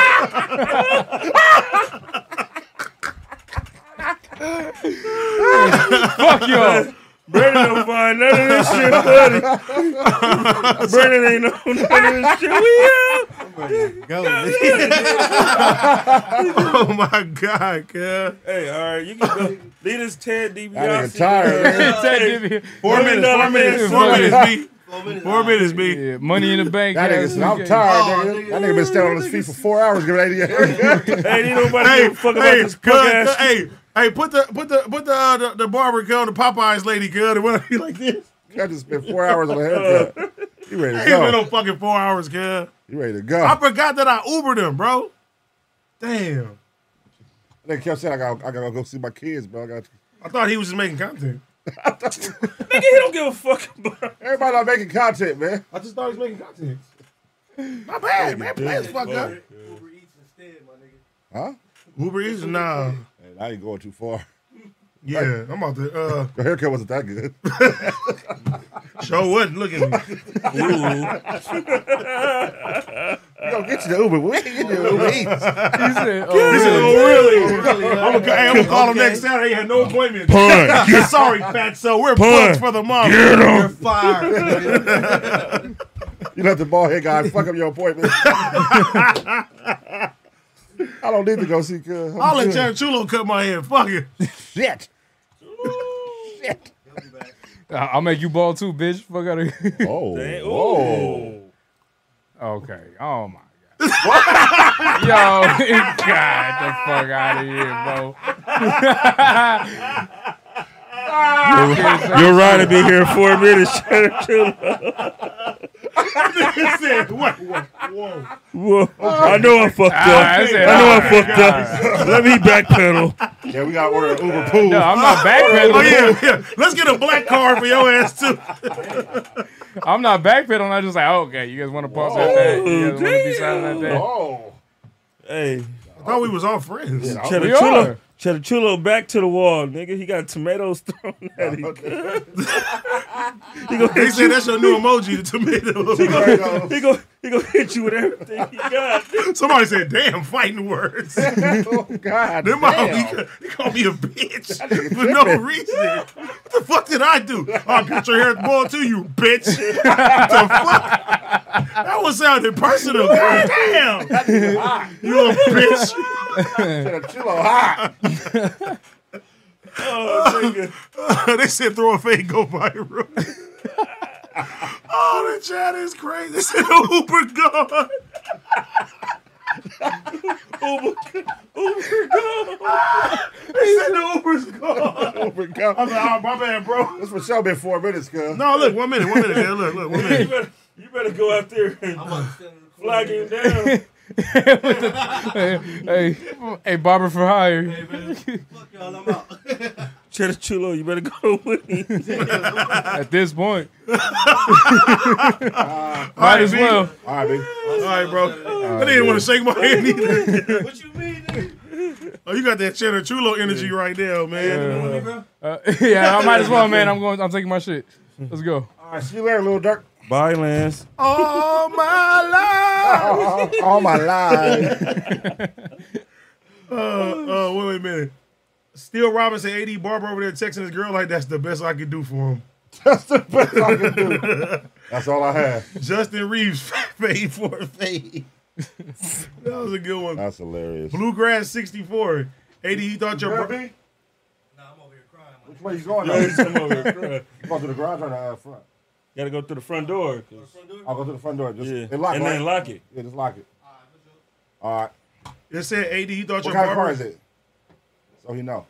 Speaker 3: Fuck yo.
Speaker 7: Brandon don't find none of this shit funny. Brandon ain't no none of this shit. We
Speaker 10: Go.
Speaker 1: oh my god, girl.
Speaker 7: Hey, all right, you can go. Lead us Ted
Speaker 2: That nigga
Speaker 7: DiBiase.
Speaker 2: tired, man.
Speaker 3: Ted Dibby.
Speaker 1: Four minutes, four minutes, four minutes, B. Four minutes, B.
Speaker 3: Yeah, money in the bank.
Speaker 2: That
Speaker 3: yeah,
Speaker 2: nigga said, I'm
Speaker 3: okay.
Speaker 2: tired, nigga. That nigga been standing on his feet for four hours giving 88.
Speaker 7: Hey, ain't nobody
Speaker 1: Hey,
Speaker 7: give a fuck about
Speaker 1: hey,
Speaker 7: this punk
Speaker 1: cuz,
Speaker 7: ass. shit.
Speaker 1: hey, hey, put the put the put the uh, the, the barber girl, the Popeyes lady girl, and whatever you like this.
Speaker 2: I just spent four hours on a haircut. You ready to
Speaker 1: He's been
Speaker 2: go.
Speaker 1: on fucking four hours, girl.
Speaker 2: You ready to go.
Speaker 1: I forgot that I Ubered him, bro. Damn.
Speaker 2: Nigga kept saying, I gotta, I gotta go see my kids, bro. I gotta...
Speaker 1: I thought he was just making content.
Speaker 7: Nigga, he don't give a fuck about
Speaker 2: Everybody not making content, man.
Speaker 1: I just thought he was making content. My bad, man. Play this fuck up.
Speaker 14: Uber Eats instead, my nigga.
Speaker 2: Huh?
Speaker 1: Uber Eats? Nah.
Speaker 2: Man, I ain't going too far.
Speaker 1: Yeah, I'm about to. Uh,
Speaker 2: Your haircut wasn't that good.
Speaker 1: show what? Look at me.
Speaker 2: You gonna get you the Uber. We ain't getting you the Uber Eats.
Speaker 3: He said, oh, really?
Speaker 1: really? I'm gonna hey, I'm gonna call him next Saturday. He had no appointment. Pun. Sorry, Fatso. We're plugged for the month.
Speaker 10: You're fired. nigga.
Speaker 2: You let the bald head guy fuck up your appointment. I don't need to go see cuz.
Speaker 1: I'll let
Speaker 2: good.
Speaker 1: Jared Chulo cut my hair. Fuck it.
Speaker 2: Shit. Shit.
Speaker 3: I- I'll make you ball too, bitch. Fuck out of here.
Speaker 2: Oh.
Speaker 7: it.
Speaker 2: Whoa.
Speaker 7: Ooh.
Speaker 3: Okay. Oh my god. Yo, God, the fuck out of here, bro.
Speaker 7: You're right to be here in four minutes.
Speaker 1: He said, what? what? Whoa.
Speaker 7: Whoa. I know I fucked
Speaker 3: Ah, I
Speaker 7: up.
Speaker 3: said,
Speaker 7: I know
Speaker 3: all
Speaker 7: I
Speaker 3: right,
Speaker 7: fucked up. Let me backpedal.
Speaker 2: Yeah, we gotta order an Uber pool.
Speaker 3: No, I'm not backpedaling.
Speaker 1: Oh yeah, yeah. Let's get a black card for your ass too.
Speaker 3: I'm not backpedaling. I'm just like, okay, you guys want to pause like that? You guys want to be silent like that?
Speaker 2: Oh.
Speaker 7: Hey,
Speaker 1: I thought we was all friends.
Speaker 7: Cheddar
Speaker 3: We
Speaker 7: Chulo.
Speaker 3: are.
Speaker 7: Cheddar Chulo back to the wall, nigga. He got tomatoes thrown at him. He gonna
Speaker 1: They
Speaker 7: hit
Speaker 1: said
Speaker 7: you.
Speaker 1: that's your new emoji, the tomato.
Speaker 2: There it goes.
Speaker 7: He gonna, he gonna hit you with everything he got.
Speaker 1: Somebody said, damn, fighting words. Them
Speaker 2: Oh, God.
Speaker 1: all,
Speaker 2: damn.
Speaker 1: he, ca- he called me a bitch for no reason. What the fuck did I do? I cut your hair ball too, you bitch. the fuck? That one sounded personal. God damn. you a bitch.
Speaker 2: Cheddar Chulo hot.
Speaker 1: Oh, they said throw a fade, go viral. oh, the chat is crazy. They said Uber gone.
Speaker 2: Uber go.
Speaker 1: Oh, my man, bro.
Speaker 2: This for sure been four minutes, cuz.
Speaker 1: No, look, one minute, one minute, man. Look, look, one
Speaker 7: You
Speaker 1: minute.
Speaker 7: better, you better go out there and flag him down.
Speaker 3: Hey, hey, barber for hire.
Speaker 14: Fuck y'all, I'm out.
Speaker 7: Cheddar Chulo, you better go with me.
Speaker 3: At this point, might as well.
Speaker 2: All right, baby.
Speaker 1: All right, bro. I didn't want to shake my hand either.
Speaker 14: What you mean, nigga?
Speaker 1: Oh, you got that cheddar chulo energy right now, man.
Speaker 14: Hey, bro.
Speaker 3: Uh, yeah, I might as well, man. I'm going. I'm taking my shit. Let's go.
Speaker 2: All right, see you later, little Dirk.
Speaker 7: Bye, Lance.
Speaker 1: Oh my life.
Speaker 2: Oh, all my life.
Speaker 1: Uh, uh, wait, wait a minute. Steele Robinson, AD Barber over there texting his girl like that's the best I could do for him.
Speaker 2: That's the best I can do. That's all I have.
Speaker 1: Justin Reeves, fade for a fade. that was a good
Speaker 14: Uh,
Speaker 1: one.
Speaker 2: That's hilarious.
Speaker 1: Bluegrass 64. AD, you thought your bro-
Speaker 2: Which
Speaker 14: Nah, I'm over here crying. My nigga.
Speaker 2: way you going now?
Speaker 7: Come
Speaker 2: You
Speaker 7: over here.
Speaker 2: going to the garage or the uh, front?
Speaker 7: Gotta go through the front door. 'cause-
Speaker 2: I'll go to the front door. Just
Speaker 7: Yeah.
Speaker 2: it lock,
Speaker 7: and
Speaker 2: right?
Speaker 7: then lock it.
Speaker 2: Yeah, just lock it. All right.
Speaker 1: It said AD, you thought
Speaker 2: What
Speaker 1: your
Speaker 2: kind
Speaker 1: barber.
Speaker 2: of car is it? So he know.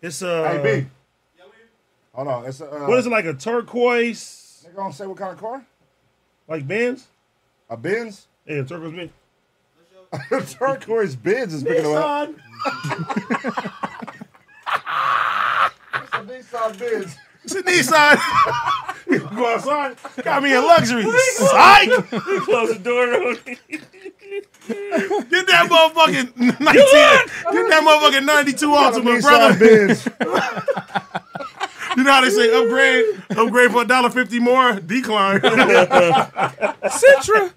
Speaker 1: It's uh
Speaker 2: hey B. Hold on. It's a. Uh,
Speaker 1: What is it like a turquoise?
Speaker 2: They gonna say what kind of car?
Speaker 1: Like Benz?
Speaker 2: A Benz?
Speaker 1: Yeah, turquoise Benz.
Speaker 2: Turquoise Benz is picking up.
Speaker 1: Nissan.
Speaker 2: It's a Nissan. Nissan Biz.
Speaker 1: It's a Nissan. Go outside. Got me in luxury. Psych!
Speaker 4: Close the door on
Speaker 1: Get that motherfucking 19. Get that motherfucking 92 Ultima, brother.
Speaker 2: Biz.
Speaker 1: You know how they say upgrade, upgrade for a dollar fifty more, decline.
Speaker 4: Citra.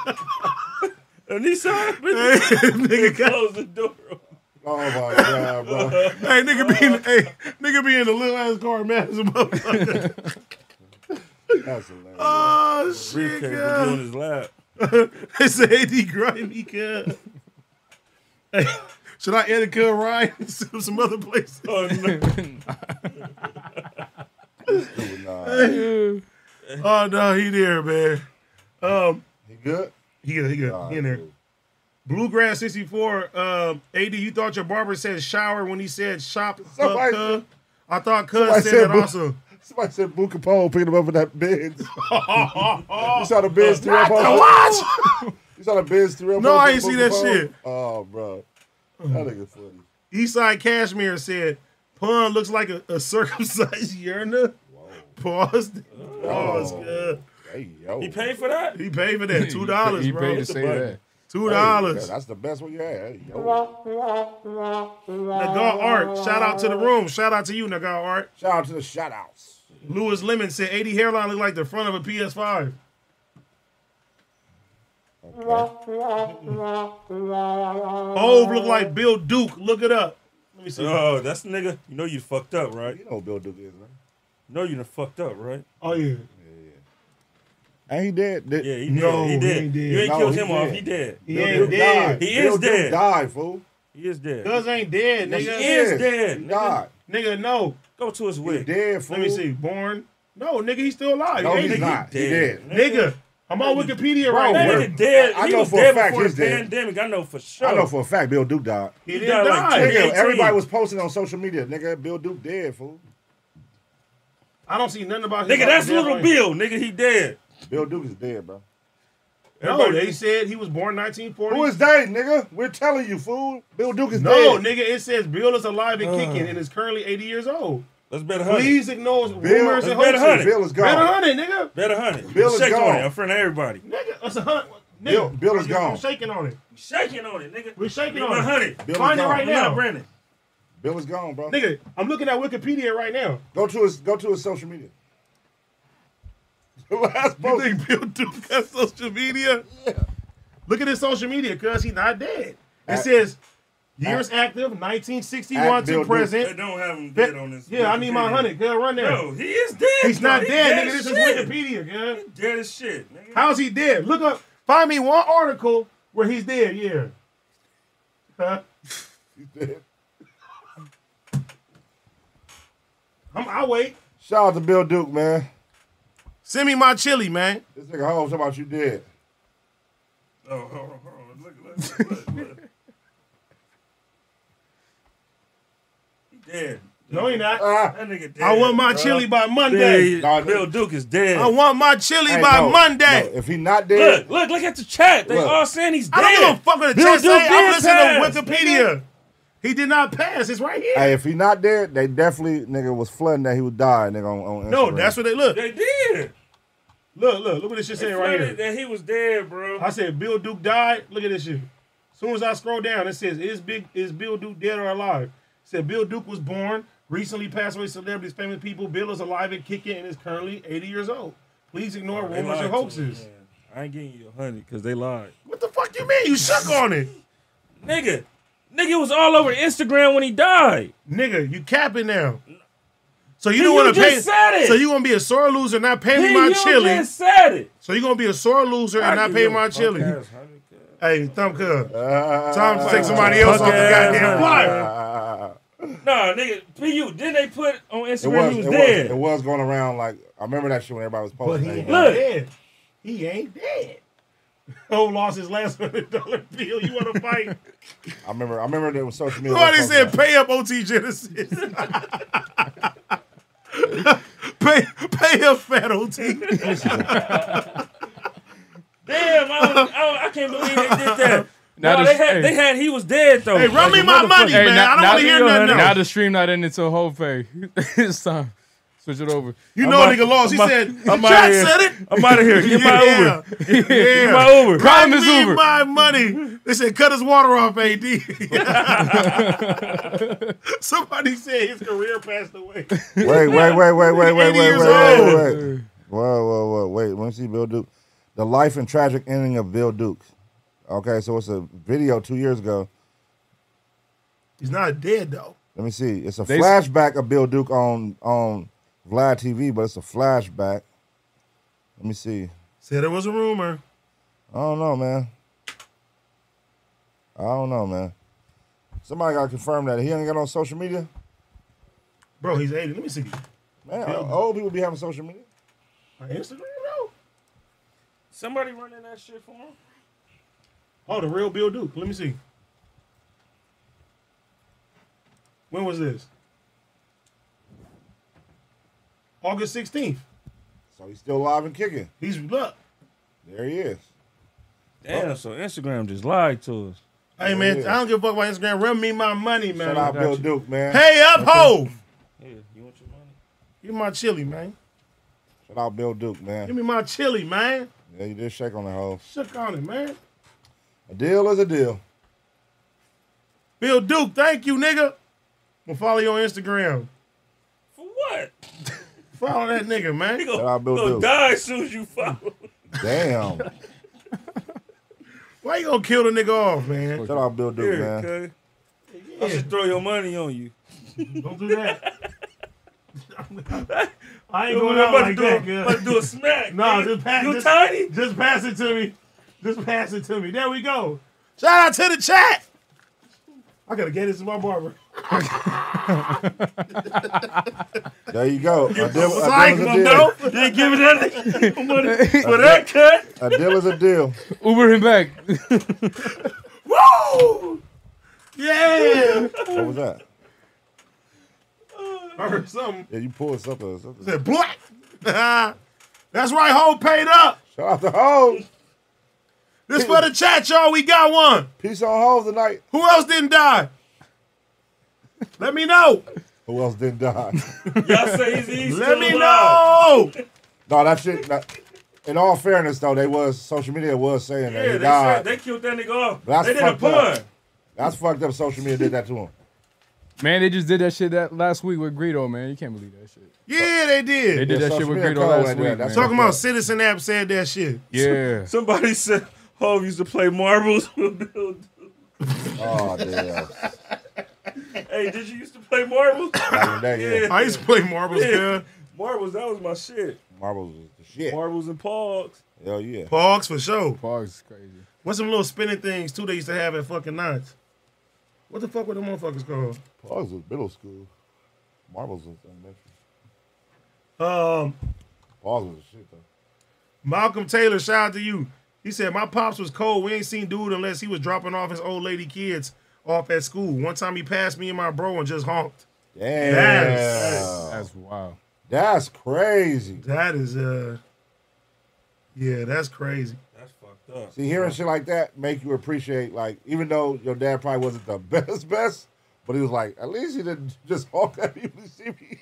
Speaker 4: A Nissan. bitch.
Speaker 1: nigga, got-
Speaker 4: Close the door.
Speaker 2: Oh my god, bro.
Speaker 1: hey, nigga, be in, hey, nigga, be in the little ass car, man. as a motherfucker.
Speaker 2: That's hilarious.
Speaker 1: Oh
Speaker 4: Briefcase
Speaker 1: shit,
Speaker 4: was
Speaker 1: God.
Speaker 4: on his lap.
Speaker 1: It's AD grimy, cuz. Hey, should I edit Cub Ryan and some some other places?
Speaker 4: Oh, no.
Speaker 2: Dude, nah.
Speaker 1: Oh no, he there, man. Um,
Speaker 2: He good?
Speaker 1: he good, he good,
Speaker 2: Nah,
Speaker 1: he in there.
Speaker 2: dude.
Speaker 1: Bluegrass sixty four. Um, AD, you thought your barber said shower when he said shop.
Speaker 2: Somebody-
Speaker 1: Up, cuz. I thought Cuz
Speaker 2: somebody
Speaker 1: said,
Speaker 2: said
Speaker 1: that
Speaker 2: Blue-
Speaker 1: also.
Speaker 2: Somebody said Boo Capone picking him up in that Benz. you saw the Benz threw up
Speaker 1: The
Speaker 2: on
Speaker 1: watch.
Speaker 2: You saw the Benz threw up
Speaker 1: No,
Speaker 2: on
Speaker 1: I
Speaker 2: Boo
Speaker 1: ain't see that
Speaker 2: Capone?
Speaker 1: shit.
Speaker 2: Oh, bro. That nigga funny.
Speaker 1: Eastside Cashmere said, "Pun looks like a, a circumcised yearner." Pause. Pause. cuz.
Speaker 2: Hey, yo.
Speaker 4: He paid for that?
Speaker 1: He paid for that two dollars,
Speaker 15: He
Speaker 1: bro.
Speaker 15: paid to say that.
Speaker 1: Two
Speaker 2: Hey,
Speaker 1: dollars.
Speaker 2: That's the best one you had. Hey, yo.
Speaker 1: Nagar Art, shout out to the room. Shout out to you, Nagar Art.
Speaker 2: Shout out to the shout outs.
Speaker 1: Lewis Lemon said 80 hairline look like the front of a PS5. Hove look like Bill Duke. Look it up. Let me see.
Speaker 4: Oh, that's the nigga. You know you fucked up, right?
Speaker 2: You know what Bill Duke is, man.
Speaker 4: You know you done fucked up, right?
Speaker 1: oh yeah.
Speaker 2: Ain't he dead? Did-
Speaker 4: Yeah, he
Speaker 1: No,
Speaker 4: did. He
Speaker 1: he
Speaker 4: did.
Speaker 1: ain't dead.
Speaker 4: You ain't
Speaker 2: No,
Speaker 4: killed
Speaker 2: he
Speaker 4: him off.
Speaker 2: dead.
Speaker 4: He dead.
Speaker 1: He
Speaker 2: Bill
Speaker 1: ain't
Speaker 2: Duke
Speaker 1: dead.
Speaker 2: Died.
Speaker 4: He
Speaker 2: Bill
Speaker 4: is
Speaker 2: Duke
Speaker 4: dead.
Speaker 2: died, fool.
Speaker 4: He is dead.
Speaker 1: Cuz ain't dead,
Speaker 4: He
Speaker 1: nigga.
Speaker 4: is dead.
Speaker 2: He
Speaker 4: nigga.
Speaker 2: died.
Speaker 1: Nigga, no.
Speaker 4: Go to his
Speaker 2: He
Speaker 4: wig.
Speaker 2: dead, fool.
Speaker 1: Let me see. Born. No, nigga, he's still alive.
Speaker 2: No,
Speaker 1: He
Speaker 2: he's
Speaker 1: ain't-
Speaker 2: not. He
Speaker 4: dead.
Speaker 2: dead.
Speaker 1: Nigga, I'm on Wikipedia
Speaker 4: That
Speaker 2: Bro,
Speaker 1: right now.
Speaker 2: where-
Speaker 4: nigga dead.
Speaker 2: I- I
Speaker 4: he
Speaker 2: know
Speaker 4: was
Speaker 2: for a
Speaker 4: dead
Speaker 2: fact
Speaker 4: before
Speaker 2: he's
Speaker 4: the
Speaker 2: dead.
Speaker 4: pandemic. I know for sure.
Speaker 2: I know for a fact Bill Duke died.
Speaker 1: He
Speaker 4: He
Speaker 1: didn't
Speaker 4: died like
Speaker 1: die.
Speaker 4: two
Speaker 2: Nigga,
Speaker 4: Eighteen.
Speaker 2: everybody was posting on social media. Nigga, Bill Duke dead, fool.
Speaker 1: I don't see nothing about his
Speaker 4: Nigga,
Speaker 1: life
Speaker 4: that's
Speaker 1: dead
Speaker 4: little
Speaker 1: right
Speaker 4: Bill. Nigga, he dead.
Speaker 2: Bill Duke is dead, bro.
Speaker 1: now. No,
Speaker 4: Everybody-
Speaker 1: they said he was born 1940.
Speaker 2: Who is they, nigga? We're telling you, fool. Bill Duke is
Speaker 1: No,
Speaker 2: dead. Uh.
Speaker 1: nigga, it says Bill is alive and kicking and is currently 80 years old.
Speaker 4: Let's bet a hundred.
Speaker 1: Please ignore
Speaker 2: Bill,
Speaker 1: rumors and
Speaker 4: better
Speaker 1: hoaxes.
Speaker 4: hundred.
Speaker 2: Bill is
Speaker 1: Bet a
Speaker 2: gone.
Speaker 1: hundred, nigga.
Speaker 4: Bet a hundred.
Speaker 2: Bill is
Speaker 4: shaking
Speaker 2: gone.
Speaker 4: on it in front of everybody.
Speaker 1: Nigga, that's a hundred. Nigga,
Speaker 2: Bill- Bill is
Speaker 1: I'm
Speaker 2: gone.
Speaker 1: shaking on it.
Speaker 4: Shaking on it, nigga.
Speaker 1: We're shaking
Speaker 4: Give
Speaker 1: on
Speaker 4: me
Speaker 1: it.
Speaker 4: a hundred.
Speaker 2: Bill is
Speaker 1: Find it
Speaker 2: gone.
Speaker 1: right
Speaker 4: Come on,
Speaker 1: now.
Speaker 4: Brandon.
Speaker 2: Bill is gone, bro.
Speaker 1: Nigga, I'm looking at Wikipedia right now.
Speaker 2: Go to his go to his social media. The last post.
Speaker 1: think Bill Duke got social media? Look at his social media, cuz he not dead. It
Speaker 2: At-
Speaker 1: says years active, 1961
Speaker 2: at Bill
Speaker 1: to
Speaker 2: Duke.
Speaker 4: They
Speaker 1: present.
Speaker 4: don't have him
Speaker 1: Bet-
Speaker 4: dead on this.
Speaker 1: Yeah, I need my
Speaker 4: Wikipedia.
Speaker 1: hundred. Cuz run there.
Speaker 4: No, he is dead.
Speaker 1: He's
Speaker 4: bro.
Speaker 1: not
Speaker 4: He
Speaker 1: dead, nigga. This
Speaker 4: as
Speaker 1: is
Speaker 4: shit.
Speaker 1: Wikipedia, cuz.
Speaker 4: Dead as shit, nigga.
Speaker 1: How's he dead? Look up. Find me one article where he's dead. Yeah. Huh? I'm, I'll wait.
Speaker 2: Shout out to Bill Duke, man.
Speaker 1: Send me my chili, man.
Speaker 2: This nigga Holmes talking about you dead.
Speaker 4: Oh, hold on, hold on. Look, look, look, look. he dead.
Speaker 1: No, he not.
Speaker 2: Ah,
Speaker 4: That nigga dead.
Speaker 1: I want my
Speaker 4: bruh.
Speaker 1: chili by Monday.
Speaker 4: Dead.
Speaker 2: Nah,
Speaker 4: Bill Duke is dead.
Speaker 1: I want my chili
Speaker 2: hey,
Speaker 1: by
Speaker 2: no,
Speaker 1: Monday.
Speaker 2: no, if he not dead,
Speaker 4: look, look, look at the chat. They
Speaker 2: Look.
Speaker 4: all saying he's dead.
Speaker 1: I don't give a fuck what the
Speaker 4: Bill
Speaker 1: chat say.
Speaker 4: Duke
Speaker 1: I'm
Speaker 4: did pass,
Speaker 1: listening to Wikipedia. He did not pass. It's right here.
Speaker 2: hey, if he not dead, they definitely nigga was flooding that he would die, nigga. On, on
Speaker 1: no,
Speaker 2: Instagram.
Speaker 1: that's what they look.
Speaker 4: They did.
Speaker 1: Look, look, look what this shit
Speaker 4: They
Speaker 1: saying right
Speaker 4: flooded
Speaker 1: here.
Speaker 4: that he was dead, bro.
Speaker 1: I said Bill Duke died. Look at this shit. As soon as I scroll down, it says is big is Bill Duke dead or alive? It said Bill Duke was born, recently passed away. Celebrities, famous people. Bill is alive and kicking, and is currently 80 years old. Please ignore
Speaker 4: Oh, They
Speaker 1: rumors
Speaker 4: lied to
Speaker 1: and
Speaker 4: me,
Speaker 1: hoaxes.
Speaker 4: man. I ain't getting you a hundred because they lied.
Speaker 1: What the fuck you mean? You shook on it,
Speaker 4: Nigga, nigga it was all over Instagram when he died.
Speaker 1: nigga. You capping now. So you
Speaker 4: Then
Speaker 1: don't
Speaker 4: you
Speaker 1: want to
Speaker 4: just
Speaker 1: pay.
Speaker 4: said it.
Speaker 1: So you gonna be a sore loser not pay me
Speaker 4: Then
Speaker 1: my
Speaker 4: you
Speaker 1: chili.
Speaker 4: just said it.
Speaker 1: So you gonna be a sore loser and not pay my chili.
Speaker 4: Punk ass, hundred, cuz.
Speaker 1: Hey, thumb cub.
Speaker 2: Uh,
Speaker 1: Time to take somebody else off the
Speaker 4: Punk ass, huh?
Speaker 1: goddamn flyer.
Speaker 4: Nah, nigga, PU. Then they put on Instagram
Speaker 2: it was,
Speaker 4: he was
Speaker 2: it
Speaker 4: dead.
Speaker 2: was, it was going around like I remember that shit when everybody was
Speaker 1: But
Speaker 2: posting.
Speaker 1: he ain't
Speaker 2: that.
Speaker 4: Look.
Speaker 1: dead. He ain't dead. Oh, lost his last hundred dollar bill. You want to fight?
Speaker 2: I remember, I remember there was social media.
Speaker 1: Somebody
Speaker 2: was
Speaker 1: said,
Speaker 2: posting
Speaker 1: "Pay up, OT Genesis." pay, pay up, fat OT.
Speaker 4: Damn, I, was, I, I can't believe they did that.
Speaker 3: Now
Speaker 4: no,
Speaker 3: the-
Speaker 4: they had,
Speaker 3: hey.
Speaker 4: they had he was dead though.
Speaker 1: Hey, run me
Speaker 4: a
Speaker 1: my
Speaker 4: motherfucker.
Speaker 1: money, man. I don't want to hear nothing
Speaker 3: Now
Speaker 1: else.
Speaker 3: the stream not in until whole pay. it's time. Switch it over.
Speaker 1: You
Speaker 4: I'm
Speaker 1: know,
Speaker 4: out-
Speaker 1: nigga lost. He
Speaker 4: I'm out-
Speaker 1: said,
Speaker 4: I'm
Speaker 1: "Jack
Speaker 4: out of here.
Speaker 1: said it."
Speaker 4: I'm out of here. Get my
Speaker 1: Yeah.
Speaker 4: Uber. Get my Uber.
Speaker 3: Prime
Speaker 1: Give
Speaker 3: is
Speaker 1: me
Speaker 3: Uber.
Speaker 1: my money. They said cut his water off, AD. Somebody said his career passed away.
Speaker 2: Wait, wait, wait, wait, wait, wait, wait,
Speaker 1: 80
Speaker 2: wait,
Speaker 1: years
Speaker 2: wait,
Speaker 1: old.
Speaker 2: wait, wait. Whoa, whoa, whoa. Wait, let me see Bill Duke. The life and tragic ending of Bill Duke. Okay, so it's a video two years ago.
Speaker 1: He's not dead though.
Speaker 2: Let me see. It's a
Speaker 3: They-
Speaker 2: flashback of Bill Duke on on Vlad TV, but it's a flashback. Let me see.
Speaker 1: Said it was a rumor.
Speaker 2: I don't know, man. I don't know, man. Somebody gotta confirm that. He ain't got on social media?
Speaker 1: Bro, he's 80. Let me see.
Speaker 2: Man, old people be having social media.
Speaker 1: My Instagram, bro.
Speaker 4: Somebody running that shit for him.
Speaker 1: Oh, the real Bill Duke. Let me see. When was this? August 16th.
Speaker 2: So he's still alive and kicking.
Speaker 1: He's look.
Speaker 2: There he is.
Speaker 4: Damn, so Instagram just lied to us.
Speaker 1: Hey man,
Speaker 2: Yeah.
Speaker 1: I don't give a fuck about Instagram. Run me my money, man.
Speaker 2: Shout out
Speaker 4: got
Speaker 2: Bill
Speaker 4: you.
Speaker 2: Duke, man.
Speaker 1: Hey up, ho!
Speaker 4: Yeah, you want your money?
Speaker 1: Give me my chili, man.
Speaker 2: Shout out Bill Duke,
Speaker 1: Give
Speaker 2: man.
Speaker 1: me my chili, man.
Speaker 2: Yeah, you did shake on the hoe.
Speaker 1: Shook on it, man.
Speaker 2: A deal is a deal.
Speaker 1: Bill Duke, thank you, nigga. I'm gonna follow you on Instagram.
Speaker 4: For what?
Speaker 1: Follow that nigga, man.
Speaker 4: You
Speaker 2: out Bill
Speaker 4: gonna
Speaker 2: Duke.
Speaker 4: die as soon as you follow.
Speaker 2: Damn. Shout
Speaker 1: Why you gonna kill the nigga off, man?
Speaker 2: out Bill Duke,
Speaker 4: Here,
Speaker 2: man.
Speaker 4: cuz. I should throw your money on you.
Speaker 1: Don't do that. I
Speaker 4: I'm
Speaker 1: ain't going out
Speaker 4: about,
Speaker 1: like
Speaker 4: to do
Speaker 1: that,
Speaker 4: a,
Speaker 1: girl.
Speaker 4: about to do a smack.
Speaker 1: No,
Speaker 4: nigga.
Speaker 1: just pass.
Speaker 4: You
Speaker 1: just,
Speaker 4: tiny?
Speaker 1: Just pass it to me. Just pass it to me. There we go. Shout out to the chat. I gotta get this to my barber.
Speaker 2: There you go. A deal, a deal
Speaker 1: Psych,
Speaker 2: is a
Speaker 1: my
Speaker 2: deal.
Speaker 1: bro.
Speaker 4: They giving that nigga money for that cut.
Speaker 2: A deal is a deal.
Speaker 3: Uber him back.
Speaker 1: Woo! Yeah.
Speaker 2: What was that?
Speaker 1: I heard something.
Speaker 2: Yeah, you pulled something. or something.
Speaker 1: Said black. That's right, ho paid up.
Speaker 2: Shout out to hoes.
Speaker 1: This for the chat, y'all. We got one.
Speaker 2: Peace on hoes tonight.
Speaker 1: Who else didn't die? Let me know.
Speaker 2: Who else didn't die?
Speaker 4: Y'all say he's he's
Speaker 1: Let
Speaker 4: still
Speaker 1: me
Speaker 4: alive.
Speaker 1: know.
Speaker 2: no, that shit. that- in all fairness, though, they was social media was saying that
Speaker 4: Yeah, they
Speaker 2: he died.
Speaker 4: said they killed that nigga off.
Speaker 2: That's
Speaker 4: they did a
Speaker 2: fucked up.
Speaker 4: pun.
Speaker 2: That's fucked up. Social media did that to him.
Speaker 3: Man, they just did that shit that last week with Greedo, man. You can't believe that shit.
Speaker 1: Yeah, they
Speaker 3: They
Speaker 1: did.
Speaker 3: did
Speaker 2: Yeah,
Speaker 3: that shit
Speaker 2: social
Speaker 3: with
Speaker 2: media
Speaker 3: Greedo
Speaker 2: code
Speaker 3: last
Speaker 2: like that.
Speaker 3: week.
Speaker 2: That's
Speaker 3: man.
Speaker 1: Talking about Citizen App said that shit.
Speaker 3: Yeah.
Speaker 4: Somebody said Hov used to play marbles with Bill Duke.
Speaker 2: Oh damn.
Speaker 4: Hey, did you used to play marbles?
Speaker 2: Back in the day, yeah.
Speaker 1: I used to play marbles,
Speaker 4: Yeah.
Speaker 1: yeah.
Speaker 4: marbles, that was my shit.
Speaker 2: Marbles was the shit.
Speaker 4: Marbles and pogs.
Speaker 2: Hell yeah.
Speaker 1: Pogs for sure.
Speaker 3: Fogs is crazy.
Speaker 1: What's some little spinning things too they used to have at fucking nights? What the fuck were them motherfuckers called?
Speaker 2: Pogs was middle school. Marbles was elementary.
Speaker 1: Um,
Speaker 2: Pogs was the shit though.
Speaker 1: Malcolm Taylor, shout out to you. He said, My pops was cold. We ain't seen dude unless he was dropping off his old lady kids off at school. One time he passed me and my bro and just honked.
Speaker 2: Damn.
Speaker 1: Yes.
Speaker 3: That's wild.
Speaker 2: That's crazy.
Speaker 1: That is uh Yeah, that's crazy.
Speaker 4: That's fucked up.
Speaker 2: See, hearing shit like that make you appreciate, like, even though your dad probably wasn't the best, best, but he was like, at least he didn't just honk at people to see me.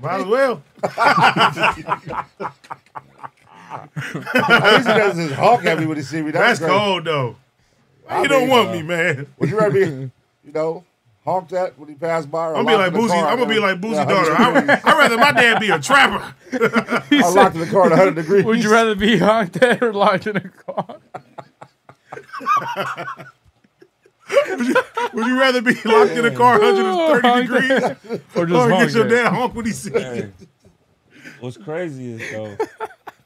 Speaker 1: Might as well.
Speaker 2: At least he doesn't just honk at me when he see me. That's,
Speaker 1: That's
Speaker 2: crazy.
Speaker 1: cold though.
Speaker 2: I
Speaker 1: you don't
Speaker 2: mean,
Speaker 1: want
Speaker 2: uh,
Speaker 1: me, man.
Speaker 2: Would you rather be, you know, honked at when he passed by? Or
Speaker 1: I'm gonna be like
Speaker 2: locked in the
Speaker 1: Boozy.
Speaker 2: car?
Speaker 1: I'm gonna be like Boozy daughter.
Speaker 2: I'm
Speaker 1: I, I'd rather my dad be a trapper.
Speaker 2: I'm locked in the car at 100 degrees.
Speaker 3: Would you rather be honked at or locked in a car?
Speaker 1: Would you rather be locked in a car 130
Speaker 3: Honked
Speaker 1: degrees
Speaker 3: at-
Speaker 2: Oh,
Speaker 3: Or just
Speaker 1: or
Speaker 3: honked
Speaker 1: get your
Speaker 3: at?
Speaker 1: dad honk when he sees you?
Speaker 4: Hey, what's crazy is though,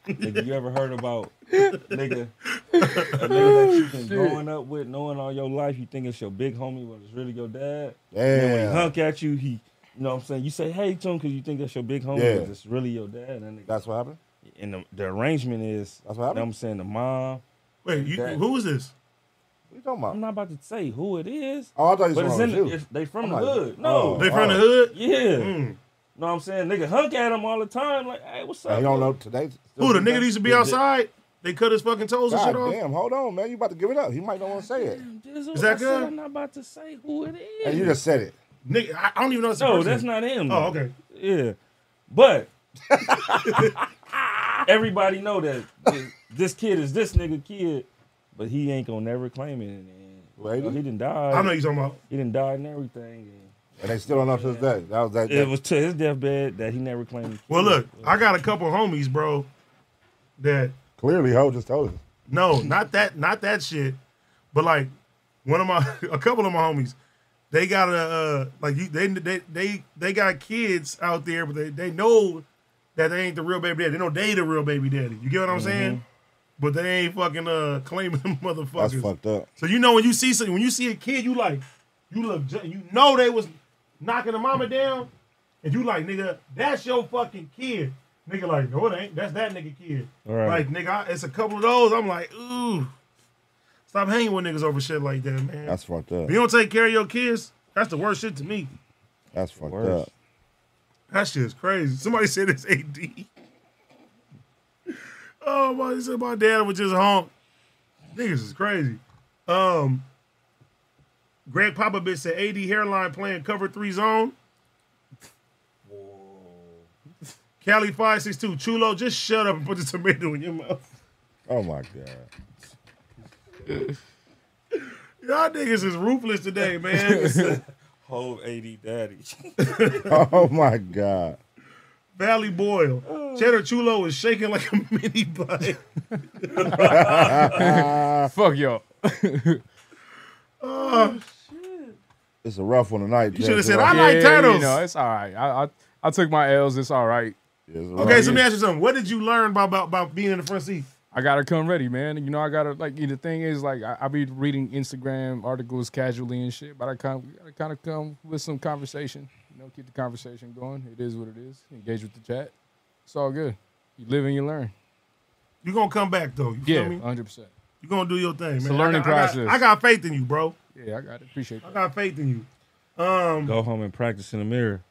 Speaker 4: nigga, you ever heard about nigga, a nigga
Speaker 2: Oh,
Speaker 4: that you've been growing up with, knowing all your life, you think it's your big homie, but it's really your dad. And then when he
Speaker 2: Damn.
Speaker 4: hunk at you, he, you know what I'm saying? You say hey to him because you think that's your big homie,
Speaker 2: Yeah.
Speaker 4: but it's really your dad. And, that nigga,
Speaker 2: That's what happened?
Speaker 4: and the, the arrangement is,
Speaker 2: That's what happened?
Speaker 4: you know what I'm saying, the mom.
Speaker 1: Wait, you,
Speaker 4: Dad.
Speaker 1: who is this?
Speaker 2: What you talking
Speaker 4: I'm
Speaker 2: about?
Speaker 4: not about to say who it is,
Speaker 2: Oh, I thought
Speaker 4: Mm-hmm.
Speaker 2: you
Speaker 4: but
Speaker 2: was
Speaker 4: it's
Speaker 2: talking
Speaker 4: in
Speaker 2: about
Speaker 4: the,
Speaker 2: you.
Speaker 4: it's, they from the
Speaker 2: I'm like,
Speaker 4: hood.
Speaker 2: oh.
Speaker 4: No,
Speaker 1: They from the hood?
Speaker 4: yeah.
Speaker 1: Mm.
Speaker 4: Know what I'm saying? Nigga hunk at him all the time. Like, hey, what's up?
Speaker 2: I don't know today.
Speaker 1: Who the nigga that used to be outside? They cut his fucking toes and
Speaker 2: God
Speaker 1: shit off.
Speaker 2: damn, hold on, man. You about to give it up. He might not want to say it.
Speaker 1: Is that good?
Speaker 4: I'm not about to say who it is.
Speaker 2: And you just said it.
Speaker 1: Nigga, I I don't even know. It's a
Speaker 4: No,
Speaker 1: person.
Speaker 4: that's not him.
Speaker 1: Oh,
Speaker 4: though.
Speaker 1: okay.
Speaker 4: Yeah, but everybody know that this- this kid is this nigga kid, but he ain't gonna never claim it. And
Speaker 2: Right.
Speaker 4: he didn't die.
Speaker 1: I know you're talking about.
Speaker 4: He didn't die and everything.
Speaker 2: And they still don't know to this day. That was that.
Speaker 4: And it was to his deathbed that he never claimed. the
Speaker 1: Well,
Speaker 4: kid.
Speaker 1: look, I got a couple homies, bro. That
Speaker 2: clearly Ho just told us.
Speaker 1: no, not that, not that shit. But like one of my, a couple of my homies, they got a uh, like you, they they they they got kids out there, but they they know that they ain't the real baby daddy. They know they the real baby daddy. You get what I'm saying? But they ain't fucking uh claiming them motherfuckers.
Speaker 2: That's fucked up.
Speaker 1: So you know when you see some- when you see a kid, you like, you look, ju- you know they was knocking the mama down, and you like, nigga, that's your fucking kid. Nigga, like, no, it ain't. That's that nigga kid.
Speaker 4: Right.
Speaker 1: Like, nigga, I, it's a couple of those. I'm like, ooh, stop hanging with niggas over shit like that, man.
Speaker 2: That's fucked up.
Speaker 1: if you don't take care of your kids, that's the worst shit to me.
Speaker 2: That's fucked
Speaker 4: Worse.
Speaker 2: up.
Speaker 1: That shit is crazy. Somebody said it's AD. oh my! He said my dad was just honk. Niggas is crazy. Um, Greg Popovich said AD hairline playing cover three zone. Cali five six two Chulo, just shut up and put the tomato in your mouth.
Speaker 2: Oh my god.
Speaker 1: Y'all niggas is ruthless today, man.
Speaker 4: whole eighty daddy.
Speaker 2: Oh my god.
Speaker 1: Valley Boyle, Cheddar Chulo is shaking like a mini bike.
Speaker 3: Fuck y'all.
Speaker 2: It's a rough one tonight.
Speaker 1: You shoulda
Speaker 2: Terrence
Speaker 1: said,
Speaker 2: Hill.
Speaker 1: I like turtles.
Speaker 3: You know, it's all right. I, I I took my L's. It's all right.
Speaker 2: It's a rough
Speaker 1: Okay,
Speaker 2: one.
Speaker 1: so let me ask you something. What did you learn about about, about being in the front seat?
Speaker 3: I gotta come ready, man. You know, I gotta like. The thing is, like, I, I be reading Instagram articles casually and shit, but I kind of kind of come with some conversation. You know, keep the conversation going. It is what it is. Engage with the chat. It's all good. You live and you learn.
Speaker 1: You're gonna come back though. You
Speaker 3: Yeah,
Speaker 1: feel me?
Speaker 3: hundred percent.
Speaker 1: You're gonna do your thing, man.
Speaker 3: a learning
Speaker 1: I got, I got-
Speaker 3: process.
Speaker 1: I got faith in you, bro.
Speaker 3: Yeah, I got it. Appreciate
Speaker 1: I
Speaker 3: that.
Speaker 1: got faith in you. Um,
Speaker 4: Go home and practice in the mirror.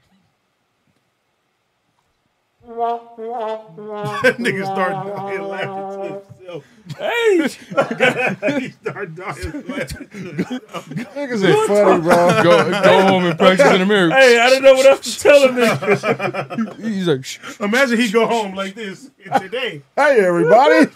Speaker 1: that nigga start dying laughing to himself.
Speaker 4: Hey,
Speaker 1: He start dying laughing to himself.
Speaker 2: Niggas is funny, bro.
Speaker 3: Go, go home and practice in the mirror.
Speaker 4: hey, I don't know what else to tell him. nigga.
Speaker 3: He's like, "Shh."
Speaker 1: Imagine he go home like this today.
Speaker 2: Hey everybody.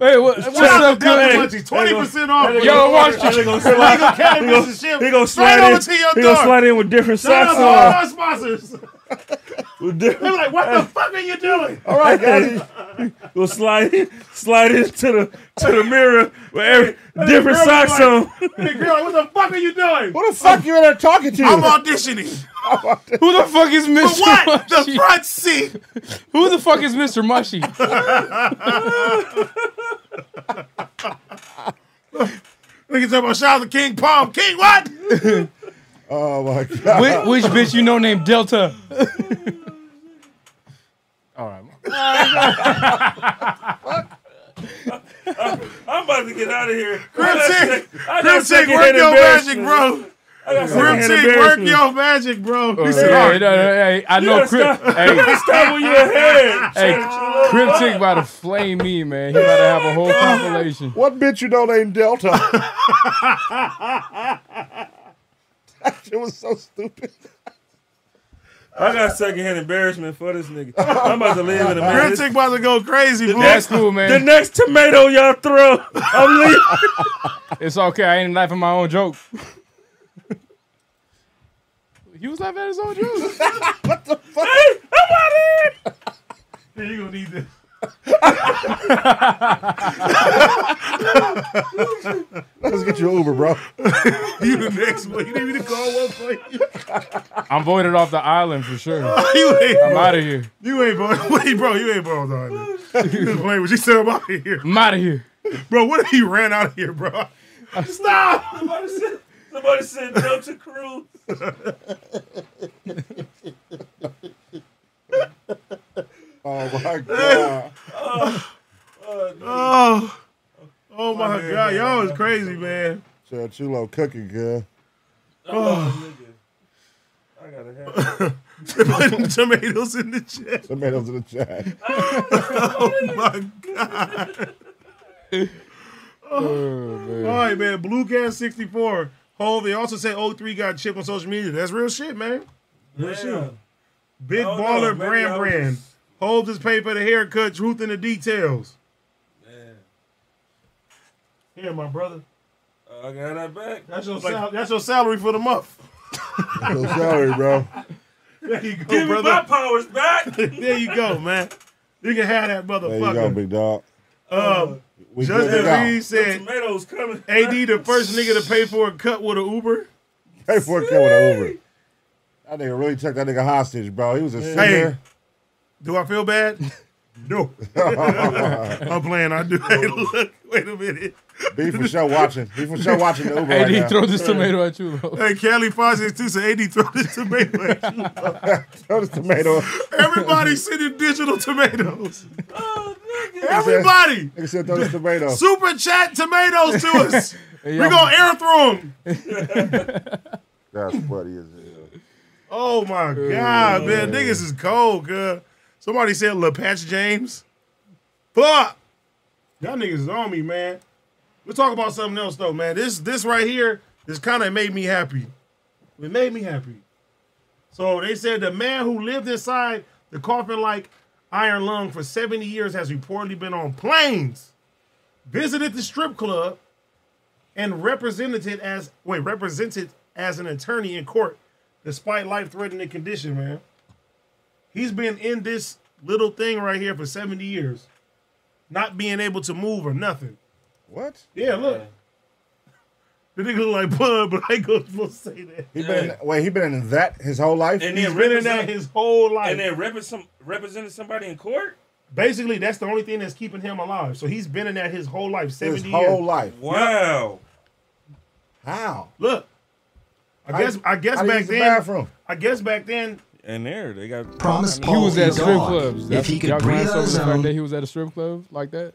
Speaker 3: hey, what, what's up,
Speaker 1: That's
Speaker 3: good?
Speaker 1: much. He's twenty percent off.
Speaker 3: Yo, watch
Speaker 1: Legal
Speaker 4: They gonna slide-
Speaker 1: cannabis and shit.
Speaker 4: He gonna
Speaker 1: Straight
Speaker 4: slide
Speaker 1: over
Speaker 4: in.
Speaker 1: to your
Speaker 4: He gonna
Speaker 1: door.
Speaker 4: slide in with different
Speaker 1: Shout out
Speaker 4: socks
Speaker 1: to all
Speaker 4: on.
Speaker 1: our sponsors. They're
Speaker 4: With different-
Speaker 1: like, what the fuck are you doing?
Speaker 2: All right, guys.
Speaker 4: We'll slide in- slide into the to the mirror with every different
Speaker 1: girl was
Speaker 4: socks on.
Speaker 1: like- The girl, what the fuck are you doing?
Speaker 2: Who the fuck you in there talking to?
Speaker 1: I'm auditioning.
Speaker 3: Who the fuck is Mr.
Speaker 1: What? The
Speaker 3: Mushy?
Speaker 1: front seat.
Speaker 3: Who the fuck is Mr. Mushy?
Speaker 1: Niggas talking about shout out to King Palm. King what?
Speaker 2: oh my god.
Speaker 3: Which, which bitch you know named Delta? All right.
Speaker 4: I'm about to get out of here.
Speaker 1: Crimson,
Speaker 4: I got
Speaker 1: Crimson,
Speaker 4: secondhand
Speaker 1: work your magic,
Speaker 4: embarrassment.
Speaker 1: bro.
Speaker 4: I got secondhand
Speaker 1: Crimson, work
Speaker 4: embarrassment.
Speaker 1: your magic, bro. He said,
Speaker 3: Hey, no, no, hey, I know
Speaker 4: gotta
Speaker 3: Crip.
Speaker 4: stop.
Speaker 3: Hey,
Speaker 4: Stop with your head.
Speaker 3: hey, Crip Tick about to flame me, man. He about to have a whole compilation.
Speaker 2: What bitch you know named Delta? that shit was so stupid.
Speaker 4: I got secondhand embarrassment for this nigga. I'm about to live in a minute.
Speaker 1: Crimson about to go crazy, bro.
Speaker 3: That's
Speaker 4: The
Speaker 3: cool, man.
Speaker 4: next tomato y'all throw, I'm leaving.
Speaker 3: It's okay. I ain't laughing at my own joke. He was laughing at his own joke.
Speaker 1: Man, you gonna need this.
Speaker 2: Let's get you an Uber, bro.
Speaker 1: You the next one. You need me to call one for you.
Speaker 3: I'm voided off the island for sure.
Speaker 1: You ain't,
Speaker 3: I'm out of here.
Speaker 1: you ain't bro. Wait, bro, you ain't bro. Dog,
Speaker 2: Oh,
Speaker 1: you just playing with. You said I'm out of here,
Speaker 3: I'm out of here.
Speaker 7: Oh
Speaker 1: bro. What if he ran out of here, bro? Stop.
Speaker 4: Somebody said, somebody said Delta Cruz.
Speaker 2: Oh my god.
Speaker 1: Oh, oh my God, y'all is crazy, man.
Speaker 2: Chad Chulo cooking, girl.
Speaker 4: I gotta have
Speaker 1: putting tomatoes in the chat.
Speaker 2: Tomatoes in the chat.
Speaker 1: oh my god. All right, man. Blue Gas 64. Hove, they also say 03 got chipped on social media. That's real shit, man. Real shit.
Speaker 4: I
Speaker 1: Big
Speaker 4: don't
Speaker 1: baller
Speaker 4: know. Maybe
Speaker 1: brand
Speaker 4: I was-
Speaker 1: brand. Hove just paid for the haircut, truth in the details. Here, my brother.
Speaker 4: I got that back.
Speaker 1: That's your, sal- that's your salary for the month.
Speaker 2: So sorry, bro.
Speaker 1: There you go,
Speaker 4: Give me my
Speaker 1: brother.
Speaker 4: powers back.
Speaker 1: there you go, man. You can have that
Speaker 2: There you go,
Speaker 1: motherfucker.
Speaker 2: big dog.
Speaker 1: Um,
Speaker 2: We good to
Speaker 1: Justin
Speaker 2: go.
Speaker 1: Reed said,
Speaker 4: Tomatoes coming.
Speaker 1: AD the first nigga to pay for a cut with an Uber.
Speaker 2: Pay for a cat with an Uber. That nigga really took that nigga hostage, bro. He was a singer.
Speaker 1: Do I feel bad? No. I'm playing. I do. Hey, look. Wait a minute.
Speaker 2: B for sure watching. B for sure watching the Uber
Speaker 3: Hey,
Speaker 2: right
Speaker 3: he
Speaker 2: now.
Speaker 3: throw this tomato at you. bro.
Speaker 1: Hey, Kelly Fonzie too said AD throw this tomato at you.
Speaker 2: Throw this tomato.
Speaker 1: Everybody sending digital tomatoes.
Speaker 4: Oh, nigga.
Speaker 1: Everybody.
Speaker 2: Nigga said throw this tomato.
Speaker 1: Super chat tomatoes to us.
Speaker 3: Hey,
Speaker 1: We're going
Speaker 3: y'all-
Speaker 1: to air through them.
Speaker 2: That's funny as hell.
Speaker 1: Oh my god, man, niggas is cold, cuz. Somebody said LePatch James. Fuck, y'all niggas is on me, man. We'll talk about something else though, man. This this right here, this kind of made me happy. It made me happy. So they said the man who lived inside the coffin like iron lung for 70 years has reportedly been on planes, visited the strip club, and represented as wait represented as an attorney in court despite life-threatening condition man he's been in this little thing right here for 70 years not being able to move or nothing
Speaker 2: What?
Speaker 1: yeah look the nigga look like bud but i ain't gonna supposed to say that
Speaker 2: He been in, wait. He been in that his whole life.
Speaker 4: And
Speaker 1: he's
Speaker 4: then
Speaker 1: been in that
Speaker 4: represent,
Speaker 1: his whole life
Speaker 4: and then represent some representing somebody in court.
Speaker 1: basically that's the only thing that's keeping him alive so he's been in that his whole life 70
Speaker 2: His whole
Speaker 1: years
Speaker 2: life.
Speaker 4: Wow.
Speaker 2: How?
Speaker 1: look i guess i guess
Speaker 2: How do you
Speaker 1: back
Speaker 2: use the
Speaker 1: then
Speaker 2: bathroom.
Speaker 1: i guess back then
Speaker 7: And there they got
Speaker 14: Promise
Speaker 3: He was at strip
Speaker 14: God,
Speaker 3: clubs.
Speaker 14: Oh, If
Speaker 3: That's-
Speaker 14: he
Speaker 3: y'all
Speaker 14: could
Speaker 3: glance
Speaker 14: breathe
Speaker 3: over
Speaker 14: on his
Speaker 3: the fact
Speaker 14: own,
Speaker 3: that he was at a strip club like that.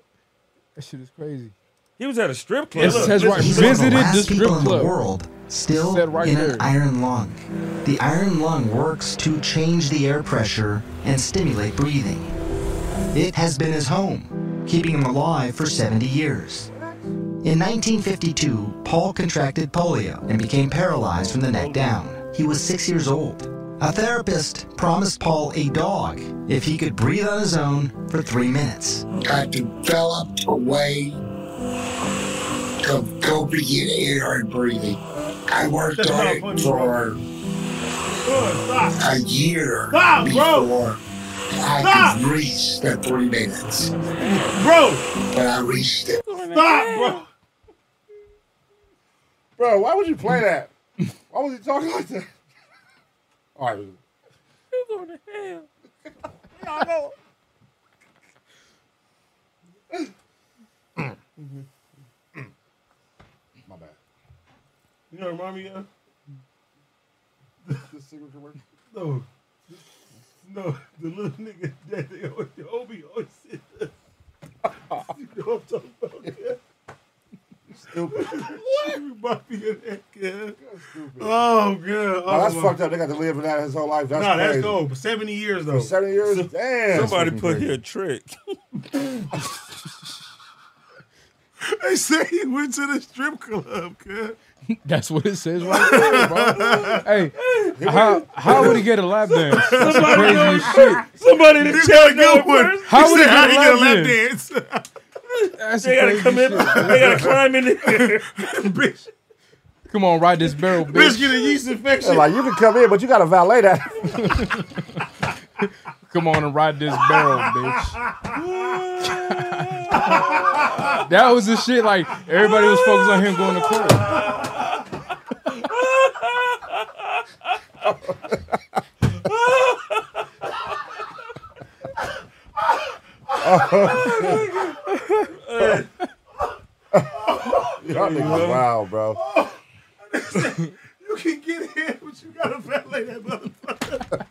Speaker 3: That shit is crazy.
Speaker 7: he was at a strip club.
Speaker 1: Yeah, look,
Speaker 3: says right-
Speaker 14: he's
Speaker 3: Visited
Speaker 14: one of the
Speaker 3: the
Speaker 14: last
Speaker 3: strip
Speaker 14: people in the
Speaker 3: club.
Speaker 14: world still
Speaker 3: Said right
Speaker 14: in
Speaker 3: there.
Speaker 14: an iron lung. The iron lung works to change the air pressure and stimulate breathing. It has been his home, keeping him alive for 70 years. In 1952, Paul contracted polio and became paralyzed from the neck down. He was six years old. A therapist promised Paul a dog if he could breathe on his own for three minutes.
Speaker 16: I developed a way to go be in air and breathing. I worked on it for a year
Speaker 1: Stop, bro.
Speaker 16: before I could reach the three minutes,
Speaker 1: bro
Speaker 16: but I reached it.
Speaker 1: stop bro
Speaker 2: Bro, why would you play that? Why was he talking like that? All right. My bad.
Speaker 1: you know what remind me uh, of
Speaker 2: This cigarette commercial?
Speaker 1: No. No, the little nigga that they always, the homie always said. that. you know what I'm talking about?
Speaker 2: Stupid.
Speaker 1: What? Remind me of that, kid. Oh, God. Oh,
Speaker 2: Oh, that's
Speaker 1: my-
Speaker 2: fucked up. They got to live in that his whole life. That's
Speaker 1: Nah,
Speaker 2: crazy.
Speaker 1: that's dope. 70 years, though.
Speaker 2: Seven years. Damn.
Speaker 7: Somebody
Speaker 2: That's
Speaker 7: put
Speaker 2: fucking
Speaker 7: here a trick.
Speaker 1: They say he went to the strip club, kid.
Speaker 3: That's what it says right there, bro. hey, how, how would he get a lap dance? That's some crazy as shit.
Speaker 7: Somebody to
Speaker 1: This
Speaker 7: check
Speaker 1: is a good one.
Speaker 3: How
Speaker 1: He
Speaker 3: would
Speaker 1: said,
Speaker 3: he
Speaker 1: how
Speaker 3: get
Speaker 1: he
Speaker 3: a
Speaker 1: get a
Speaker 3: lap
Speaker 1: lap dance?
Speaker 3: That's some
Speaker 7: They gotta
Speaker 3: crazy
Speaker 7: come in.
Speaker 3: shit.
Speaker 7: They gotta climb in there.
Speaker 1: Bitch,
Speaker 3: Come on, ride this barrel,
Speaker 1: bitch
Speaker 3: bitch.
Speaker 1: get a yeast
Speaker 2: They're
Speaker 1: infection.
Speaker 2: like, you can come in, but you got to valet that.
Speaker 3: Come on and ride this barrel, bitch. that was the shit. Like everybody was focused on him going to court.
Speaker 2: Y'all niggas wild, bro.
Speaker 1: you can get in, but you gotta valet that motherfucker.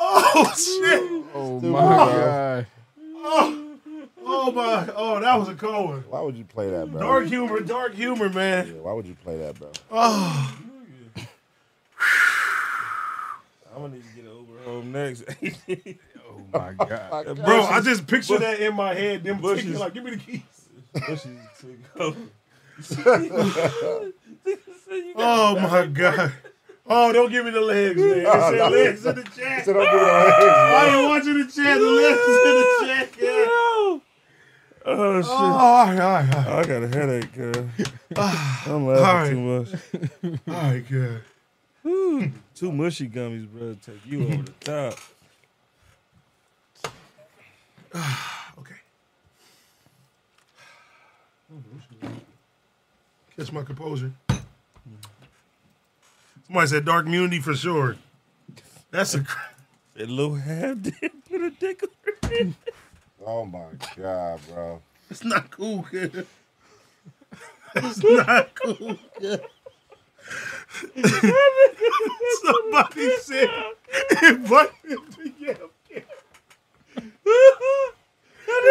Speaker 1: oh, shit.
Speaker 3: Oh my god.
Speaker 1: Oh, my. Oh, that was a cold one.
Speaker 2: Why would you play that, bro?
Speaker 1: Dark humor, dark humor, man.
Speaker 2: Yeah, Why would you play that, bro?
Speaker 1: Oh,
Speaker 2: I'm
Speaker 4: Y'all need to get an Uber home next. oh
Speaker 3: my God.
Speaker 1: Bro, I just picture that in my head. Them bushes.
Speaker 4: Bushes.
Speaker 1: like, give me the keys.
Speaker 4: Bushes to go.
Speaker 1: Oh my god. Oh, don't give me the legs, man. It said legs in the chat.
Speaker 2: Said, "Don't give me the legs,
Speaker 1: I
Speaker 2: man."
Speaker 1: didn't want you to chat. The legs is in the chat. Yeah.
Speaker 4: Oh shit!
Speaker 1: Oh, Ah, all right, all right, all right.
Speaker 4: I got a headache. girl. I'm laughing
Speaker 1: Alright.
Speaker 4: too much.
Speaker 1: All right, good.
Speaker 4: Two mushy gummies, bro. Take you over the top.
Speaker 1: Okay. Catch my composure. Somebody said dark immunity for sure. That's a. cr-
Speaker 4: And Lil Hab did put a dick on her.
Speaker 2: Oh my god, bro.
Speaker 1: It's not cool, kid. It's not cool, kid. Somebody said invite him to Yelp. Kid.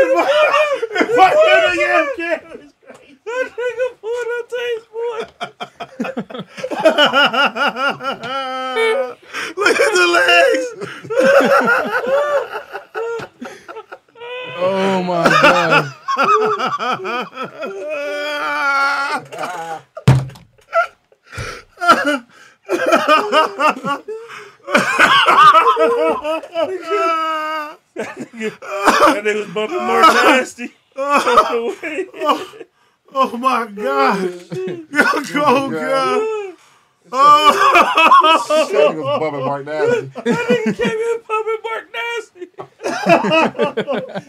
Speaker 1: invite him to Yelp, kid. It's crazy.
Speaker 4: That nigga pulled a taste boy.
Speaker 1: Look at the legs.
Speaker 3: Oh my god.
Speaker 4: That nigga was bumping more nasty. That's the way.
Speaker 1: Oh my god. Oh, God.
Speaker 2: That nigga's bumming right now.
Speaker 4: came in pumping Mark Nasty.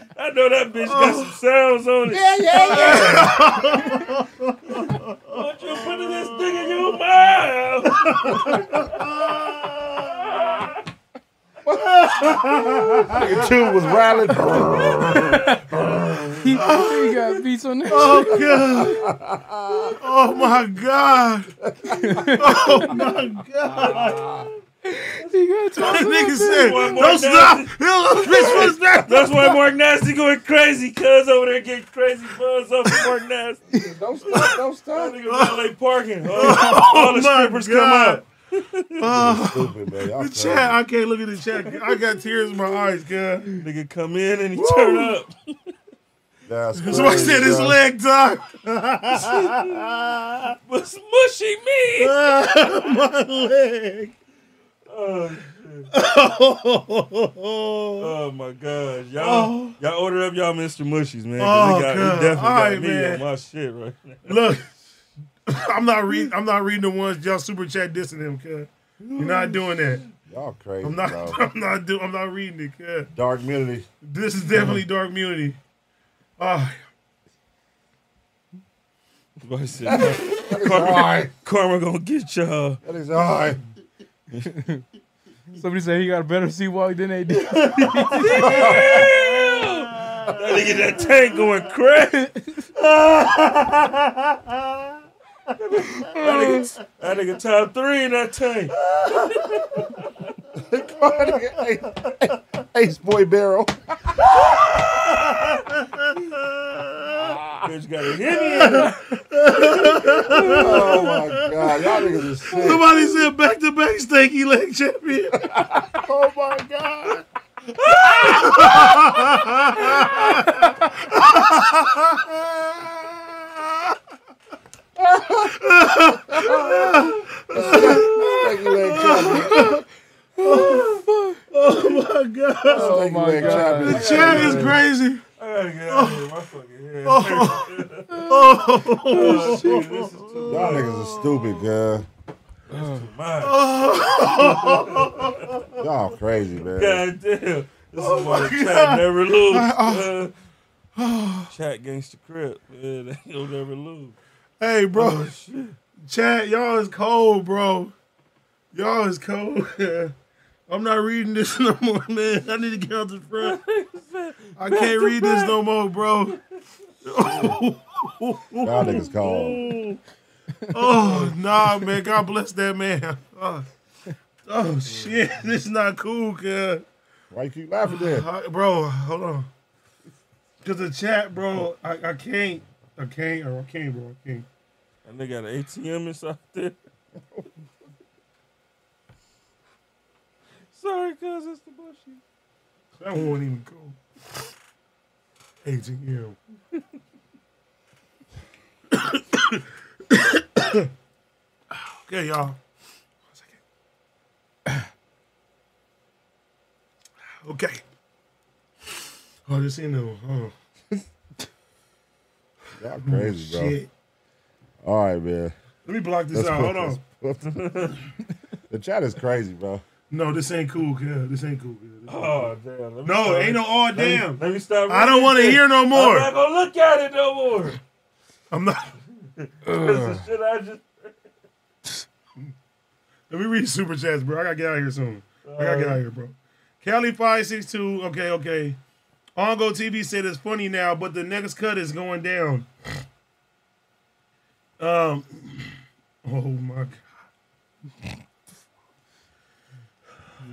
Speaker 4: I know that bitch got some sounds on it. Yeah, yeah, yeah. What you putting this thing in your mouth?
Speaker 2: Nigga two was rattling.
Speaker 3: he, he got beats on that.
Speaker 1: Oh god! Oh my god! Oh my god!
Speaker 3: shit. He
Speaker 1: That
Speaker 3: got tossed
Speaker 1: nigga
Speaker 3: out
Speaker 1: said,
Speaker 4: One more
Speaker 1: "Don't stop!"
Speaker 4: nasty.
Speaker 1: Yo, Bitch was back.
Speaker 4: That's why Mark Nasty going crazy, cuz over there getting crazy buzz off of Mark Nasty.
Speaker 3: there. Don't stop, don't
Speaker 4: That
Speaker 3: stop.
Speaker 4: nigga valet parking. All, all the
Speaker 1: Oh, my
Speaker 4: strippers come
Speaker 1: God.
Speaker 4: out.
Speaker 2: Stupid, man. Y'all
Speaker 1: The
Speaker 2: crazy.
Speaker 1: chat. I can't look at the chat. I got tears in my eyes, god.
Speaker 4: Nigga come in and he turn up.
Speaker 2: That's crazy,
Speaker 1: Somebody said his
Speaker 2: bro.
Speaker 1: leg time.
Speaker 4: Was mushy me.
Speaker 1: my leg.
Speaker 4: Oh,
Speaker 1: Oh,
Speaker 4: Oh my gosh, y'all,
Speaker 1: Oh.
Speaker 4: y'all order up y'all Mr. Mushies, man. 'cause
Speaker 1: Oh,
Speaker 4: it got, it
Speaker 1: God.
Speaker 4: definitely
Speaker 1: All
Speaker 4: got
Speaker 1: right,
Speaker 4: me
Speaker 1: man.
Speaker 4: on my shit right now.
Speaker 1: look. I'm not reading. I'm not reading the ones y'all super chat dissing him, cuz. You're not doing that.
Speaker 2: Y'all crazy,
Speaker 1: I'm not.
Speaker 2: bro.
Speaker 1: I'm not doing. I'm not reading it, cuz.
Speaker 2: Dark community.
Speaker 1: This is definitely Dark Mutiny. Ah,
Speaker 4: Somebody said, Karma, Karma gonna get y'all.
Speaker 2: That is all right.
Speaker 3: Somebody said he got a better sea walk than they did.
Speaker 4: That nigga that tank going crazy. that, nigga, that nigga top three in that tank.
Speaker 2: Ace boy barrel.
Speaker 4: Bitch got a hit
Speaker 2: Oh my god, y'all niggas is sick.
Speaker 1: somebody said back to back stanky leg champion.
Speaker 2: Oh my god. Thank you, leg champion.
Speaker 1: Oh my god,
Speaker 2: Thank you,
Speaker 3: my
Speaker 2: leg
Speaker 3: God.
Speaker 2: champion.
Speaker 1: that is crazy. Oh.
Speaker 2: Y'all niggas are stupid, girl.
Speaker 1: Oh.
Speaker 2: Y'all crazy, man.
Speaker 4: God damn. This
Speaker 1: Oh
Speaker 4: is why the chat never lose.
Speaker 1: uh.
Speaker 4: uh. chat gangster crip. Yeah, they'll never lose.
Speaker 1: Hey, bro, Chad, y'all is cold, bro. Y'all is cold. I'm not reading this no more, man. I need to get out the front. I can't read this no more, bro.
Speaker 2: Y'all niggas cold.
Speaker 1: Oh nah, man. God bless that man. Oh, oh, shit, this is not cool, cuz.
Speaker 2: Why you keep laughing then?
Speaker 1: Uh, bro, hold on. Cause the chat, bro, I, I can't, I can't, or I can't, bro, I can't.
Speaker 4: And they got an ATM inside there. Sorry, cuz it's the bushy.
Speaker 1: That one wasn't even cool. Agent M. okay, y'all. One second. Okay. Oh, this ain't no. Oh.
Speaker 2: Y'all crazy, bro.
Speaker 1: Shit.
Speaker 2: All right, man.
Speaker 1: Let me block this out. Hold on.
Speaker 2: on. the chat is crazy, bro.
Speaker 1: No, this ain't cool, kid. This ain't cool. Kid.
Speaker 4: Oh, damn. Let me
Speaker 1: No,
Speaker 4: stop.
Speaker 1: ain't no all
Speaker 4: Let me-
Speaker 1: damn.
Speaker 4: Let me stop.
Speaker 1: I don't
Speaker 4: reading
Speaker 1: want to
Speaker 4: this.
Speaker 1: hear no
Speaker 4: I'm
Speaker 1: more.
Speaker 4: not gonna look at it no more.
Speaker 1: I'm not.
Speaker 4: This is shit I just.
Speaker 1: Let me read super chats, bro. I gotta get out of here soon. I gotta get out of here, bro. Cali five six two. Okay, okay. Ongo TV said it's funny now, but the next cut is going down. Um. Oh my god.
Speaker 4: Hmm.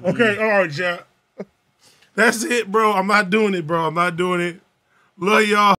Speaker 1: Okay, all right, Jack. That's it, bro. I'm not doing it, bro. I'm not doing it. Love y'all.